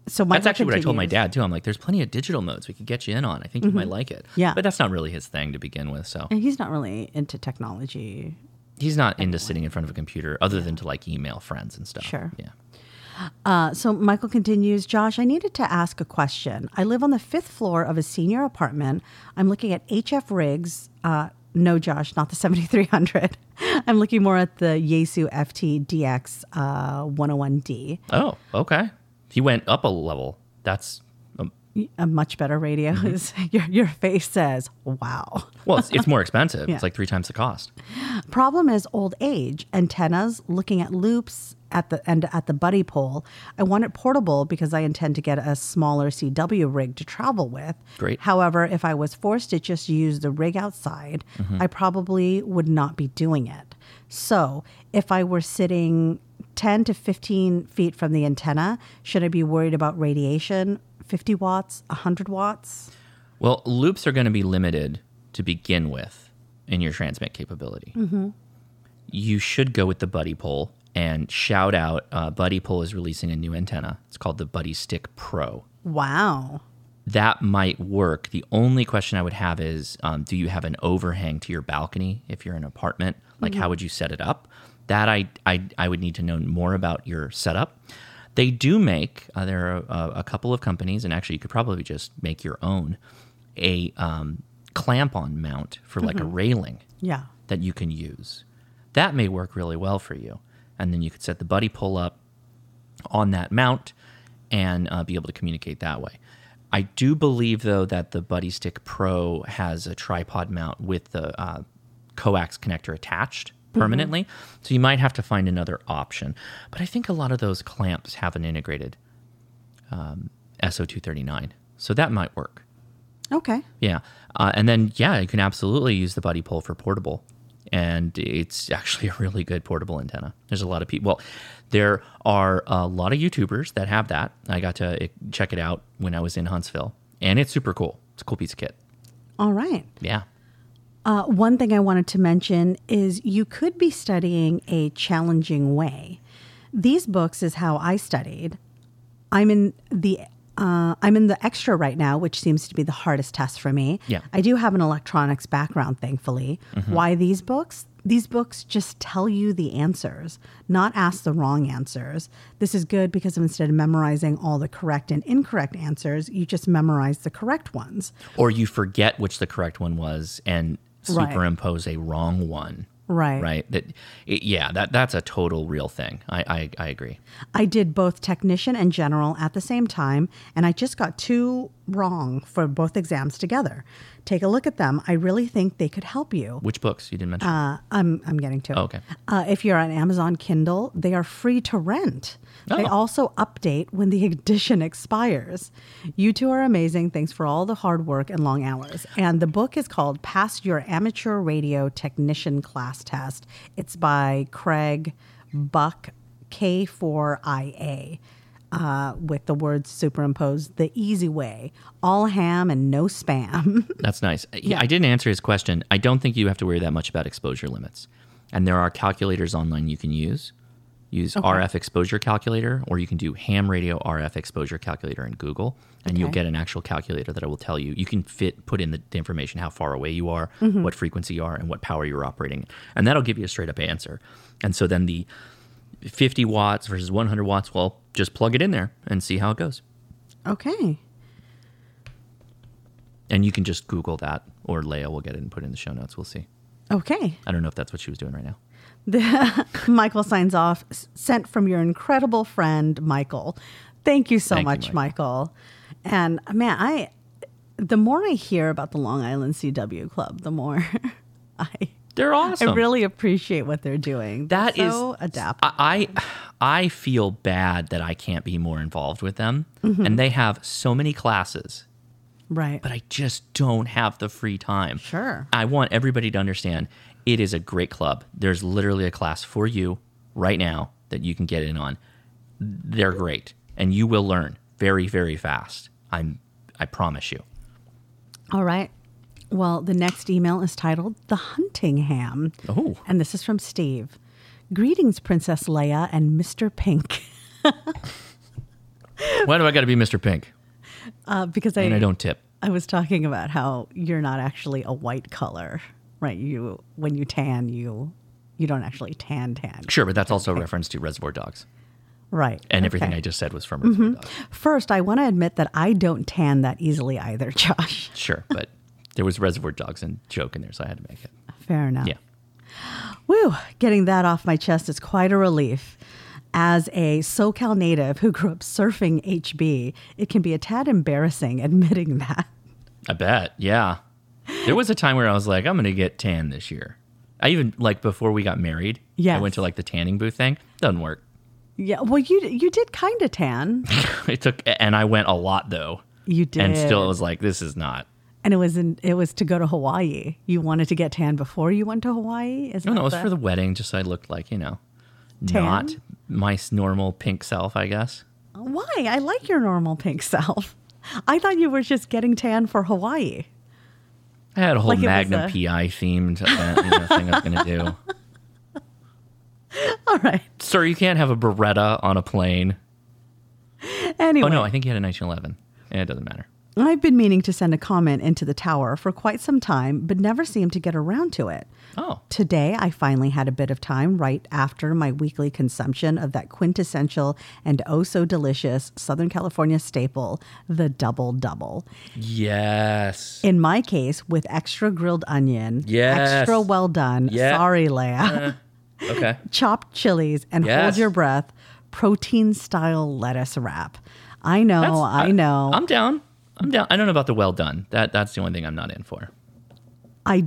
Speaker 2: so Michael
Speaker 7: That's actually what I told my
Speaker 2: continues. Mm-hmm.
Speaker 7: dad too. I'm like, there's plenty of digital modes we could get you in on. I think you might like it.
Speaker 2: Yeah. Mm.
Speaker 7: But that's not really his thing to begin with. So
Speaker 2: And he's not really into technology.
Speaker 7: he's not into sitting in front of a computer other than to like email friends and stuff.
Speaker 2: Sure.
Speaker 7: Yeah.
Speaker 2: Uh, so Michael continues, Josh, I needed to ask a question. I live on the fifth floor of a senior apartment. I'm looking at HF rigs. Uh, no, Josh, not the 7300. I'm looking more at the Yaesu FT DX uh, 101D,
Speaker 7: Oh, okay. He went up a level. That's um,
Speaker 2: a much better radio. your, your face says, wow.
Speaker 7: well, it's, it's more expensive.
Speaker 2: Yeah.
Speaker 7: It's like three times the cost.
Speaker 2: Problem is old age, antennas, looking at loops at the and at the buddy pole. I want it portable because I intend to get a smaller CW rig to travel with.
Speaker 7: Great.
Speaker 2: However, if I was forced to just use the rig outside, I probably would not be doing it. So, if I were sitting 10 to 15 feet from the antenna, should I be worried about radiation? 50 watts, 100 watts?
Speaker 7: Well, loops are going to be limited to begin with in your transmit capability. You should go with the Buddy Pole and shout out uh, Buddy Pole is releasing a new antenna. It's called the Buddy Stick Pro.
Speaker 2: Wow.
Speaker 7: That might work. The only question I would have is um, do you have an overhang to your balcony if you're in an apartment? Like, how would you set it up? That I, I, I would need to know more about your setup. They do make, uh, there are a, a couple of companies, and actually, you could probably just make your own a um, clamp on mount for like a railing
Speaker 2: Yeah.
Speaker 7: that you can use. That may work really well for you. And then you could set the buddy pull up on that mount and uh, be able to communicate that way. I do believe, though, that the Buddy Stick Pro has a tripod mount with the uh, coax connector attached permanently. So you might have to find another option. But I think a lot of those clamps have an integrated um, SO239. So that might work.
Speaker 2: Okay.
Speaker 7: Yeah. Uh, and then, yeah, you can absolutely use the buddy pole for portable. And it's actually a really good portable antenna. There's a lot of people. Well, there are a lot of YouTubers that have that. I got to eh, check it out when I was in Huntsville. And it's super cool. It's a cool piece of kit.
Speaker 2: All right.
Speaker 7: Yeah.
Speaker 2: Uh, one thing I wanted to mention is you could be studying a challenging way. These books is how I studied. I'm in the uh, I'm in the extra right now, which seems to be the hardest test for me.
Speaker 7: Yeah.
Speaker 2: I do have an electronics background, thankfully. Why these books? These books just tell you the answers, not ask the wrong answers. This is good because instead of memorizing all the correct and incorrect answers, you just memorize the correct ones.
Speaker 7: Or you forget which the correct one was and
Speaker 2: Right.
Speaker 7: superimpose a wrong one.
Speaker 2: Right.
Speaker 7: Right. That, it, yeah. That that's a total real thing. I I, I agree.
Speaker 2: I did both technician and general at the same time, and I just got two wrong for both exams together. Take a look at them. I really think they could help you.
Speaker 7: Which books you didn't mention?
Speaker 2: Uh, I'm, I'm getting to it.
Speaker 7: Okay.
Speaker 2: Uh, if you're on Amazon Kindle, they are free to rent. They
Speaker 7: Oh.
Speaker 2: also update when the edition expires. You two are amazing. Thanks for all the hard work and long hours. And the book is called Pass Your Amateur Radio Technician Class Test. It's by Craig Buck, K4IA. Uh, with the words superimposed the easy way, all ham and no spam.
Speaker 7: That's nice. I- I didn't answer his question. I don't think you have to worry that much about exposure limits. And there are calculators online you can use. Use RF exposure calculator, or you can do ham radio RF exposure calculator in Google, and you'll
Speaker 2: Okay.
Speaker 7: get an actual calculator that I will tell you. You can fit put in the, the information how far away you are, what frequency you are, and what power you're operating, and that'll give you a straight up answer. And so then the 50 watts versus 100 watts, well, just plug it in there and see how it goes.
Speaker 2: okay.
Speaker 7: And you can just Google that, or Leia will get it and put it in the show notes. We'll see.
Speaker 2: Okay.
Speaker 7: I don't know if that's what she was doing right now.
Speaker 2: The, Michael signs off, s- sent from your incredible friend, Michael. Thank you so
Speaker 7: Thank you,
Speaker 2: much, Michael. And uh, man, I the more I hear about the Long Island CW Club, the more I
Speaker 7: They're awesome.
Speaker 2: I really appreciate what they're doing. They're
Speaker 7: That is uh,
Speaker 2: so adaptable.
Speaker 7: I, I I feel bad that I can't be more involved with them,
Speaker 2: Mm-hmm.
Speaker 7: and they have so many classes,
Speaker 2: right.
Speaker 7: but I just don't have the free time.
Speaker 2: Sure.
Speaker 7: I want everybody to understand it is a great club. There's literally a class for you right now that you can get in on. They're great, and you will learn very very fast. I'm I promise you.
Speaker 2: All right. Well, the next email is titled The Hunting Ham.
Speaker 7: Oh.
Speaker 2: And this is from Steve. Greetings, Princess Leia and Mr. Pink.
Speaker 7: Why do I got to be Mr. Pink?
Speaker 2: Uh, because
Speaker 7: And I don't tip.
Speaker 2: I was talking about how you're not actually a white color, right? You when you tan, you you don't actually tan tan,
Speaker 7: Sure, but that's also a reference to Reservoir Dogs,
Speaker 2: right?
Speaker 7: and everything I just said was from Reservoir
Speaker 2: Mm-hmm.
Speaker 7: Dogs.
Speaker 2: First, I want to admit that I don't tan that easily either, Josh.
Speaker 7: Sure, but there was Reservoir Dogs and joke in there, so I had to make it.
Speaker 2: Fair enough.
Speaker 7: Yeah.
Speaker 2: Woo, getting that off my chest is quite a relief. As a SoCal native who grew up surfing HB, it can be a tad embarrassing admitting that.
Speaker 7: I bet. Yeah. There was a time where I was like, I'm going to get tan this year. I even, like, before we got married, I
Speaker 2: Yes.
Speaker 7: went to, like, the tanning booth thing. Doesn't work.
Speaker 2: Yeah, well, you you did kind of tan.
Speaker 7: it took, and I went a lot, though.
Speaker 2: You did,
Speaker 7: And still, it was like, this is not.
Speaker 2: And it was in, it was to go to Hawaii. You wanted to get tan before you went to Hawaii. Is
Speaker 7: No, no, it was for the wedding, just so I looked like, you know,
Speaker 2: Tan?
Speaker 7: not my s- normal pink self, I guess.
Speaker 2: why I like your normal pink self. I thought you were just getting tan for Hawaii.
Speaker 7: I had a whole
Speaker 2: Like it was
Speaker 7: Magnum
Speaker 2: a-
Speaker 7: PI themed event, you know, thing I was going to do.
Speaker 2: All right.
Speaker 7: Sir, you can't have a Beretta on a plane.
Speaker 2: Anyway,
Speaker 7: Oh, no, I think he had a 1911. Eh, It doesn't matter.
Speaker 2: I've been meaning to send a comment into the tower for quite some time, but never seemed to get around to it.
Speaker 7: Oh.
Speaker 2: Today, I finally had a bit of time right after my weekly consumption of that quintessential and oh so delicious Southern California staple, the double double.
Speaker 7: Yes.
Speaker 2: In my case, with extra grilled onion,
Speaker 7: Yes.
Speaker 2: extra well done.
Speaker 7: Yeah.
Speaker 2: Sorry, Leia.
Speaker 7: Okay.
Speaker 2: Chopped chilies and hold
Speaker 7: Yes.
Speaker 2: your breath. Protein style lettuce wrap. I know,
Speaker 7: That's-
Speaker 2: Oh, I know. i
Speaker 7: I'm down. I'm down. I don't know about the well done. That that's the only thing I'm not in for.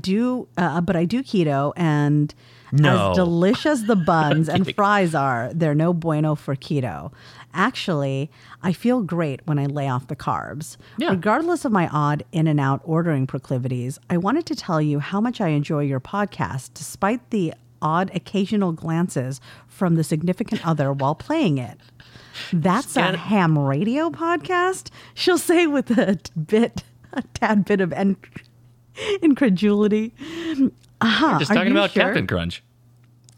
Speaker 2: do, uh, but I do keto, and
Speaker 7: No.
Speaker 2: as delicious the buns and fries are, they're no bueno for keto. Actually, I feel great when I lay off the carbs.
Speaker 7: Yeah.
Speaker 2: Regardless of my odd in and out ordering proclivities, I wanted to tell you how much I enjoy your podcast despite the odd occasional glances from the significant other while playing it. That's a
Speaker 7: gotta-
Speaker 2: ham radio podcast, she'll say with a t- bit, a tad bit of en- incredulity. Uh-huh.
Speaker 7: Just
Speaker 2: Are
Speaker 7: talking
Speaker 2: you
Speaker 7: about
Speaker 2: sure?
Speaker 7: Captain Crunch.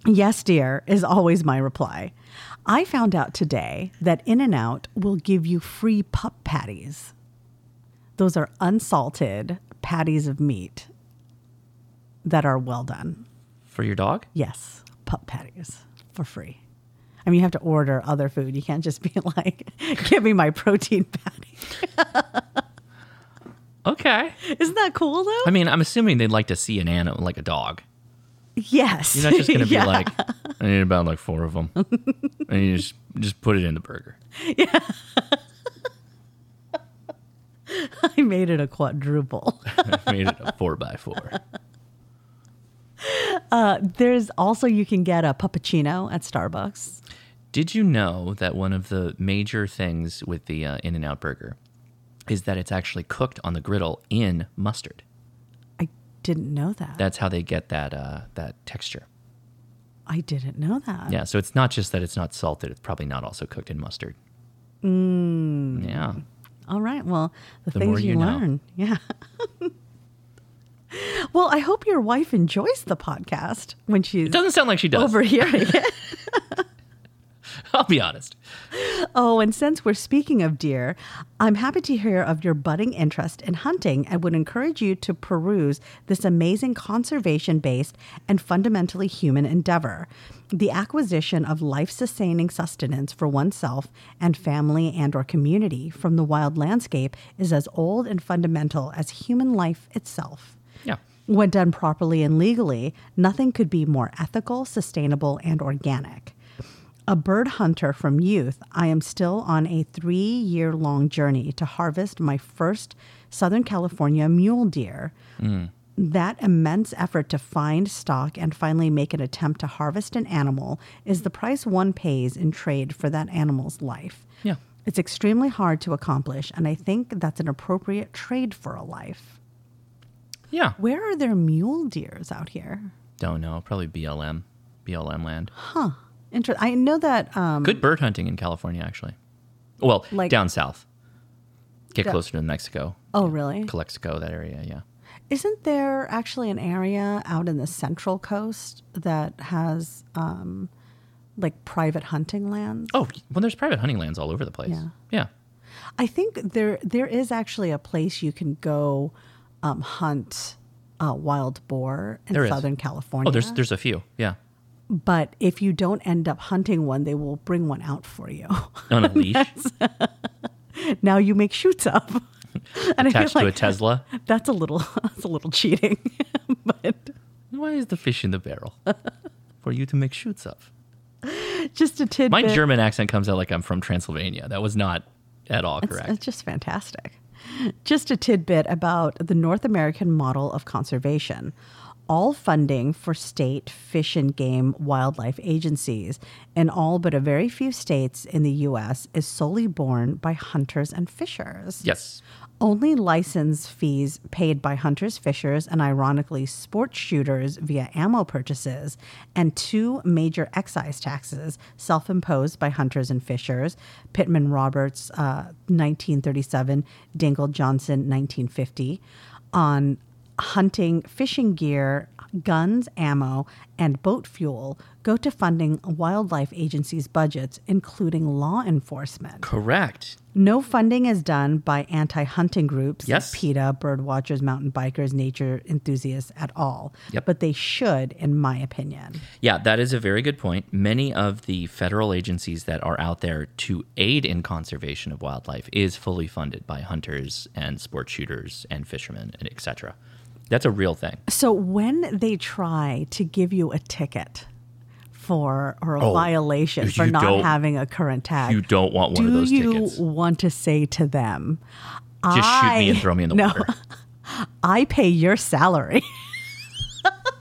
Speaker 2: Yes, dear, is always my reply. I found out today that In N Out will give you free pup patties. Those are unsalted patties of meat that are well done.
Speaker 7: for your dog?
Speaker 2: Yes, pup patties for free. I mean, you have to order other food. You can't just be like, give me my protein patty.
Speaker 7: Okay.
Speaker 2: Isn't that cool though?
Speaker 7: I mean, I'm assuming they'd like to see an animal like a dog.
Speaker 2: yes.
Speaker 7: You're not just going to be
Speaker 2: Yeah.
Speaker 7: like, I need about like four of them, and you just just put it in the burger.
Speaker 2: I made it a quadruple.
Speaker 7: I made it a four by four.
Speaker 2: There's also, you can get a puppuccino at Starbucks.
Speaker 7: Did you know that one of the major things with the uh, In and Out burger is that it's actually cooked on the griddle in mustard?
Speaker 2: I didn't know that.
Speaker 7: That's how they get that uh, that texture.
Speaker 2: I didn't know that.
Speaker 7: Yeah, so it's not just that it's not salted; it's probably not also cooked in mustard. Mm. Yeah,
Speaker 2: All right. Well, the,
Speaker 7: The more
Speaker 2: things you,
Speaker 7: you know.
Speaker 2: learn. Yeah. well, I hope your wife enjoys the podcast when she's
Speaker 7: it doesn't sound like she does.
Speaker 2: overhearing it.
Speaker 7: I'll be honest.
Speaker 2: Oh, and since we're speaking of deer, I'm happy to hear of your budding interest in hunting and would encourage you to peruse this amazing conservation based and fundamentally human endeavor the acquisition of life sustaining sustenance for oneself and family and or community from the wild landscape is as old and fundamental as human life itself
Speaker 7: Yeah,
Speaker 2: when done properly and legally, nothing could be more ethical, sustainable, and organic. A bird hunter from youth, I am still on a three year long journey to harvest my first Southern California mule deer. That immense effort to find, stock, and finally make an attempt to harvest an animal is the price one pays in trade for that animal's life.
Speaker 7: yeah.
Speaker 2: It's extremely hard to accomplish, and I think that's an appropriate trade for a life.
Speaker 7: Yeah.
Speaker 2: Where are there mule deers out here?
Speaker 7: Don't know. Probably BLM, BLM land.
Speaker 2: Inter- I know that. Um,
Speaker 7: Good bird hunting in California, actually. Well,
Speaker 2: Like-
Speaker 7: down south. Get
Speaker 2: Da-
Speaker 7: closer to Mexico,
Speaker 2: oh, really?
Speaker 7: Calexico, that area. Yeah.
Speaker 2: Isn't there actually an area out in the central coast that has um, like private hunting lands?
Speaker 7: Oh, well, there's private hunting lands all over the place.
Speaker 2: Yeah.
Speaker 7: Yeah.
Speaker 2: I think there there is actually a place you can go um, hunt uh, wild boar in
Speaker 7: There is.
Speaker 2: Southern California.
Speaker 7: Oh, there's there's a few. Yeah.
Speaker 2: but if you don't end up hunting one, they will bring one out for you.
Speaker 7: On a leash
Speaker 2: now you make shoots up. and I
Speaker 7: attached
Speaker 2: feel
Speaker 7: to a
Speaker 2: like
Speaker 7: Tesla.
Speaker 2: that's a little that's a little cheating. but
Speaker 7: Why is the fish in the barrel? For you to make shoots of.
Speaker 2: just a tidbit.
Speaker 7: My German accent comes out like I'm from Transylvania. That was not at all
Speaker 2: It's-
Speaker 7: correct.
Speaker 2: It's just fantastic. Just a tidbit about the North American model of conservation. All funding for state fish and game wildlife agencies in all but a very few states in the U.S. is solely borne by hunters and fishers.
Speaker 7: yes.
Speaker 2: Only license fees paid by hunters, fishers, and ironically, sport shooters via ammo purchases, and two major excise taxes self imposed by hunters and fishers Pittman Roberts, uh, 1937, Dingle Johnson, 1950, on hunting, fishing gear, guns, ammo, and boat fuel go to funding wildlife agencies' budgets, including law enforcement.
Speaker 7: Correct.
Speaker 2: No funding is done by anti hunting groups,
Speaker 7: Yes.
Speaker 2: like PETA, bird watchers, mountain bikers, nature enthusiasts at all.
Speaker 7: Yep.
Speaker 2: But they should, in my opinion.
Speaker 7: Yeah, that is a very good point. Many of the federal agencies that are out there to aid in conservation of wildlife is fully funded by hunters and sport shooters and fishermen and etc. That's a real thing.
Speaker 2: So when they try to give you a ticket for or a
Speaker 7: Oh,
Speaker 2: violation
Speaker 7: you
Speaker 2: for not
Speaker 7: don't-
Speaker 2: having a current tag,
Speaker 7: You don't want one
Speaker 2: do
Speaker 7: of those
Speaker 2: you
Speaker 7: tickets.
Speaker 2: want to say to them,
Speaker 7: Just shoot me and
Speaker 2: I-
Speaker 7: throw me in the
Speaker 2: No.
Speaker 7: water.
Speaker 2: I pay your salary?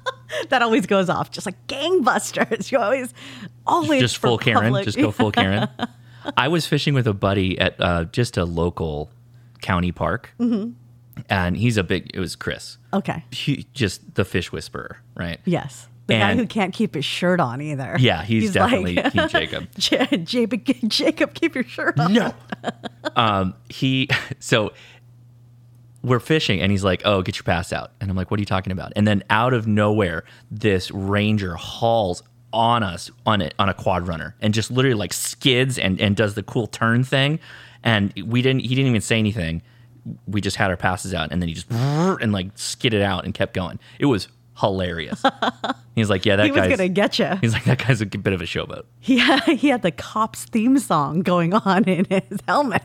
Speaker 2: that always goes off, just like gangbusters. You always, always
Speaker 7: Just
Speaker 2: for
Speaker 7: full Karen.
Speaker 2: public-
Speaker 7: Just go full Karen. I was fishing with a buddy at uh, just a local county park,
Speaker 2: Mm-hmm.
Speaker 7: and he's a big. It was Chris.
Speaker 2: Okay.
Speaker 7: He, just the fish whisperer, right?
Speaker 2: Yes. The
Speaker 7: And-
Speaker 2: guy who can't keep his shirt on either.
Speaker 7: Yeah, he's, definitely
Speaker 2: like,
Speaker 7: Team Jacob.
Speaker 2: "Ja- Jacob, Jacob, keep your shirt on.
Speaker 7: No. um, he so we're fishing and he's like, "Oh, get your pass out." And I'm like, "What are you talking about?" And then out of nowhere, this ranger hauls on us on it on a quad runner and just literally like skids and and does the cool turn thing. And we didn't. He didn't even say anything. We just had our passes out, and then he just and like skidded out and kept going. It was hilarious. He's like, yeah, that
Speaker 2: He was
Speaker 7: guy's.
Speaker 2: going to get you.
Speaker 7: he's like, that guy's a bit of a showboat.
Speaker 2: He had, he had the cops theme song going on in his helmet.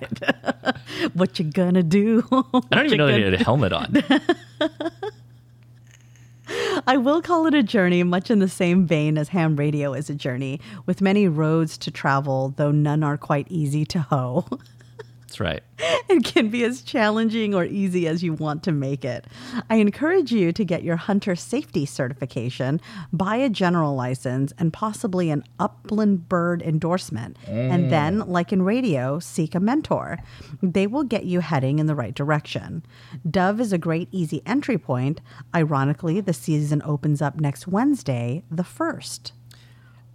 Speaker 2: what you gonna do?
Speaker 7: I don't even know that he had a helmet on.
Speaker 2: I will call it a journey, much in the same vein as ham radio is a journey, with many roads to travel, though none are quite easy to hoe.
Speaker 7: That's right.
Speaker 2: It can be as challenging or easy as you want to make it. I encourage you to get your hunter safety certification, buy a general license, and possibly an upland bird endorsement. And then, like in radio, seek a mentor. They will get you heading in the right direction. Dove is a great easy entry point. Ironically, the season opens up next Wednesday, the 1st.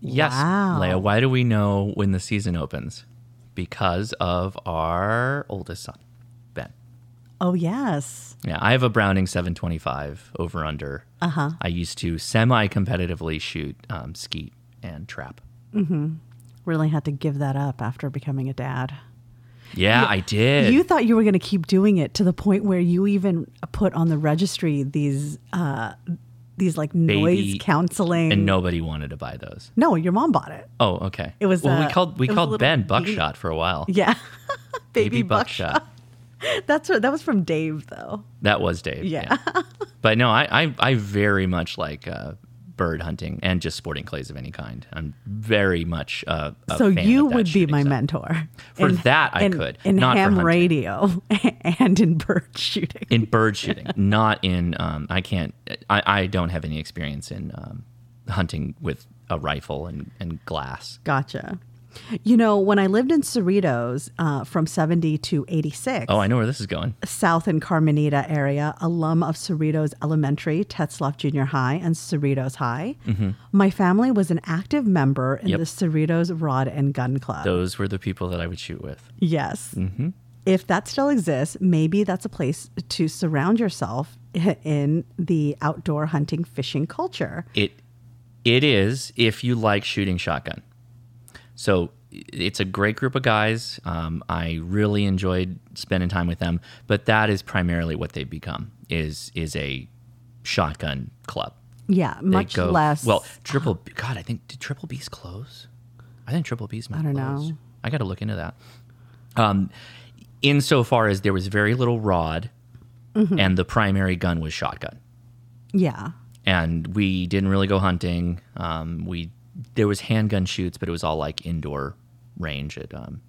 Speaker 7: Yes,
Speaker 2: Wow.
Speaker 7: Leia. Why do we know when the season opens? Because of our oldest son, Ben.
Speaker 2: Oh, yes.
Speaker 7: Yeah, I have a Browning 725 over under. Uh
Speaker 2: Uh-huh.
Speaker 7: huh. I used to semi competitively shoot um, skeet and trap.
Speaker 2: Really had to give that up after becoming a dad.
Speaker 7: Yeah, I did.
Speaker 2: You thought you were going to keep doing it to the point where you even put on the registry these uh, these like noise
Speaker 7: Baby
Speaker 2: counseling.
Speaker 7: and nobody wanted to buy those.
Speaker 2: no, your mom bought it.
Speaker 7: Oh, okay.
Speaker 2: It was,
Speaker 7: well,
Speaker 2: uh,
Speaker 7: we called we
Speaker 2: it was a
Speaker 7: called
Speaker 2: little
Speaker 7: Ben
Speaker 2: baby-
Speaker 7: Buckshot for a while.
Speaker 2: Yeah, baby,
Speaker 7: Baby
Speaker 2: buckshot. That's what, that was from Dave though.
Speaker 7: That was Dave.
Speaker 2: Yeah.
Speaker 7: but no, I, I I very much like uh, bird hunting and just sporting clays of any kind. I'm very much uh, a
Speaker 2: so
Speaker 7: fan
Speaker 2: you
Speaker 7: of that
Speaker 2: would be
Speaker 7: shooting
Speaker 2: my
Speaker 7: style.
Speaker 2: mentor
Speaker 7: For that, I
Speaker 2: in-
Speaker 7: could.
Speaker 2: in
Speaker 7: Not for
Speaker 2: ham
Speaker 7: hunting.
Speaker 2: radio and in bird shooting.
Speaker 7: in bird shooting, not in. Um, I can't. I, I don't have any experience in um, hunting with a rifle and, and glass.
Speaker 2: Gotcha. You know, when I lived in Cerritos uh, from 70 to 86,
Speaker 7: Oh, I know where this is going.
Speaker 2: South and Carmenita area, alum of Cerritos Elementary, Tetzloff Junior High, and Cerritos High. My family was an active member in
Speaker 7: Mm-hmm. Yep.
Speaker 2: the Cerritos Rod and Gun Club.
Speaker 7: Those were the people that I would shoot with.
Speaker 2: Yes.
Speaker 7: Mm-hmm.
Speaker 2: If that still exists, maybe that's a place to surround yourself in the outdoor hunting fishing culture.
Speaker 7: It it is if you like shooting shotgun. So it's a great group of guys. Um, I really enjoyed spending time with them, but that is primarily what they've become is is a shotgun club.
Speaker 2: Yeah,
Speaker 7: They
Speaker 2: much
Speaker 7: go-
Speaker 2: less.
Speaker 7: Well, triple. B- God, I think did triple B's close? I think triple B's. Might I
Speaker 2: don't
Speaker 7: close.
Speaker 2: know.
Speaker 7: I got to look into that. Um, insofar as there was very little rod,
Speaker 2: Mm-hmm.
Speaker 7: and the primary gun was shotgun,
Speaker 2: yeah.
Speaker 7: and we didn't really go hunting. Um, we there was handgun shoots, but it was all like indoor range. At um,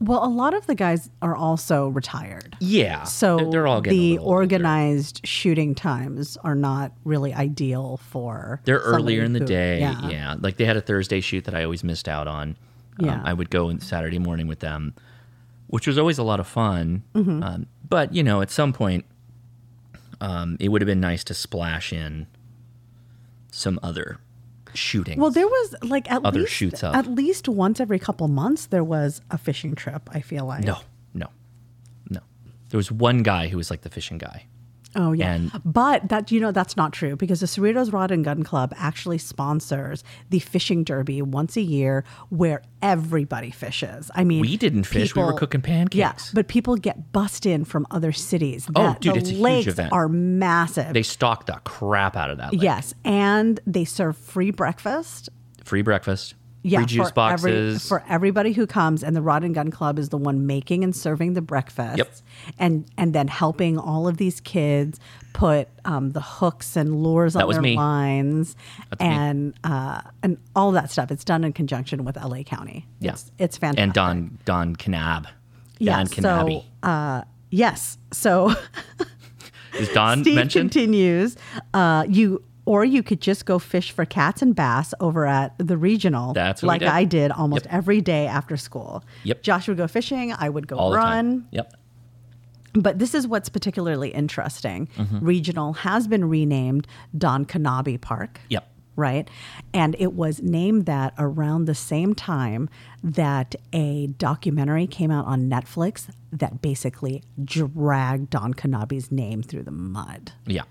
Speaker 2: Well, a lot of the guys are also retired.
Speaker 7: yeah,
Speaker 2: So
Speaker 7: they're, they're all getting a
Speaker 2: the
Speaker 7: little older.
Speaker 2: organized shooting times are not really ideal for.
Speaker 7: They're
Speaker 2: somebody
Speaker 7: earlier in the
Speaker 2: who-
Speaker 7: day.
Speaker 2: Yeah.
Speaker 7: Yeah. Like they had a Thursday shoot that I always missed out on. Um,
Speaker 2: Yeah.
Speaker 7: I would go in Saturday morning with them, which was always a lot of fun.
Speaker 2: Mm-hmm.
Speaker 7: Um, but, you know, at some point, um, it would have been nice to splash in some other shooting.
Speaker 2: Well, there was like at
Speaker 7: Other
Speaker 2: least
Speaker 7: shoots up.
Speaker 2: at least once every couple months there was a fishing trip. I feel like
Speaker 7: no, no, no. There was one guy who was like the fishing guy.
Speaker 2: Oh yeah,
Speaker 7: And-
Speaker 2: but that you know that's not true because the Cerritos Rod and Gun Club actually sponsors the fishing derby once a year where everybody fishes. I mean,
Speaker 7: We didn't fish, we were cooking pancakes.
Speaker 2: Yeah, but people get bussed in from other cities.
Speaker 7: Oh,
Speaker 2: That-
Speaker 7: dude,
Speaker 2: the
Speaker 7: it's a huge
Speaker 2: lakes
Speaker 7: event.
Speaker 2: are massive.
Speaker 7: They stalked the crap out of that. lake.
Speaker 2: yes, and they serve free breakfast.
Speaker 7: Free breakfast,
Speaker 2: Yeah,
Speaker 7: free juice
Speaker 2: for every-
Speaker 7: boxes.
Speaker 2: for everybody who comes, and the Rod and Gun Club is the one making and serving the breakfast,
Speaker 7: Yep.
Speaker 2: and and then helping all of these kids put um, the hooks and lures on
Speaker 7: was
Speaker 2: their
Speaker 7: me.
Speaker 2: lines,
Speaker 7: me.
Speaker 2: and uh, and all that stuff. It's done in conjunction with LA County.
Speaker 7: Yeah.
Speaker 2: It's, it's fantastic.
Speaker 7: and Don Don Knab.
Speaker 2: yeah,
Speaker 7: Don Knabby.
Speaker 2: so, uh, yes, so
Speaker 7: Is Don
Speaker 2: Steve
Speaker 7: mentioned?
Speaker 2: continues. Uh, you or you could just go fish for cats and bass over at the regional.
Speaker 7: That's what we
Speaker 2: like
Speaker 7: did.
Speaker 2: I did almost every day after school.
Speaker 7: Yep.
Speaker 2: Josh would go fishing. I would go
Speaker 7: All the
Speaker 2: run.
Speaker 7: time. Yep.
Speaker 2: But this is what's particularly interesting.
Speaker 7: Mm-hmm.
Speaker 2: Regional has been renamed Don Canabe Park
Speaker 7: Yep.
Speaker 2: right? And it was named that around the same time that a documentary came out on Netflix that basically dragged Don Canabe's name through the mud.
Speaker 7: Yeah.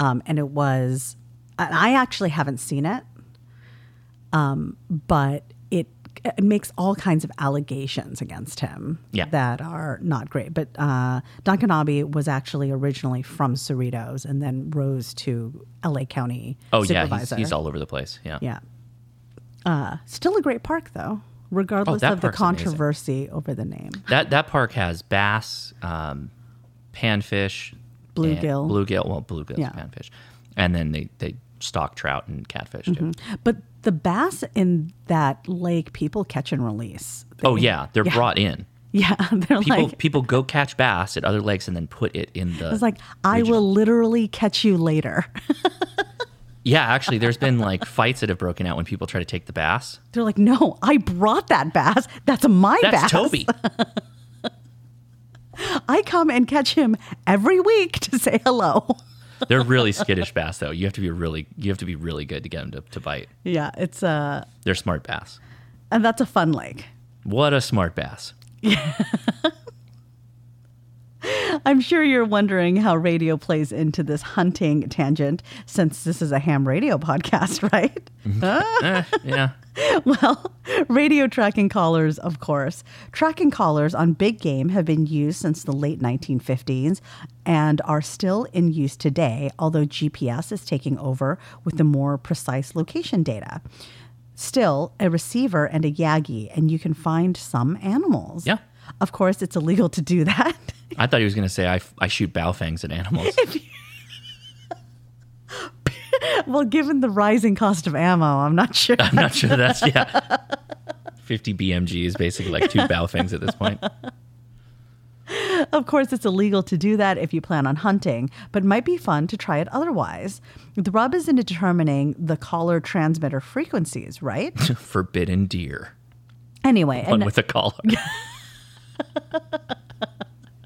Speaker 2: Um, and it was, and I actually haven't seen it, um, but it it makes all kinds of allegations against him
Speaker 7: Yeah.
Speaker 2: that are not great. But uh, Don Kanabe was actually originally from Cerritos and then rose to L.A. County
Speaker 7: Oh yeah, he's,
Speaker 2: supervisor.
Speaker 7: he's all over the place. Yeah.
Speaker 2: yeah. Uh, still a great park though, regardless
Speaker 7: Oh, that
Speaker 2: of the
Speaker 7: park's amazing.
Speaker 2: controversy over the name.
Speaker 7: That that park has bass, um, panfish, and-
Speaker 2: Bluegill.
Speaker 7: bluegill. Well, bluegill,
Speaker 2: Yeah.
Speaker 7: panfish, and then they they stock trout and catfish too.
Speaker 2: But the bass in that lake, people catch and release.
Speaker 7: Oh yeah, they're brought in.
Speaker 2: Yeah, they're
Speaker 7: People
Speaker 2: like,
Speaker 7: people go catch bass at other lakes and then put it in the.
Speaker 2: it's like I will literally catch you later.
Speaker 7: yeah, actually, there's been like fights that have broken out when people try to take the bass.
Speaker 2: They're like, no, I brought that bass. That's my
Speaker 7: That's
Speaker 2: bass.
Speaker 7: Toby.
Speaker 2: I come and catch him every week to say hello.
Speaker 7: They're really skittish bass though. You have to be really you have to be really good to get them to, to bite.
Speaker 2: yeah, it's a
Speaker 7: They're smart bass.
Speaker 2: and that's a fun lake.
Speaker 7: What a smart bass.
Speaker 2: I'm sure you're wondering how radio plays into this hunting tangent since this is a ham radio podcast, right?
Speaker 7: Eh, yeah.
Speaker 2: Well, radio tracking collars, of course. Tracking collars on big game have been used since the late 1950s and are still in use today, although GPS is taking over with the more precise location data. Still, a receiver and a Yagi, and you can find some animals.
Speaker 7: Yeah.
Speaker 2: Of course, it's illegal to do that.
Speaker 7: I thought he was gonna say I, f- I shoot bow fangs at animals.
Speaker 2: well, given the rising cost of ammo, I'm not sure.
Speaker 7: I'm not sure that's yeah. 50 BMG is basically like two bow fangs at this point.
Speaker 2: Of course, it's illegal to do that if you plan on hunting, but might be fun to try it otherwise. The rub is into determining the collar transmitter frequencies, right?
Speaker 7: Forbidden deer.
Speaker 2: Anyway,
Speaker 7: One
Speaker 2: and
Speaker 7: with a collar.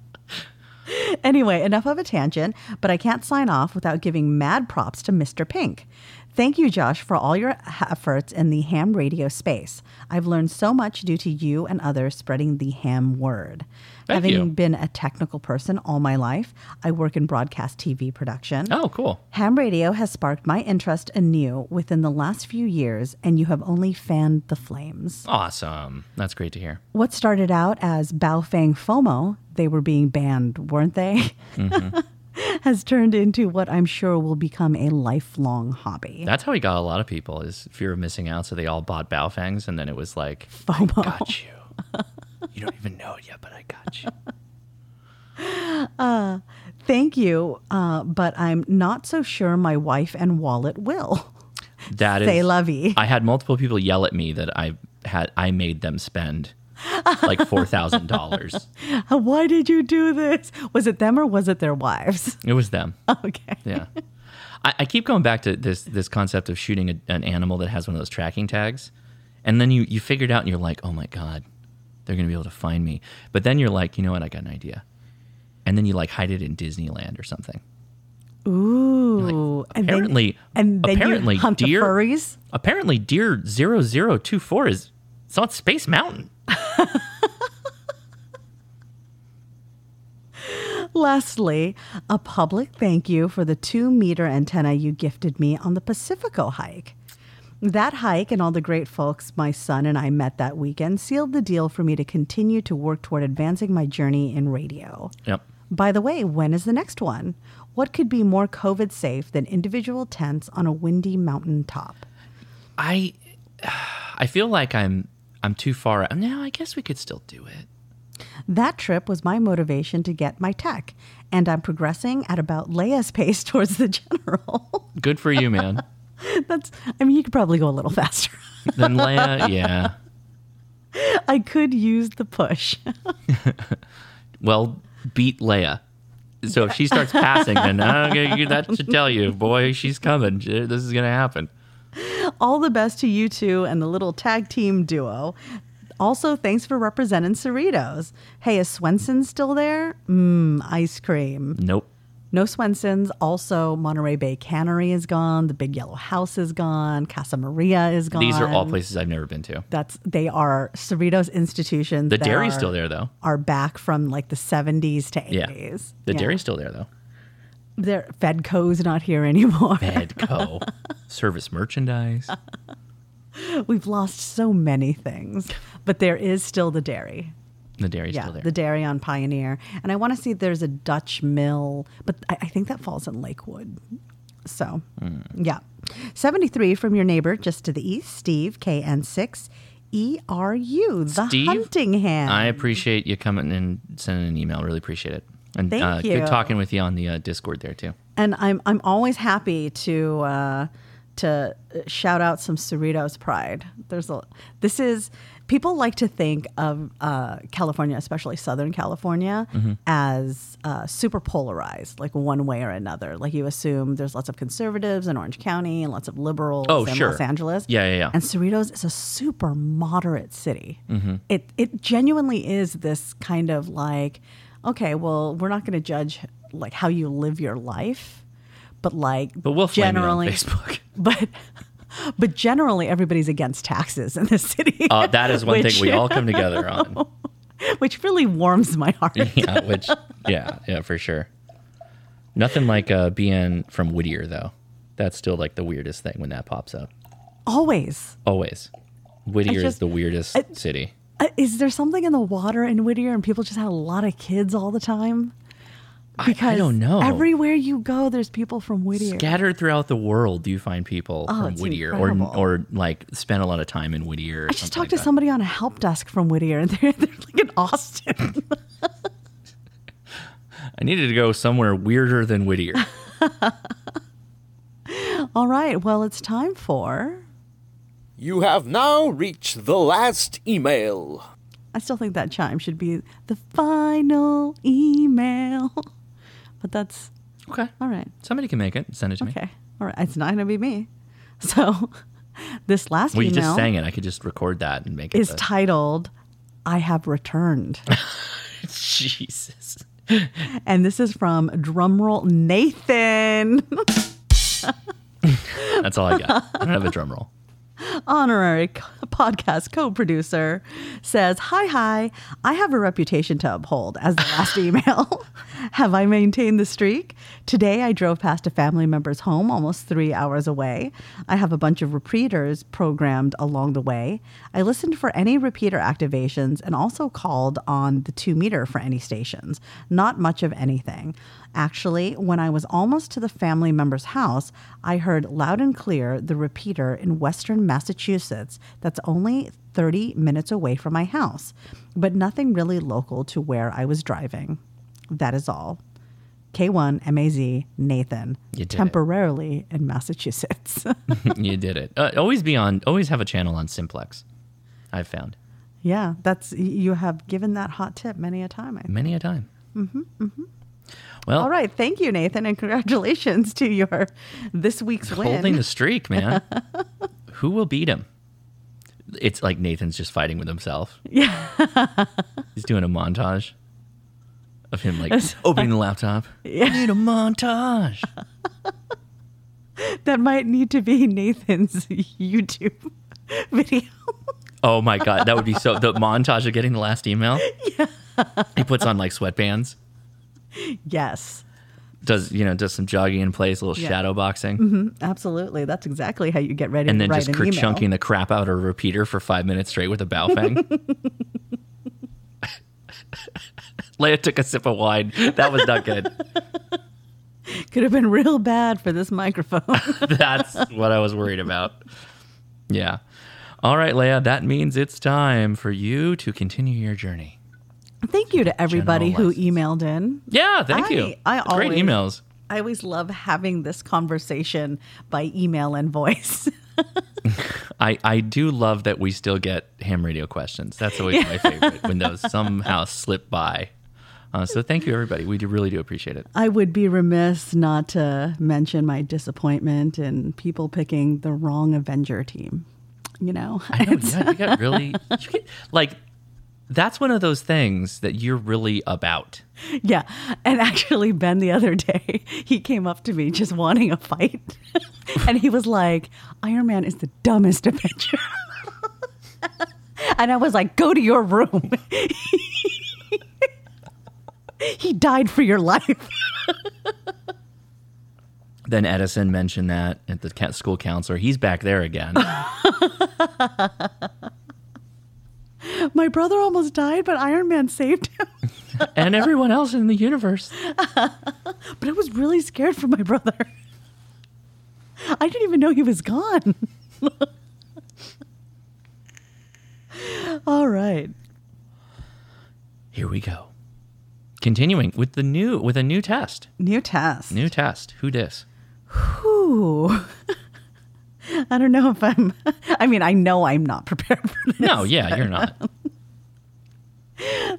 Speaker 2: anyway, enough of a tangent, but I can't sign off without giving mad props to Mr. Pink. Thank you, Josh, for all your ha- efforts in the ham radio space. I've learned so much due to you and others spreading the ham word.
Speaker 7: Thank
Speaker 2: Having
Speaker 7: you.
Speaker 2: been a technical person all my life, I work in broadcast TV production.
Speaker 7: Oh, cool.
Speaker 2: Ham radio has sparked my interest anew within the last few years, and you have only fanned the flames.
Speaker 7: Awesome. That's great to hear.
Speaker 2: What started out as Baofeng FOMO, they were being banned, weren't they?
Speaker 7: Mm-hmm.
Speaker 2: has turned into what I'm sure will become a lifelong hobby.
Speaker 7: That's how he got a lot of people is fear of missing out. So they all bought bow fangs and then it was like,
Speaker 2: FOMO.
Speaker 7: got you. You don't even know it yet, but I got you.
Speaker 2: Thank you, uh, but I'm not so sure my wife and wallet will.
Speaker 7: That is.
Speaker 2: Say la vie.
Speaker 7: I had multiple people yell at me that I had I made them spend like $4,000.
Speaker 2: Why did you do this? Was it them or was it their wives?
Speaker 7: It was them.
Speaker 2: Okay.
Speaker 7: Yeah. I, I keep going back to this this concept of shooting a, an animal that has one of those tracking tags, and then you you figure it out, and you're like, oh my god, they're gonna be able to find me. But then you're like, you know what? I got an idea, and then you like hide it in Disneyland or something.
Speaker 2: Ooh. and then-
Speaker 7: Apparently,
Speaker 2: and then
Speaker 7: apparently
Speaker 2: you hunt
Speaker 7: deer
Speaker 2: the furries.
Speaker 7: apparently deer 0024 is it's on Space Mountain.
Speaker 2: Lastly, a public thank you for the two meter antenna you gifted me on the Pacifico hike. That hike and all the great folks my son and I met that weekend sealed the deal for me to continue to work toward advancing my journey in radio.
Speaker 7: Yep.
Speaker 2: By the way, when is the next one? What could be more COVID safe than individual tents on a windy mountain top?
Speaker 7: I I feel like I'm I'm too far. No, I guess we could still do it.
Speaker 2: That trip was my motivation to get my tech, and I'm progressing at about Leia's pace towards the general.
Speaker 7: Good for you, man.
Speaker 2: That's, I mean, you could probably go a little faster.
Speaker 7: then Leia, yeah.
Speaker 2: I could use the push.
Speaker 7: well, beat Leia. So if she starts passing, then uh, okay, that should tell you, boy, she's coming. This is gonna happen.
Speaker 2: All the best to you two and the little tag team duo. Also, thanks for representing Cerritos. Hey, is Swenson still there? Mmm, ice cream.
Speaker 7: Nope.
Speaker 2: No Swensons. Also, Monterey Bay Cannery is gone. The Big Yellow House is gone. Casa Maria is gone.
Speaker 7: These are all places I've never been to.
Speaker 2: That's they are Cerritos institutions.
Speaker 7: The
Speaker 2: that
Speaker 7: dairy's
Speaker 2: are-
Speaker 7: still there though.
Speaker 2: Are back from like the 70s to
Speaker 7: Yeah.
Speaker 2: 80s.
Speaker 7: The
Speaker 2: Yeah.
Speaker 7: dairy's still there though.
Speaker 2: Their Fedco's not here anymore.
Speaker 7: Edco. Service merchandise.
Speaker 2: We've lost so many things, but there is still the dairy.
Speaker 7: The dairy's
Speaker 2: yeah,
Speaker 7: still there.
Speaker 2: the dairy on Pioneer, and I want to see if there's a Dutch mill, but I, I think that falls in Lakewood. So,
Speaker 7: Hmm.
Speaker 2: yeah, seventy-three from your neighbor just to the east, Steve KN six E R U, the
Speaker 7: Steve,
Speaker 2: Huntingham.
Speaker 7: I appreciate you coming and sending an email. Really appreciate it. And
Speaker 2: Thank
Speaker 7: uh,
Speaker 2: you.
Speaker 7: good talking with you on the uh, Discord there too.
Speaker 2: and I'm I'm always happy to uh, to uh, shout out some Cerritos pride. There's a this is people like to think of uh, California, especially Southern California,
Speaker 7: Mm-hmm.
Speaker 2: as uh, super polarized, like one way or another. Like you assume there's lots of conservatives in Orange County and lots of liberals
Speaker 7: Oh,
Speaker 2: in
Speaker 7: sure.
Speaker 2: Los Angeles.
Speaker 7: Yeah, yeah, yeah.
Speaker 2: And Cerritos is a super moderate city.
Speaker 7: Mm-hmm.
Speaker 2: It it genuinely is this kind of like, okay, well, we're not going to judge like how you live your life, but like,
Speaker 7: But we'll flame
Speaker 2: generally,
Speaker 7: you on Facebook.
Speaker 2: but but generally, everybody's against taxes in this city.
Speaker 7: Uh, that is one
Speaker 2: which-
Speaker 7: thing we all come together on.
Speaker 2: which really warms my heart.
Speaker 7: yeah, which yeah, yeah, for sure. Nothing like uh, being from Whittier though. That's still like the weirdest thing when that pops up.
Speaker 2: Always,
Speaker 7: Always, Whittier is
Speaker 2: just-
Speaker 7: the weirdest city.
Speaker 2: uh, is there something in the water in Whittier, and people just had a lot of kids all the time? Because
Speaker 7: don't know.
Speaker 2: Everywhere you go, there's people from Whittier.
Speaker 7: Scattered throughout the world, do you find people from
Speaker 2: Oh, it's
Speaker 7: Whittier
Speaker 2: incredible.
Speaker 7: or or like spend a lot of time in Whittier? Or
Speaker 2: I just talked to somebody on a help desk from Whittier, and they're, they're like in Austin.
Speaker 7: I needed to go somewhere weirder than Whittier.
Speaker 2: All right, well, it's time for.
Speaker 8: You have now reached the last email.
Speaker 2: I still think that chime should be the final email, but that's
Speaker 7: okay,
Speaker 2: all right.
Speaker 7: somebody can make it. and Send it to me.
Speaker 2: Okay, all right. It's not going to be me. So, this last
Speaker 7: Well, you
Speaker 2: email
Speaker 7: just sang it. I could just record that and make it.
Speaker 2: is
Speaker 7: the-
Speaker 2: titled "I Have Returned,"
Speaker 7: Jesus.
Speaker 2: and this is from drumroll Nathan.
Speaker 7: That's all I got. I don't have a drum roll.
Speaker 2: honorary co- podcast co-producer says hi hi i have a reputation to uphold as the last email have i maintained the streak today i drove past a family member's home almost three hours away i have a bunch of repeaters programmed along the way i listened for any repeater activations and also called on the two meter for any stations not much of anything Actually, when I was almost to the family member's house, I heard loud and clear the repeater in western Massachusetts that's only 30 minutes away from my house, but nothing really local to where I was driving. That is all. K1MAZ Nathan,
Speaker 7: You did it.
Speaker 2: temporarily in Massachusetts.
Speaker 7: you did it. Uh, always be on. Always have a channel on Simplex. I've found
Speaker 2: yeah, that's you have given that hot tip many a time. I think.
Speaker 7: many a time. Mm-hmm, mm-hmm. Well,
Speaker 2: All right, thank you, Nathan, and congratulations to your this week's win.
Speaker 7: holding the streak, man. Who will beat him? It's like Nathan's just fighting with himself. Yeah, he's doing a montage of him like opening the laptop. I need a montage.
Speaker 2: That might need to be Nathan's YouTube video.
Speaker 7: Oh my god, that would be so. The montage of getting the last email. Yeah, he puts on like sweatbands.
Speaker 2: yes,
Speaker 7: Does you know does some jogging in place, a little
Speaker 2: Yeah.
Speaker 7: shadow boxing.
Speaker 2: absolutely. That's exactly how you get ready
Speaker 7: and
Speaker 2: to
Speaker 7: then
Speaker 2: write
Speaker 7: just
Speaker 2: an email.
Speaker 7: kerchunking the crap out of a repeater for five minutes straight with a bow fang. Leia took a sip of wine. That was not good.
Speaker 2: Could have been real bad for this microphone.
Speaker 7: That's what I was worried about. Yeah. All right, Leia, that means it's time for you to continue your journey.
Speaker 2: Thank you to everybody
Speaker 7: General
Speaker 2: who
Speaker 7: lessons.
Speaker 2: emailed in.
Speaker 7: Yeah, thank
Speaker 2: I-
Speaker 7: you.
Speaker 2: I
Speaker 7: Great
Speaker 2: always-
Speaker 7: emails.
Speaker 2: I always love having this conversation by email and voice.
Speaker 7: I, I do love that we still get ham radio questions. That's always my favorite when those somehow slip by. Uh, so thank you, everybody. We do really do appreciate it.
Speaker 2: I would be remiss not to mention my disappointment in people picking the wrong Avenger team. You know,
Speaker 7: I know, yeah, you got really you get, like that's one of those things that you're really about.
Speaker 2: Yeah. And actually, Ben, the other day, he came up to me just wanting a fight. and he was like, Iron Man is the dumbest adventure. and I was like, go to your room. he died for your life.
Speaker 7: Then Edison mentioned that at the ca- school counselor. He's back there again.
Speaker 2: My brother almost died, but Iron Man saved him.
Speaker 7: and everyone else in the universe.
Speaker 2: But I was really scared for my brother. I didn't even know he was gone. All right.
Speaker 7: Here we go. Continuing with the new with a new test.
Speaker 2: New test.
Speaker 7: New test. Who dis?
Speaker 2: Ooh. I don't know if I'm, I mean, I know I'm not prepared for this.
Speaker 7: No, yeah, you're not.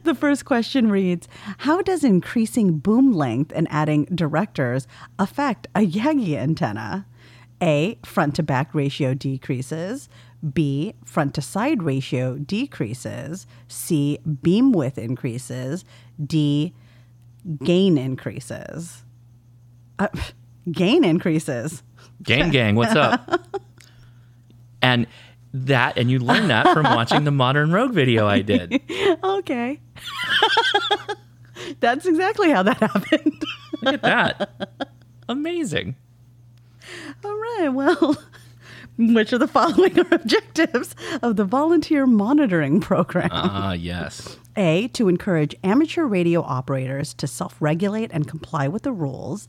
Speaker 2: The first question reads How does increasing boom length and adding directors affect a Yagi antenna? A. Front to back ratio decreases. B. Front to side ratio decreases. C. Beam width increases. D. Gain increases. Uh, gain increases.
Speaker 7: Game gang, what's up? And that and you learn that from watching the modern rogue video I did.
Speaker 2: Okay. That's exactly how that happened.
Speaker 7: Look at that. Amazing.
Speaker 2: All right, well, which of the following are objectives of the volunteer monitoring program?
Speaker 7: Ah, yes.
Speaker 2: A, to encourage amateur radio operators to self regulate and comply with the rules.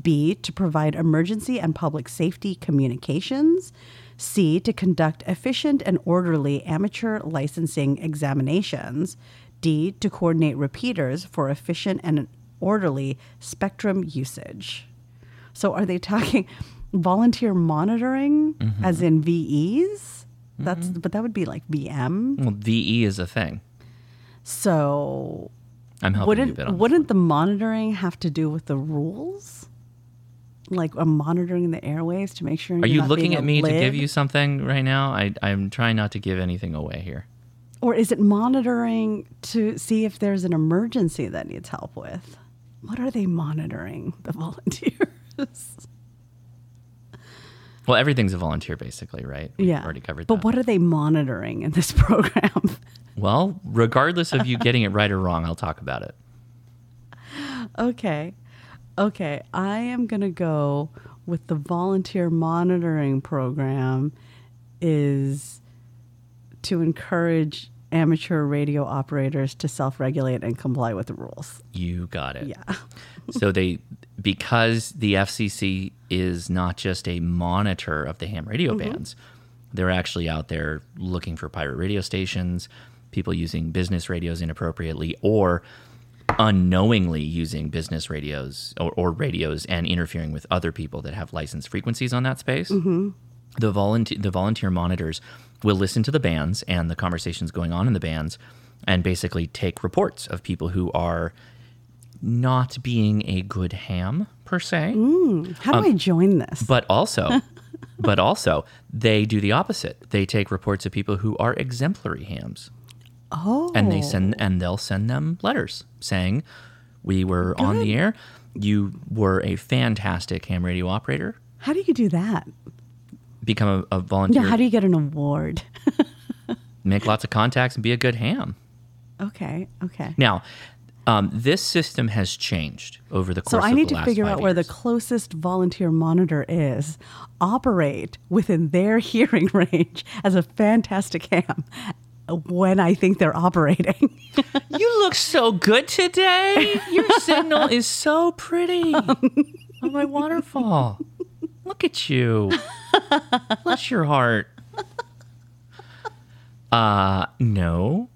Speaker 2: B, to provide emergency and public safety communications. C, to conduct efficient and orderly amateur licensing examinations. D, to coordinate repeaters for efficient and orderly spectrum usage. So are they talking volunteer monitoring as in VEs? That's but that would be like VM.
Speaker 7: Well, VE is a thing.
Speaker 2: So
Speaker 7: I'm helping you a
Speaker 2: wouldn't
Speaker 7: bit on.
Speaker 2: wouldn't the monitoring have to do with the rules? Like I'm monitoring the airwaves to make sure.
Speaker 7: Are you looking at me to give you something right now? I, I'm trying not to give anything away here.
Speaker 2: or is it monitoring to see if there's an emergency that needs help with? What are they monitoring? The volunteers.
Speaker 7: Well, everything's a volunteer, basically, right? We've
Speaker 2: yeah,
Speaker 7: already covered
Speaker 2: But
Speaker 7: that.
Speaker 2: what are they monitoring in this program?
Speaker 7: well, regardless of you getting it right or wrong, I'll talk about it.
Speaker 2: okay, okay. I am gonna go with the volunteer monitoring program is to encourage amateur radio operators to self-regulate and comply with the rules.
Speaker 7: You got it.
Speaker 2: Yeah.
Speaker 7: so they, because the FCC is not just a monitor of the ham radio bands, they're actually out there looking for pirate radio stations, people using business radios inappropriately, or unknowingly using business radios or, or radios and interfering with other people that have licensed frequencies on that space. the volunteer the volunteer monitors will listen to the bands and the conversations going on in the bands and basically take reports of people who are not being a good ham per se
Speaker 2: How do I join this?
Speaker 7: Um, but also but also they do the opposite they take reports of people who are exemplary hams
Speaker 2: Oh,
Speaker 7: and they send and they'll send them letters saying we were on the air you were a fantastic ham radio operator
Speaker 2: how do you do that?
Speaker 7: become a, a volunteer
Speaker 2: Yeah, how do you get an award?
Speaker 7: make lots of contacts and be a good ham
Speaker 2: okay, okay.
Speaker 7: Now, um, this system has changed over the course.
Speaker 2: So I
Speaker 7: of
Speaker 2: need
Speaker 7: the
Speaker 2: to
Speaker 7: last
Speaker 2: figure
Speaker 7: five
Speaker 2: out where the
Speaker 7: years.
Speaker 2: closest volunteer monitor is, operate within their hearing range as a fantastic ham when I think they're operating.
Speaker 7: you look so good today. Your signal is so pretty on my waterfall. Look at you. Bless your heart. Uh, no.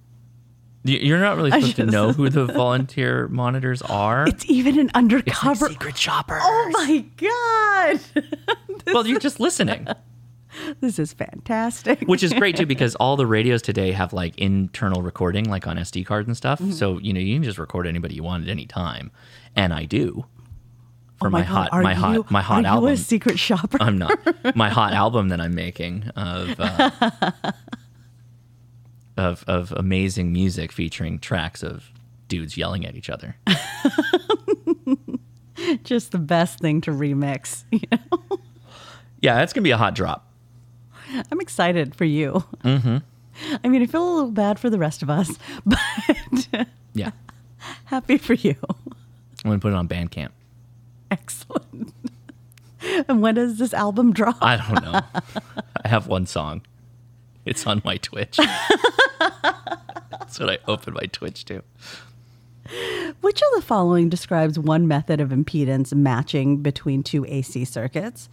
Speaker 7: You- You're not really supposed to
Speaker 2: just-
Speaker 7: know who the volunteer monitors are.
Speaker 2: It's even an undercover.
Speaker 7: secret shopper.
Speaker 2: oh my God.
Speaker 7: well, you're just listening.
Speaker 2: This is fantastic.
Speaker 7: which is great too because all the radios today have like internal recording like on sd cards and stuff
Speaker 2: Mm-hmm.
Speaker 7: so you know you can just record anybody you want at any time and i do for
Speaker 2: Oh
Speaker 7: my,
Speaker 2: God,
Speaker 7: hot
Speaker 2: are
Speaker 7: my
Speaker 2: you-
Speaker 7: hot my hot
Speaker 2: are
Speaker 7: album
Speaker 2: you a secret shopper?
Speaker 7: i'm not my hot album that i'm making of uh, of of amazing music featuring tracks of dudes yelling at each other
Speaker 2: Just the best thing to remix.
Speaker 7: yeah that's gonna be a hot drop
Speaker 2: I'm excited for you. Mm-hmm. I mean, I feel a little bad for the rest of us, but
Speaker 7: yeah
Speaker 2: happy for you.
Speaker 7: i'm gonna put it on bandcamp
Speaker 2: Excellent. And when does this album drop?
Speaker 7: i don't know i have one song It's on my Twitch. That's what I open my Twitch to.
Speaker 2: Which of the following describes one method of impedance matching between two AC circuits?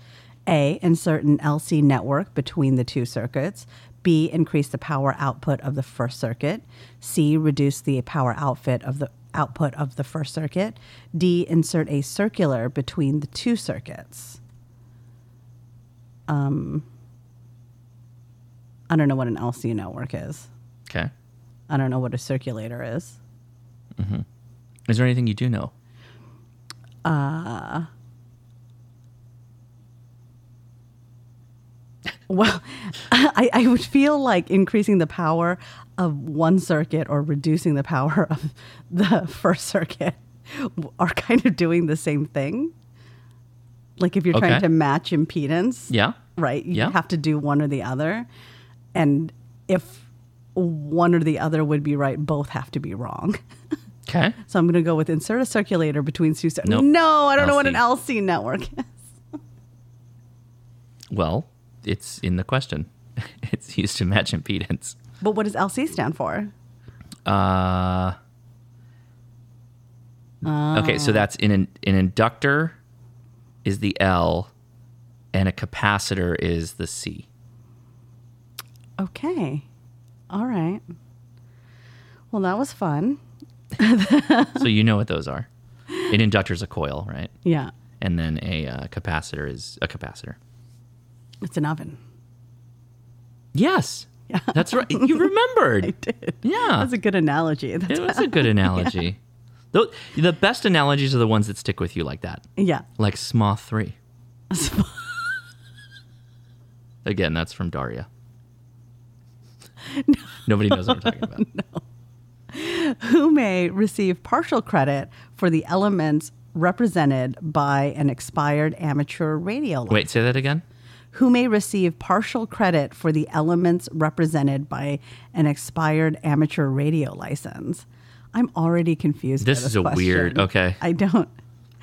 Speaker 2: A. Insert an LC network between the two circuits. B. Increase the power output of the first circuit. C. Reduce the power outfit of the output of the first circuit. D. Insert a circular between the two circuits. Um, I don't know what an LC network is.
Speaker 7: Okay.
Speaker 2: I don't know what a circulator is.
Speaker 7: Is there anything you do know?
Speaker 2: Well, I, I would feel like increasing the power of one circuit or reducing the power of the first circuit are kind of doing the same thing. Like if you're
Speaker 7: Okay.
Speaker 2: trying to match impedance,
Speaker 7: Yeah.
Speaker 2: right? You
Speaker 7: Yeah.
Speaker 2: have to do one or the other. And if one or the other would be right, both have to be wrong.
Speaker 7: Okay.
Speaker 2: So I'm going to go with insert a circulator between two. cir-
Speaker 7: Nope.
Speaker 2: No, I don't know what an
Speaker 7: LC.
Speaker 2: LC network is.
Speaker 7: Well, it's in the question. It's used to match impedance.
Speaker 2: But what does LC stand for?
Speaker 7: Uh, okay, so that's in an, an inductor is the L, and a capacitor is the C.
Speaker 2: Okay. All right. Well, that was fun.
Speaker 7: so you know what those are. An inductor is a coil, right?
Speaker 2: Yeah.
Speaker 7: And then a uh, capacitor is a capacitor.
Speaker 2: It's an oven.
Speaker 7: Yes, that's right. You remembered. I did. Yeah,
Speaker 2: That's a good analogy. That's,
Speaker 7: it was a good analogy. Tho- The best analogies are the ones that stick with you like that,
Speaker 2: yeah.
Speaker 7: like Smoth Three. Again, that's from Daria. Nobody knows what I'm talking about.
Speaker 2: Who may receive partial credit for the elements represented by an expired amateur radio line?
Speaker 7: Wait, say that again.
Speaker 2: Who may receive partial credit for the elements represented by an expired amateur radio license? I'm already confused. by
Speaker 7: This is a weird-
Speaker 2: question.
Speaker 7: okay.
Speaker 2: I don't.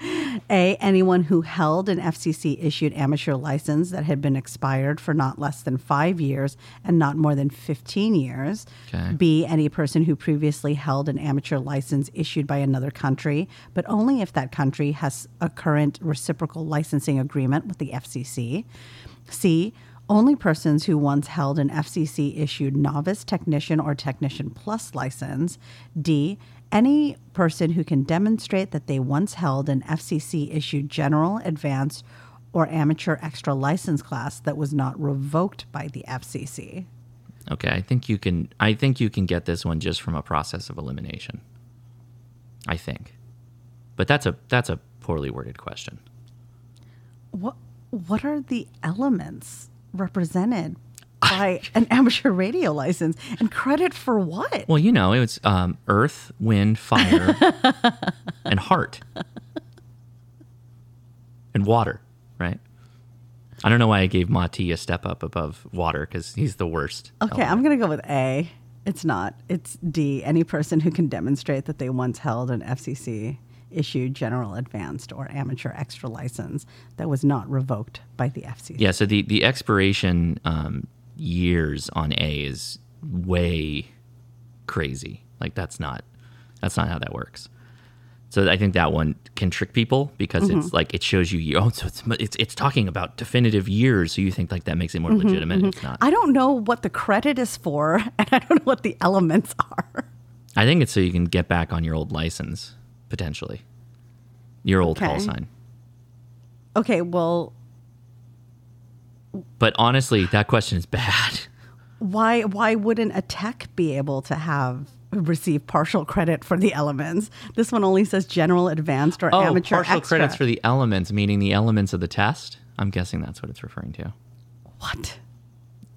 Speaker 2: A, anyone who held an FCC issued amateur license that had been expired for not less than five years and not more than 15 years.
Speaker 7: Okay.
Speaker 2: B, any person who previously held an amateur license issued by another country, but only if that country has a current reciprocal licensing agreement with the FCC. C, only persons who once held an FCC issued novice technician or technician plus license. D, any person who can demonstrate that they once held an FCC issued general, advanced, or amateur extra license class that was not revoked by the FCC.
Speaker 7: Okay, I think you can. I think you can get this one just from a process of elimination. I think, but that's a that's a poorly worded question.
Speaker 2: What what are the elements represented by an amateur radio license and credit for what?
Speaker 7: Well, you know, it was um, earth, wind, fire, and heart, and water. Right. I don't know why I gave Mati a step up above water because he's the worst.
Speaker 2: Okay, I'm going to go with A. It's not. It's D. Any person who can demonstrate that they once held an FCC issued general advanced or amateur extra license that was not revoked by the FCC.
Speaker 7: Yeah, so the the expiration um, years on A is way crazy. Like that's not that's not how that works. So I think that one can trick people because
Speaker 2: Mm-hmm.
Speaker 7: it's like it shows you oh so it's it's it's talking about definitive years, so you think like that makes it more legitimate. and It's not.
Speaker 2: Mm-hmm, I don't know what the credit is for and I don't know what the elements are.
Speaker 7: I think it's so you can get back on your old license potentially, your old call
Speaker 2: Okay.
Speaker 7: sign.
Speaker 2: Okay, well,
Speaker 7: But honestly, that question is bad.
Speaker 2: why why wouldn't a tech be able to have receive partial credit for the elements? This one only says general, advanced, or
Speaker 7: Oh,
Speaker 2: amateur
Speaker 7: partial
Speaker 2: extra.
Speaker 7: credits for the elements, meaning the elements of the test. I'm guessing that's what it's referring to.
Speaker 2: what?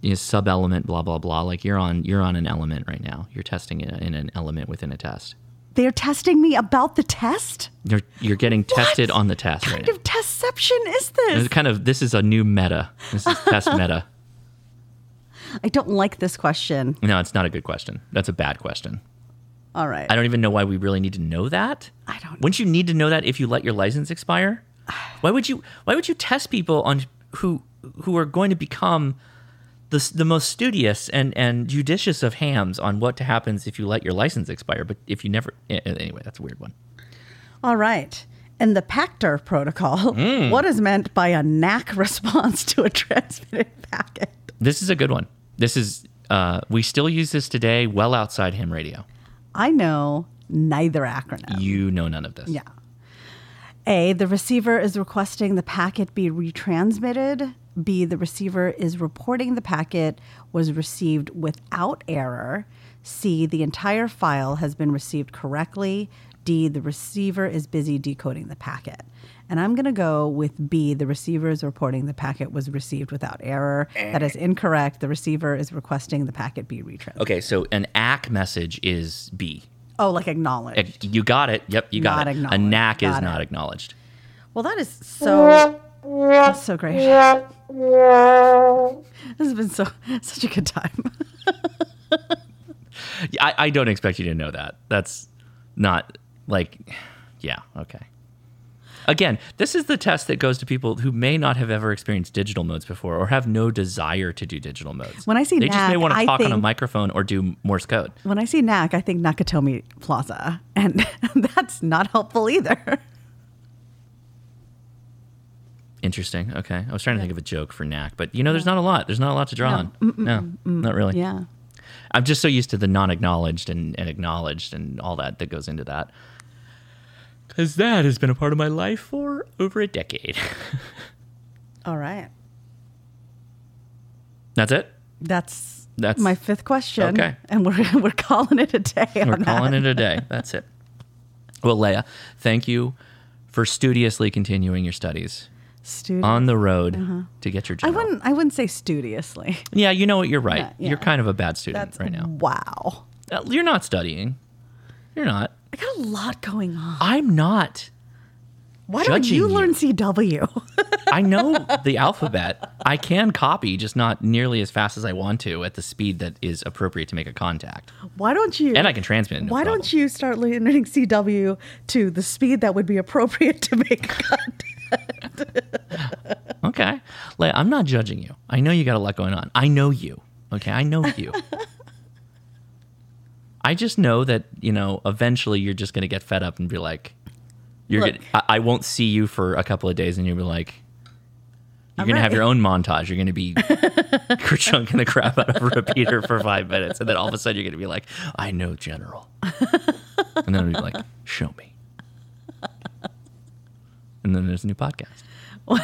Speaker 7: you know, sub element blah blah blah like you're on you're on an element right now you're testing it in an element within a test
Speaker 2: They're testing me about the test?
Speaker 7: you're you're getting tested on the test
Speaker 2: What
Speaker 7: right
Speaker 2: kind
Speaker 7: now
Speaker 2: of testception is
Speaker 7: it's
Speaker 2: this?
Speaker 7: kind of this is a new meta this is test meta
Speaker 2: I don't like this question.
Speaker 7: no it's not a good question that's a bad question
Speaker 2: All right.
Speaker 7: i don't even know why we really need to know that
Speaker 2: I don't-
Speaker 7: wouldn't you need to know that if you let your license expire why would you why would you test people on who who are going to become the, s- the most studious and, and judicious of hams on what happens if you let your license expire. But if you never, a- a- anyway, that's a weird one.
Speaker 2: All right. And the Pactor protocol, what is meant by a knack response to a transmitted packet?
Speaker 7: This is a good one. This is, uh, we still use this today well outside ham radio.
Speaker 2: I know neither acronym.
Speaker 7: You know none of this.
Speaker 2: Yeah. A, the receiver is requesting the packet be retransmitted. B, the receiver is reporting the packet was received without error. C, the entire file has been received correctly. D, the receiver is busy decoding the packet. And I'm going to go with B, the receiver is reporting the packet was received without error. That is incorrect. The receiver is requesting the packet be retransmitted.
Speaker 7: Okay, so an ACK message is B.
Speaker 2: Oh, like acknowledged.
Speaker 7: Ec- You got it. Yep, you got
Speaker 2: Not
Speaker 7: it. A
Speaker 2: acknowledged.
Speaker 7: knack is
Speaker 2: Got it.
Speaker 7: not acknowledged.
Speaker 2: Well, that is so that's so great. this has been so such a good time.
Speaker 7: Yeah, I, I don't expect you to know that. That's not like, yeah, okay. Again, this is the test that goes to people who may not have ever experienced digital modes before or have no desire to do digital modes.
Speaker 2: When I see
Speaker 7: they just may
Speaker 2: knack,
Speaker 7: want to
Speaker 2: I
Speaker 7: talk on a
Speaker 2: think-
Speaker 7: microphone or do Morse code.
Speaker 2: When I see Knack, I think Nakatomi Plaza, and that's not helpful either.
Speaker 7: Interesting. Okay, I was trying to think of a joke for knack, but you know, there's not a lot. There's not a lot to draw on. no, not really.
Speaker 2: Yeah.
Speaker 7: I'm just so used to the non acknowledged and, and acknowledged and all that that goes into that. Because that has been a part of my life for over a decade.
Speaker 2: All right.
Speaker 7: That's it.
Speaker 2: That's
Speaker 7: That's
Speaker 2: my fifth question.
Speaker 7: Okay.
Speaker 2: And we're we're calling it a day.
Speaker 7: We're
Speaker 2: on
Speaker 7: calling
Speaker 2: that.
Speaker 7: it a day. That's it. Well, Leia, thank you for studiously continuing your studies
Speaker 2: Studi-
Speaker 7: on the road to get your
Speaker 2: Uh-huh. I
Speaker 7: job.
Speaker 2: wouldn't. I wouldn't say studiously.
Speaker 7: yeah, you know what? You're right.
Speaker 2: Yeah, yeah.
Speaker 7: You're kind of a bad student
Speaker 2: That's
Speaker 7: right now.
Speaker 2: Wow.
Speaker 7: Uh, You're not studying. You're not.
Speaker 2: I got a lot going on.
Speaker 7: I'm not.
Speaker 2: Why don't
Speaker 7: Judging
Speaker 2: you
Speaker 7: you.
Speaker 2: learn CW?
Speaker 7: I know the alphabet. I can copy, just not nearly as fast as I want to at the speed that is appropriate to make a contact.
Speaker 2: Why don't you?
Speaker 7: And I can transmit. No
Speaker 2: Why
Speaker 7: problem.
Speaker 2: don't you start learning CW to the speed that would be appropriate to make a cut?
Speaker 7: Okay. Leia, I'm not judging you. I know you got a lot going on. I know you. Okay. I know you. I just know that, you know, eventually you're just going to get fed up and be like, you're
Speaker 2: Look.
Speaker 7: gonna, I, I won't see you for a couple of days. And you'll be like, you're going to have
Speaker 2: right.
Speaker 7: your own montage. You're going to be chunking the crap out of a repeater for five minutes. And then all of a sudden you're going to be like, I know General. and then I'll be like, show me. And then there's a new podcast.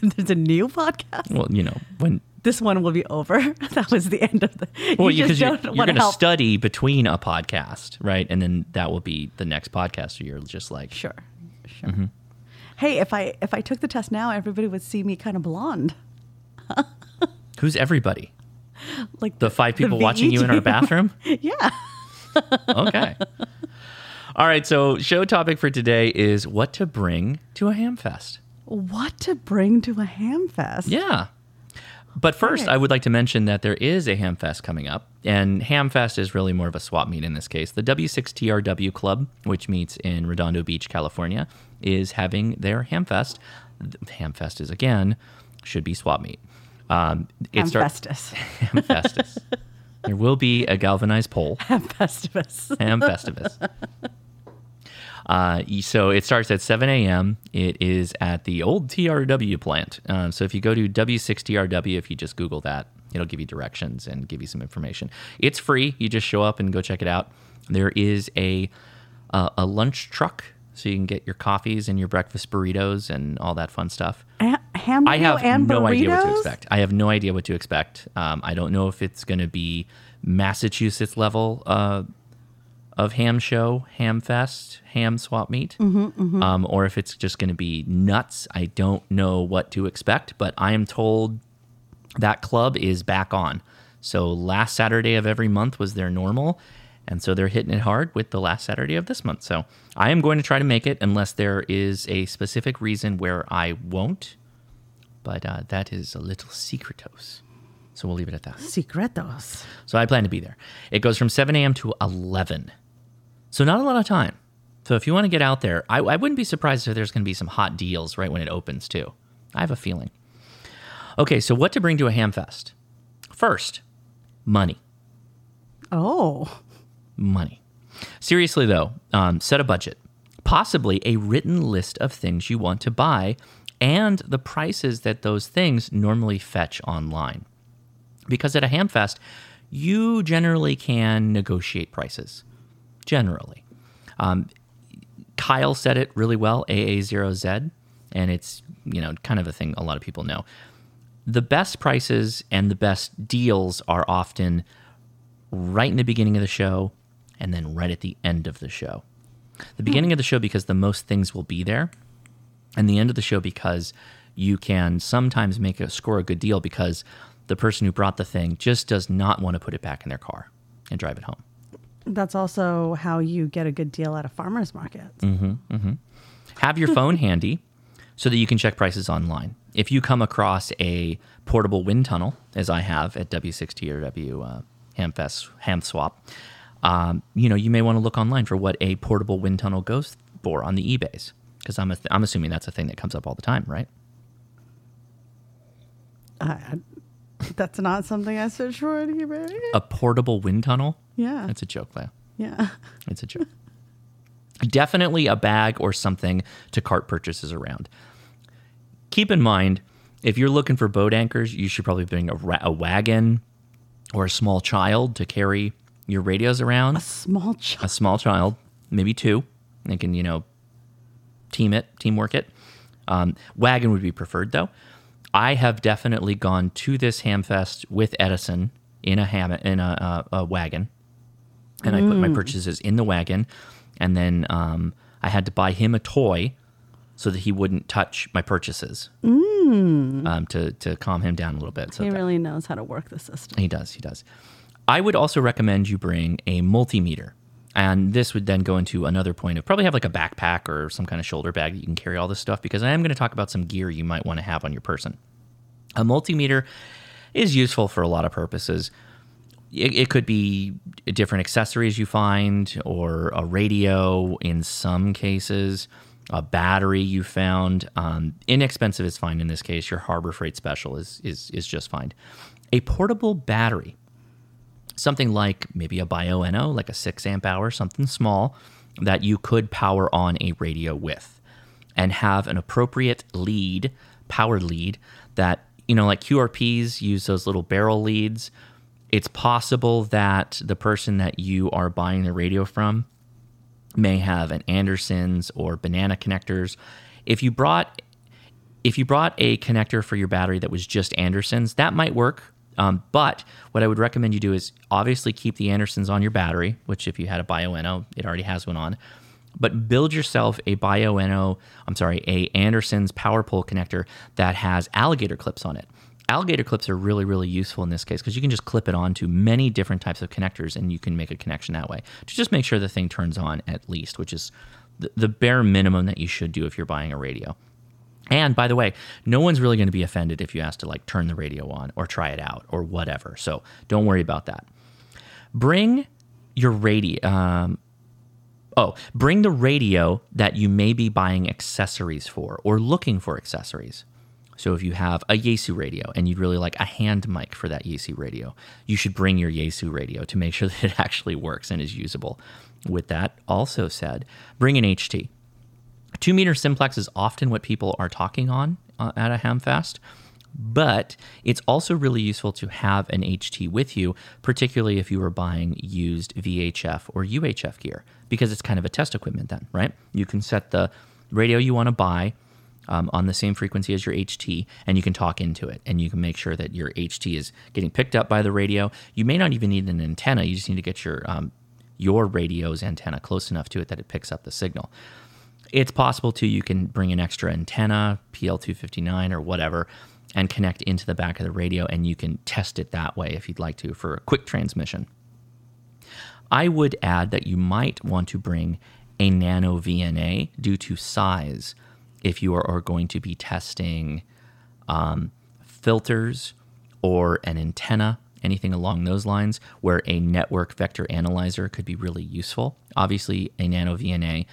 Speaker 2: There's a new podcast.
Speaker 7: Well, you know, when
Speaker 2: This one will be over. That was the end of the.
Speaker 7: Well,
Speaker 2: you
Speaker 7: because
Speaker 2: just
Speaker 7: you, are
Speaker 2: don't
Speaker 7: you're
Speaker 2: want
Speaker 7: going
Speaker 2: to
Speaker 7: to
Speaker 2: help.
Speaker 7: study between a podcast, right? And then that will be the next podcast. So you're just like,
Speaker 2: sure, sure.
Speaker 7: Mm-hmm.
Speaker 2: Hey, if I if I took the test now, everybody would see me kind of blonde,
Speaker 7: who's everybody?
Speaker 2: like
Speaker 7: The five people watching you in our
Speaker 2: VG.
Speaker 7: bathroom?
Speaker 2: Yeah.
Speaker 7: Okay. All right. So, show topic for today is what to bring to a ham fest.
Speaker 2: What to bring to a ham fest?
Speaker 7: Yeah. But first, I would like to mention that there is a Hamfest coming up, and Hamfest is really more of a swap meet in this case. The W6TRW Club, which meets in Redondo Beach, California, is having their Hamfest. Th- Hamfest is again should be swap meet. Um, it
Speaker 2: Ham
Speaker 7: starts
Speaker 2: festus.
Speaker 7: Hamfestus. there will be a galvanized pole.
Speaker 2: Ham festivus.
Speaker 7: Ham Festivus. Uh, y- so it starts at 7 a.m. It is at the old TRW plant. Um, so if you go to W6TRW, if you just Google that, it'll give you directions and give you some information. It's free. You just show up and go check it out. There is a uh, a lunch truck, so you can get your coffees and your breakfast burritos and all that fun stuff.
Speaker 2: A- ham
Speaker 7: I have
Speaker 2: and
Speaker 7: no
Speaker 2: burritos?
Speaker 7: idea what to expect. I have no idea what to expect. Um, I don't know if it's going to be Massachusetts level uh, of ham show, ham fest, ham swap meet,
Speaker 2: Mm-hmm,
Speaker 7: Um, or if it's just going to be nuts. I don't know what to expect, but I am told that club is back on. So last Saturday of every month was their normal. And so they're hitting it hard with the last Saturday of this month. So I am going to try to make it unless there is a specific reason where I won't. But uh, that is a little secretos. So we'll leave it at that.
Speaker 2: Secretos.
Speaker 7: So I plan to be there. It goes from 7 a.m. to 11. So not a lot of time. So if you want to get out there, I, I wouldn't be surprised if there's going to be some hot deals right when it opens, too. I have a feeling. Okay, so what to bring to a ham fest? First, money.
Speaker 9: Oh,
Speaker 7: money. Seriously, though, um, set a budget, possibly a written list of things you want to buy and the prices that those things normally fetch online. Because at a hamfest, you generally can negotiate prices. Generally. Um, Kyle said it really well, AA0Z, and it's, you know, kind of a thing a lot of people know. The best prices and the best deals are often right in the beginning of the show and then right at the end of the show. The beginning of the show because the most things will be there, and the end of the show because you can sometimes make a score a good deal because the person who brought the thing just does not want to put it back in their car and drive it home.
Speaker 9: that's also how you get a good deal at a farmer's market.
Speaker 7: Have your phone handy so that you can check prices online. If you come across a portable wind tunnel, as I have at W60 or W uh, Hamfest HamSwap, um, you know you may want to look online for what a portable wind tunnel goes for on the eBay's because I'm a th- I'm assuming that's a thing that comes up all the time, right?
Speaker 9: That's not something I search for on eBay.
Speaker 7: A portable wind tunnel.
Speaker 2: Uh.
Speaker 9: Yeah.
Speaker 7: that's a joke, Leah.
Speaker 9: Yeah.
Speaker 7: It's a joke. Definitely a bag or something to cart purchases around. Keep in mind, if you're looking for boat anchors, you should probably bring a, ra- a wagon or a small child to carry your radios around.
Speaker 9: Small child.
Speaker 7: A small child, maybe two. They can, you know, team it, teamwork it. Um, wagon would be preferred, though. I have definitely gone to this hamfest with Edison in a ham in a, a, a wagon, and I put my purchases in the wagon, and then um, I had to buy him a toy so that he wouldn't touch my purchases um, to to calm him down a little bit. So
Speaker 9: He
Speaker 7: that-
Speaker 9: really knows how to work the system.
Speaker 7: he does. He does. I would also recommend you bring a multimeter. And this would then go into another point of probably have like a backpack or some kind of shoulder bag that you can carry all this stuff because I am going to talk about some gear you might want to have on your person. A multimeter is useful for a lot of purposes. It, it could be different accessories you find, or a radio in some cases, a battery you found. Um, inexpensive is fine in this case. Your Harbor Freight special is, is, is just fine. A portable battery, something like maybe a BioNO, like a six amp hour, something small that you could power on a radio with and have an appropriate lead, power lead that, you know, like QRPs use those little barrel leads. It's possible that the person that you are buying the radio from may have an Anderson's or banana connectors. If you brought if you brought a connector for your battery that was just Anderson's, that might work. Um, but what I would recommend you do is obviously keep the Anderson's on your battery, which if you had a BioNO, it already has one on. But build yourself a BioNO, I'm sorry, a Anderson's power pole connector that has alligator clips on it. Alligator clips are really, really useful in this case because you can just clip it onto many different types of connectors and you can make a connection that way to just make sure the thing turns on at least, which is the, the bare minimum that you should do if you're buying a radio. And by the way, no one's really going to be offended if you ask to like turn the radio on or try it out or whatever. So don't worry about that. Bring your radio. Um, oh, bring the radio that you may be buying accessories for or looking for accessories. So if you have a Yaesu radio and you'd really like a hand mic for that Yaesu radio, you should bring your Yaesu radio to make sure that it actually works and is usable. With that also said, bring an HT. Two meter simplex is often what people are talking on uh, at a hamfest, but it's also really useful to have an HT with you, particularly if you are buying used VHF or UHF gear, because it's kind of a test equipment then, right? You can set the radio you want to buy um, on the same frequency as your HT, and you can talk into it, and you can make sure that your HT is getting picked up by the radio. You may not even need an antenna; you just need to get your um, your radio's antenna close enough to it that it picks up the signal it's possible too you can bring an extra antenna pl259 or whatever and connect into the back of the radio and you can test it that way if you'd like to for a quick transmission i would add that you might want to bring a nano vna due to size if you are, are going to be testing filters or an antenna, anything along those lines, where a network vector analyzer could be really useful. Obviously, a nano VNA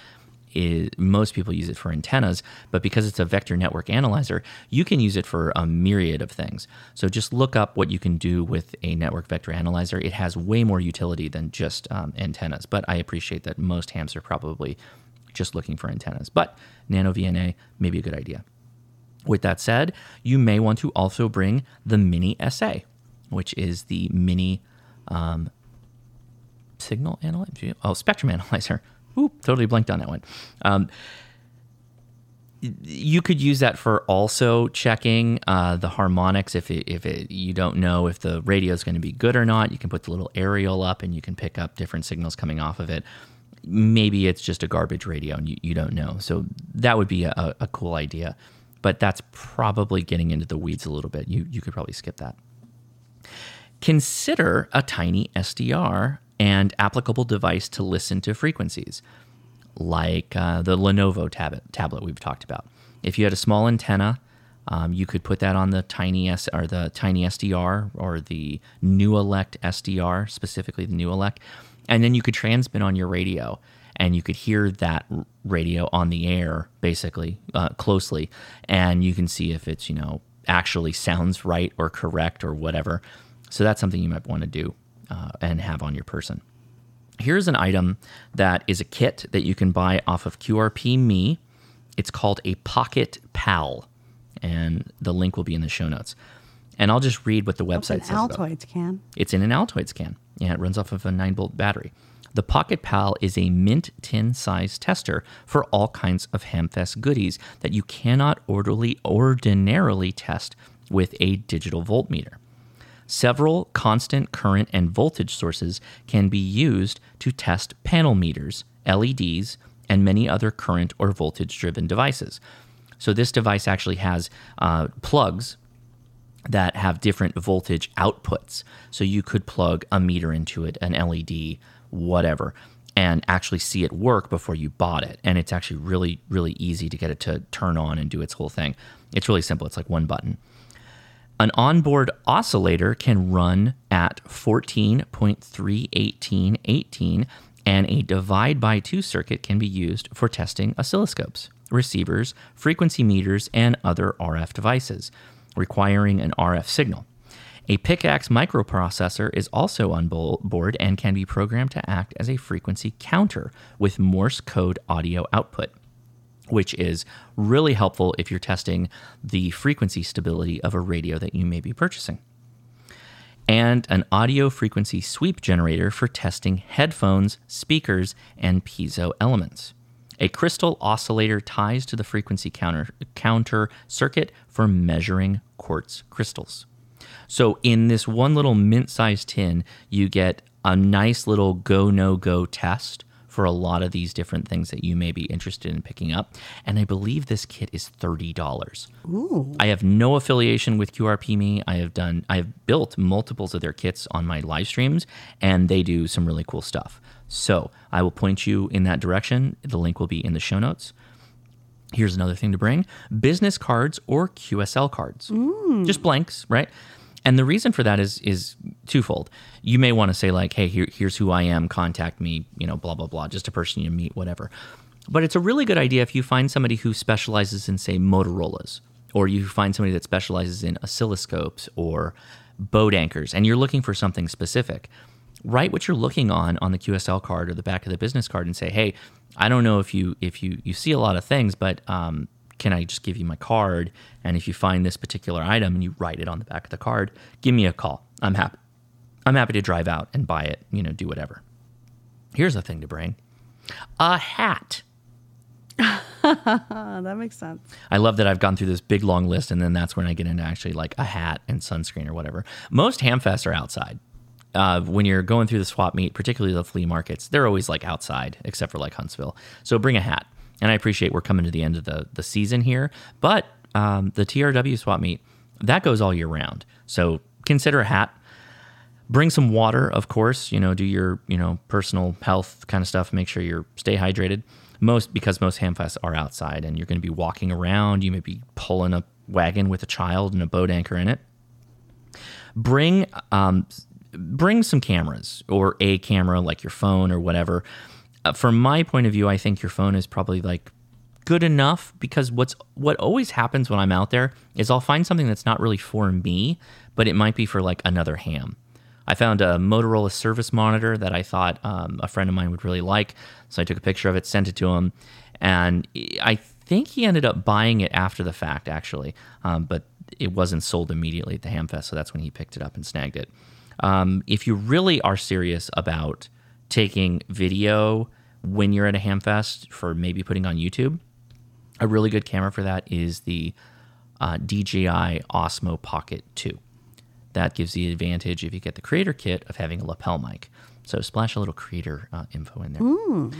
Speaker 7: is most people use it for antennas, but because it's a vector network analyzer, you can use it for a myriad of things. So just look up what you can do with a network vector analyzer. It has way more utility than just um, antennas, but I appreciate that most hams are probably just looking for antennas. But nano VNA may be a good idea. With that said, you may want to also bring the mini SA, which is the mini um, signal analyzer. Oh, spectrum analyzer. Oop, totally blanked on that one. Um, you could use that for also checking uh, the harmonics. If it, if it, you don't know if the radio is going to be good or not, you can put the little aerial up and you can pick up different signals coming off of it. Maybe it's just a garbage radio and you, you don't know. So that would be a, a- a cool idea, but that's probably getting into the weeds a little bit. You you could probably skip that consider a tiny SDR and applicable device to listen to frequencies, like uh, the Lenovo tab- tablet we've talked about. If you had a small antenna, um, you could put that on the tiny S or the tiny SDR or the new elect SDR, specifically the new elect, and then you could transmit on your radio and you could hear that r- radio on the air basically uh, closely and you can see if it's you know actually sounds right or correct or whatever so that's something you might want to do uh, and have on your person here's an item that is a kit that you can buy off of qrp me it's called a pocket pal and the link will be in the show notes and i'll just read what the website
Speaker 9: An
Speaker 7: says about it.
Speaker 9: Altoids can.
Speaker 7: It's in an Altoids can. Yeah, it runs off of a 9 volt battery. The Pocket Pal is a mint tin size tester for all kinds of Hamfest goodies that you cannot orderly ordinarily test with a digital voltmeter. Several constant current and voltage sources can be used to test panel meters, LEDs, and many other current or voltage driven devices. So, this device actually has uh, plugs that have different voltage outputs. So you could plug a meter into it, an LED, whatever, and actually see it work before you bought it. And it's actually really, really easy to get it to turn on and do its whole thing. It's really simple, it's like one button. An onboard oscillator can run at 14.31818, and a divide by 2 circuit can be used for testing oscilloscopes, receivers, frequency meters, and other RF devices, requiring an RF signal. A pickaxe microprocessor is also on bo- board and can be programmed to act as a frequency counter with Morse code audio output which is really helpful if you're testing the frequency stability of a radio that you may be purchasing. And an audio frequency sweep generator for testing headphones, speakers, and piezo elements. A crystal oscillator ties to the frequency counter, counter circuit for measuring quartz crystals. So in this one little mint-sized tin, you get a nice little go no go test for a lot of these different things that you may be interested in picking up. And I believe this kit is thirty dollars. I have no affiliation with QRP Me. I have done I have built multiples of their kits on my live streams, and they do some really cool stuff. So I will point you in that direction. The link will be in the show notes. Here's another thing to bring business cards or QSL cards. Just blanks, right? And the reason for that is is twofold. You may want to say like, "Hey, here, here's who I am. Contact me." You know, blah blah blah. Just a person you meet, whatever. But it's a really good idea if you find somebody who specializes in, say, Motorola's, or you find somebody that specializes in oscilloscopes or boat anchors, and you're looking for something specific write what you're looking on on the QSL card or the back of the business card and say, hey, I don't know if you if you you see a lot of things, but um, can I just give you my card? And if you find this particular item and you write it on the back of the card, give me a call. I'm happy. I'm happy to drive out and buy it. You know, do whatever. Here's a thing to bring: a hat.
Speaker 9: Oh, that makes sense.
Speaker 7: I love that I've gone through this big long list, and then that's when I get into actually like a hat and sunscreen or whatever. Most hamfests are outside. Uh, when you're going through the swap meet, particularly the flea markets, they're always like outside, except for like Huntsville. So bring a hat. And I appreciate we're coming to the end of the the season here, but um, the TRW swap meet that goes all year round. So consider a hat bring some water of course you know do your you know personal health kind of stuff make sure you're stay hydrated most because most hamfests are outside and you're going to be walking around you may be pulling a wagon with a child and a boat anchor in it bring um, bring some cameras or a camera like your phone or whatever uh, from my point of view, I think your phone is probably like good enough because what's what always happens when I'm out there is I'll find something that's not really for me, but it might be for like another ham. I found a Motorola service monitor that I thought um, a friend of mine would really like, so I took a picture of it, sent it to him, and I think he ended up buying it after the fact, actually, um, but it wasn't sold immediately at the Hamfest, so that's when he picked it up and snagged it. Um, if you really are serious about taking video when you're at a hamfest for maybe putting on YouTube. A really good camera for that is the uh, DJI Osmo Pocket 2. That gives the advantage if you get the creator kit of having a lapel mic. So splash a little creator uh, info in there.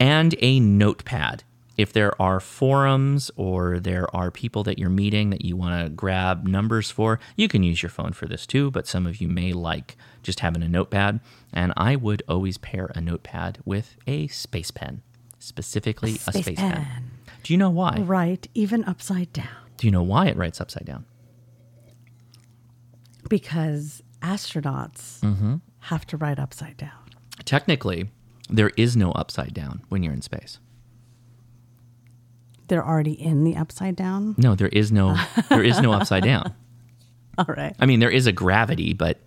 Speaker 7: And a notepad. If there are forums or there are people that you're meeting that you want to grab numbers for, you can use your phone for this too, but some of you may like just having a notepad. And I would always pair a notepad with a space pen, specifically a space,
Speaker 2: space
Speaker 7: pen.
Speaker 2: pen.
Speaker 7: Do you know why?
Speaker 2: Right, even upside down.
Speaker 7: Do you know why it writes upside down?
Speaker 2: Because astronauts
Speaker 7: Mm-hmm.
Speaker 2: have to write upside down.
Speaker 7: Technically, there is no upside down when you're in space.
Speaker 2: They're already in the upside down.
Speaker 7: No, there is no there is no upside down.
Speaker 2: All right.
Speaker 7: I mean, there is a gravity, but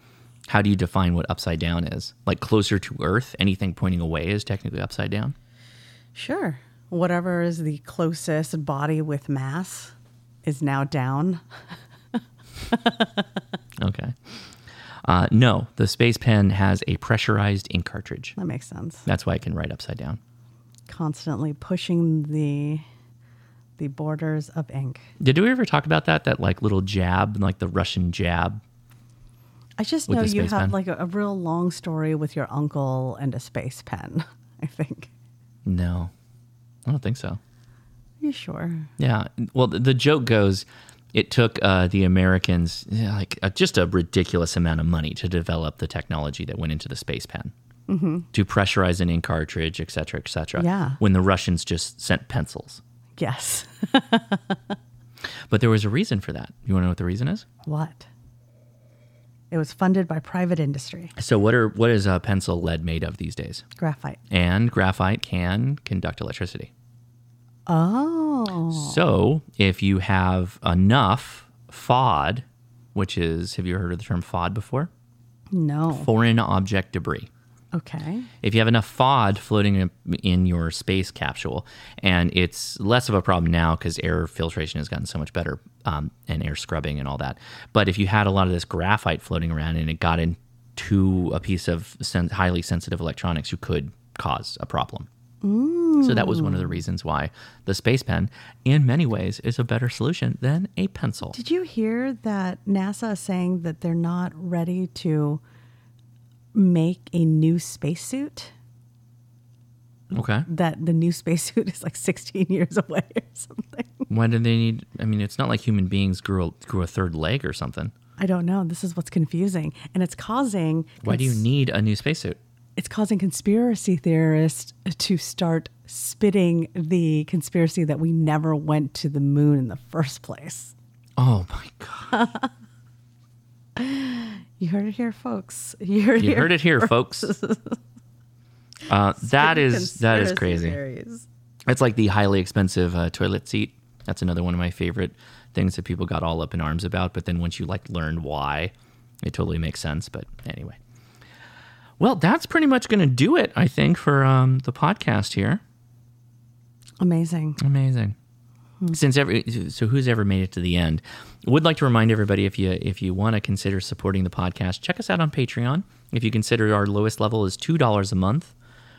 Speaker 7: how do you define what upside down is? Like closer to Earth, anything pointing away is technically upside down.
Speaker 2: Sure. Whatever is the closest body with mass is now down.
Speaker 7: Okay. Uh, no, the space pen has a pressurized ink cartridge.
Speaker 2: That makes sense.
Speaker 7: That's why it can write upside down.
Speaker 2: Constantly pushing the the borders of ink.
Speaker 7: Did we ever talk about that? That like little jab, like the Russian jab.
Speaker 2: I just
Speaker 7: With
Speaker 2: know
Speaker 7: the
Speaker 2: you
Speaker 7: space
Speaker 2: have
Speaker 7: pen.
Speaker 2: like a, a real long story with your uncle and a space pen, I think.
Speaker 7: No, I don't think so.
Speaker 2: You sure?
Speaker 7: Yeah. Well, the, the joke goes it took uh, the Americans yeah, like uh, just a ridiculous amount of money to develop the technology that went into the space pen to pressurize an ink cartridge, et cetera, et cetera.
Speaker 2: Mm-hmm. Yeah.
Speaker 7: When the Russians just sent pencils.
Speaker 2: Yes.
Speaker 7: But there was a reason for that. You want to know what the reason is?
Speaker 2: what? It was funded by private industry.
Speaker 7: So, what are what is uh, pencil lead made of these days?
Speaker 2: Graphite.
Speaker 7: And graphite can conduct electricity.
Speaker 2: Oh.
Speaker 7: So, if you have enough FOD, which is, have you heard of the term FOD before?
Speaker 2: No.
Speaker 7: Foreign object debris.
Speaker 2: Okay.
Speaker 7: if you have enough FOD floating in- in your space capsule, and it's less of a problem now because air filtration has gotten so much better um, and air scrubbing and all that. But if you had a lot of this graphite floating around and it got into a piece of sen- highly sensitive electronics, you could cause a problem. So that was one of the reasons why the space pen, in many ways, is a better solution than a pencil.
Speaker 2: Did you hear that NASA is saying that they're not ready to make a new spacesuit?
Speaker 7: Okay.
Speaker 2: That the new spacesuit is like 16 years away or something.
Speaker 7: Why do they need? I mean, it's not like human beings grew a, grew a third leg or something.
Speaker 2: I don't know. This is what's confusing, and it's causing
Speaker 7: Why do you need a new spacesuit?
Speaker 2: it's causing conspiracy theorists to start spitting the conspiracy that we never went to the moon in the first place.
Speaker 7: Oh my god!
Speaker 2: You heard it here, folks. You heard,
Speaker 7: You
Speaker 2: here.
Speaker 7: heard it here, folks. Uh, that is that is
Speaker 2: Conspiracy
Speaker 7: crazy.
Speaker 2: theories.
Speaker 7: It's like the highly expensive uh, toilet seat. That's another one of my favorite things that people got all up in arms about. But then once you like learn why, it totally makes sense. But anyway, well, that's pretty much going to do it, I think, for um, the podcast here.
Speaker 2: Amazing.
Speaker 7: Amazing. Since every so who's ever made it to the end, would like to remind everybody if you if you want to consider supporting the podcast, check us out on Patreon. If you consider our lowest level is two dollars a month,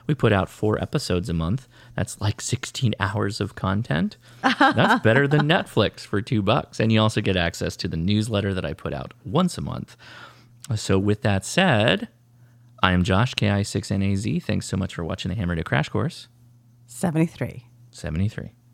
Speaker 7: we put out four episodes a month. That's like sixteen hours of content. That's better than Netflix for two bucks, and you also get access to the newsletter that I put out once a month. So with that said, I am Josh Ki6naz. Thanks so much for watching the Hammer to Crash Course
Speaker 2: 73.
Speaker 7: seventy three.